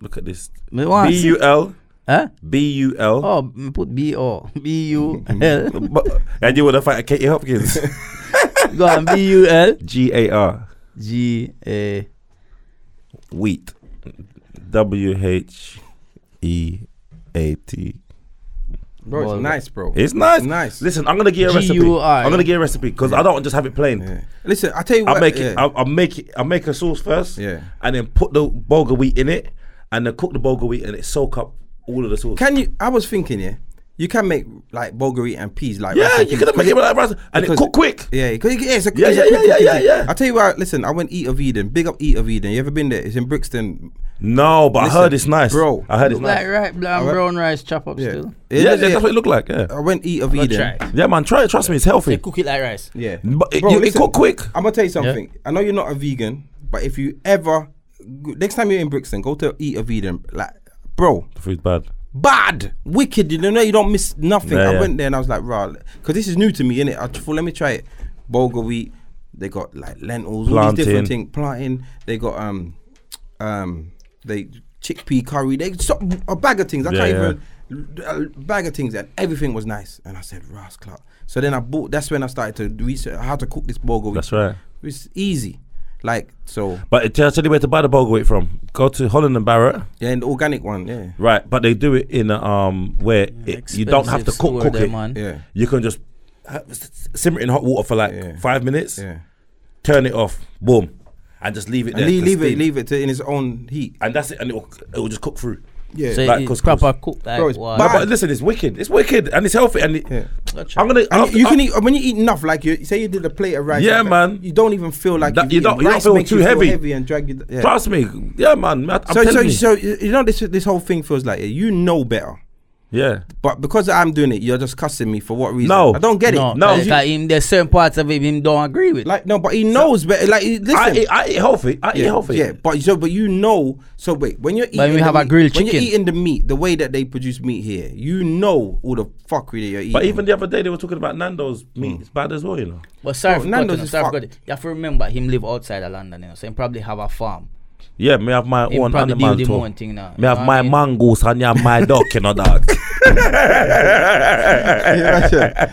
[SPEAKER 1] Look at this.
[SPEAKER 3] Me want
[SPEAKER 1] B U L
[SPEAKER 3] Huh?
[SPEAKER 1] B U L.
[SPEAKER 3] Oh, me put B O B U L.
[SPEAKER 1] But- And you want to fight Katie Hopkins?
[SPEAKER 3] Go on B U L
[SPEAKER 1] G A R
[SPEAKER 3] G A.
[SPEAKER 1] wheat. W H E A T.
[SPEAKER 2] bro.
[SPEAKER 3] Well,
[SPEAKER 2] It's nice, bro.
[SPEAKER 1] It's nice.
[SPEAKER 2] nice.
[SPEAKER 1] Listen, I'm gonna get a recipe.
[SPEAKER 3] G-U-I.
[SPEAKER 1] I'm gonna get a recipe because I don't just have it plain.
[SPEAKER 2] Yeah. Listen, I tell you what.
[SPEAKER 1] I make it.
[SPEAKER 2] yeah.
[SPEAKER 1] I, I make it. I make a sauce first.
[SPEAKER 2] Yeah.
[SPEAKER 1] And then put the bulgur wheat in it, and then cook the bulgur wheat, and it soak up all of the sauce.
[SPEAKER 2] Can you? I was thinking, yeah, you can make like bulgari and peas, like rice
[SPEAKER 1] yeah,
[SPEAKER 2] and
[SPEAKER 1] you
[SPEAKER 2] peas,
[SPEAKER 1] can make it like rice, and it
[SPEAKER 2] because-
[SPEAKER 1] cook quick.
[SPEAKER 2] Yeah, because yeah, it's a,
[SPEAKER 1] Yeah, yeah, yeah,
[SPEAKER 2] it's a quick
[SPEAKER 1] yeah,
[SPEAKER 2] cooking
[SPEAKER 1] yeah,
[SPEAKER 2] thing.
[SPEAKER 1] yeah.
[SPEAKER 2] I tell you what, listen, I went Eat of Eden. Big up Eat of Eden. You ever been there? It's in Brixton.
[SPEAKER 1] No, but
[SPEAKER 2] Listen,
[SPEAKER 1] I heard it's nice,
[SPEAKER 2] bro,
[SPEAKER 1] I heard it's
[SPEAKER 3] Like
[SPEAKER 1] nice.
[SPEAKER 3] right, brown, brown rice chop up
[SPEAKER 2] Yeah,
[SPEAKER 3] still.
[SPEAKER 1] yeah, yeah,
[SPEAKER 2] yeah,
[SPEAKER 1] that's what it looked like. Yeah,
[SPEAKER 2] I went Eat of
[SPEAKER 3] Go
[SPEAKER 2] Eden.
[SPEAKER 3] try it.
[SPEAKER 1] yeah, man, try it. Trust me, it's
[SPEAKER 3] They
[SPEAKER 1] healthy.
[SPEAKER 3] cook it like rice.
[SPEAKER 2] Yeah,
[SPEAKER 1] But it,
[SPEAKER 2] Bro,
[SPEAKER 1] you, it
[SPEAKER 2] listen,
[SPEAKER 1] cook quick.
[SPEAKER 2] I'm gonna tell you something. I know you're not a vegan, but if you ever g- next time you're in Brixton, go to Eat of Eden. Like, bro,
[SPEAKER 1] The food's bad.
[SPEAKER 2] bad, wicked. You know you don't miss nothing.
[SPEAKER 1] Yeah,
[SPEAKER 2] I
[SPEAKER 1] yeah.
[SPEAKER 2] went there and I was like, rah, because this is new to me, innit? I thought, let me try it. Bulgur wheat. They got like lentils, all these
[SPEAKER 1] Plantain.
[SPEAKER 2] different things. Planting. They got um, um, they chickpea curry. They so, a bag of things. I
[SPEAKER 1] Yeah,
[SPEAKER 2] can't even a bag of things, and everything was nice. And I said, Ras Clark. So then I bought. That's when I started to research how to cook this bulgur wheat.
[SPEAKER 1] That's right.
[SPEAKER 2] It's easy, like so.
[SPEAKER 1] But it tells you where to buy the bulgur wheat from. Go to Holland and Barrett.
[SPEAKER 2] Yeah, and the organic one. Yeah,
[SPEAKER 1] Right, but they do it in a, um where it, you don't have to
[SPEAKER 3] Expensive
[SPEAKER 1] cook
[SPEAKER 3] store
[SPEAKER 1] cook
[SPEAKER 3] there,
[SPEAKER 1] it.
[SPEAKER 3] man.
[SPEAKER 2] yeah,
[SPEAKER 1] You can just ha- s- s- simmer it in hot water for like
[SPEAKER 2] Yeah.
[SPEAKER 1] five minutes,
[SPEAKER 2] yeah.
[SPEAKER 1] turn it off, boom, and just leave it
[SPEAKER 2] And
[SPEAKER 1] there.
[SPEAKER 2] leave,
[SPEAKER 1] to
[SPEAKER 2] leave it,
[SPEAKER 1] steam.
[SPEAKER 2] leave it to in its own heat.
[SPEAKER 1] and that's it, and it will it will just cook through.
[SPEAKER 2] Yeah.
[SPEAKER 3] So
[SPEAKER 1] Like
[SPEAKER 3] it's
[SPEAKER 1] couscous.
[SPEAKER 3] proper cooked like
[SPEAKER 2] Bro, it's
[SPEAKER 3] what?
[SPEAKER 1] No,
[SPEAKER 2] bad.
[SPEAKER 1] but listen, it's wicked. It's wicked, and it's healthy. And it,
[SPEAKER 2] Uh, Yeah.
[SPEAKER 1] I'm gonna.
[SPEAKER 2] And
[SPEAKER 1] I'll-
[SPEAKER 2] you can
[SPEAKER 1] I'll-
[SPEAKER 2] eat when you eat enough. Like you say, you did a plate of rice.
[SPEAKER 1] Yeah,
[SPEAKER 2] like that,
[SPEAKER 1] man.
[SPEAKER 2] You don't even feel like
[SPEAKER 1] That-
[SPEAKER 2] you've
[SPEAKER 1] you
[SPEAKER 2] eaten.
[SPEAKER 1] don't- you don't
[SPEAKER 2] Rice
[SPEAKER 1] feel
[SPEAKER 2] makes
[SPEAKER 1] too
[SPEAKER 2] you
[SPEAKER 1] heavy.
[SPEAKER 2] heavy and drag you. d- Yeah.
[SPEAKER 1] Trust me, yeah, man. I- I'm
[SPEAKER 2] So, so,
[SPEAKER 1] telling you.
[SPEAKER 2] so you you know this this whole thing feels like you know better,
[SPEAKER 1] yeah,
[SPEAKER 2] but because I'm doing it, you're just cussing me for what reason?
[SPEAKER 1] No.
[SPEAKER 2] I don't get
[SPEAKER 3] No,
[SPEAKER 2] it.
[SPEAKER 1] No.
[SPEAKER 3] It's like him, there's certain parts of it him don't agree with.
[SPEAKER 2] like no, but he knows better. Like he- listen,
[SPEAKER 1] I eat, I eat healthy. I eat
[SPEAKER 2] yeah,
[SPEAKER 1] healthy.
[SPEAKER 2] yeah, but so but you know. So wait, when you're eating,
[SPEAKER 3] we
[SPEAKER 2] the
[SPEAKER 3] have our
[SPEAKER 2] meat-
[SPEAKER 3] grilled
[SPEAKER 2] When
[SPEAKER 3] chicken.
[SPEAKER 2] you're eating the meat, the way that they produce meat here, you know all the fuckery that you're eating.
[SPEAKER 1] But even the other day they were talking about Nando's
[SPEAKER 2] Mm.
[SPEAKER 1] meat. It's bad as well, you know.
[SPEAKER 3] But sorry, for
[SPEAKER 2] Nando's
[SPEAKER 3] cutting, I'm
[SPEAKER 2] is
[SPEAKER 3] sorry for
[SPEAKER 2] fucked.
[SPEAKER 3] cutting. You have to remember him live outside of London, you know, so he probably have a farm.
[SPEAKER 1] Yeah, me have my
[SPEAKER 3] He
[SPEAKER 1] own
[SPEAKER 3] probably
[SPEAKER 1] animal
[SPEAKER 3] do the
[SPEAKER 1] too.
[SPEAKER 3] own thing now.
[SPEAKER 1] Me
[SPEAKER 3] you know
[SPEAKER 1] have
[SPEAKER 3] what
[SPEAKER 1] my
[SPEAKER 3] I mean?
[SPEAKER 1] mangoes and you have my duck, you know, dog.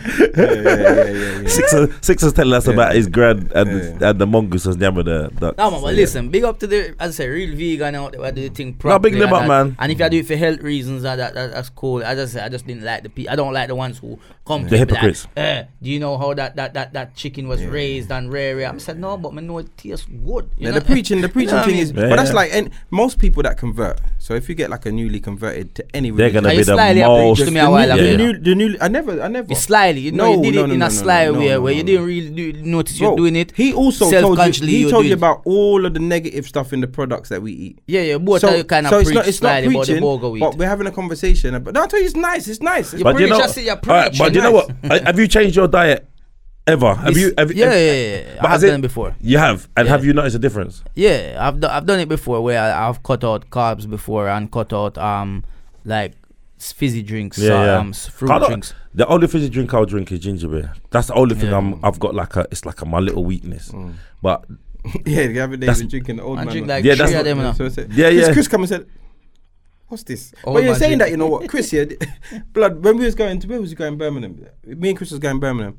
[SPEAKER 1] Six is, six is telling us about his grand and,
[SPEAKER 2] Yeah.
[SPEAKER 1] and the mongoose has never the duck.
[SPEAKER 3] No man, but listen, big up to the as I say, real vegan out there do the thing
[SPEAKER 1] No,
[SPEAKER 3] properly.
[SPEAKER 1] big them
[SPEAKER 3] and
[SPEAKER 1] up,
[SPEAKER 3] that-
[SPEAKER 1] man.
[SPEAKER 3] And if you do it for health reasons, that, that, that that's cool. As I said, I just didn't like the people. I don't like the ones who come.
[SPEAKER 1] The
[SPEAKER 3] to me like,
[SPEAKER 1] hypocrites.
[SPEAKER 3] eh, do you know how that that that, that chicken was raised and rare? rare?" I said no, but me know it tastes good.
[SPEAKER 2] Yeah,
[SPEAKER 3] You know?
[SPEAKER 2] the preaching, the preaching
[SPEAKER 3] what I
[SPEAKER 2] thing
[SPEAKER 3] mean?
[SPEAKER 2] is, but that's
[SPEAKER 1] Yeah.
[SPEAKER 2] like and most people that convert. So if you get like a newly converted to any,
[SPEAKER 1] They're
[SPEAKER 2] religion,
[SPEAKER 1] gonna
[SPEAKER 3] Are
[SPEAKER 1] be
[SPEAKER 3] you
[SPEAKER 1] the
[SPEAKER 3] slyly
[SPEAKER 1] most.
[SPEAKER 3] approaching me a while
[SPEAKER 1] Yeah,
[SPEAKER 3] ago?
[SPEAKER 2] the
[SPEAKER 1] yeah.
[SPEAKER 2] new, the new. I never, I never.
[SPEAKER 3] It's slyly, you know,
[SPEAKER 2] No,
[SPEAKER 3] you did
[SPEAKER 2] no,
[SPEAKER 3] it
[SPEAKER 2] no,
[SPEAKER 3] in
[SPEAKER 2] no,
[SPEAKER 3] a
[SPEAKER 2] no,
[SPEAKER 3] sly
[SPEAKER 2] no,
[SPEAKER 3] way
[SPEAKER 2] no,
[SPEAKER 3] where you
[SPEAKER 2] no,
[SPEAKER 3] didn't
[SPEAKER 2] no.
[SPEAKER 3] really do, notice
[SPEAKER 2] Bro,
[SPEAKER 3] you're doing it.
[SPEAKER 2] He also told you.
[SPEAKER 3] Self-consciously
[SPEAKER 2] He
[SPEAKER 3] you're
[SPEAKER 2] told you
[SPEAKER 3] doing it.
[SPEAKER 2] about all of the negative stuff in the products that we eat.
[SPEAKER 3] Yeah, yeah, both are kind of preach slyly about the burger
[SPEAKER 2] but
[SPEAKER 3] weed.
[SPEAKER 2] we're having a conversation. About, no, I tell you, it's nice. It's nice. It's
[SPEAKER 3] But
[SPEAKER 1] But you
[SPEAKER 3] Preach,
[SPEAKER 1] know,
[SPEAKER 3] I see you're
[SPEAKER 1] alright, but
[SPEAKER 3] preaching,
[SPEAKER 1] you know
[SPEAKER 3] nice.
[SPEAKER 1] what? Uh, have you changed your diet ever? Have you? Have,
[SPEAKER 3] yeah,
[SPEAKER 1] have-
[SPEAKER 3] yeah, yeah, yeah.
[SPEAKER 1] but
[SPEAKER 3] I've
[SPEAKER 1] has
[SPEAKER 3] done it before.
[SPEAKER 1] You have, and
[SPEAKER 3] Yeah.
[SPEAKER 1] have you noticed a difference?
[SPEAKER 3] Yeah, I've do- I've done it before where I, I've cut out carbs before and cut out um like s- fizzy drinks,
[SPEAKER 1] Yeah,
[SPEAKER 3] uh,
[SPEAKER 1] yeah.
[SPEAKER 3] um s-
[SPEAKER 1] I
[SPEAKER 3] fruit
[SPEAKER 1] don't-
[SPEAKER 3] drinks.
[SPEAKER 1] The only fizzy drink I'll drink is ginger beer. That's the only thing
[SPEAKER 3] Yeah.
[SPEAKER 1] I'm. I've got like a. It's like a, my little weakness.
[SPEAKER 2] Mm.
[SPEAKER 1] But
[SPEAKER 2] yeah, the other day
[SPEAKER 1] That's-
[SPEAKER 2] we were drinking the old
[SPEAKER 3] I
[SPEAKER 2] man.
[SPEAKER 3] drink
[SPEAKER 2] one.
[SPEAKER 3] like
[SPEAKER 1] Yeah,
[SPEAKER 3] three
[SPEAKER 1] that's
[SPEAKER 3] of them now.
[SPEAKER 2] So I said-
[SPEAKER 1] Yeah,
[SPEAKER 2] Chris,
[SPEAKER 1] yeah.
[SPEAKER 2] Chris come and said, "What's this?"
[SPEAKER 3] Oh,
[SPEAKER 2] but you're
[SPEAKER 3] my
[SPEAKER 2] saying
[SPEAKER 3] drink.
[SPEAKER 2] that you know what, Chris? Yeah, blood. When we was going to where was he going? Birmingham. Me and Chris was going Birmingham.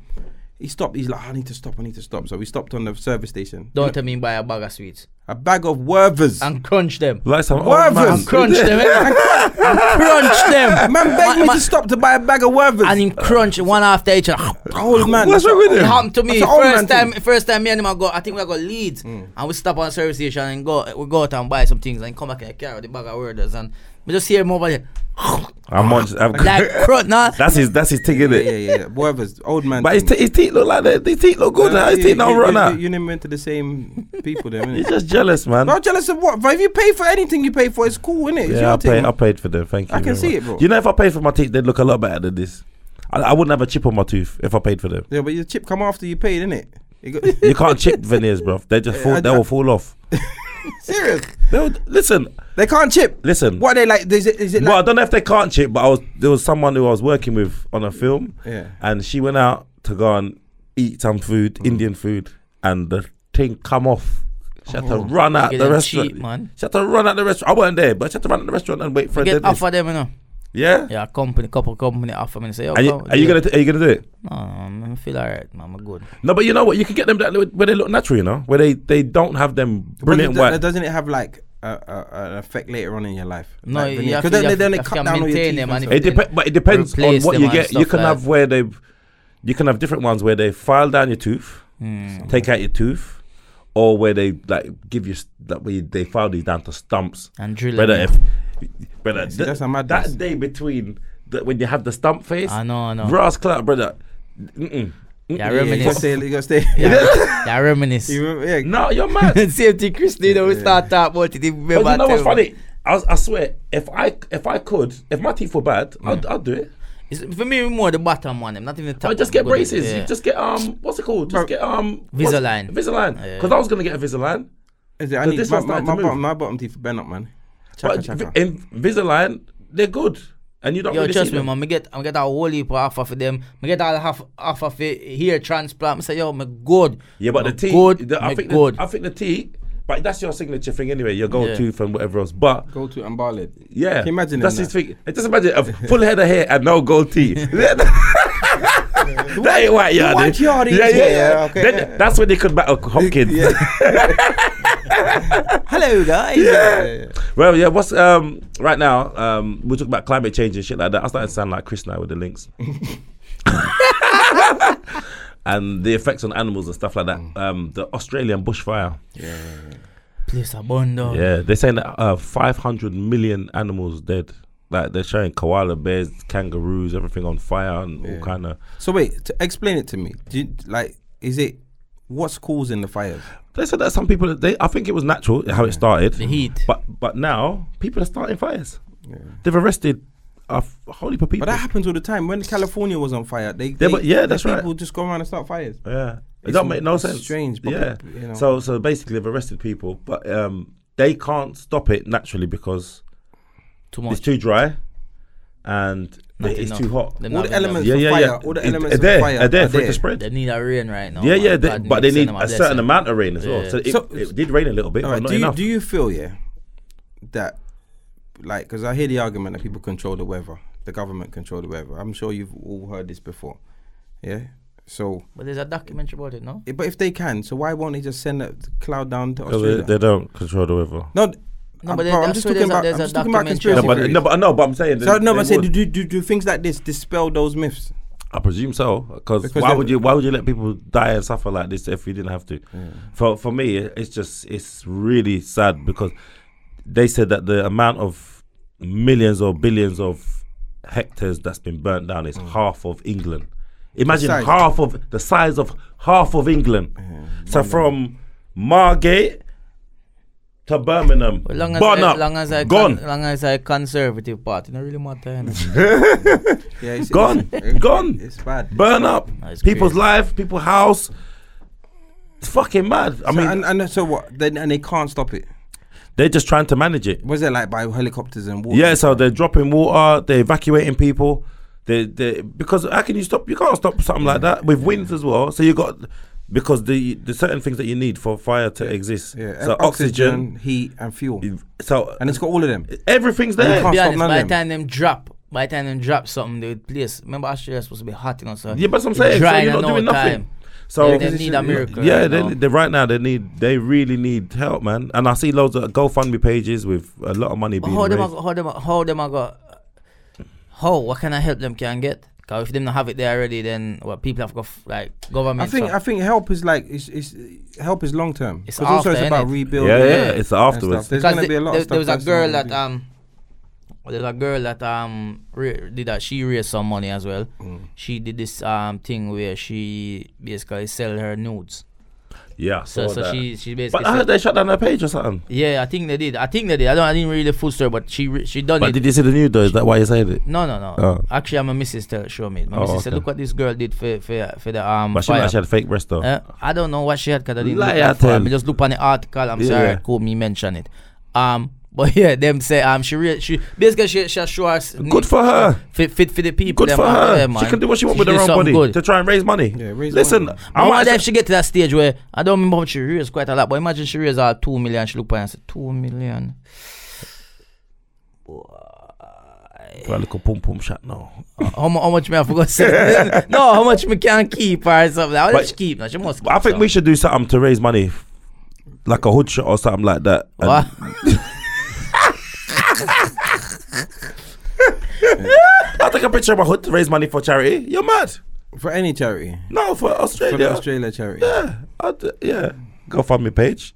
[SPEAKER 2] He stopped. He's like, "I need to stop. I need to stop." So we stopped on the service station.
[SPEAKER 3] Don't tell me buy a bag of sweets
[SPEAKER 2] A bag of Werthers.
[SPEAKER 3] and crunch them.
[SPEAKER 1] like some oh,
[SPEAKER 2] Werthers.
[SPEAKER 1] old man,
[SPEAKER 3] Crunch them, eh? crunch them.
[SPEAKER 2] man begged
[SPEAKER 3] Ma-
[SPEAKER 2] me
[SPEAKER 3] ma-
[SPEAKER 2] to stop to buy a bag of Werthers.
[SPEAKER 3] and him crunch one after each other.
[SPEAKER 2] old man.
[SPEAKER 1] What's wrong with
[SPEAKER 3] It
[SPEAKER 1] him?
[SPEAKER 3] happened to me
[SPEAKER 2] That's an old
[SPEAKER 3] first
[SPEAKER 2] man
[SPEAKER 3] time.
[SPEAKER 2] thing.
[SPEAKER 3] First time me and him I go. I think we got Leeds,
[SPEAKER 1] Hmm.
[SPEAKER 3] and we stop on the service station and go. We go out and buy some things and come back and carry the bag of orders and we just hear him over there
[SPEAKER 1] I'm on. I'm,
[SPEAKER 3] like crunch. Nah,
[SPEAKER 1] that's his. That's his thing, is
[SPEAKER 2] Yeah,
[SPEAKER 1] it?
[SPEAKER 2] yeah, yeah. Werthers. Old man.
[SPEAKER 1] But his,
[SPEAKER 2] thing.
[SPEAKER 1] te- his teeth look like that. His teeth look good.
[SPEAKER 2] Uh,
[SPEAKER 1] now. His
[SPEAKER 2] you-
[SPEAKER 1] teeth don't
[SPEAKER 2] you-
[SPEAKER 1] run
[SPEAKER 2] you-
[SPEAKER 1] out.
[SPEAKER 2] You never went to the same people, then.
[SPEAKER 1] He's
[SPEAKER 2] innit?
[SPEAKER 1] just jealous, man.
[SPEAKER 2] Not jealous of what? But if you pay for anything, you pay for. It's cool, innit? It's
[SPEAKER 1] Yeah, I
[SPEAKER 2] your
[SPEAKER 1] paid.
[SPEAKER 2] thing.
[SPEAKER 1] I paid for them. Thank you.
[SPEAKER 2] I can
[SPEAKER 1] very
[SPEAKER 2] see
[SPEAKER 1] much.
[SPEAKER 2] it, bro.
[SPEAKER 1] You know, if I paid for my teeth, they'd look a lot better than this. I, I wouldn't have a chip on my tooth if I paid for them.
[SPEAKER 2] Yeah, but your chip come after you paid, innit? You got-
[SPEAKER 1] You can't chip veneers, bro. They just fall.
[SPEAKER 2] I-
[SPEAKER 1] They will fall off.
[SPEAKER 2] Serious?
[SPEAKER 1] They'll, listen,
[SPEAKER 2] They can't chip.
[SPEAKER 1] listen.
[SPEAKER 2] What are they like? Is it? Is it
[SPEAKER 1] well, I
[SPEAKER 2] like?
[SPEAKER 1] don't know if they can't chip, but I was there was someone who I was working with on a film,
[SPEAKER 2] Yeah. Mm.
[SPEAKER 1] and she went out to go and eat some food, Indian food, and the thing come off. She had to
[SPEAKER 2] Oh.
[SPEAKER 1] run out
[SPEAKER 3] Get
[SPEAKER 1] the
[SPEAKER 3] them
[SPEAKER 1] restaurant.
[SPEAKER 3] cheap, man.
[SPEAKER 1] She had to run out the restaurant. I wasn't there, but she had to run out the restaurant and wait for
[SPEAKER 3] You
[SPEAKER 1] a
[SPEAKER 3] get
[SPEAKER 1] deadlift.
[SPEAKER 3] offer them, you know.
[SPEAKER 1] Yeah.
[SPEAKER 3] Yeah, company, couple company offer me and say, Yo,
[SPEAKER 1] Are you,
[SPEAKER 3] come,
[SPEAKER 1] are you gonna t- are you gonna do it?
[SPEAKER 3] No, I feel alright, man. I'm good.
[SPEAKER 1] No, but you know what? You can get them that where they look natural, you know, where they, they don't have them brilliant
[SPEAKER 2] doesn't,
[SPEAKER 1] white.
[SPEAKER 2] doesn't it have like a, a, an effect later on in your life?
[SPEAKER 3] No,
[SPEAKER 2] like,
[SPEAKER 3] you
[SPEAKER 2] veneer?
[SPEAKER 3] have
[SPEAKER 2] 'Cause
[SPEAKER 3] to-
[SPEAKER 2] then,
[SPEAKER 3] you
[SPEAKER 2] they-
[SPEAKER 3] have
[SPEAKER 2] then
[SPEAKER 3] to-
[SPEAKER 2] they
[SPEAKER 3] you have
[SPEAKER 2] cut
[SPEAKER 3] to
[SPEAKER 2] down all your
[SPEAKER 3] maintain
[SPEAKER 2] teeth.
[SPEAKER 3] them
[SPEAKER 2] and
[SPEAKER 3] and
[SPEAKER 1] It
[SPEAKER 2] stuff.
[SPEAKER 3] if-
[SPEAKER 1] dep- but it depends on
[SPEAKER 3] Replace
[SPEAKER 1] what
[SPEAKER 3] them
[SPEAKER 1] you
[SPEAKER 3] and
[SPEAKER 1] get. You
[SPEAKER 3] stuff
[SPEAKER 1] can
[SPEAKER 3] like
[SPEAKER 1] have where they, you can have different ones where they file down your tooth,
[SPEAKER 3] Hmm.
[SPEAKER 1] take out your tooth, or where they like give you s- that where you- they file these down to stumps.
[SPEAKER 3] And drill
[SPEAKER 1] Whether
[SPEAKER 3] it.
[SPEAKER 1] if, whether
[SPEAKER 2] See,
[SPEAKER 1] th-
[SPEAKER 2] that's a madness.
[SPEAKER 1] that day between that when you have the stump face,
[SPEAKER 3] I know, I know.
[SPEAKER 1] brass clout, brother. Mm-mm.
[SPEAKER 2] Yeah,
[SPEAKER 3] yeah,
[SPEAKER 2] you gotta
[SPEAKER 3] reminisce.
[SPEAKER 2] stay. You gotta stay.
[SPEAKER 3] Yeah, yeah, reminisce.
[SPEAKER 2] You remember- yeah.
[SPEAKER 1] No, you're mad.
[SPEAKER 3] Same thing, Christina. We start talking about it. Remember
[SPEAKER 1] But you know what's
[SPEAKER 3] I tell you.
[SPEAKER 1] funny? I, was- I swear, if I if I could, if my teeth were bad, I'd,
[SPEAKER 3] Hmm.
[SPEAKER 1] I'd do it.
[SPEAKER 3] It's, for me, more the bottom one. I'm not even
[SPEAKER 1] I
[SPEAKER 3] top.
[SPEAKER 1] would just
[SPEAKER 3] one,
[SPEAKER 1] get
[SPEAKER 3] good.
[SPEAKER 1] braces.
[SPEAKER 3] Yeah.
[SPEAKER 1] Just get um, what's it called?
[SPEAKER 2] Bro.
[SPEAKER 1] Just get um, what's-
[SPEAKER 3] Invisalign.
[SPEAKER 1] Invisalign.
[SPEAKER 3] Yeah.
[SPEAKER 1] Because I was gonna get Invisalign,
[SPEAKER 2] Is it- I
[SPEAKER 1] But
[SPEAKER 2] need
[SPEAKER 1] this
[SPEAKER 2] my,
[SPEAKER 1] one's
[SPEAKER 2] my,
[SPEAKER 1] starting
[SPEAKER 2] my,
[SPEAKER 1] to
[SPEAKER 2] bottom,
[SPEAKER 1] move.
[SPEAKER 2] my bottom teeth bent up, man. Chaka,
[SPEAKER 1] but
[SPEAKER 2] chaka.
[SPEAKER 1] in- Invisalign, they're good, and you don't
[SPEAKER 3] Yo,
[SPEAKER 1] really
[SPEAKER 3] trust
[SPEAKER 1] see
[SPEAKER 3] me,
[SPEAKER 1] them.
[SPEAKER 3] man. Me get, I get a whole heap of offer for them. Me get all half, half of it here transplant. Me say, yo, me good.
[SPEAKER 1] Yeah, but
[SPEAKER 3] Me
[SPEAKER 1] the teeth.
[SPEAKER 3] good.
[SPEAKER 1] the- I
[SPEAKER 3] me
[SPEAKER 1] think
[SPEAKER 3] good.
[SPEAKER 1] The, I think the teeth. But that's your signature thing anyway. Your gold
[SPEAKER 3] Yeah.
[SPEAKER 1] tooth and whatever else. But
[SPEAKER 2] Go to Ambalid.
[SPEAKER 1] yeah,
[SPEAKER 2] Can you imagine
[SPEAKER 1] that's
[SPEAKER 2] that?
[SPEAKER 1] his thing. Just imagine a full head of hair and no gold teeth. that ain't white yardie.
[SPEAKER 2] white yardie
[SPEAKER 1] Yeah,
[SPEAKER 2] is-
[SPEAKER 1] yeah,
[SPEAKER 2] yeah,
[SPEAKER 1] yeah.
[SPEAKER 2] yeah, okay,
[SPEAKER 1] Then-
[SPEAKER 2] yeah.
[SPEAKER 1] That's when they could battle Hopkins.
[SPEAKER 2] Hello, guys. Yeah. yeah, yeah.
[SPEAKER 1] Well, yeah. What's um right now? Um, we talk about climate change and shit like that. I started to sound like Chris now with the links, and the effects on animals and stuff like that. Um, the Australian bushfire.
[SPEAKER 3] Place a bundle.
[SPEAKER 1] Yeah, they're saying that uh, 500 million animals dead. Like they're showing koala bears, kangaroos, everything on fire and all kind of.
[SPEAKER 2] So wait, to explain it to me. Do you, like, is it what's causing the fires?
[SPEAKER 1] They said that some people, they I think it was natural how it started.
[SPEAKER 3] The heat.
[SPEAKER 1] But but now people are starting fires. They've arrested a f- whole heap of people.
[SPEAKER 2] But that happens all the time. When California was on fire, they,
[SPEAKER 1] Yeah,
[SPEAKER 2] they-
[SPEAKER 1] but- yeah,
[SPEAKER 2] the
[SPEAKER 1] that's right. Uh,
[SPEAKER 2] People just go around and start fires.
[SPEAKER 1] Yeah, it
[SPEAKER 2] It's
[SPEAKER 1] don't make no
[SPEAKER 2] it's
[SPEAKER 1] sense.
[SPEAKER 2] strange, but
[SPEAKER 1] yeah.
[SPEAKER 2] people, you know.
[SPEAKER 1] So so basically, they've arrested people, but um, they can't stop it naturally because
[SPEAKER 3] Too
[SPEAKER 1] it's
[SPEAKER 3] much.
[SPEAKER 1] too dry, and
[SPEAKER 3] Not
[SPEAKER 1] it's
[SPEAKER 3] enough.
[SPEAKER 1] too hot.
[SPEAKER 3] They're
[SPEAKER 2] All
[SPEAKER 3] not
[SPEAKER 2] the
[SPEAKER 3] enough.
[SPEAKER 2] elements
[SPEAKER 1] Yeah,
[SPEAKER 2] of
[SPEAKER 1] yeah,
[SPEAKER 2] fire,
[SPEAKER 1] yeah.
[SPEAKER 2] all the
[SPEAKER 1] It-
[SPEAKER 2] elements
[SPEAKER 1] are
[SPEAKER 2] of
[SPEAKER 1] there,
[SPEAKER 2] fire
[SPEAKER 1] are there for it
[SPEAKER 2] there.
[SPEAKER 1] to spread.
[SPEAKER 3] They need a rain right now.
[SPEAKER 1] yeah,
[SPEAKER 3] man.
[SPEAKER 1] yeah, they,
[SPEAKER 3] God
[SPEAKER 1] but they
[SPEAKER 3] send
[SPEAKER 1] need
[SPEAKER 3] them
[SPEAKER 1] a certain
[SPEAKER 3] blessing.
[SPEAKER 1] amount of rain as well.
[SPEAKER 3] Yeah.
[SPEAKER 1] So, it,
[SPEAKER 2] So-
[SPEAKER 1] it did rain a little bit,
[SPEAKER 2] All
[SPEAKER 1] but
[SPEAKER 2] right.
[SPEAKER 1] not
[SPEAKER 2] Do you,
[SPEAKER 1] enough.
[SPEAKER 2] do you feel yeah that like because I hear the argument that people control the weather. the government controlled or whatever. I'm sure you've all heard this before. Yeah. So,
[SPEAKER 3] But there's a documentary about it, no?
[SPEAKER 2] eh, but if they can, so why won't they just send the cloud down to
[SPEAKER 1] They,
[SPEAKER 2] Australia?
[SPEAKER 1] they don't control the weather.
[SPEAKER 2] no, th-
[SPEAKER 3] No,
[SPEAKER 2] I'm-
[SPEAKER 3] but
[SPEAKER 2] bro,
[SPEAKER 3] there-
[SPEAKER 2] I'm
[SPEAKER 3] that's
[SPEAKER 2] just
[SPEAKER 3] where
[SPEAKER 2] talking
[SPEAKER 3] there's a-
[SPEAKER 2] about.
[SPEAKER 3] there's
[SPEAKER 2] I'm
[SPEAKER 3] a
[SPEAKER 2] just talking about
[SPEAKER 3] documentary.
[SPEAKER 2] conspiracy
[SPEAKER 4] No, but
[SPEAKER 2] theories.
[SPEAKER 4] no, but no, but I'm saying.
[SPEAKER 2] so
[SPEAKER 4] they-
[SPEAKER 2] no,
[SPEAKER 4] they
[SPEAKER 2] but say,
[SPEAKER 4] would.
[SPEAKER 2] do, do do do things like this dispel those myths?
[SPEAKER 1] I presume so, because
[SPEAKER 2] Because
[SPEAKER 1] why
[SPEAKER 2] they-
[SPEAKER 1] would you why would you let people die and suffer like this if you didn't have to? For for me, it- it's just it's really sad because they said that the amount of millions or billions of hectares that's been burnt down is half of England. Imagine
[SPEAKER 2] size.
[SPEAKER 1] half of the size of half of England. So from Margate to Birmingham,
[SPEAKER 3] But long as,
[SPEAKER 1] burn
[SPEAKER 3] I,
[SPEAKER 1] up,
[SPEAKER 3] long as I
[SPEAKER 1] gone.
[SPEAKER 3] Con- long as I conservative party, not really matter. you know.
[SPEAKER 2] Yeah, it's,
[SPEAKER 1] Gone.
[SPEAKER 2] it's,
[SPEAKER 1] Gone.
[SPEAKER 2] It's bad.
[SPEAKER 1] burn up
[SPEAKER 3] it's
[SPEAKER 1] people's
[SPEAKER 3] crazy.
[SPEAKER 1] life, people's house. It's fucking mad. I
[SPEAKER 2] So,
[SPEAKER 1] mean,
[SPEAKER 2] and, and so what? Then and they can't stop it.
[SPEAKER 1] they're just trying to manage it.
[SPEAKER 2] Was it like by helicopters and water?
[SPEAKER 1] Yeah, so they're dropping water, they're evacuating people. They, they, because how can you stop? You can't stop something like that with winds as well. So you got because the the certain things that you need for fire to exist.
[SPEAKER 2] Yeah,
[SPEAKER 1] So
[SPEAKER 2] oxygen,
[SPEAKER 1] oxygen.
[SPEAKER 2] heat, and fuel,
[SPEAKER 1] So
[SPEAKER 2] and it's got all of them.
[SPEAKER 1] everything's
[SPEAKER 2] you
[SPEAKER 1] there.
[SPEAKER 2] can't-
[SPEAKER 3] be
[SPEAKER 2] stop
[SPEAKER 3] honest,
[SPEAKER 2] none of
[SPEAKER 3] by the
[SPEAKER 2] them.
[SPEAKER 3] time them drop, by the time them drop something, they would place. Remember, Australia's supposed to be hot, you know, so
[SPEAKER 1] Yeah, but that's what I'm saying.
[SPEAKER 3] it dry
[SPEAKER 1] So
[SPEAKER 3] in
[SPEAKER 1] you're not
[SPEAKER 3] no
[SPEAKER 1] doing nothing.
[SPEAKER 3] time.
[SPEAKER 1] So
[SPEAKER 3] They- they need a miracle,
[SPEAKER 1] Yeah,
[SPEAKER 3] you
[SPEAKER 1] they,
[SPEAKER 3] know.
[SPEAKER 1] they, right now they need they really need help, man. And I see loads of GoFundMe pages with a lot of money
[SPEAKER 3] But
[SPEAKER 1] being
[SPEAKER 3] how them a
[SPEAKER 1] raised.
[SPEAKER 3] go, how them a- how them a go, how what can I help them can get? Cause if them not have it there already, then what people have got f- like government.
[SPEAKER 2] I think
[SPEAKER 3] so-
[SPEAKER 2] I think help is like it's, it's help is long term.
[SPEAKER 3] It's
[SPEAKER 2] Because also
[SPEAKER 3] after,
[SPEAKER 2] it's about
[SPEAKER 3] innit?
[SPEAKER 2] rebuilding.
[SPEAKER 1] Yeah, yeah,
[SPEAKER 2] and
[SPEAKER 1] it's
[SPEAKER 2] stuff.
[SPEAKER 1] afterwards.
[SPEAKER 2] There's
[SPEAKER 3] Because
[SPEAKER 2] gonna
[SPEAKER 3] the-
[SPEAKER 2] be a lot
[SPEAKER 3] there,
[SPEAKER 2] of stuff.
[SPEAKER 3] there was a
[SPEAKER 2] that's
[SPEAKER 3] girl
[SPEAKER 2] gonna
[SPEAKER 3] that
[SPEAKER 2] be-
[SPEAKER 3] um, there was a girl that um ra- did that. She raised some money as well.
[SPEAKER 1] Mm.
[SPEAKER 3] She did this um thing where she basically sell her nudes.
[SPEAKER 1] Yeah, I
[SPEAKER 3] So
[SPEAKER 1] saw
[SPEAKER 3] so
[SPEAKER 1] that.
[SPEAKER 3] she she basically.
[SPEAKER 1] But I
[SPEAKER 3] sell-
[SPEAKER 1] heard they shut down their page or something.
[SPEAKER 3] yeah, I think they did. I think they did. I don't. I didn't read the full story, but she re- she done
[SPEAKER 1] But
[SPEAKER 3] it.
[SPEAKER 1] did you see the news though? Is that why you said it?
[SPEAKER 3] No, no, no.
[SPEAKER 1] Oh.
[SPEAKER 3] Actually, I'm a missus. Tell show me. My
[SPEAKER 1] Oh,
[SPEAKER 3] missus said,
[SPEAKER 1] okay.
[SPEAKER 3] "Look what this girl did for for for the um."
[SPEAKER 1] But she
[SPEAKER 3] fire."
[SPEAKER 1] actually had fake breasts though.
[SPEAKER 3] Uh, I don't know what she had because I didn't
[SPEAKER 1] Lie,
[SPEAKER 3] look
[SPEAKER 1] I
[SPEAKER 3] that far.
[SPEAKER 1] tell.
[SPEAKER 3] Me just look on the article. I'm sorry,
[SPEAKER 1] Yeah.
[SPEAKER 3] cool. Me mention it. Um, but yeah, them say um she rea- she basically she she show us
[SPEAKER 1] Good for her.
[SPEAKER 3] fit fit for the people.
[SPEAKER 1] Good
[SPEAKER 3] them
[SPEAKER 1] for
[SPEAKER 3] out
[SPEAKER 1] her.
[SPEAKER 3] there,
[SPEAKER 1] she
[SPEAKER 3] man.
[SPEAKER 1] can do what she wants with
[SPEAKER 3] did
[SPEAKER 1] her own body to
[SPEAKER 3] something Good.
[SPEAKER 1] try and raise money.
[SPEAKER 2] Yeah, raise
[SPEAKER 1] Listen,
[SPEAKER 2] money.
[SPEAKER 1] I
[SPEAKER 3] I wonder
[SPEAKER 1] might
[SPEAKER 3] if she get to that stage where I don't remember how much she raised quite a lot, but imagine she raised uh, two million. She look at and said two million.
[SPEAKER 1] Well, look a pum pum shot now.
[SPEAKER 3] how, mu- how much me I forgot to say? no, how much me can keep or something. How
[SPEAKER 1] But-
[SPEAKER 3] much she keep? No, she must. Keep
[SPEAKER 1] I think we should do something to raise money, like a hood shot or something like that. And
[SPEAKER 3] What?
[SPEAKER 1] I'll take a picture of my hood to raise money for charity. You're mad.
[SPEAKER 3] uh,
[SPEAKER 2] for any charity,
[SPEAKER 1] No, for
[SPEAKER 2] for the
[SPEAKER 1] Australia.
[SPEAKER 2] Australia charity.
[SPEAKER 1] yeah, I'll do, yeah. Go find me page.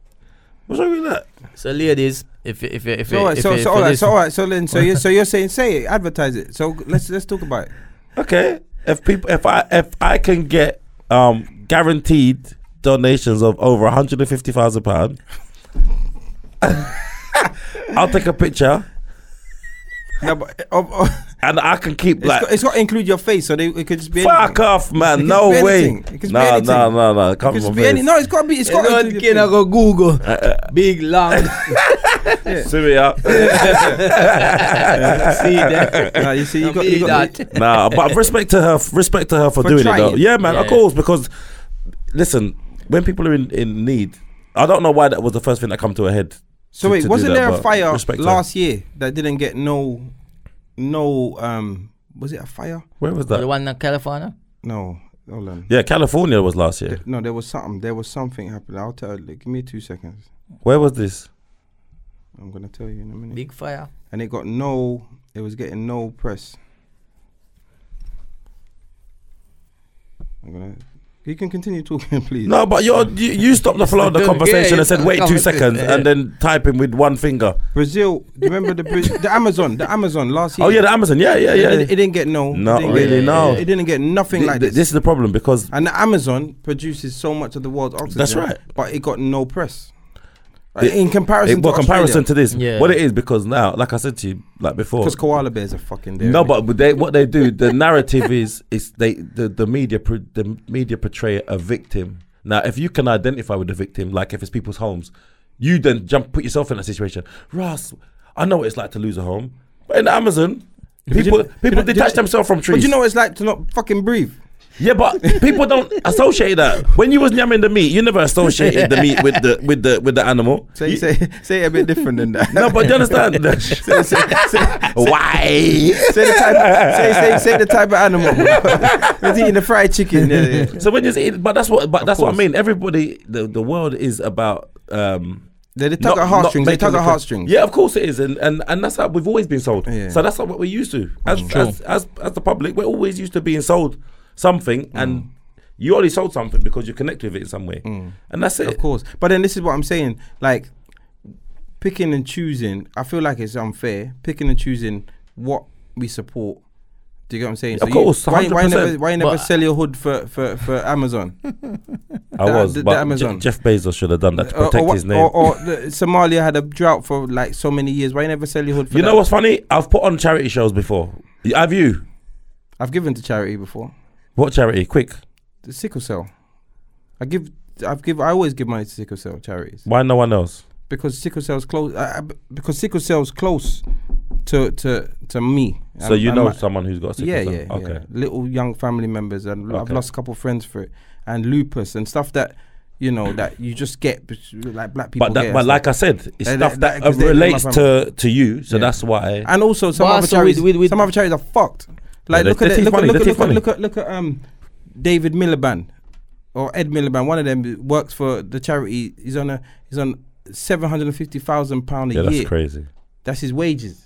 [SPEAKER 1] What's wrong with that?
[SPEAKER 3] So, ladies, if you- if you- if
[SPEAKER 2] So
[SPEAKER 3] you-
[SPEAKER 2] alright,
[SPEAKER 3] if
[SPEAKER 2] so
[SPEAKER 3] you-
[SPEAKER 2] so
[SPEAKER 3] if you
[SPEAKER 2] alright, so
[SPEAKER 3] listen-
[SPEAKER 2] alright, so then so you so you're saying say it, advertise it. So let's let's talk about it.
[SPEAKER 1] Okay, if people, if I, if I can get um guaranteed donations of over 150 thousand pound, I'll take a picture
[SPEAKER 2] No, but uh, oh, oh,
[SPEAKER 1] and I can keep
[SPEAKER 2] it's
[SPEAKER 1] like.
[SPEAKER 2] got- it's got to include your face, so they it could just be
[SPEAKER 1] Fuck off,
[SPEAKER 2] It
[SPEAKER 1] man!
[SPEAKER 2] could
[SPEAKER 1] No
[SPEAKER 2] be
[SPEAKER 1] way!
[SPEAKER 2] anything. It could be
[SPEAKER 1] No,
[SPEAKER 2] anything.
[SPEAKER 1] no, no, no! Come
[SPEAKER 2] Because
[SPEAKER 1] on,
[SPEAKER 2] be any,
[SPEAKER 1] man!
[SPEAKER 2] no, it's got to be it's got
[SPEAKER 3] Everyone
[SPEAKER 2] to
[SPEAKER 3] can I go Google big long.
[SPEAKER 1] See that?
[SPEAKER 2] Nah, you see, you got, you
[SPEAKER 3] Be
[SPEAKER 2] got
[SPEAKER 3] that.
[SPEAKER 1] Nah, but respect to her. Respect to her for,
[SPEAKER 2] For
[SPEAKER 1] doing
[SPEAKER 2] trying.
[SPEAKER 1] it though. Yeah, man. Of
[SPEAKER 3] Yeah.
[SPEAKER 1] course, because listen, when people are in, in need, I don't know why that was the first thing that come to her head.
[SPEAKER 2] So
[SPEAKER 1] to-
[SPEAKER 2] wait,
[SPEAKER 1] to do
[SPEAKER 2] wasn't
[SPEAKER 1] that,
[SPEAKER 2] there a
[SPEAKER 1] but
[SPEAKER 2] fire
[SPEAKER 1] respect to her.
[SPEAKER 2] last year that didn't get no, no? Um, was it a fire?
[SPEAKER 1] Where was
[SPEAKER 3] the
[SPEAKER 1] that?
[SPEAKER 3] one in California.
[SPEAKER 2] No, hold on.
[SPEAKER 1] Yeah, California was last year.
[SPEAKER 2] No, there was something. There was something happening. I'll tell. you. Give me two seconds.
[SPEAKER 1] Where was this?
[SPEAKER 2] I'm gonna tell you in a minute.
[SPEAKER 3] Big fire.
[SPEAKER 2] And it got no. It was getting no press. I'm gonna. You can continue talking, please.
[SPEAKER 1] No, but you're, you you stopped the flow of the
[SPEAKER 3] Yeah,
[SPEAKER 1] conversation
[SPEAKER 3] you
[SPEAKER 1] and said
[SPEAKER 3] stopped
[SPEAKER 1] wait
[SPEAKER 3] the
[SPEAKER 1] two seconds
[SPEAKER 3] conversation.
[SPEAKER 1] and then type in with one finger.
[SPEAKER 2] Brazil. do you Remember the Bra- the Amazon. The Amazon last year.
[SPEAKER 1] Oh yeah, the Amazon. Yeah, yeah,
[SPEAKER 2] It
[SPEAKER 1] yeah.
[SPEAKER 2] didn't- It, didn't get no. it
[SPEAKER 1] Not
[SPEAKER 2] didn't
[SPEAKER 1] really,
[SPEAKER 2] Get,
[SPEAKER 1] no.
[SPEAKER 2] It didn't get nothing
[SPEAKER 1] Th-
[SPEAKER 2] like
[SPEAKER 1] th-
[SPEAKER 2] this.
[SPEAKER 1] is the problem because
[SPEAKER 2] And the Amazon produces so much of the world's oxygen.
[SPEAKER 1] That's right.
[SPEAKER 2] But it got no press.
[SPEAKER 1] It-
[SPEAKER 2] in comparison
[SPEAKER 1] it,
[SPEAKER 2] to
[SPEAKER 1] well, comparison to this,
[SPEAKER 3] Yeah.
[SPEAKER 1] what it is because now, like I said to you, like before,
[SPEAKER 2] Because koala bears are fucking there.
[SPEAKER 1] No, but but they, what they do, the narrative is is they the the media pro- the media portray a victim. Now, if you can identify with the victim, like if it's people's homes, you then jump put yourself in that situation. Ross, I know what it's like to lose a home, but in the Amazon,
[SPEAKER 2] you
[SPEAKER 1] people
[SPEAKER 2] know-
[SPEAKER 1] people
[SPEAKER 2] you know-
[SPEAKER 1] detach
[SPEAKER 2] you know-
[SPEAKER 1] themselves from trees.
[SPEAKER 2] But you know what it's like to not fucking breathe?
[SPEAKER 4] Yeah, but people don't associate that. When you was yamming the meat, you never associated the meat with the with the with the animal.
[SPEAKER 2] So
[SPEAKER 4] You-
[SPEAKER 2] you say say it a bit different than that.
[SPEAKER 4] no, but you understand?
[SPEAKER 2] say, say, say,
[SPEAKER 4] Why?
[SPEAKER 2] say the type say, say, say the type of animal. He's eating the fried chicken. Yeah, yeah.
[SPEAKER 4] So when you say, but that's what, but that's what I
[SPEAKER 2] course.
[SPEAKER 4] mean. Everybody, the the world is about. um
[SPEAKER 2] They, they
[SPEAKER 4] not-
[SPEAKER 2] tug at
[SPEAKER 4] not
[SPEAKER 2] heartstrings. They
[SPEAKER 4] making
[SPEAKER 2] tug
[SPEAKER 4] the
[SPEAKER 2] at
[SPEAKER 4] con-
[SPEAKER 2] heartstrings.
[SPEAKER 4] Yeah, of course it is, and and, and that's how we've always been sold.
[SPEAKER 2] Yeah. Mm.
[SPEAKER 4] So that's what we're used to as
[SPEAKER 3] True.
[SPEAKER 4] as, as as the public. We're always used to being sold
[SPEAKER 2] Mm.
[SPEAKER 4] something, and you only sold something because you connect with it in some way, and that's it.
[SPEAKER 2] Mm. Of course. But then this is what I'm saying. Like picking and choosing, I feel like it's unfair. Picking and choosing what we support. Do you get what I'm saying?
[SPEAKER 4] Of
[SPEAKER 2] you-
[SPEAKER 4] course,
[SPEAKER 2] why, why you
[SPEAKER 4] 100%.
[SPEAKER 2] never why you never
[SPEAKER 3] But-
[SPEAKER 2] sell your hood for for, for Amazon?
[SPEAKER 1] I
[SPEAKER 2] The-
[SPEAKER 1] was,
[SPEAKER 2] the- the
[SPEAKER 1] but Je-
[SPEAKER 2] Amazon.
[SPEAKER 1] Jeff Bezos should have done that to
[SPEAKER 2] Or-
[SPEAKER 1] protect
[SPEAKER 2] or,
[SPEAKER 1] his
[SPEAKER 2] wha-
[SPEAKER 1] name.
[SPEAKER 2] Or, or the, Somalia had a drought for like so many years. Why you never sell your hood for
[SPEAKER 4] you
[SPEAKER 2] that?
[SPEAKER 4] know what's funny? I've put on charity shows before. Have you?
[SPEAKER 2] I've given to charity before.
[SPEAKER 4] What charity? Quick.
[SPEAKER 2] The sickle cell. I give I've give I always give money to sickle cell charities.
[SPEAKER 1] Why no one else?
[SPEAKER 2] because sickle cell's close. I, I, because sickle cell's close to to to me.
[SPEAKER 1] So
[SPEAKER 2] And-
[SPEAKER 1] you
[SPEAKER 2] and
[SPEAKER 1] know
[SPEAKER 2] my-
[SPEAKER 1] someone who's got sickle
[SPEAKER 2] yeah,
[SPEAKER 1] cell?
[SPEAKER 2] yeah,
[SPEAKER 1] Okay.
[SPEAKER 2] yeah. Little young family members, and I've
[SPEAKER 1] Okay.
[SPEAKER 2] lost a couple friends for it, and lupus and stuff that you know that you just get bet- like black people.
[SPEAKER 1] But that,
[SPEAKER 2] get
[SPEAKER 1] but
[SPEAKER 2] and
[SPEAKER 1] like I said, it's
[SPEAKER 2] That-
[SPEAKER 1] stuff
[SPEAKER 2] that-
[SPEAKER 1] that,
[SPEAKER 2] that- 'cause they-
[SPEAKER 1] relates
[SPEAKER 2] my
[SPEAKER 1] to to you, so
[SPEAKER 2] Yeah.
[SPEAKER 1] that's why.
[SPEAKER 2] stuff. and also some
[SPEAKER 3] But
[SPEAKER 2] other
[SPEAKER 3] so
[SPEAKER 2] charities,
[SPEAKER 3] with- with- with-
[SPEAKER 2] some other charities are fucked. Like
[SPEAKER 1] they're-
[SPEAKER 2] look at
[SPEAKER 1] they're
[SPEAKER 2] it, look, at-
[SPEAKER 1] funny,
[SPEAKER 2] look,
[SPEAKER 1] they're
[SPEAKER 2] at- look, at-
[SPEAKER 1] funny.
[SPEAKER 2] look at look at um David Miliband or Ed Miliband. One of them works for the charity. He's on a he's on seven hundred and fifty thousand pound a
[SPEAKER 1] yeah, that's
[SPEAKER 2] year.
[SPEAKER 1] crazy.
[SPEAKER 2] That's his wages.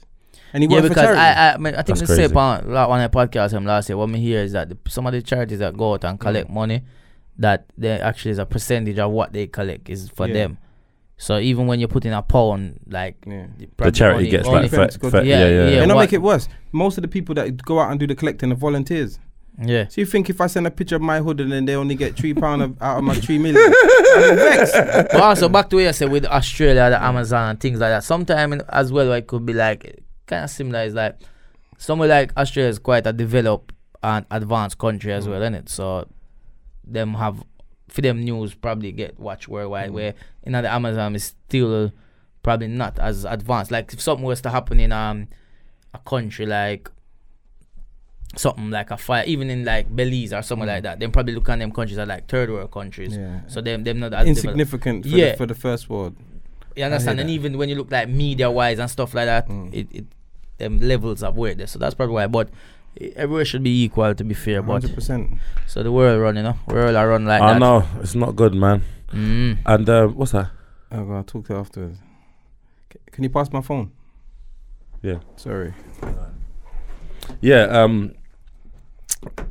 [SPEAKER 2] And he
[SPEAKER 3] yeah,
[SPEAKER 2] works for
[SPEAKER 3] because
[SPEAKER 2] charity.
[SPEAKER 3] I, I, mean, I think
[SPEAKER 1] That's
[SPEAKER 3] they say
[SPEAKER 1] crazy.
[SPEAKER 3] upon, like, on a podcast from last year, what me hear is that the, some of the charities that go out and collect money, that they actually is a percentage of what they collect is for
[SPEAKER 2] Yeah.
[SPEAKER 3] them. So even when you're putting a pound, like
[SPEAKER 2] yeah.
[SPEAKER 1] The
[SPEAKER 3] probably
[SPEAKER 1] charity
[SPEAKER 3] only-
[SPEAKER 1] gets
[SPEAKER 3] only
[SPEAKER 1] like
[SPEAKER 2] for-
[SPEAKER 1] fat,
[SPEAKER 2] friends got-
[SPEAKER 1] fat- yeah,
[SPEAKER 3] Yeah,
[SPEAKER 1] yeah,
[SPEAKER 3] yeah.
[SPEAKER 1] yeah.
[SPEAKER 2] And I'll
[SPEAKER 3] what-
[SPEAKER 2] make it worse. Most of the people that go out and do the collecting are volunteers.
[SPEAKER 3] yeah.
[SPEAKER 2] So you think if I send a picture of my hood and then they only get three pound of, out of my three million, I'm vexed.
[SPEAKER 3] but also back to what you said with Australia, the Amazon, and things like that. Sometimes as well, it could be like kind of similar. Is like somewhere like Australia is quite a developed and advanced country as well, innit? So them have for them news probably get watched worldwide. Where you know the Amazon is still probably not as advanced. Like if something was to happen in um a country like something like a fire, even in like Belize or somewhere like that, then probably look on them countries are like third world countries.
[SPEAKER 2] Yeah.
[SPEAKER 3] So them them not as developed.
[SPEAKER 2] Insignificant for,
[SPEAKER 3] Yeah.
[SPEAKER 2] the, for the first world.
[SPEAKER 3] You understand?
[SPEAKER 2] hear
[SPEAKER 3] And
[SPEAKER 2] that.
[SPEAKER 3] even when you look like media wise and stuff like that, it, it them levels are weird there. So that's probably why. But eh, everywhere should be equal to be fair. But
[SPEAKER 2] 100%.
[SPEAKER 3] so the world run, you know, world are run like
[SPEAKER 1] I
[SPEAKER 3] that.
[SPEAKER 1] know it's not good, man.
[SPEAKER 3] Mm.
[SPEAKER 1] And uh, what's that?
[SPEAKER 2] Oh, God, I'll talk to you afterwards. C- Can you pass my phone?
[SPEAKER 1] Yeah.
[SPEAKER 2] Sorry.
[SPEAKER 1] Yeah. Um.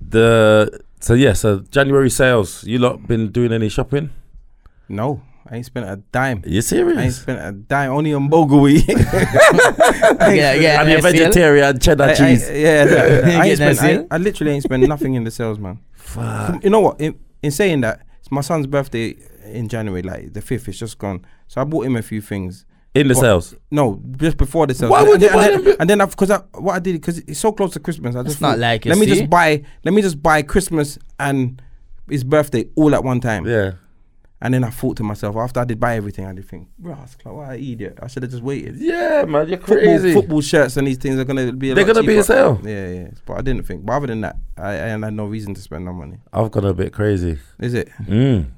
[SPEAKER 1] The so yeah so January sales. You lot been doing any shopping?
[SPEAKER 2] No, I ain't spent a dime.
[SPEAKER 1] Are you
[SPEAKER 2] I ain't
[SPEAKER 1] serious?
[SPEAKER 2] spent a dime, only on Bogoey.
[SPEAKER 3] Yeah, yeah.
[SPEAKER 1] And you're
[SPEAKER 3] SL?
[SPEAKER 1] vegetarian cheddar
[SPEAKER 2] I- I-
[SPEAKER 1] cheese.
[SPEAKER 2] yeah, no, I,
[SPEAKER 3] Get
[SPEAKER 2] ain't
[SPEAKER 3] that
[SPEAKER 2] spent, I,
[SPEAKER 3] seal?
[SPEAKER 2] ain't- I literally ain't spent nothing in the sales, man.
[SPEAKER 3] Ah.
[SPEAKER 1] Fuck.
[SPEAKER 2] you know what? In, in saying that, it's my son's birthday in January, like the fifth. It's just gone. So I bought him a few things.
[SPEAKER 1] In the
[SPEAKER 2] What?
[SPEAKER 1] sales.
[SPEAKER 2] No, just before the sales.
[SPEAKER 1] Why
[SPEAKER 2] and,
[SPEAKER 1] would
[SPEAKER 2] and,
[SPEAKER 1] you
[SPEAKER 2] then-
[SPEAKER 1] buy
[SPEAKER 2] and then, and then I've because I, what I did because it's so close to Christmas. I just
[SPEAKER 3] It's not
[SPEAKER 2] thought,
[SPEAKER 3] like you
[SPEAKER 2] let me
[SPEAKER 3] see.
[SPEAKER 2] just buy let me just buy Christmas and his birthday all at one time.
[SPEAKER 1] Yeah.
[SPEAKER 2] And then I thought to myself after I did buy everything, I did think, Ross, like, what an idiot! I should have just waited.
[SPEAKER 1] Yeah, man. You're
[SPEAKER 2] Football,
[SPEAKER 1] crazy.
[SPEAKER 2] football shirts and these things are gonna be. A
[SPEAKER 1] They're
[SPEAKER 2] lot
[SPEAKER 1] gonna be
[SPEAKER 2] cheaper.
[SPEAKER 1] a sale.
[SPEAKER 2] Yeah, yeah. But I didn't think. But other than that, I, I had no reason to spend no money.
[SPEAKER 1] I've gone a bit crazy.
[SPEAKER 2] Is it?
[SPEAKER 1] Mm.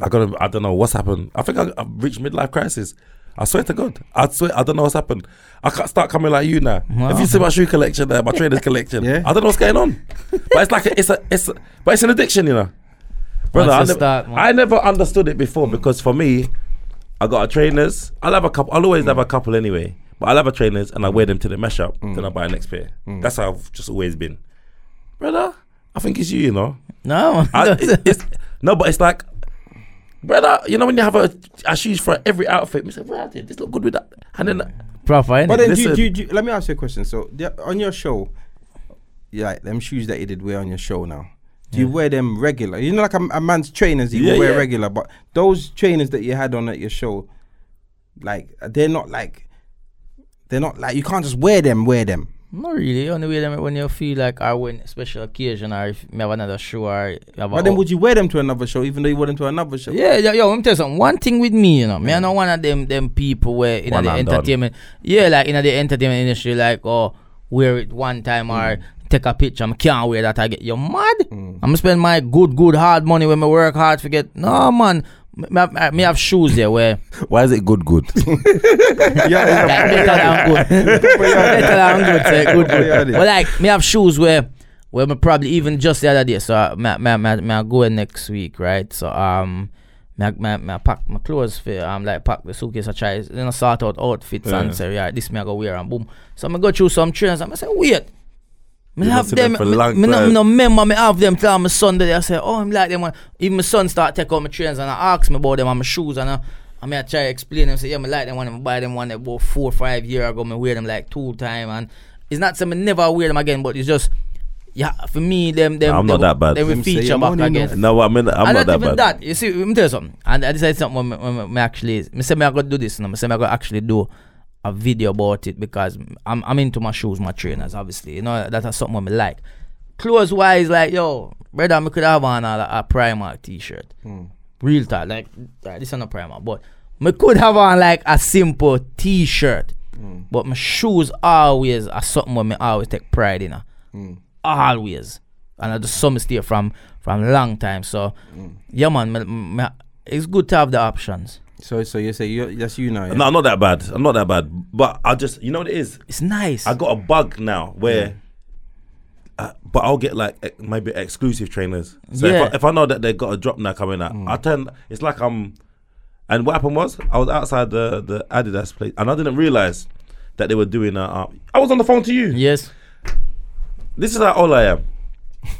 [SPEAKER 1] I got. I don't know what's happened. I think I, I've reached midlife crisis. I swear to God. I swear. I don't know what's happened. I can't start coming like you now.
[SPEAKER 3] Wow.
[SPEAKER 1] If you see my shoe collection there, my trainers collection,
[SPEAKER 2] Yeah.
[SPEAKER 1] I don't know what's going on. but it's like a, it's a it's a, but it's an addiction, you know. Brother,
[SPEAKER 3] Once
[SPEAKER 1] I
[SPEAKER 3] you
[SPEAKER 1] never,
[SPEAKER 3] start, man.
[SPEAKER 1] I never understood it before because for me, I got a trainers. I'll have a couple. I'll always have a couple anyway. But I'll have a trainers and I wear them to the mesh up. Then I buy a next pair. That's how I've just always been, brother. I think it's you, you know.
[SPEAKER 3] No,
[SPEAKER 1] I, it- it's, no, but it's like, brother, you know when you have a, a shoes for every outfit, you say, well, this look good with that. And then,
[SPEAKER 3] proper. Innit?
[SPEAKER 2] But then, do you,
[SPEAKER 1] Listen.
[SPEAKER 2] do you, do you, let me ask you a question. So, the, on your show, yeah, like them shoes that you did wear on your show now, do you wear them regular? You know, like a, a man's trainers you
[SPEAKER 1] Yeah,
[SPEAKER 2] wear
[SPEAKER 1] yeah.
[SPEAKER 2] regular, but those trainers that you had on at your show, like they're not like they're not like you can't just wear them. Wear them.
[SPEAKER 3] not really. Only way them when you feel like I when special occasion or if you have another show or you have a-
[SPEAKER 2] But then, would you wear them to another show, even though you wore them to another show?
[SPEAKER 3] Yeah, yeah, yo, let me tell you something. One thing with me, you know, me, I know one of them them people where in
[SPEAKER 1] Mm. One
[SPEAKER 3] the
[SPEAKER 1] and done. Mm.
[SPEAKER 3] entertainment, yeah, like in the entertainment industry, like oh, wear it one time or take a picture. I can't wear that. I get you mad. I'm spend my good, good hard money when I work hard. Forget no man. Me have, me have shoes there where
[SPEAKER 5] Why is it good, good?
[SPEAKER 2] yeah,
[SPEAKER 3] like, better than good, better than good, say, good, good. But like me have shoes where where me probably even just the other day. So uh, me me me, me I go next week, right? So um. Me, I- me, I- me I pack my clothes for um like pack the suitcase I try you know sort out outfits and say yeah this me I go wear and boom so I go through some trends and I say wait me
[SPEAKER 1] You
[SPEAKER 3] have
[SPEAKER 1] must have
[SPEAKER 3] them.
[SPEAKER 1] them for
[SPEAKER 3] me,
[SPEAKER 1] long
[SPEAKER 3] me, no,
[SPEAKER 1] time.
[SPEAKER 3] me no remember me have them. Tell my son that I say, oh, I'm like them one. Even my son start take out my trains and I ask me about them and my shoes and I, I mean I try to explain them. Say yeah, me like them one. I buy them one about four five year ago. Me wear them like two time and it's not something never wear them again. But it's just yeah for me them them.
[SPEAKER 1] I'm
[SPEAKER 3] they
[SPEAKER 1] not
[SPEAKER 3] will-
[SPEAKER 1] that bad.
[SPEAKER 3] They will
[SPEAKER 2] Them say
[SPEAKER 3] feature
[SPEAKER 2] your
[SPEAKER 3] back
[SPEAKER 2] money
[SPEAKER 3] again.
[SPEAKER 1] No, I mean, I'm
[SPEAKER 3] and
[SPEAKER 1] not that
[SPEAKER 3] even
[SPEAKER 1] bad.
[SPEAKER 3] that. You see, let me tell you something. And I decided something when, me- when, me- me actually, me say me I go do this. You know, me say me I go actually do a video about it because I'm, I'm into my shoes, my trainers, obviously. You know, that's something I like. Clothes wise, like yo, brother, me could have on a, a Primark t-shirt.
[SPEAKER 1] Hmm.
[SPEAKER 3] Real talk, like uh, this is not Primark, but me could have on like a simple t-shirt.
[SPEAKER 1] Hmm.
[SPEAKER 3] But my shoes always are something where me always take pride in. uh always. And I just saw me stay from from long time. So
[SPEAKER 1] Mm.
[SPEAKER 3] yeah, man, me, me, it's good to have the options.
[SPEAKER 2] So, so you say you that's you now. Yeah?
[SPEAKER 1] No, I'm not that bad. I'm not that bad. But I just, you know what it is?
[SPEAKER 3] It's nice.
[SPEAKER 1] I got a bug now where, uh, but I'll get like ex- maybe exclusive trainers. So
[SPEAKER 3] Yeah.
[SPEAKER 1] if, I, if I know that they got a drop now coming out, I turn. It's like I'm. And what happened was I was outside the the Adidas place, and I didn't realize that they were doing. Uh, uh, I was on the phone to you.
[SPEAKER 3] yes.
[SPEAKER 1] This is how old I am.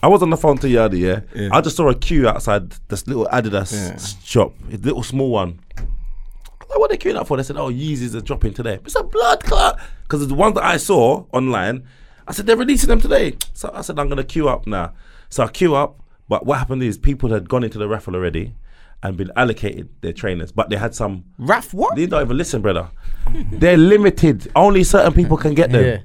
[SPEAKER 1] I was on the phone to you earlier. yeah? I just saw a queue outside this little Adidas
[SPEAKER 2] Yeah.
[SPEAKER 1] shop, a little small one. Like, what are they queuing up for? They said, oh, Yeezys are dropping today. It's a blood clot. Because the ones that I saw online, I said, they're releasing them today. So I said, I'm going to queue up now. So I queue up. But what happened is people had gone into the raffle already and been allocated their trainers. But they had some
[SPEAKER 2] Raf, what?
[SPEAKER 1] they don't even listen, brother. They're limited. Only certain people can get them.
[SPEAKER 3] Yeah.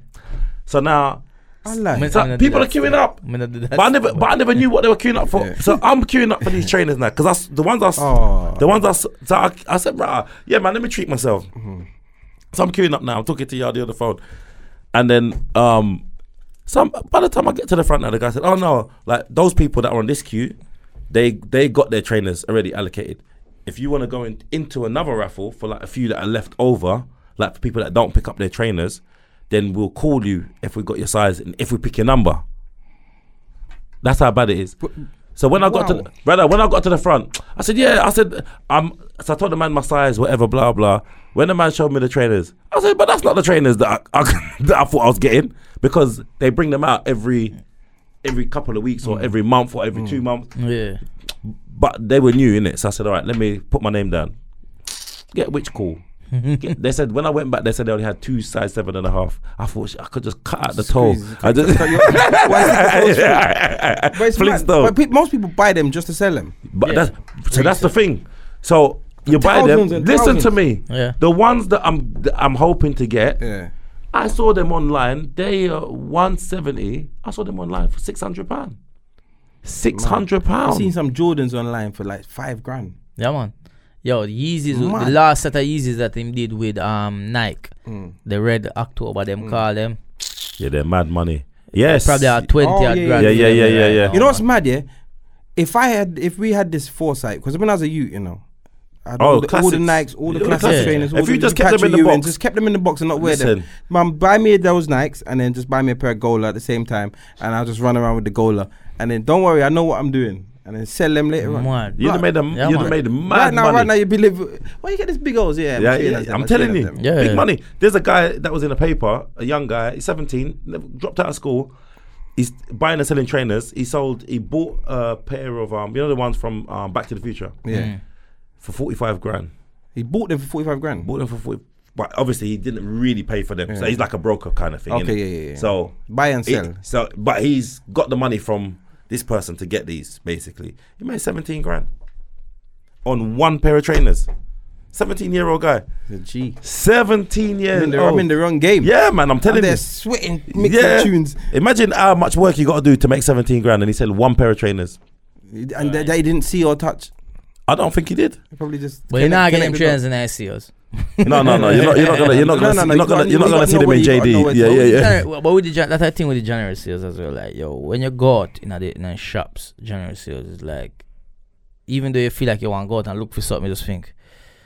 [SPEAKER 1] So now
[SPEAKER 2] I like.
[SPEAKER 3] Me-
[SPEAKER 1] so
[SPEAKER 3] I'm gonna do
[SPEAKER 1] people are
[SPEAKER 3] that
[SPEAKER 1] queuing
[SPEAKER 3] still.
[SPEAKER 1] up.
[SPEAKER 3] I'm gonna do that
[SPEAKER 1] But I never,
[SPEAKER 3] still.
[SPEAKER 1] but I never knew what they were queuing up for.
[SPEAKER 2] Yeah.
[SPEAKER 1] So I'm queuing up for these trainers now because that's the ones I, s-
[SPEAKER 2] Oh.
[SPEAKER 1] the ones I, s- so I, I said, brah, yeah, man, let me treat myself. So I'm queuing up now. I'm talking to Yardi on the phone, and then um, some by the time I get to the front now, the guy said, oh no, like those people that were on this queue, they they got their trainers already allocated. If you want to go in, into another raffle for like a few that are left over, like for people that don't pick up their trainers, then we'll call you if we got your size and if we pick your number. That's how bad it is. So when I got to
[SPEAKER 2] Wow.
[SPEAKER 1] the, brother, when I got to the front, I said, "Yeah," I said, "I'm." So I told the man my size, whatever, blah blah. When the man showed me the trainers, I said, "But that's not the trainers that I, I that I thought I was getting because they bring them out every every couple of weeks or every month or every two months."
[SPEAKER 3] Yeah.
[SPEAKER 1] But they were new in it, so I said, "All right, let me put my name down." Get which call? Get- they said when I went back, they said they only had two size seven and a half. I thought I could just cut out the toe.
[SPEAKER 2] Squeeze.
[SPEAKER 1] I just
[SPEAKER 2] But it's mad.
[SPEAKER 1] Flintstone.
[SPEAKER 2] But pe- most people buy them just to sell them.
[SPEAKER 1] But
[SPEAKER 3] Yeah.
[SPEAKER 1] that's so that's the thing. So you buy them.
[SPEAKER 2] thousands and
[SPEAKER 1] Listen to
[SPEAKER 2] thousands.
[SPEAKER 1] me.
[SPEAKER 3] Yeah.
[SPEAKER 1] The ones that I'm that I'm hoping to get.
[SPEAKER 2] Yeah.
[SPEAKER 1] I saw them online. They are 170. I saw them online for 600 pound. 600
[SPEAKER 2] I've
[SPEAKER 1] pound.
[SPEAKER 2] seen some Jordans online for like five grand.
[SPEAKER 3] Yeah, man. Yo, Yeezys, was- the
[SPEAKER 2] Mad.
[SPEAKER 3] last set of Yeezys that him did with um Nike,
[SPEAKER 1] Mm.
[SPEAKER 3] the Red October, them call them.
[SPEAKER 1] Yeah, they're mad money. Yes.
[SPEAKER 3] Probably a 20
[SPEAKER 2] Oh,
[SPEAKER 3] odd
[SPEAKER 2] yeah,
[SPEAKER 3] grand
[SPEAKER 1] yeah, yeah,
[SPEAKER 3] with
[SPEAKER 1] yeah,
[SPEAKER 3] them
[SPEAKER 1] yeah,
[SPEAKER 3] right
[SPEAKER 1] yeah.
[SPEAKER 3] now,
[SPEAKER 2] You know
[SPEAKER 3] man.
[SPEAKER 2] what's mad, yeah? If I had, if we had this foresight, because when I was a youth, you know, I had
[SPEAKER 1] Oh,
[SPEAKER 2] all, the, all the
[SPEAKER 1] classics.
[SPEAKER 2] Nikes, all the
[SPEAKER 1] Yeah,
[SPEAKER 2] classic
[SPEAKER 3] classics.
[SPEAKER 2] trainers,
[SPEAKER 1] If
[SPEAKER 2] all the
[SPEAKER 1] you just kept them in the
[SPEAKER 2] Pikachu and
[SPEAKER 1] box.
[SPEAKER 2] just kept them in the box and not wear
[SPEAKER 1] Listen.
[SPEAKER 2] them, man, buy me those Nikes and then just buy me a pair of Gola at the same time, and I'll just run around with the Gola, and then don't worry, I know what I'm doing, and then sell them later on.
[SPEAKER 3] Mad.
[SPEAKER 1] You'd have made them.
[SPEAKER 3] Yeah,
[SPEAKER 1] you'd
[SPEAKER 3] man.
[SPEAKER 1] have made mad
[SPEAKER 2] Right now,
[SPEAKER 1] money.
[SPEAKER 2] right now, you believe why you get this big holes? Yeah,
[SPEAKER 1] yeah,
[SPEAKER 2] sure
[SPEAKER 1] yeah,
[SPEAKER 2] that's them,
[SPEAKER 1] I'm
[SPEAKER 2] sure
[SPEAKER 1] telling
[SPEAKER 2] that's
[SPEAKER 1] you,
[SPEAKER 2] them.
[SPEAKER 3] Yeah,
[SPEAKER 1] big
[SPEAKER 3] yeah.
[SPEAKER 1] money. There's a guy that was in a paper, a young guy, he's 17, never- dropped out of school. He's buying and selling trainers. He sold, he bought a pair of um, you know the ones from um, Back to the Future
[SPEAKER 2] Yeah,
[SPEAKER 1] for 45 grand.
[SPEAKER 2] he bought them for forty-five grand.
[SPEAKER 1] Bought them for 40, but obviously he didn't really pay for them. So he's like a broker kind of thing.
[SPEAKER 2] Okay,
[SPEAKER 1] innit?
[SPEAKER 2] yeah, yeah, yeah.
[SPEAKER 1] So
[SPEAKER 2] Buy and
[SPEAKER 1] he-
[SPEAKER 2] sell.
[SPEAKER 1] so, but he's got the money from this person to get these. Basically, he made 17 grand on one pair of trainers. 17 year old guy.
[SPEAKER 2] Gee,
[SPEAKER 1] 17
[SPEAKER 2] I'm
[SPEAKER 1] years
[SPEAKER 2] in the,
[SPEAKER 1] old.
[SPEAKER 2] I'm in the wrong game.
[SPEAKER 1] Yeah, man, I'm
[SPEAKER 2] and
[SPEAKER 1] telling
[SPEAKER 2] they're
[SPEAKER 1] you.
[SPEAKER 2] sweating, mixing
[SPEAKER 1] Yeah.
[SPEAKER 2] tunes,
[SPEAKER 1] Imagine how much work you got to do to make 17 grand, and he said one pair of trainers.
[SPEAKER 2] and they, they didn't see or touch.
[SPEAKER 1] I don't think he did.
[SPEAKER 2] They Probably just.
[SPEAKER 3] But you're
[SPEAKER 2] connect-
[SPEAKER 3] not
[SPEAKER 2] connect
[SPEAKER 3] getting
[SPEAKER 2] the
[SPEAKER 3] trains in ICOs.
[SPEAKER 1] No, no, no. You're not. You're not gonna. You're not
[SPEAKER 2] No,
[SPEAKER 1] gonna.
[SPEAKER 2] no, no,
[SPEAKER 1] you're not gonna.
[SPEAKER 2] you got-
[SPEAKER 1] You're not gonna
[SPEAKER 2] you got
[SPEAKER 1] see them in
[SPEAKER 2] nobody, you got nowhere
[SPEAKER 1] JD.
[SPEAKER 2] to
[SPEAKER 1] Yeah,
[SPEAKER 2] go.
[SPEAKER 1] yeah, yeah.
[SPEAKER 3] Gener- well, but with the gen- that I think with the general sales as well, like yo, when you go out in the, in the shops, general sales is like, even though you feel like you want to go out and look for something, you just think,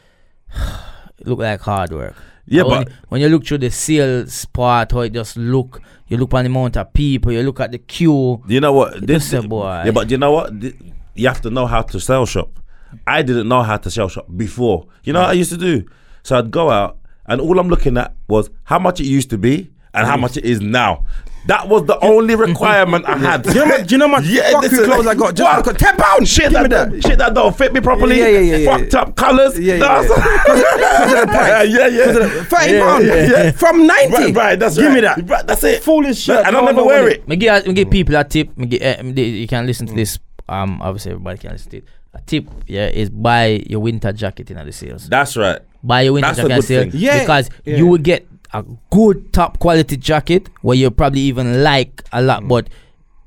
[SPEAKER 3] it look like hard work.
[SPEAKER 1] Yeah,
[SPEAKER 3] when,
[SPEAKER 1] but
[SPEAKER 3] when you look through the sales part, how it just look, you look on the amount of people, you look at the queue.
[SPEAKER 1] you know what? This
[SPEAKER 3] This a boy.
[SPEAKER 1] Yeah, but you know what? Th- You have to know how to sell shop. I didn't know how to sell shop before. You know what I used to do? So I'd go out, and all I'm looking at was how much it used to be and how much it is now. That was the only requirement I had.
[SPEAKER 2] Do you know my, do you know my fucking
[SPEAKER 1] listen.
[SPEAKER 2] clothes I got? Just I
[SPEAKER 1] What?
[SPEAKER 2] got ten pounds.
[SPEAKER 1] Oh, Shit
[SPEAKER 2] Give
[SPEAKER 1] that,
[SPEAKER 2] me that.
[SPEAKER 1] shit that don't fit me properly.
[SPEAKER 2] Yeah, yeah, yeah, yeah,
[SPEAKER 1] Fucked up colors.
[SPEAKER 2] Yeah, yeah,
[SPEAKER 1] yeah. yeah, yeah.
[SPEAKER 2] Thirty
[SPEAKER 1] Yeah,
[SPEAKER 2] pounds
[SPEAKER 1] yeah, yeah.
[SPEAKER 2] from ninety.
[SPEAKER 1] Right, right, that's
[SPEAKER 2] Give me
[SPEAKER 1] right.
[SPEAKER 2] that.
[SPEAKER 1] Right, that's it.
[SPEAKER 2] Foolish shit.
[SPEAKER 1] And I'll
[SPEAKER 2] No,
[SPEAKER 1] never
[SPEAKER 2] no,
[SPEAKER 1] wear
[SPEAKER 2] no.
[SPEAKER 1] it.
[SPEAKER 3] Me give,
[SPEAKER 1] Mm.
[SPEAKER 3] me give people a tip. Me give, eh, me- they- you can listen to this. Um, obviously everybody can listen to it. A tip, yeah, is buy your winter jacket in the sales.
[SPEAKER 1] That's right.
[SPEAKER 3] buy your winter
[SPEAKER 1] That's a
[SPEAKER 3] jacket
[SPEAKER 1] good
[SPEAKER 3] and
[SPEAKER 1] thing.
[SPEAKER 3] sell
[SPEAKER 2] Yeah,
[SPEAKER 3] because
[SPEAKER 2] yeah.
[SPEAKER 3] you will get a good top quality jacket where you probably even like a
[SPEAKER 1] Mm.
[SPEAKER 3] lot but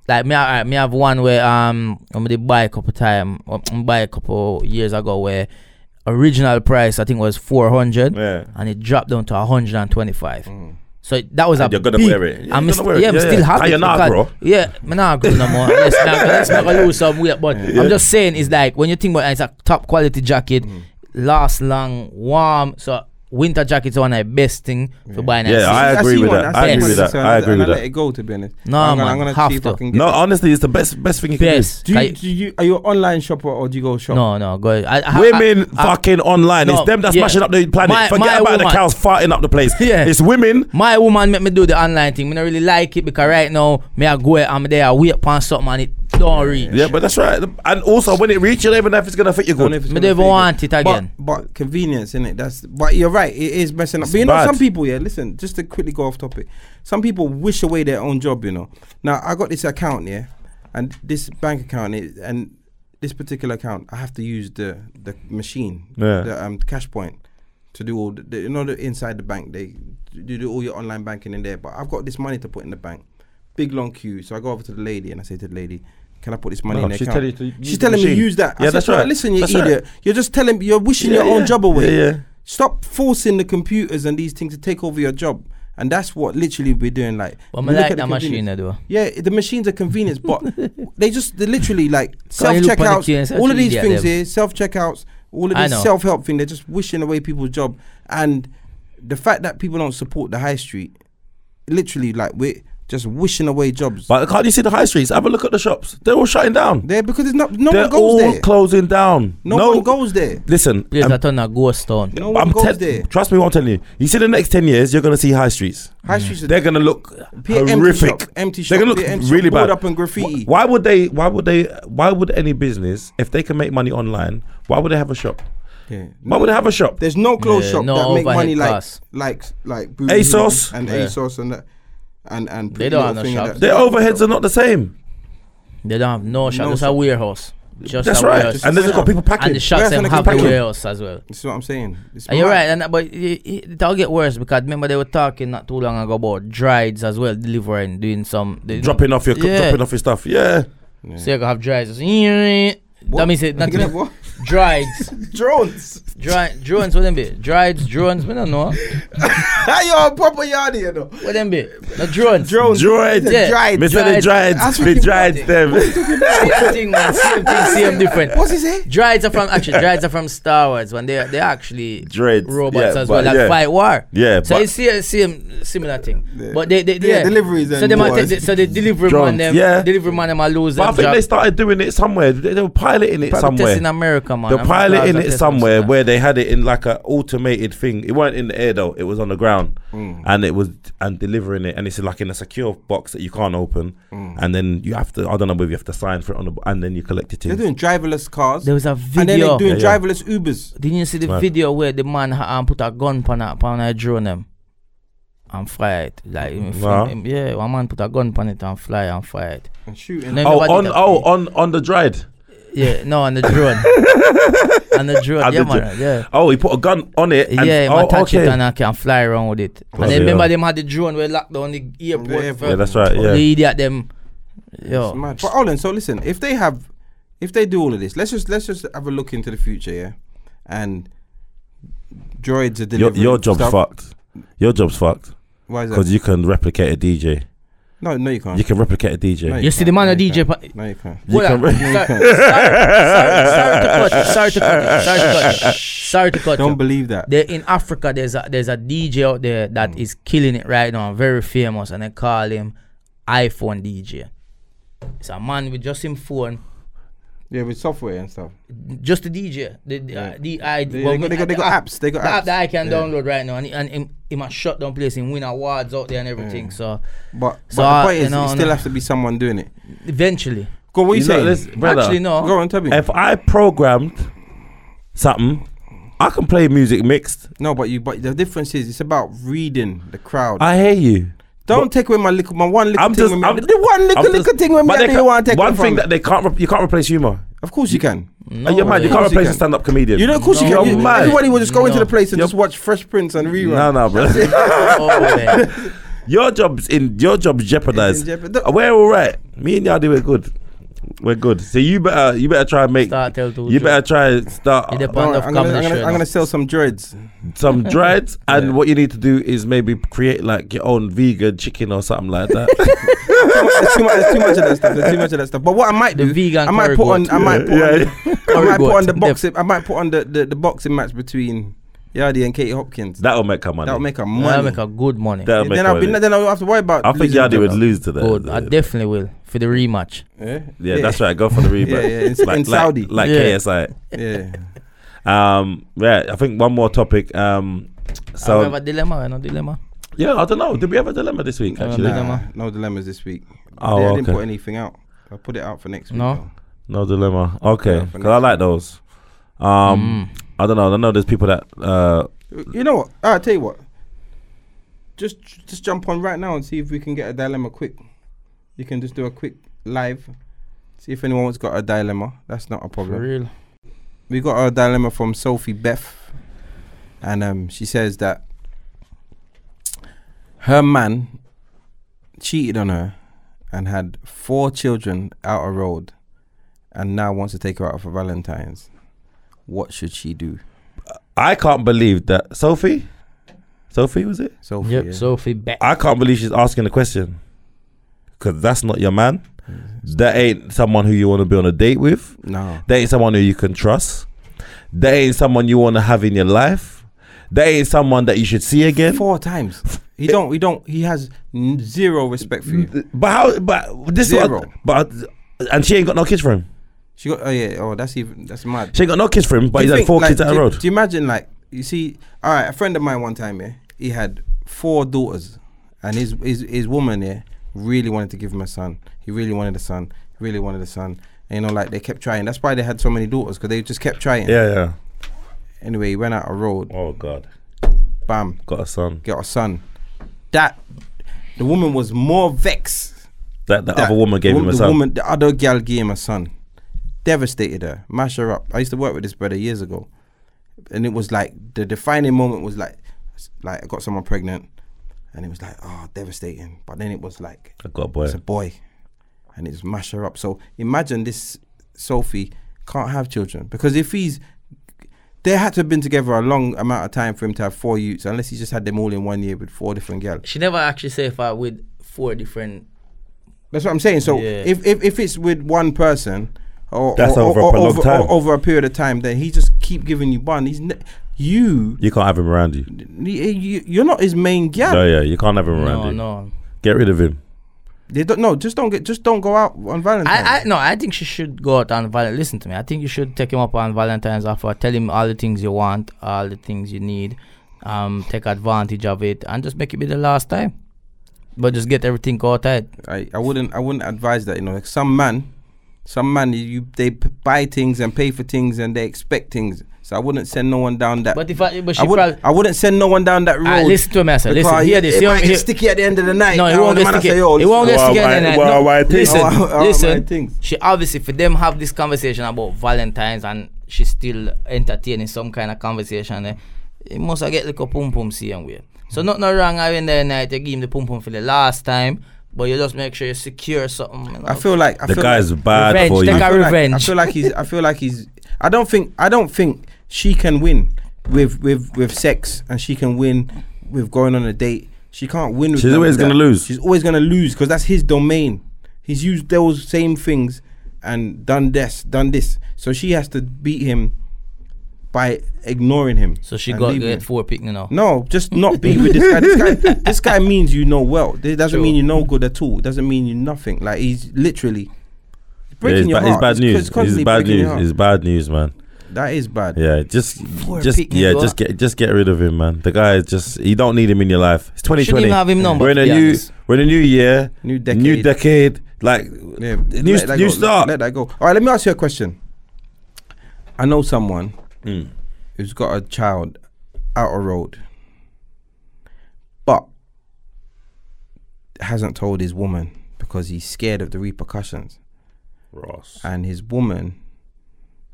[SPEAKER 3] like me, I, I- me have one where um I did buy a couple time um, buy a couple years ago where original price I think was 400
[SPEAKER 1] Yeah. Mm.
[SPEAKER 3] and it dropped down to 125 so it- that was
[SPEAKER 1] And
[SPEAKER 3] a
[SPEAKER 1] you're gonna
[SPEAKER 3] big-
[SPEAKER 1] wear it. You're
[SPEAKER 3] I'm
[SPEAKER 1] gonna
[SPEAKER 3] st-
[SPEAKER 1] wear it.
[SPEAKER 3] yeah, I'm
[SPEAKER 1] Yeah,
[SPEAKER 3] still
[SPEAKER 1] yeah.
[SPEAKER 3] happy
[SPEAKER 1] Ah, you're not,
[SPEAKER 3] because-
[SPEAKER 1] bro.
[SPEAKER 3] yeah, I'm not good no more. Let's not, let's not gonna lose some weight. But I'm just saying, it's like when you think about it, it's a top quality jacket, lasts long, warm. So winter jackets are one of the best thing for buying.
[SPEAKER 1] Yeah, I
[SPEAKER 2] see
[SPEAKER 1] agree with
[SPEAKER 2] one,
[SPEAKER 1] that.
[SPEAKER 2] see
[SPEAKER 1] I
[SPEAKER 2] one
[SPEAKER 3] agree with
[SPEAKER 2] that's
[SPEAKER 1] that.
[SPEAKER 2] on
[SPEAKER 1] I
[SPEAKER 2] it,
[SPEAKER 1] agree
[SPEAKER 2] and
[SPEAKER 1] with
[SPEAKER 2] let
[SPEAKER 1] that.
[SPEAKER 2] it go to be honest.
[SPEAKER 3] No,
[SPEAKER 2] I'm
[SPEAKER 3] man,
[SPEAKER 2] gonna, I'm gonna
[SPEAKER 3] have
[SPEAKER 2] see if I
[SPEAKER 3] to.
[SPEAKER 2] can get
[SPEAKER 1] No, honestly, it's the best best thing you can
[SPEAKER 3] best.
[SPEAKER 2] Do
[SPEAKER 3] Can
[SPEAKER 2] you,
[SPEAKER 3] you-
[SPEAKER 2] do you are you an online shopper or do you go shop?
[SPEAKER 3] no, no, go. ahead. I, I,
[SPEAKER 1] do. Women
[SPEAKER 3] I- I-
[SPEAKER 1] fucking online.
[SPEAKER 3] No,
[SPEAKER 1] it's them that's
[SPEAKER 3] yeah.
[SPEAKER 1] smashing up the planet.
[SPEAKER 3] My-
[SPEAKER 1] Forget
[SPEAKER 3] my
[SPEAKER 1] about the
[SPEAKER 3] woman.
[SPEAKER 1] cows farting up the place.
[SPEAKER 3] Yeah.
[SPEAKER 1] It's women.
[SPEAKER 3] my woman make me do the online thing. Me not really like it because right now me I go out, I'm there I wait upon something and it don't reach.
[SPEAKER 1] Yeah, but that's right. And also, when it reaches, you don't even know if it's gonna fit you
[SPEAKER 2] Don't know
[SPEAKER 1] good.
[SPEAKER 2] if it's
[SPEAKER 3] Me
[SPEAKER 2] gonna
[SPEAKER 3] don't even
[SPEAKER 2] fit,
[SPEAKER 3] want it
[SPEAKER 2] but-
[SPEAKER 3] again.
[SPEAKER 2] But, but convenience, innit? That's but you're right. It is messing up. But you know,
[SPEAKER 1] bad.
[SPEAKER 2] some people. Yeah, listen. Just to quickly go off topic, some people wish away their own job. You know. Now I got this account yeah, and this bank account it, and this particular account, I have to use the the machine,
[SPEAKER 1] Yeah.
[SPEAKER 2] the um cash point, to do all the, the you know the inside the bank they do, do all your online banking in there. But I've got this money to put in the bank. Big long queue. So I go over to the lady and I say to the lady, "Can I put this money
[SPEAKER 1] No,
[SPEAKER 2] in the
[SPEAKER 1] she's
[SPEAKER 2] account?"
[SPEAKER 1] telling you to
[SPEAKER 2] she's
[SPEAKER 1] use
[SPEAKER 2] telling
[SPEAKER 1] the
[SPEAKER 2] me
[SPEAKER 1] machine.
[SPEAKER 2] use that. I
[SPEAKER 1] Yeah,
[SPEAKER 2] said
[SPEAKER 1] that's
[SPEAKER 2] to her,
[SPEAKER 1] right.
[SPEAKER 2] Listen, you
[SPEAKER 1] That's right.
[SPEAKER 2] idiot. You're just telling you're wishing
[SPEAKER 1] Yeah,
[SPEAKER 2] your own
[SPEAKER 1] yeah.
[SPEAKER 2] job away.
[SPEAKER 1] Yeah, yeah.
[SPEAKER 2] Stop forcing the computers and these things to take over your job. And that's what literally we're doing. Like,
[SPEAKER 3] But
[SPEAKER 2] we
[SPEAKER 3] me
[SPEAKER 2] look
[SPEAKER 3] like
[SPEAKER 2] at the
[SPEAKER 3] that machine
[SPEAKER 2] convenience.
[SPEAKER 3] though.
[SPEAKER 2] Yeah, the machines are convenience, but they just they literally like self
[SPEAKER 3] you look on the queue and
[SPEAKER 2] checkouts.
[SPEAKER 3] say,
[SPEAKER 2] All of these
[SPEAKER 3] "Idiot
[SPEAKER 2] things
[SPEAKER 3] them."
[SPEAKER 2] here, self checkouts, all of
[SPEAKER 3] I
[SPEAKER 2] this
[SPEAKER 3] know.
[SPEAKER 2] self help thing. They're just wishing away people's job. And the fact that people don't support the high street, literally, like we're just wishing away jobs.
[SPEAKER 1] But can't you see the high streets? Have a look at the shops. They're all shutting down.
[SPEAKER 2] there because it's not no
[SPEAKER 1] They're
[SPEAKER 2] one goes
[SPEAKER 1] all
[SPEAKER 2] there.
[SPEAKER 1] closing down.
[SPEAKER 2] no, one goes there.
[SPEAKER 1] Listen,
[SPEAKER 3] Place
[SPEAKER 1] I'm-
[SPEAKER 3] that on a ghost town.
[SPEAKER 2] No one
[SPEAKER 1] I'm
[SPEAKER 2] goes
[SPEAKER 1] tell-
[SPEAKER 2] there.
[SPEAKER 1] Trust me, what I'm telling you. You see, the next ten years, you're gonna see high streets.
[SPEAKER 3] Mm.
[SPEAKER 2] High streets are
[SPEAKER 1] They're gonna look
[SPEAKER 2] Be an empty
[SPEAKER 1] horrific.
[SPEAKER 2] shop, empty
[SPEAKER 1] They're
[SPEAKER 2] shop,
[SPEAKER 1] gonna look
[SPEAKER 2] be an empty shop,
[SPEAKER 1] really
[SPEAKER 2] board
[SPEAKER 1] bad.
[SPEAKER 2] up and graffiti.
[SPEAKER 1] Wh- Why would they? Why would they? Why would any business, if they can make money online, why would they have a shop?
[SPEAKER 2] Yeah.
[SPEAKER 1] Why would they have a shop?
[SPEAKER 2] There's no clothes
[SPEAKER 3] Yeah,
[SPEAKER 2] shop
[SPEAKER 3] no
[SPEAKER 2] that make
[SPEAKER 3] overhead
[SPEAKER 2] money like
[SPEAKER 3] costs.
[SPEAKER 2] like like Boohoo
[SPEAKER 1] ASOS.
[SPEAKER 2] and
[SPEAKER 3] Yeah.
[SPEAKER 2] ASOS and that and and
[SPEAKER 3] They don't have no
[SPEAKER 2] Pretty Little Thing and
[SPEAKER 3] shops.
[SPEAKER 2] that.
[SPEAKER 1] Their overheads are not the same.
[SPEAKER 3] They don't have no shop.
[SPEAKER 2] No
[SPEAKER 3] It's a
[SPEAKER 2] shop.
[SPEAKER 3] warehouse. Just
[SPEAKER 1] That's
[SPEAKER 3] a
[SPEAKER 1] right.
[SPEAKER 3] warehouse.
[SPEAKER 1] And then they've got people packing.
[SPEAKER 3] and the shops
[SPEAKER 2] Warehouse
[SPEAKER 3] them
[SPEAKER 2] and the
[SPEAKER 3] have the
[SPEAKER 1] packing.
[SPEAKER 3] warehouse as well.
[SPEAKER 2] This is what I'm saying. It's
[SPEAKER 3] And Uh, you're
[SPEAKER 2] mad.
[SPEAKER 3] right, and that- but it, it, it'll get worse because remember they were talking not too long ago about drides as well, delivering, doing some they-
[SPEAKER 1] Dropping off your,
[SPEAKER 3] Yeah.
[SPEAKER 1] dropping off your stuff. Yeah.
[SPEAKER 3] So you can have drides. Just, that means it,
[SPEAKER 2] What?
[SPEAKER 3] not
[SPEAKER 2] You're gonna have
[SPEAKER 3] drides,
[SPEAKER 2] what? Drones.
[SPEAKER 3] dry, drones. What them be? Drides, drones. We don't know.
[SPEAKER 2] Yo, proper yardy, you know.
[SPEAKER 3] What them be? The drones.
[SPEAKER 2] Drones.
[SPEAKER 1] Droid.
[SPEAKER 3] Yeah.
[SPEAKER 2] Dried.
[SPEAKER 1] Mr. The
[SPEAKER 2] That's
[SPEAKER 1] Dried.
[SPEAKER 2] what
[SPEAKER 1] The
[SPEAKER 2] you
[SPEAKER 1] Dried them.
[SPEAKER 3] Same thing, man. Same thing. Same different.
[SPEAKER 2] What's he say?
[SPEAKER 3] Drides are from actually drides are from Star Wars when they they actually
[SPEAKER 1] Dreads.
[SPEAKER 3] robots
[SPEAKER 1] Yeah,
[SPEAKER 3] as well
[SPEAKER 1] but
[SPEAKER 3] that
[SPEAKER 1] yeah.
[SPEAKER 3] fight war.
[SPEAKER 1] Yeah,
[SPEAKER 3] So
[SPEAKER 1] but-
[SPEAKER 3] it's see uh, same similar thing. But they, they
[SPEAKER 2] Yeah,
[SPEAKER 3] yeah,
[SPEAKER 2] deliveries
[SPEAKER 3] So
[SPEAKER 2] and
[SPEAKER 3] they might
[SPEAKER 2] wars.
[SPEAKER 3] take the, so the delivery man
[SPEAKER 1] Drones,
[SPEAKER 3] them
[SPEAKER 1] yeah.
[SPEAKER 3] delivery man them a lose
[SPEAKER 1] But I
[SPEAKER 3] them
[SPEAKER 1] think
[SPEAKER 3] job.
[SPEAKER 1] they started doing it somewhere. They, they were piloting it
[SPEAKER 3] Probably
[SPEAKER 1] somewhere.
[SPEAKER 3] test in America, man.
[SPEAKER 1] They're
[SPEAKER 3] I'm glad
[SPEAKER 1] piloting
[SPEAKER 3] I
[SPEAKER 1] it
[SPEAKER 3] test
[SPEAKER 1] somewhere
[SPEAKER 3] them.
[SPEAKER 1] where they had it in like a automated thing. It weren't in the air though; it was on the ground, and it was and delivering it. And it's like in a secure box that you can't open, and then you have to. I don't know whether you have to sign for it on the, and then you collect it
[SPEAKER 2] They're
[SPEAKER 1] in.
[SPEAKER 2] doing driverless cars.
[SPEAKER 3] There was a
[SPEAKER 2] and then
[SPEAKER 3] video.
[SPEAKER 2] they're doing
[SPEAKER 1] Yeah, yeah.
[SPEAKER 2] driverless Ubers.
[SPEAKER 3] Didn't you see the
[SPEAKER 1] Right.
[SPEAKER 3] video where the man ha- um, put a gun pon a, pon a drone them and fire it? Like him-
[SPEAKER 1] Nah.
[SPEAKER 3] him- yeah, one man put a gun pon it and fly and fire it.
[SPEAKER 2] And shooting.
[SPEAKER 3] No,
[SPEAKER 1] Oh,
[SPEAKER 3] nobody
[SPEAKER 1] on
[SPEAKER 3] did that.
[SPEAKER 1] oh on on the dried.
[SPEAKER 3] yeah, no, on the drone, on the drone,
[SPEAKER 1] And
[SPEAKER 3] yeah,
[SPEAKER 1] the dr-
[SPEAKER 3] man, yeah.
[SPEAKER 1] Oh, he put a gun on it. And,
[SPEAKER 3] yeah, man,
[SPEAKER 1] oh,
[SPEAKER 3] touch
[SPEAKER 1] okay.
[SPEAKER 3] it and I can fly around with it. and
[SPEAKER 1] Bloody
[SPEAKER 3] then remember
[SPEAKER 1] hell.
[SPEAKER 3] them had the drone where locked down the airport.
[SPEAKER 2] The airport.
[SPEAKER 3] for-
[SPEAKER 1] yeah, that's right.
[SPEAKER 3] for
[SPEAKER 1] Yeah,
[SPEAKER 3] The idiot them. Yo,
[SPEAKER 2] It's mad. But Olin, so listen, if they have, if they do all of this, let's just let's just have a look into the future, yeah, and droids are
[SPEAKER 1] Your,
[SPEAKER 2] delivering.
[SPEAKER 1] your job's
[SPEAKER 2] stuff.
[SPEAKER 1] fucked. Your job's fucked
[SPEAKER 2] Why is that?
[SPEAKER 1] because you can replicate a DJ.
[SPEAKER 2] No, no, you can't.
[SPEAKER 1] You can replicate a DJ.
[SPEAKER 2] No,
[SPEAKER 3] You see the
[SPEAKER 2] can't.
[SPEAKER 3] man
[SPEAKER 2] No,
[SPEAKER 3] a
[SPEAKER 2] you
[SPEAKER 3] DJ.
[SPEAKER 2] can't.
[SPEAKER 3] pa-
[SPEAKER 2] No, you can't.
[SPEAKER 3] Hold on.
[SPEAKER 1] can-
[SPEAKER 3] Sorry- sorry- sorry to cut you, Sorry to cut you. Sorry to cut you. Sorry to cut you.
[SPEAKER 2] Don't believe that.
[SPEAKER 3] There in Africa, there's a there's a DJ out there that
[SPEAKER 1] Mm.
[SPEAKER 3] is killing it right now, very famous, and they call him iPhone DJ. It's a man with just him phone,
[SPEAKER 2] Yeah, with software and stuff.
[SPEAKER 3] just a DJ. The, the, uh,
[SPEAKER 2] Yeah.
[SPEAKER 3] the I
[SPEAKER 2] They,
[SPEAKER 3] well,
[SPEAKER 2] they got, they got, they
[SPEAKER 3] the
[SPEAKER 2] got
[SPEAKER 3] app-
[SPEAKER 2] apps. They got
[SPEAKER 3] the
[SPEAKER 2] apps.
[SPEAKER 3] app that I can
[SPEAKER 2] Yeah.
[SPEAKER 3] download right now, and and him, him a shutdown place, him win awards out there and everything. So
[SPEAKER 2] But, but
[SPEAKER 3] So, uh,
[SPEAKER 2] the point
[SPEAKER 3] you
[SPEAKER 2] is,
[SPEAKER 3] know,
[SPEAKER 2] it still
[SPEAKER 3] no.
[SPEAKER 2] has to be someone doing it.
[SPEAKER 3] eventually,
[SPEAKER 2] Go, on, what are you,
[SPEAKER 1] You know,
[SPEAKER 2] saying?
[SPEAKER 1] listen, brother,
[SPEAKER 3] actually no,
[SPEAKER 2] Go on, tell me.
[SPEAKER 1] If I programmed something, I can play music mixed.
[SPEAKER 2] no, but you. But the difference is, it's about reading the crowd.
[SPEAKER 1] I hear you.
[SPEAKER 2] Don't take away my little, my one little
[SPEAKER 1] I'm
[SPEAKER 2] thing.
[SPEAKER 1] just-
[SPEAKER 2] with me.
[SPEAKER 1] I'm-
[SPEAKER 2] the one little,
[SPEAKER 1] I'm
[SPEAKER 2] little
[SPEAKER 1] just-
[SPEAKER 2] thing with me.
[SPEAKER 1] but
[SPEAKER 2] I
[SPEAKER 1] they
[SPEAKER 2] don't
[SPEAKER 1] can't-
[SPEAKER 2] want to take
[SPEAKER 1] one
[SPEAKER 2] away
[SPEAKER 1] thing
[SPEAKER 2] from
[SPEAKER 1] that
[SPEAKER 2] me.
[SPEAKER 1] they can't re- you can't replace humor. Uh,
[SPEAKER 2] Of course you can.
[SPEAKER 3] no
[SPEAKER 1] You're mad. You
[SPEAKER 3] way.
[SPEAKER 1] can't
[SPEAKER 2] course you
[SPEAKER 1] replace a
[SPEAKER 2] can.
[SPEAKER 1] stand-up comedian.
[SPEAKER 2] You know, of course you
[SPEAKER 1] No,
[SPEAKER 2] can. You-
[SPEAKER 1] man.
[SPEAKER 2] Everybody will just go into
[SPEAKER 3] No.
[SPEAKER 2] the place and
[SPEAKER 1] Yep.
[SPEAKER 2] just watch Fresh Prince and
[SPEAKER 1] no,
[SPEAKER 2] rerun.
[SPEAKER 1] no, bro.
[SPEAKER 3] No way.
[SPEAKER 1] your job's in your job's
[SPEAKER 2] It's
[SPEAKER 1] jeopardized.
[SPEAKER 2] in jeopard- Don't-
[SPEAKER 1] We're all right. Me and y'all do we're good. We're good. So you better you better try and make
[SPEAKER 3] Start tell two
[SPEAKER 1] you
[SPEAKER 3] jokes.
[SPEAKER 1] better try and start
[SPEAKER 3] It
[SPEAKER 2] don't
[SPEAKER 3] depends. Band
[SPEAKER 2] worry,
[SPEAKER 3] of
[SPEAKER 2] I'm gonna,
[SPEAKER 3] comedy
[SPEAKER 2] I'm, gonna,
[SPEAKER 3] show
[SPEAKER 2] I'm
[SPEAKER 3] now.
[SPEAKER 2] gonna sell some dreads.
[SPEAKER 1] some dreads and
[SPEAKER 2] Yeah.
[SPEAKER 1] what you need to do is maybe create like your own vegan chicken or something like that.
[SPEAKER 2] There's too, much, there's too much of that stuff. There's too much of that stuff. But what I might
[SPEAKER 3] The
[SPEAKER 2] do,
[SPEAKER 3] vegan
[SPEAKER 2] I might
[SPEAKER 3] curry
[SPEAKER 2] put on,
[SPEAKER 3] goat.
[SPEAKER 2] I might put
[SPEAKER 1] Yeah,
[SPEAKER 2] on,
[SPEAKER 1] yeah.
[SPEAKER 2] I
[SPEAKER 3] Curry
[SPEAKER 2] might put
[SPEAKER 3] goat.
[SPEAKER 2] on the
[SPEAKER 3] Def-
[SPEAKER 2] boxing, I might put on the, the, the boxing match between Yardi and Katie Hopkins.
[SPEAKER 1] That'll make her money.
[SPEAKER 2] That'll make a money.
[SPEAKER 3] I'll make a good money.
[SPEAKER 1] That'll
[SPEAKER 2] Yeah,
[SPEAKER 1] make
[SPEAKER 2] then
[SPEAKER 1] her
[SPEAKER 2] I'll be
[SPEAKER 1] money.
[SPEAKER 2] then I'll have to worry about.
[SPEAKER 1] I think
[SPEAKER 2] losing the
[SPEAKER 1] Yardi would
[SPEAKER 2] job.
[SPEAKER 1] lose to that.
[SPEAKER 3] Good. I definitely will for the rematch.
[SPEAKER 2] Yeah,
[SPEAKER 1] yeah, that's right. Go for the rematch.
[SPEAKER 2] Yeah, yeah, in,
[SPEAKER 1] Like,
[SPEAKER 2] in
[SPEAKER 1] like-
[SPEAKER 2] Saudi.
[SPEAKER 1] like
[SPEAKER 3] Yeah.
[SPEAKER 1] KSI.
[SPEAKER 2] yeah,
[SPEAKER 1] Um, yeah, I think one more topic. Um,
[SPEAKER 3] So, I have
[SPEAKER 1] so
[SPEAKER 3] a dilemma. I know dilemma.
[SPEAKER 1] yeah, I don't know. Did we have a dilemma this week?
[SPEAKER 3] No,
[SPEAKER 1] Actually,
[SPEAKER 3] no. Dilemma.
[SPEAKER 2] Uh, no dilemmas this week.
[SPEAKER 1] Oh,
[SPEAKER 2] yeah, I didn't
[SPEAKER 1] okay.
[SPEAKER 2] put anything out. I put it out for next week.
[SPEAKER 3] No.
[SPEAKER 2] though.
[SPEAKER 1] no dilemma. Okay,
[SPEAKER 2] Yeah, for
[SPEAKER 1] because I like those.
[SPEAKER 3] Mm.
[SPEAKER 1] Um, I don't know. I know there's people that uh,
[SPEAKER 2] You know what? I'll tell you what. Just just jump on right now and see if we can get a dilemma quick. You can just do a quick live. See if anyone's got a dilemma. That's not a
[SPEAKER 3] For
[SPEAKER 2] problem.
[SPEAKER 3] real.
[SPEAKER 2] We got a dilemma from Sophie Beth. And um, she says that her man cheated on her and had four children out of road and now wants to take her out for Valentine's. What should she do?
[SPEAKER 1] I can't believe that Sophie, Sophie was it?
[SPEAKER 2] Sophie.
[SPEAKER 3] Yep.
[SPEAKER 2] yeah.
[SPEAKER 3] Sophie back.
[SPEAKER 1] I can't believe she's asking the question because that's not your man.
[SPEAKER 2] Mm.
[SPEAKER 1] That ain't someone who you want to be on a date with.
[SPEAKER 2] no.
[SPEAKER 1] That ain't someone who you can trust. That ain't someone you want to have in your life. That ain't someone that you should see again.
[SPEAKER 2] four times. He don't. He don't. He has n- zero respect for you.
[SPEAKER 1] But how? But this is what-
[SPEAKER 2] Zero.
[SPEAKER 1] But and she ain't got no kids for him.
[SPEAKER 2] She got. Oh yeah. Oh, that's even. That's mad.
[SPEAKER 1] She ain't got no kids for him. But
[SPEAKER 2] Do
[SPEAKER 1] he's
[SPEAKER 2] you
[SPEAKER 1] had
[SPEAKER 2] think,
[SPEAKER 1] four
[SPEAKER 2] like,
[SPEAKER 1] kids out
[SPEAKER 2] do
[SPEAKER 1] the
[SPEAKER 2] you-
[SPEAKER 1] road.
[SPEAKER 2] Do you imagine like you see? All right, a friend of mine one time. Yeah, he had four daughters, and his his his woman yeah really wanted to give him a son. He really wanted a son. Really wanted a son. And, you know, like they kept trying. That's why they had so many daughters because they just kept trying.
[SPEAKER 1] Yeah, yeah.
[SPEAKER 2] Anyway, he went out a road.
[SPEAKER 1] Oh God,
[SPEAKER 2] Bam.
[SPEAKER 1] got a son.
[SPEAKER 2] Got a son. That the woman was more vexed
[SPEAKER 1] That the
[SPEAKER 2] that
[SPEAKER 1] other woman gave
[SPEAKER 2] wo-
[SPEAKER 1] him a
[SPEAKER 2] the
[SPEAKER 1] son.
[SPEAKER 2] Woman, the other gal gave him a son. Devastated her. Mash her up. I used to work with this brother years ago, and it was like the defining moment was like, like I got someone pregnant, and it was like, oh, devastating. But then it was like
[SPEAKER 1] I got a boy.
[SPEAKER 2] it's a boy, and it's mash her up. So imagine this Sophie can't have children because if he's they had to have been together a long amount of time for him to have four youths, unless he just had them all in one year with four different girls.
[SPEAKER 3] She never actually said if I with four different.
[SPEAKER 2] That's what I'm saying. So
[SPEAKER 3] Yeah.
[SPEAKER 2] if, if if it's with one person, or,
[SPEAKER 1] That's
[SPEAKER 2] or-
[SPEAKER 1] over a
[SPEAKER 2] or-
[SPEAKER 1] prolonged
[SPEAKER 2] over,
[SPEAKER 1] time.
[SPEAKER 2] or over a period of time, then he just keep giving you bun. He's ne- you,
[SPEAKER 1] You can't have him around you.
[SPEAKER 2] you, you're not his main gal.
[SPEAKER 1] No, yeah, you can't have him around
[SPEAKER 3] No,
[SPEAKER 1] you.
[SPEAKER 3] no.
[SPEAKER 1] Get rid of him.
[SPEAKER 2] They don't no, just don't get, just don't go out on Valentine's.
[SPEAKER 3] I, I no. I think she should go out on Valentine's. Listen to me. I think you should take him up on Valentine's offer. Tell him all the things you want, all the things you need. Um, take advantage of it and just make it be the last time. But just get everything caught out.
[SPEAKER 2] I, I wouldn't I wouldn't advise that. You know, like some man, some man, you they p- buy things and pay for things and they expect things. So I wouldn't send no one down that.
[SPEAKER 3] But if I, but she
[SPEAKER 2] I wouldn't,
[SPEAKER 3] probably.
[SPEAKER 2] I wouldn't send no one down that road.
[SPEAKER 3] Ah, listen to me, I said. Listen,
[SPEAKER 2] because
[SPEAKER 3] hear this.
[SPEAKER 2] It
[SPEAKER 3] hear
[SPEAKER 2] might
[SPEAKER 3] me,
[SPEAKER 2] get
[SPEAKER 3] hear-
[SPEAKER 2] sticky at the end of the night.
[SPEAKER 3] No, it
[SPEAKER 2] Now
[SPEAKER 3] won't
[SPEAKER 2] the
[SPEAKER 3] get
[SPEAKER 2] man
[SPEAKER 3] sticky.
[SPEAKER 2] say, "Oh,
[SPEAKER 3] It won't
[SPEAKER 1] Well,
[SPEAKER 2] listen,
[SPEAKER 3] get sticky.
[SPEAKER 1] I-
[SPEAKER 3] at the end.
[SPEAKER 1] well,
[SPEAKER 3] No,
[SPEAKER 1] I think-
[SPEAKER 2] Oh, I- oh,
[SPEAKER 3] Listen,
[SPEAKER 2] I
[SPEAKER 3] listen.
[SPEAKER 2] think.
[SPEAKER 3] She obviously for them have this conversation about Valentine's and she's still entertaining some kind of conversation. Eh? It must have get like a pum pum see and weird. So
[SPEAKER 2] Hmm.
[SPEAKER 3] nothing wrong at the end of the night. You give him the pum pum for the last time, but you just make sure you secure something. You know?
[SPEAKER 2] I feel like I
[SPEAKER 1] The
[SPEAKER 2] feel
[SPEAKER 1] guy's
[SPEAKER 2] like,
[SPEAKER 1] bad
[SPEAKER 3] Revenge,
[SPEAKER 1] for
[SPEAKER 3] take
[SPEAKER 1] you.
[SPEAKER 3] out-
[SPEAKER 2] I feel like- I
[SPEAKER 3] revenge.
[SPEAKER 2] feel like he's. I feel like he's. I don't think. I don't think she can win with with with sex, and she can win with going on a date. She can't win. With
[SPEAKER 1] She's
[SPEAKER 2] none
[SPEAKER 1] always
[SPEAKER 2] of that.
[SPEAKER 1] gonna lose.
[SPEAKER 2] She's always gonna lose because that's his domain. He's used those same things and done this, done this. So she has to beat him by ignoring him.
[SPEAKER 3] So she
[SPEAKER 2] and
[SPEAKER 3] got
[SPEAKER 2] leaving him.
[SPEAKER 3] get four pick, you know.
[SPEAKER 2] No, just not be with this guy. This guy, this guy means you know well. It doesn't
[SPEAKER 3] True.
[SPEAKER 2] mean you know good at all. It doesn't mean you nothing. Like he's literally breaking
[SPEAKER 1] it's,
[SPEAKER 2] your
[SPEAKER 1] ba-
[SPEAKER 2] heart.
[SPEAKER 1] it's bad news.
[SPEAKER 2] It's constantly
[SPEAKER 1] It's bad
[SPEAKER 2] breaking your
[SPEAKER 1] news.
[SPEAKER 2] heart.
[SPEAKER 1] It's bad news, man.
[SPEAKER 2] That is bad.
[SPEAKER 1] Yeah, just,
[SPEAKER 3] Poor
[SPEAKER 1] just,
[SPEAKER 3] picking
[SPEAKER 1] yeah,
[SPEAKER 3] you
[SPEAKER 1] just
[SPEAKER 3] up.
[SPEAKER 1] get, just get rid of him, man. The guy is just, you don't need him in your life. It's
[SPEAKER 3] Shouldn't
[SPEAKER 1] 2020.
[SPEAKER 3] even have him number,
[SPEAKER 1] We're in
[SPEAKER 3] to
[SPEAKER 1] a
[SPEAKER 3] be
[SPEAKER 1] new,
[SPEAKER 3] honest.
[SPEAKER 1] we're in a new year,
[SPEAKER 2] New decade.
[SPEAKER 1] new decade. Like,
[SPEAKER 2] Yeah,
[SPEAKER 1] new,
[SPEAKER 2] let that
[SPEAKER 1] new
[SPEAKER 2] go.
[SPEAKER 1] start. Hmm.
[SPEAKER 2] Let that go. All right, let me ask you a question. I know someone
[SPEAKER 1] Mm.
[SPEAKER 2] who's got a child out on road, but hasn't told his woman because he's scared of the repercussions.
[SPEAKER 1] Ross.
[SPEAKER 2] and his woman,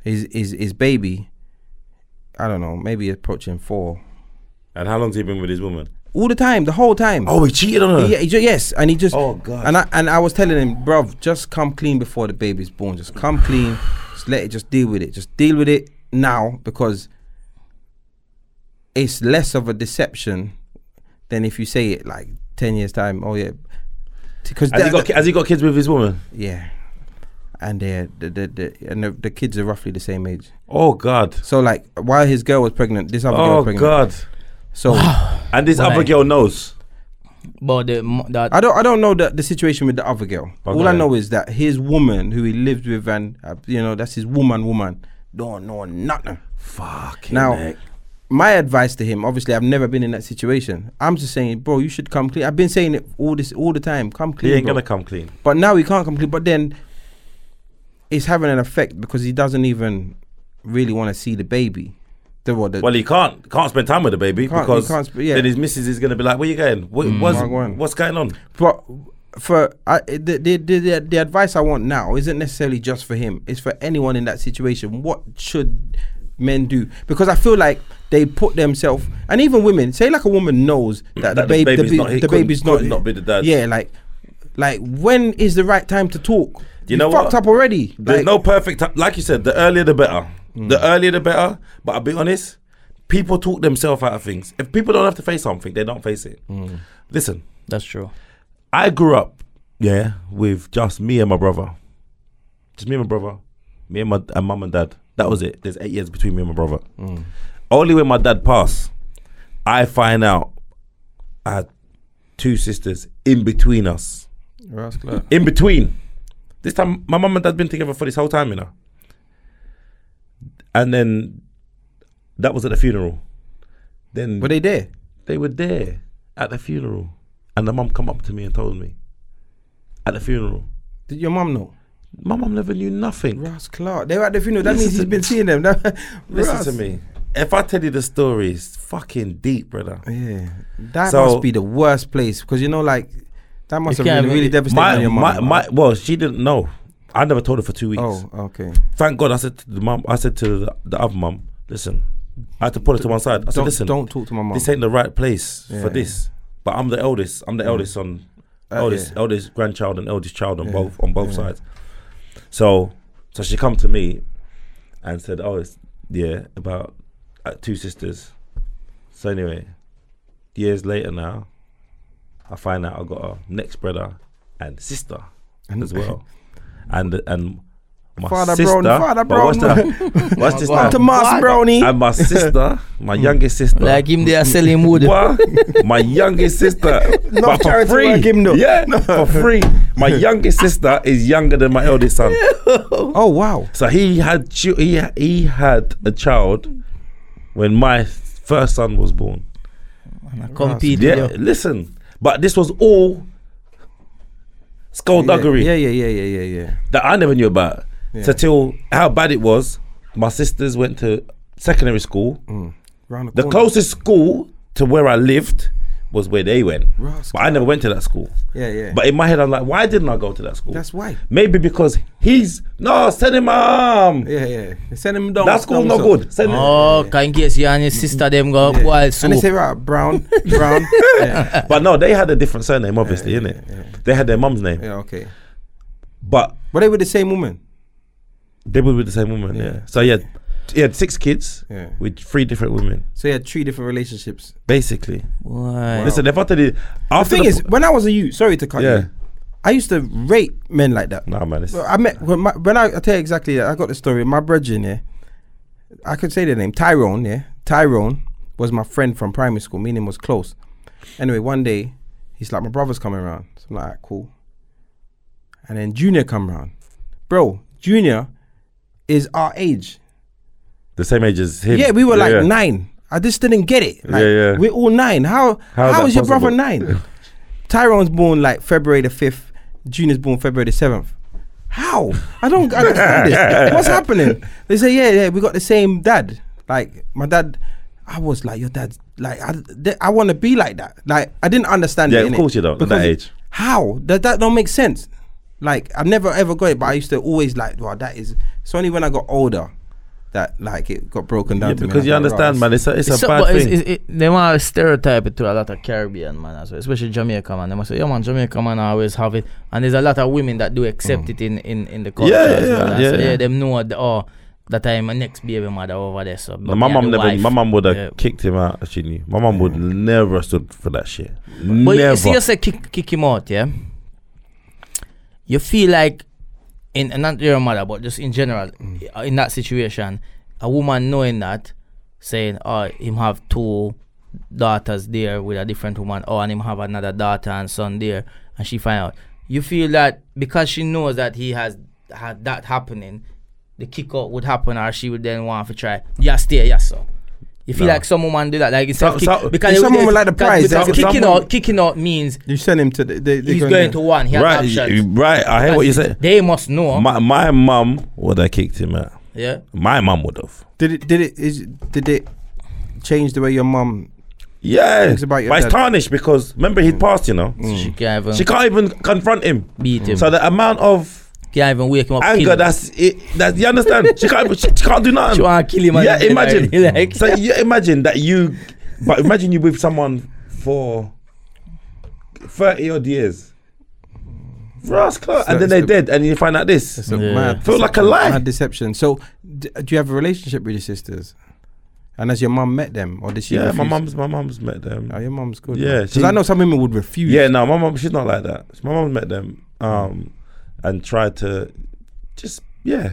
[SPEAKER 2] his his his baby, I don't know, maybe approaching four.
[SPEAKER 1] And how long's he been with his woman?
[SPEAKER 2] All the time, the whole time.
[SPEAKER 1] Oh, he cheated on her.
[SPEAKER 2] Yeah, he ju- yes, and he just.
[SPEAKER 1] Oh, God.
[SPEAKER 2] And I and I was telling him, bruv, just come clean before the baby's born. Just come clean. Just let it. Just deal with it. Just deal with it now because it's less of a deception than if you say it like ten years time. Oh yeah, because
[SPEAKER 1] Has he got, ki- has he got kids with his woman?
[SPEAKER 2] yeah, and they're the the, the and the, the kids are roughly the same age.
[SPEAKER 1] Oh God.
[SPEAKER 2] So like while his girl was pregnant, this other girl was
[SPEAKER 1] Oh
[SPEAKER 2] pregnant.
[SPEAKER 1] God.
[SPEAKER 2] So
[SPEAKER 1] And this
[SPEAKER 3] Why?
[SPEAKER 1] other girl knows.
[SPEAKER 3] But the mo- that
[SPEAKER 2] I don't I don't know the, the situation with the other girl.
[SPEAKER 1] Okay.
[SPEAKER 2] All I know is that his woman who he lives with and uh, you know that's his woman woman don't know nothing.
[SPEAKER 1] Fuck.
[SPEAKER 2] Now, my advice to him, obviously, I've never been in that situation. I'm just saying, bro, you should come clean. I've been saying it all this all the time. Come clean.
[SPEAKER 1] he ain't
[SPEAKER 2] bro.
[SPEAKER 1] gonna come clean.
[SPEAKER 2] But now he can't complete. But then it's having an effect because he doesn't even really want to see the baby. The, well, the,
[SPEAKER 1] Well, he can't can't spend time with the baby
[SPEAKER 2] Can't- he
[SPEAKER 1] because
[SPEAKER 2] can't sp- yeah.
[SPEAKER 1] then his missus is gonna be like, "Where you going? What,
[SPEAKER 2] Where I going?"
[SPEAKER 1] what's, what's going on?"
[SPEAKER 2] But for I, the, the, the the the advice I want now isn't necessarily just for him. It's for anyone in that situation. What should men do? Because I feel like they put themselves and even women. Say like a woman knows that, the,
[SPEAKER 1] That
[SPEAKER 2] baby the,
[SPEAKER 1] baby's
[SPEAKER 2] baby's
[SPEAKER 1] not- he
[SPEAKER 2] the
[SPEAKER 1] couldn't-
[SPEAKER 2] baby's not
[SPEAKER 1] could not be the dad.
[SPEAKER 2] Yeah, like like when is the right time to talk?
[SPEAKER 1] You
[SPEAKER 2] You
[SPEAKER 1] know what?
[SPEAKER 2] fucked up already.
[SPEAKER 1] There's
[SPEAKER 2] Like,
[SPEAKER 1] no perfect. ti- Like you said, the earlier the better. The earlier the better. But I'll be honest, people talk themselves out of things. If people don't have to face something, they don't face it. Listen,
[SPEAKER 3] that's true.
[SPEAKER 1] I grew up, yeah, with just me and my brother. Just me and my brother. Me and my and mum and dad. That was it. There's eight years between me and my brother. Only when my dad passed, I find out I had two sisters in between us.
[SPEAKER 2] Rascal.
[SPEAKER 1] In between. This time my mum and dad been together for this whole time, you know. And then that was at the funeral. Then
[SPEAKER 2] Were they there?
[SPEAKER 1] they were there at the funeral, and the mum come up to me and told me at the funeral.
[SPEAKER 2] Did your mum know?
[SPEAKER 1] My mum never knew nothing.
[SPEAKER 2] Ross Clark. They were at the funeral. That
[SPEAKER 1] Listen
[SPEAKER 2] means he's
[SPEAKER 1] to-
[SPEAKER 2] been seeing them.
[SPEAKER 1] Listen
[SPEAKER 2] Ross.
[SPEAKER 1] to me. If I tell you the story, it's fucking deep, brother.
[SPEAKER 2] Yeah, that
[SPEAKER 1] So-
[SPEAKER 2] must be the worst place because you know, like that must have
[SPEAKER 3] You
[SPEAKER 2] been
[SPEAKER 3] can't
[SPEAKER 2] really
[SPEAKER 3] really-
[SPEAKER 2] devastating
[SPEAKER 1] My,
[SPEAKER 2] on your
[SPEAKER 1] my,
[SPEAKER 2] mum.
[SPEAKER 1] my, well, she didn't know. I never told her for two weeks.
[SPEAKER 2] oh, okay.
[SPEAKER 1] Thank God I said to the mum, I said to the, the other mum, listen, I had to put her to one side. I said,
[SPEAKER 2] Don't
[SPEAKER 1] listen,
[SPEAKER 2] don't talk to my mum.
[SPEAKER 1] this ain't the right place
[SPEAKER 2] Yeah. Mm.
[SPEAKER 1] for this. But I'm the eldest. I'm the eldest on
[SPEAKER 2] Uh,
[SPEAKER 1] eldest
[SPEAKER 2] yeah.
[SPEAKER 1] eldest grandchild and eldest child on
[SPEAKER 2] Yeah.
[SPEAKER 1] both on both
[SPEAKER 2] Yeah.
[SPEAKER 1] sides. So so she come to me and said, "Oh, it's yeah about uh, two sisters." So anyway, years later now, I find out I got a next brother and sister
[SPEAKER 2] And-
[SPEAKER 1] as well, and and my
[SPEAKER 2] Father
[SPEAKER 1] sister.
[SPEAKER 2] Brown, Father
[SPEAKER 1] but What's
[SPEAKER 2] Brown.
[SPEAKER 1] that? What's this
[SPEAKER 3] God.
[SPEAKER 1] now?
[SPEAKER 2] To Mas Brownie.
[SPEAKER 1] And my sister, my youngest sister.
[SPEAKER 3] Like him, they are selling wood.
[SPEAKER 1] What? My youngest sister.
[SPEAKER 2] Not
[SPEAKER 1] but for
[SPEAKER 2] charity
[SPEAKER 1] free.
[SPEAKER 2] work, him no.
[SPEAKER 1] Yeah, for free. My youngest sister is younger than my eldest son.
[SPEAKER 2] Oh wow.
[SPEAKER 1] So he had chi- he he had a child when my first son was born.
[SPEAKER 3] And I compete.
[SPEAKER 1] Yeah,
[SPEAKER 3] with you.
[SPEAKER 1] listen. But this was all skullduggery
[SPEAKER 2] Yeah, yeah, yeah, yeah, yeah, yeah.
[SPEAKER 1] that I never knew about.
[SPEAKER 2] Yeah.
[SPEAKER 1] So till how bad it was, my sisters went to secondary school.
[SPEAKER 2] Mm. Round the,
[SPEAKER 1] The
[SPEAKER 2] corner.
[SPEAKER 1] closest school to where I lived was where they went.
[SPEAKER 2] Rascal.
[SPEAKER 1] But I never went to that school.
[SPEAKER 2] Yeah, yeah.
[SPEAKER 1] But in my head, I'm like, why didn't I go to that school?
[SPEAKER 2] that's why.
[SPEAKER 1] Maybe because he's no send him arm.
[SPEAKER 2] Yeah, yeah. They Send him down.
[SPEAKER 1] that school
[SPEAKER 2] down
[SPEAKER 1] no
[SPEAKER 2] south.
[SPEAKER 1] good. Send him.
[SPEAKER 3] Oh, can in case you and your sister them go up
[SPEAKER 2] Yeah.
[SPEAKER 3] wild so
[SPEAKER 2] And they say right, Brown, Brown. yeah.
[SPEAKER 1] But no, they had a different surname, obviously, innit? They had their mum's name,
[SPEAKER 2] yeah, okay.
[SPEAKER 1] but
[SPEAKER 2] But they were the same woman.
[SPEAKER 1] they were with the same woman. Yeah.
[SPEAKER 2] Yeah.
[SPEAKER 1] So yeah, he had six kids
[SPEAKER 2] Yeah.
[SPEAKER 1] with three different women,
[SPEAKER 2] So he had three different relationships.
[SPEAKER 1] basically.
[SPEAKER 3] Boy.
[SPEAKER 1] Listen, if I tell you,
[SPEAKER 2] The
[SPEAKER 1] after
[SPEAKER 2] thing
[SPEAKER 1] the-
[SPEAKER 2] is, when I was a youth, sorry to cut
[SPEAKER 1] Yeah.
[SPEAKER 2] you, I used to rate men like that.
[SPEAKER 1] nah, man, it's,
[SPEAKER 2] Well, I met when, my, when I, I tell you exactly, I got the story. My brethren, yeah, I could say the name Tyrone, yeah. Tyrone was my friend from primary school. Me and him was close. Anyway, one day he's like, my brother's coming around. So I'm like, "Alright, cool. And then Junior come around, bro. Junior is our age.
[SPEAKER 1] the same age as him.
[SPEAKER 2] Yeah, we were like
[SPEAKER 1] yeah.
[SPEAKER 2] nine. I just didn't get it. Like,
[SPEAKER 1] Yeah, yeah.
[SPEAKER 2] We're all nine. How
[SPEAKER 1] How
[SPEAKER 2] how,
[SPEAKER 1] is
[SPEAKER 2] how
[SPEAKER 1] that
[SPEAKER 2] is your brother
[SPEAKER 1] possible?
[SPEAKER 2] nine? Tyrone's born like February the fifth. Junior's born February the seventh. How? I don't understand this. What's happening? They say, yeah, yeah, we got the same dad. Like my dad, I was like your dad. Like I, th- I want to be like that. Like I didn't understand.
[SPEAKER 1] Yeah,
[SPEAKER 2] it,
[SPEAKER 1] of
[SPEAKER 2] innit?
[SPEAKER 1] course you don't, at that
[SPEAKER 2] Because
[SPEAKER 1] age.
[SPEAKER 2] How that that don't make sense. Like I've never ever got it, but I used to always like, wow, that is. It's only when I got older that like it got broken down.
[SPEAKER 1] Yeah,
[SPEAKER 2] to me.
[SPEAKER 1] because
[SPEAKER 2] I
[SPEAKER 1] you
[SPEAKER 2] thought,
[SPEAKER 1] understand,
[SPEAKER 2] right,
[SPEAKER 1] man. It's a, it's,
[SPEAKER 3] so-
[SPEAKER 1] a bad
[SPEAKER 3] but it's-
[SPEAKER 1] thing.
[SPEAKER 3] it's- it- they want to stereotype it to a lot of Caribbean man as well, especially Jamaica man. They must say, yeah man, Jamaica man always have it, and there's a lot of women that do accept it in in in the culture.
[SPEAKER 1] Mm. Yeah, yeah,
[SPEAKER 3] as well. And
[SPEAKER 1] yeah,
[SPEAKER 3] so,
[SPEAKER 1] yeah.
[SPEAKER 3] yeah. Them know that oh, that I'm a next baby mother over there. So
[SPEAKER 1] No, my
[SPEAKER 3] yeah,
[SPEAKER 1] mum
[SPEAKER 3] the
[SPEAKER 1] never.
[SPEAKER 3] wife.
[SPEAKER 1] My mum would have
[SPEAKER 3] Yeah.
[SPEAKER 1] kicked him out. if She knew. My mum would never stood for that shit.
[SPEAKER 3] But
[SPEAKER 1] never.
[SPEAKER 3] you see, you say kick, kick him out, yeah. You feel like, in and not your mother, but just in general,
[SPEAKER 1] Mm.
[SPEAKER 3] i- in that situation, a woman knowing that, saying, "Oh, him have two daughters there with a different woman, oh, and him have another daughter and son there," and she find out. You feel that because she knows that he has had that happening, the kick out would happen, or she would then want to try. Yeah, stay, yeah, so. You feel
[SPEAKER 1] No.
[SPEAKER 3] like some woman do that, like instead
[SPEAKER 1] So-
[SPEAKER 3] of kick,
[SPEAKER 1] so-
[SPEAKER 3] because
[SPEAKER 2] If
[SPEAKER 3] it-
[SPEAKER 2] someone
[SPEAKER 3] it-
[SPEAKER 2] would like the
[SPEAKER 3] because-
[SPEAKER 2] prize,
[SPEAKER 3] because
[SPEAKER 1] then-
[SPEAKER 3] kicking
[SPEAKER 1] someone-
[SPEAKER 3] out, kicking out means
[SPEAKER 2] You send him to the. They, they
[SPEAKER 3] he's going to
[SPEAKER 2] there.
[SPEAKER 3] one. He has
[SPEAKER 1] right, you-
[SPEAKER 3] options.
[SPEAKER 1] right. I hear what you say.
[SPEAKER 3] They must know.
[SPEAKER 1] My my mum would have kicked him out.
[SPEAKER 3] yeah.
[SPEAKER 1] My mum would have.
[SPEAKER 2] Did it? Did it? Is did it change the way your mum?
[SPEAKER 1] Yeah,
[SPEAKER 2] Thinks about your
[SPEAKER 1] but it's
[SPEAKER 2] dad. Mm.
[SPEAKER 1] tarnished because remember he passed. You know,
[SPEAKER 3] So she can't even
[SPEAKER 1] Mm. she can't even confront him.
[SPEAKER 3] beat Mm. him.
[SPEAKER 1] So the amount of
[SPEAKER 3] can't even wake him up. kill
[SPEAKER 1] anger
[SPEAKER 3] him.
[SPEAKER 1] that's it. That you understand. she can't. even- She, she can't do nothing.
[SPEAKER 3] she want to kill him. and
[SPEAKER 1] yeah,
[SPEAKER 3] then
[SPEAKER 1] imagine.
[SPEAKER 3] he like,
[SPEAKER 1] so you imagine that you, but imagine you with someone for thirty odd years. For us, Clark,
[SPEAKER 2] So
[SPEAKER 1] and then
[SPEAKER 2] it's
[SPEAKER 1] they're
[SPEAKER 2] the-
[SPEAKER 1] dead, and you find out this.
[SPEAKER 2] It's a
[SPEAKER 3] Yeah.
[SPEAKER 2] mad
[SPEAKER 1] Feel like a lie.
[SPEAKER 2] Mad deception. So, d- do you have a relationship with your sisters? And has your mum met them, or did she?
[SPEAKER 1] Yeah, my
[SPEAKER 2] refuse?
[SPEAKER 1] mum's my mum's met them.
[SPEAKER 2] Oh, your mum's good.
[SPEAKER 1] Yeah,
[SPEAKER 2] because
[SPEAKER 1] she-
[SPEAKER 2] I know some women would refuse.
[SPEAKER 1] Yeah, no, my mum she's not like that. My mum met them, um, and tried to just yeah,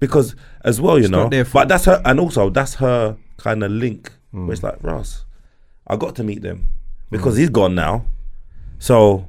[SPEAKER 1] because as well, you
[SPEAKER 2] It's
[SPEAKER 1] know.
[SPEAKER 2] not their
[SPEAKER 1] But
[SPEAKER 2] fault. Hmm.
[SPEAKER 1] that's her, and also that's her kind of link. Where it's like Ross, I got to meet them because he's gone now, so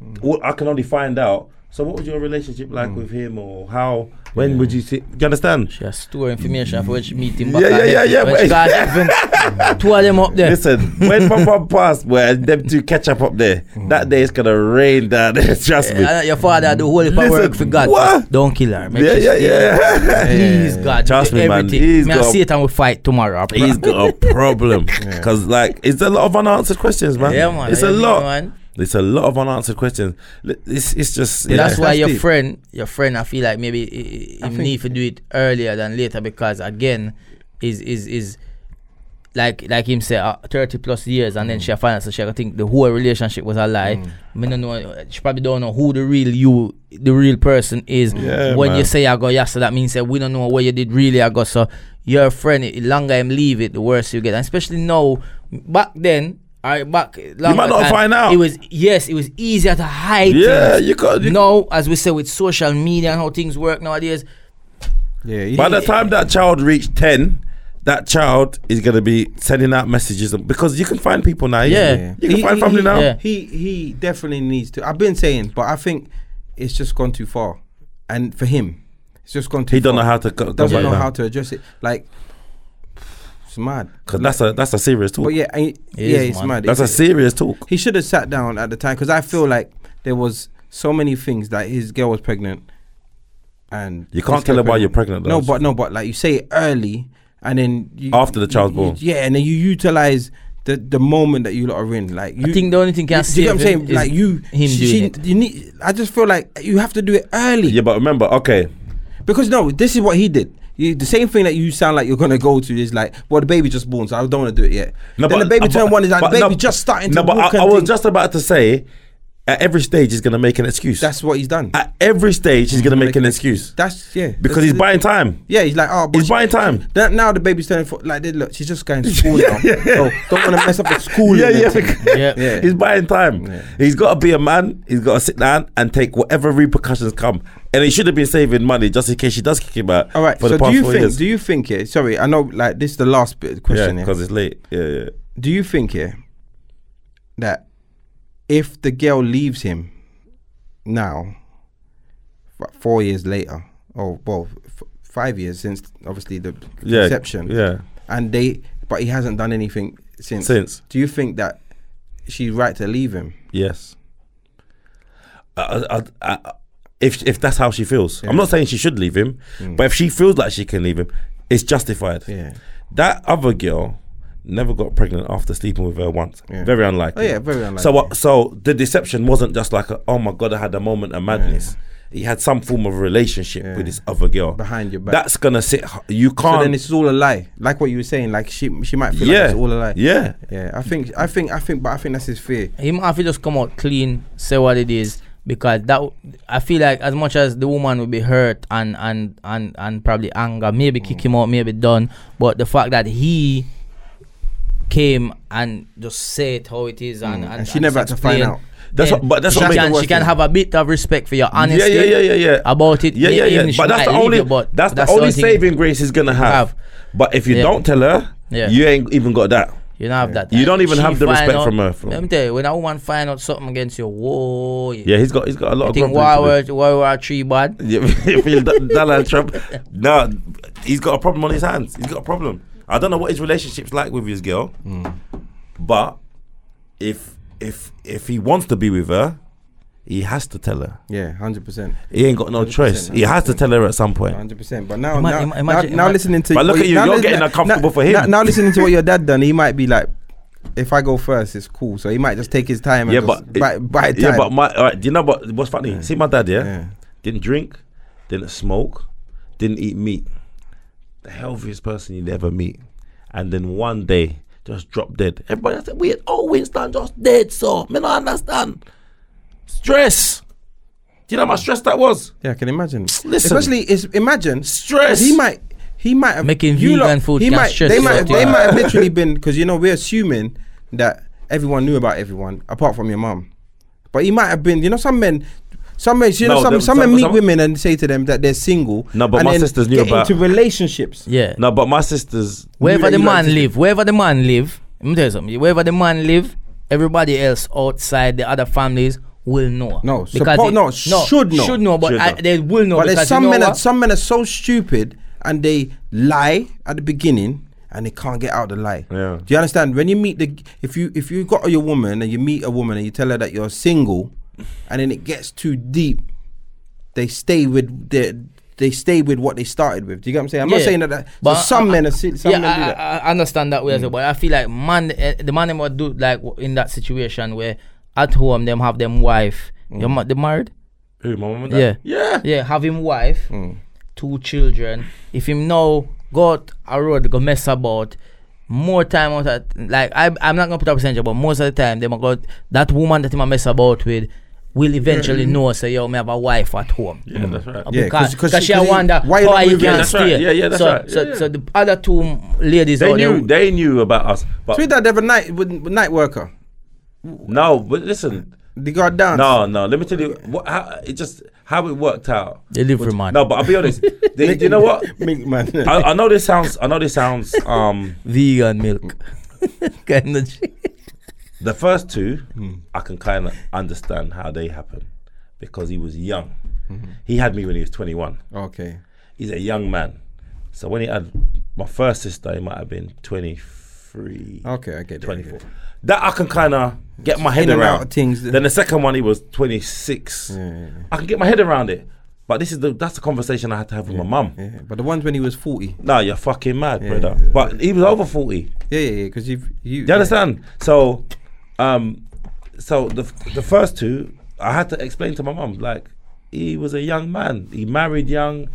[SPEAKER 2] Hmm.
[SPEAKER 1] all- I can only find out. So what was your relationship like with him, or how? When would you see? Do you understand?
[SPEAKER 3] she has store information for when she meet him.
[SPEAKER 1] Yeah,
[SPEAKER 3] back
[SPEAKER 1] yeah,
[SPEAKER 3] and
[SPEAKER 1] yeah,
[SPEAKER 3] then
[SPEAKER 1] yeah,
[SPEAKER 3] When
[SPEAKER 1] but-
[SPEAKER 3] she can't even two of them up there.
[SPEAKER 1] Listen, when my mum passed, where them two catch up up there,
[SPEAKER 2] Hmm.
[SPEAKER 1] that day it's gonna rain down there. Trust me.
[SPEAKER 3] Uh, your father do holy power
[SPEAKER 1] Listen,
[SPEAKER 3] work for God.
[SPEAKER 1] what?
[SPEAKER 3] Don't kill her. Make
[SPEAKER 1] Yeah,
[SPEAKER 3] she
[SPEAKER 1] yeah,
[SPEAKER 3] stay.
[SPEAKER 1] yeah.
[SPEAKER 3] Please God,
[SPEAKER 1] Trust
[SPEAKER 3] do
[SPEAKER 1] me, man.
[SPEAKER 3] everything.
[SPEAKER 1] He's
[SPEAKER 3] May I
[SPEAKER 1] got-
[SPEAKER 3] see it and we fight tomorrow. bruh.
[SPEAKER 1] He's got a problem because, like, it's a lot of unanswered questions, man.
[SPEAKER 3] yeah, man.
[SPEAKER 1] It's a
[SPEAKER 3] yeah,
[SPEAKER 1] lot.
[SPEAKER 3] Man.
[SPEAKER 1] It's a lot of unanswered questions. Li- It's it's just.
[SPEAKER 2] But
[SPEAKER 1] yeah.
[SPEAKER 3] That's why
[SPEAKER 2] That's
[SPEAKER 3] your
[SPEAKER 2] deep.
[SPEAKER 3] friend, your friend, I feel like maybe i- i-
[SPEAKER 2] I
[SPEAKER 3] him
[SPEAKER 2] think-
[SPEAKER 3] need to do it earlier than later because again, is is is like like him say uh, thirty plus years and
[SPEAKER 1] Mm.
[SPEAKER 3] then she find out so she I think the whole relationship was a lie. Me no know. She probably don't know who the real you, the real person is.
[SPEAKER 1] Yeah,
[SPEAKER 3] when you
[SPEAKER 1] man.
[SPEAKER 3] say I go yes, so that means that we don't know what you did really I go. So your friend, the longer him leave it, the worse you get. And especially now, back then. I back long
[SPEAKER 1] might not
[SPEAKER 3] time,
[SPEAKER 1] find out.
[SPEAKER 3] It was yes, it was easier to hide.
[SPEAKER 1] Yeah,
[SPEAKER 3] things
[SPEAKER 1] you got. You,
[SPEAKER 3] now, as we say with social media and how things work nowadays,
[SPEAKER 2] yeah. you
[SPEAKER 1] By
[SPEAKER 2] didn't-
[SPEAKER 1] the time that child reached ten, that child is gonna be sending out messages because you can find people now.
[SPEAKER 3] Yeah.
[SPEAKER 1] Yeah, you can find family now.
[SPEAKER 3] yeah.
[SPEAKER 2] He he definitely needs to. I've been saying, but I think it's just gone too far, and for him, it's just gone too.
[SPEAKER 1] He don't know
[SPEAKER 2] far.
[SPEAKER 1] how to go, go
[SPEAKER 2] doesn't
[SPEAKER 1] back
[SPEAKER 2] know
[SPEAKER 1] now.
[SPEAKER 2] how to address it. Like, it's mad.
[SPEAKER 1] Cause that's a that's a serious talk.
[SPEAKER 2] But yeah, I,
[SPEAKER 3] is,
[SPEAKER 2] yeah, it's
[SPEAKER 3] man.
[SPEAKER 2] mad.
[SPEAKER 1] that's a
[SPEAKER 2] It's-
[SPEAKER 1] serious talk.
[SPEAKER 2] He should have sat down at the time because I feel like there was so many things that his girl was pregnant, and
[SPEAKER 1] You can't
[SPEAKER 2] his
[SPEAKER 1] tell
[SPEAKER 2] girl
[SPEAKER 1] her why you're pregnant. Though.
[SPEAKER 2] No, but no, but like you say it early, and then you,
[SPEAKER 1] After the child's
[SPEAKER 2] you- you-
[SPEAKER 1] born.
[SPEAKER 2] yeah, and then you utilize the the moment that you lot are in. Like you
[SPEAKER 3] I think the only thing
[SPEAKER 2] you,
[SPEAKER 3] can
[SPEAKER 2] do you get
[SPEAKER 3] save
[SPEAKER 2] what I'm saying?
[SPEAKER 3] is
[SPEAKER 2] Like you,
[SPEAKER 3] him
[SPEAKER 2] she,
[SPEAKER 3] doing
[SPEAKER 2] she- you need. I just feel like you have to do it early
[SPEAKER 1] yeah, but remember, okay,
[SPEAKER 2] because no, this is what he did. You, the same thing that you sound like you're gonna go to is like, well, the baby just born, so I don't want to do it yet.
[SPEAKER 1] No,
[SPEAKER 2] then
[SPEAKER 1] but-
[SPEAKER 2] the baby
[SPEAKER 1] uh,
[SPEAKER 2] turned
[SPEAKER 1] but-
[SPEAKER 2] one is like, the
[SPEAKER 1] but no,
[SPEAKER 2] baby just starting to
[SPEAKER 1] No, but
[SPEAKER 2] walk
[SPEAKER 1] I, I
[SPEAKER 2] and
[SPEAKER 1] was
[SPEAKER 2] thing.
[SPEAKER 1] just about to say, at every stage he's gonna make an excuse.
[SPEAKER 2] That's what he's done.
[SPEAKER 1] at every stage he's gonna make an excuse
[SPEAKER 2] That's yeah.
[SPEAKER 1] because he's buying time.
[SPEAKER 2] Yeah, he's like, oh, but
[SPEAKER 1] He's
[SPEAKER 2] she-
[SPEAKER 1] buying time.
[SPEAKER 2] That now the baby's turning four. Like, they look, she's just going to school now. So don't want to mess up the school.
[SPEAKER 1] Yeah,
[SPEAKER 2] and
[SPEAKER 1] yeah.
[SPEAKER 2] everything.
[SPEAKER 3] Yeah.
[SPEAKER 2] Yeah.
[SPEAKER 1] He's buying time.
[SPEAKER 2] Yeah.
[SPEAKER 1] He's got to be a man. He's got to sit down and take whatever repercussions come. And he should have been saving money just in case she does kick him out.
[SPEAKER 2] All right.
[SPEAKER 1] For
[SPEAKER 2] so
[SPEAKER 1] the past
[SPEAKER 2] do you
[SPEAKER 1] four
[SPEAKER 2] think?
[SPEAKER 1] years.
[SPEAKER 2] Do you think here? Sorry, I know. Like this, is the last bit of the
[SPEAKER 1] yeah,
[SPEAKER 2] question here.
[SPEAKER 1] because it's late. Yeah, yeah.
[SPEAKER 2] Do you think here that if the girl leaves him now, f- four years later, or well, f- five years since obviously the
[SPEAKER 1] Yeah.
[SPEAKER 2] conception,
[SPEAKER 1] Yeah.
[SPEAKER 2] and they, but he hasn't done anything since.
[SPEAKER 1] Since.
[SPEAKER 2] Do you think that she's right to leave him?
[SPEAKER 1] Yes. I, I, I, if if that's how she feels, I'm not saying she should leave him, but if she feels like she can leave him, it's justified.
[SPEAKER 2] Hmm. Yeah.
[SPEAKER 1] That other girl never got pregnant after sleeping with her once.
[SPEAKER 2] Yeah.
[SPEAKER 1] Very unlikely.
[SPEAKER 2] Oh yeah, very unlikely.
[SPEAKER 1] So what? So the deception wasn't just like, a, oh my god, I had a moment of madness. He had some form of relationship
[SPEAKER 2] Yeah.
[SPEAKER 1] with this other girl.
[SPEAKER 2] behind your back.
[SPEAKER 1] That's gonna sit. h- You
[SPEAKER 2] so then
[SPEAKER 1] can't.
[SPEAKER 2] this is all a lie. Like what you were saying, like she she might feel
[SPEAKER 1] yeah.
[SPEAKER 2] like it's all a lie.
[SPEAKER 1] yeah.
[SPEAKER 2] Yeah, I think I think I think but I think that's his fear.
[SPEAKER 3] He might have to just come out clean, say what it is, because that w- I feel like as much as the woman would be hurt and and and and probably anger, maybe kick him out, maybe done, but the fact that he came and just said how it is and,
[SPEAKER 2] Mm.
[SPEAKER 3] and,
[SPEAKER 2] And she never had to find
[SPEAKER 3] explain,
[SPEAKER 2] out.
[SPEAKER 1] That's
[SPEAKER 3] then
[SPEAKER 1] what- but that's
[SPEAKER 3] she
[SPEAKER 1] what makes it
[SPEAKER 3] can,
[SPEAKER 1] worse
[SPEAKER 3] she can
[SPEAKER 1] then.
[SPEAKER 3] have a bit of respect for your
[SPEAKER 1] Yeah,
[SPEAKER 3] honesty
[SPEAKER 1] yeah, yeah, yeah, yeah.
[SPEAKER 3] about it.
[SPEAKER 1] Yeah, yeah,
[SPEAKER 3] Even
[SPEAKER 1] yeah.
[SPEAKER 3] she
[SPEAKER 1] But that's
[SPEAKER 3] might
[SPEAKER 1] the
[SPEAKER 3] leave
[SPEAKER 1] only
[SPEAKER 3] you, but
[SPEAKER 1] that's, the only
[SPEAKER 3] thing.
[SPEAKER 1] saving grace he's gonna have.
[SPEAKER 3] have.
[SPEAKER 1] But if you
[SPEAKER 3] Yeah.
[SPEAKER 1] don't tell her,
[SPEAKER 3] Yeah.
[SPEAKER 1] you ain't even got that.
[SPEAKER 3] You don't have that.
[SPEAKER 1] You don't even
[SPEAKER 3] She
[SPEAKER 1] have the
[SPEAKER 3] find
[SPEAKER 1] respect
[SPEAKER 3] out-
[SPEAKER 1] from her, from-
[SPEAKER 3] Let me tell you, when a woman find out something against you, whoa, you
[SPEAKER 1] Yeah, he's got he's got a lot
[SPEAKER 3] I
[SPEAKER 1] of
[SPEAKER 3] think
[SPEAKER 1] grumbling
[SPEAKER 3] why
[SPEAKER 1] to do.
[SPEAKER 3] were why were our tree bad?
[SPEAKER 1] Yeah, you feel that- Donald Trump. No, he's got a problem on his hands. He's got a problem. I don't know what his relationship's like with his girl, but if if if he wants to be with her, he has to tell her.
[SPEAKER 2] Yeah, hundred percent,
[SPEAKER 1] He ain't got no choice. He has to tell her at some point.
[SPEAKER 2] hundred percent. But now,
[SPEAKER 3] Ima-
[SPEAKER 2] now,
[SPEAKER 3] ima-
[SPEAKER 2] now,
[SPEAKER 3] imagine-
[SPEAKER 2] now
[SPEAKER 3] ima-
[SPEAKER 2] listening to
[SPEAKER 1] But look
[SPEAKER 2] what
[SPEAKER 1] at you,
[SPEAKER 2] now
[SPEAKER 1] you're
[SPEAKER 2] listen-
[SPEAKER 1] getting
[SPEAKER 2] now-
[SPEAKER 1] uncomfortable for him.
[SPEAKER 2] Now, now listening to what your dad done, he might be like, if I go first, it's cool. So he might just take his time. And
[SPEAKER 1] Yeah, but
[SPEAKER 2] just bite, bite time.
[SPEAKER 1] yeah, but my all right, do you know what? What's funny? See my dad, yeah?
[SPEAKER 2] Yeah.
[SPEAKER 1] didn't drink, didn't smoke, didn't eat meat. The healthiest person you'd ever meet, and then one day just dropped dead. Everybody said, "We had all Winston just dead." So me not understand stress. Do you know how much stress that was?
[SPEAKER 2] yeah, I can imagine.
[SPEAKER 1] Listen.
[SPEAKER 2] especially it's, imagine
[SPEAKER 1] Stress.
[SPEAKER 2] He might. He might have
[SPEAKER 3] Making vegan food
[SPEAKER 2] He
[SPEAKER 3] can
[SPEAKER 2] might.
[SPEAKER 3] stress
[SPEAKER 2] They
[SPEAKER 3] you
[SPEAKER 2] might.
[SPEAKER 3] out,
[SPEAKER 2] They
[SPEAKER 3] yeah.
[SPEAKER 2] might have literally been because you know we're assuming that everyone knew about everyone apart from your mum, but he might have been. You know, some men. Some men, you know,
[SPEAKER 1] No,
[SPEAKER 2] some,
[SPEAKER 1] them-
[SPEAKER 2] some men
[SPEAKER 1] some-
[SPEAKER 2] meet
[SPEAKER 1] some-
[SPEAKER 2] women and say to them that they're single.
[SPEAKER 1] No, but
[SPEAKER 2] and
[SPEAKER 1] my
[SPEAKER 2] then
[SPEAKER 1] sisters knew
[SPEAKER 2] get
[SPEAKER 1] about-
[SPEAKER 2] into relationships.
[SPEAKER 3] Yeah.
[SPEAKER 1] No, but my sisters.
[SPEAKER 3] Wherever
[SPEAKER 2] you-
[SPEAKER 3] the
[SPEAKER 2] you
[SPEAKER 3] man
[SPEAKER 2] like to-
[SPEAKER 3] live, wherever the man live, let me tell you something. Wherever the man live, everybody else outside the other families will know.
[SPEAKER 2] No, suppo- no, should know.
[SPEAKER 3] Should know, but
[SPEAKER 1] Should
[SPEAKER 3] I,
[SPEAKER 1] know.
[SPEAKER 3] they will know.
[SPEAKER 2] but there's
[SPEAKER 3] because you
[SPEAKER 2] some
[SPEAKER 3] know
[SPEAKER 2] men.
[SPEAKER 3] what?
[SPEAKER 2] Are, some men are so stupid and they lie at the beginning and they can't get out of the lie.
[SPEAKER 1] Yeah.
[SPEAKER 2] Do you understand? When you meet the if you if you got your woman and you meet a woman and you tell her that you're single, and then it gets too deep, they stay with their. They stay with what they started with. Do you get what I'm saying? I'm not
[SPEAKER 3] Yeah.
[SPEAKER 2] saying that. that
[SPEAKER 3] But
[SPEAKER 2] so some
[SPEAKER 3] I-
[SPEAKER 2] men are si- some
[SPEAKER 3] yeah,
[SPEAKER 2] men do
[SPEAKER 3] I,
[SPEAKER 2] that. Mm.
[SPEAKER 3] I I understand that way as well. But I feel like man, eh, the man them would do like w- in that situation where at home them have them wife.
[SPEAKER 2] Mm.
[SPEAKER 3] Your ma- they married.
[SPEAKER 1] Who, my mum and dad? Yeah.
[SPEAKER 3] Yeah, have him wife,
[SPEAKER 1] Mm.
[SPEAKER 3] two children. If him now go out a road go mess about, more time out at like I I'm not gonna put a percentage, but most of the time they might go that woman that him a mess about with will eventually know say yo me have a wife at home.
[SPEAKER 1] Mm. Yeah, that's right.
[SPEAKER 2] Yeah,
[SPEAKER 3] because
[SPEAKER 2] 'cause- 'cause
[SPEAKER 3] because she
[SPEAKER 2] you-
[SPEAKER 3] a wonder
[SPEAKER 2] why
[SPEAKER 3] why
[SPEAKER 2] you
[SPEAKER 3] you
[SPEAKER 2] not moving?
[SPEAKER 3] he can
[SPEAKER 1] That's right,
[SPEAKER 3] stay.
[SPEAKER 1] yeah, yeah, that's
[SPEAKER 3] so,
[SPEAKER 1] right,
[SPEAKER 3] So,
[SPEAKER 1] yeah,
[SPEAKER 3] so the other two ladies
[SPEAKER 1] They
[SPEAKER 3] out there
[SPEAKER 1] knew. They knew about us. But
[SPEAKER 2] So that they have a night with, with night worker.
[SPEAKER 1] no, but listen.
[SPEAKER 2] They got down.
[SPEAKER 1] No, no. Let me tell you what. How, it just how it worked out.
[SPEAKER 3] they live for man.
[SPEAKER 1] No, but I'll be honest. They, you know what?
[SPEAKER 2] Mink man.
[SPEAKER 1] I, I know this sounds. I know this sounds. Um,
[SPEAKER 3] vegan milk. kind of
[SPEAKER 1] the first two,
[SPEAKER 2] Hmm.
[SPEAKER 1] I can kind of understand how they happen because he was young.
[SPEAKER 2] Mm-hmm.
[SPEAKER 1] He had me when he was 21.
[SPEAKER 2] okay.
[SPEAKER 1] He's a young man. So when he had my first sister, he might have been 23,
[SPEAKER 2] Okay. I get it. I get
[SPEAKER 1] 24.
[SPEAKER 2] it.
[SPEAKER 1] That I can kind of get my head
[SPEAKER 2] In and
[SPEAKER 1] around.
[SPEAKER 2] out of things.
[SPEAKER 1] Then the second one, he was 26.
[SPEAKER 2] Yeah, yeah, yeah.
[SPEAKER 1] I can get my head around it. But this is the that's the conversation I had to have with my mum.
[SPEAKER 2] Yeah, but the ones when he was 40.
[SPEAKER 1] No, you're fucking mad,
[SPEAKER 2] Yeah,
[SPEAKER 1] brother.
[SPEAKER 2] yeah.
[SPEAKER 1] But he was over 40.
[SPEAKER 2] Yeah, yeah, yeah. Because you've you.
[SPEAKER 1] You understand? So, um, so the the first two, I had to explain to my mum like he was a young man. He married young,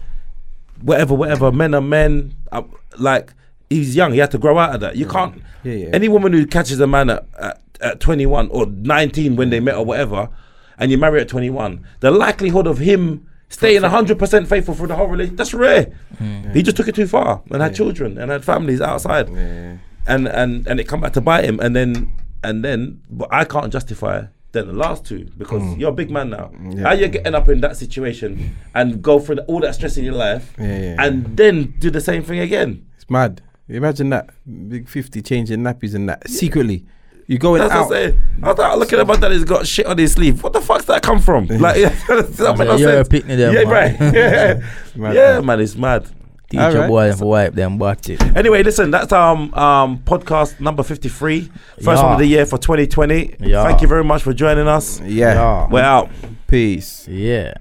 [SPEAKER 1] whatever, whatever. Men are men. I, like he's young. He had to grow out of that. You can't.
[SPEAKER 2] Mm. Yeah, yeah. Mm.
[SPEAKER 1] Any woman who catches a man at, at, at 21 or 19 when they met or whatever, and you marry at 21, the likelihood of him staying 100% faithful for the whole relationship, that's rare.
[SPEAKER 2] Mm.
[SPEAKER 1] He just took it too far and had children and had families outside. And, and, and it come back to bite him. And then, and then, but I can't justify than the last two because
[SPEAKER 2] Mm.
[SPEAKER 1] you're a big man now. How you getting up in that situation and go through the- all that stress in your life
[SPEAKER 2] Yeah, yeah,
[SPEAKER 1] and then do the same thing again?
[SPEAKER 2] It's mad. Imagine that. Big 50 changing nappies and that. Secretly. You going
[SPEAKER 1] That's
[SPEAKER 2] out.
[SPEAKER 1] what I'm saying. I was like, looking at my dad, he's got shit on his sleeve. What the fuck's that come from? Like, yeah, that
[SPEAKER 3] Yeah,
[SPEAKER 1] makes no
[SPEAKER 3] you're a
[SPEAKER 1] sense.
[SPEAKER 3] picnic there,
[SPEAKER 1] yeah,
[SPEAKER 3] man.
[SPEAKER 1] right. Yeah,
[SPEAKER 2] Mad,
[SPEAKER 1] yeah,
[SPEAKER 2] mad.
[SPEAKER 1] man, it's mad.
[SPEAKER 3] Teach
[SPEAKER 2] All
[SPEAKER 3] your
[SPEAKER 2] right.
[SPEAKER 3] boy to wipe them body.
[SPEAKER 1] Anyway, listen, that's um um podcast number 53, first one
[SPEAKER 3] Yeah.
[SPEAKER 1] of the year for 2020.
[SPEAKER 3] Yeah.
[SPEAKER 1] Thank you very much for joining us.
[SPEAKER 2] Yeah.
[SPEAKER 3] Yeah.
[SPEAKER 1] We're out.
[SPEAKER 2] Peace.
[SPEAKER 3] Yeah.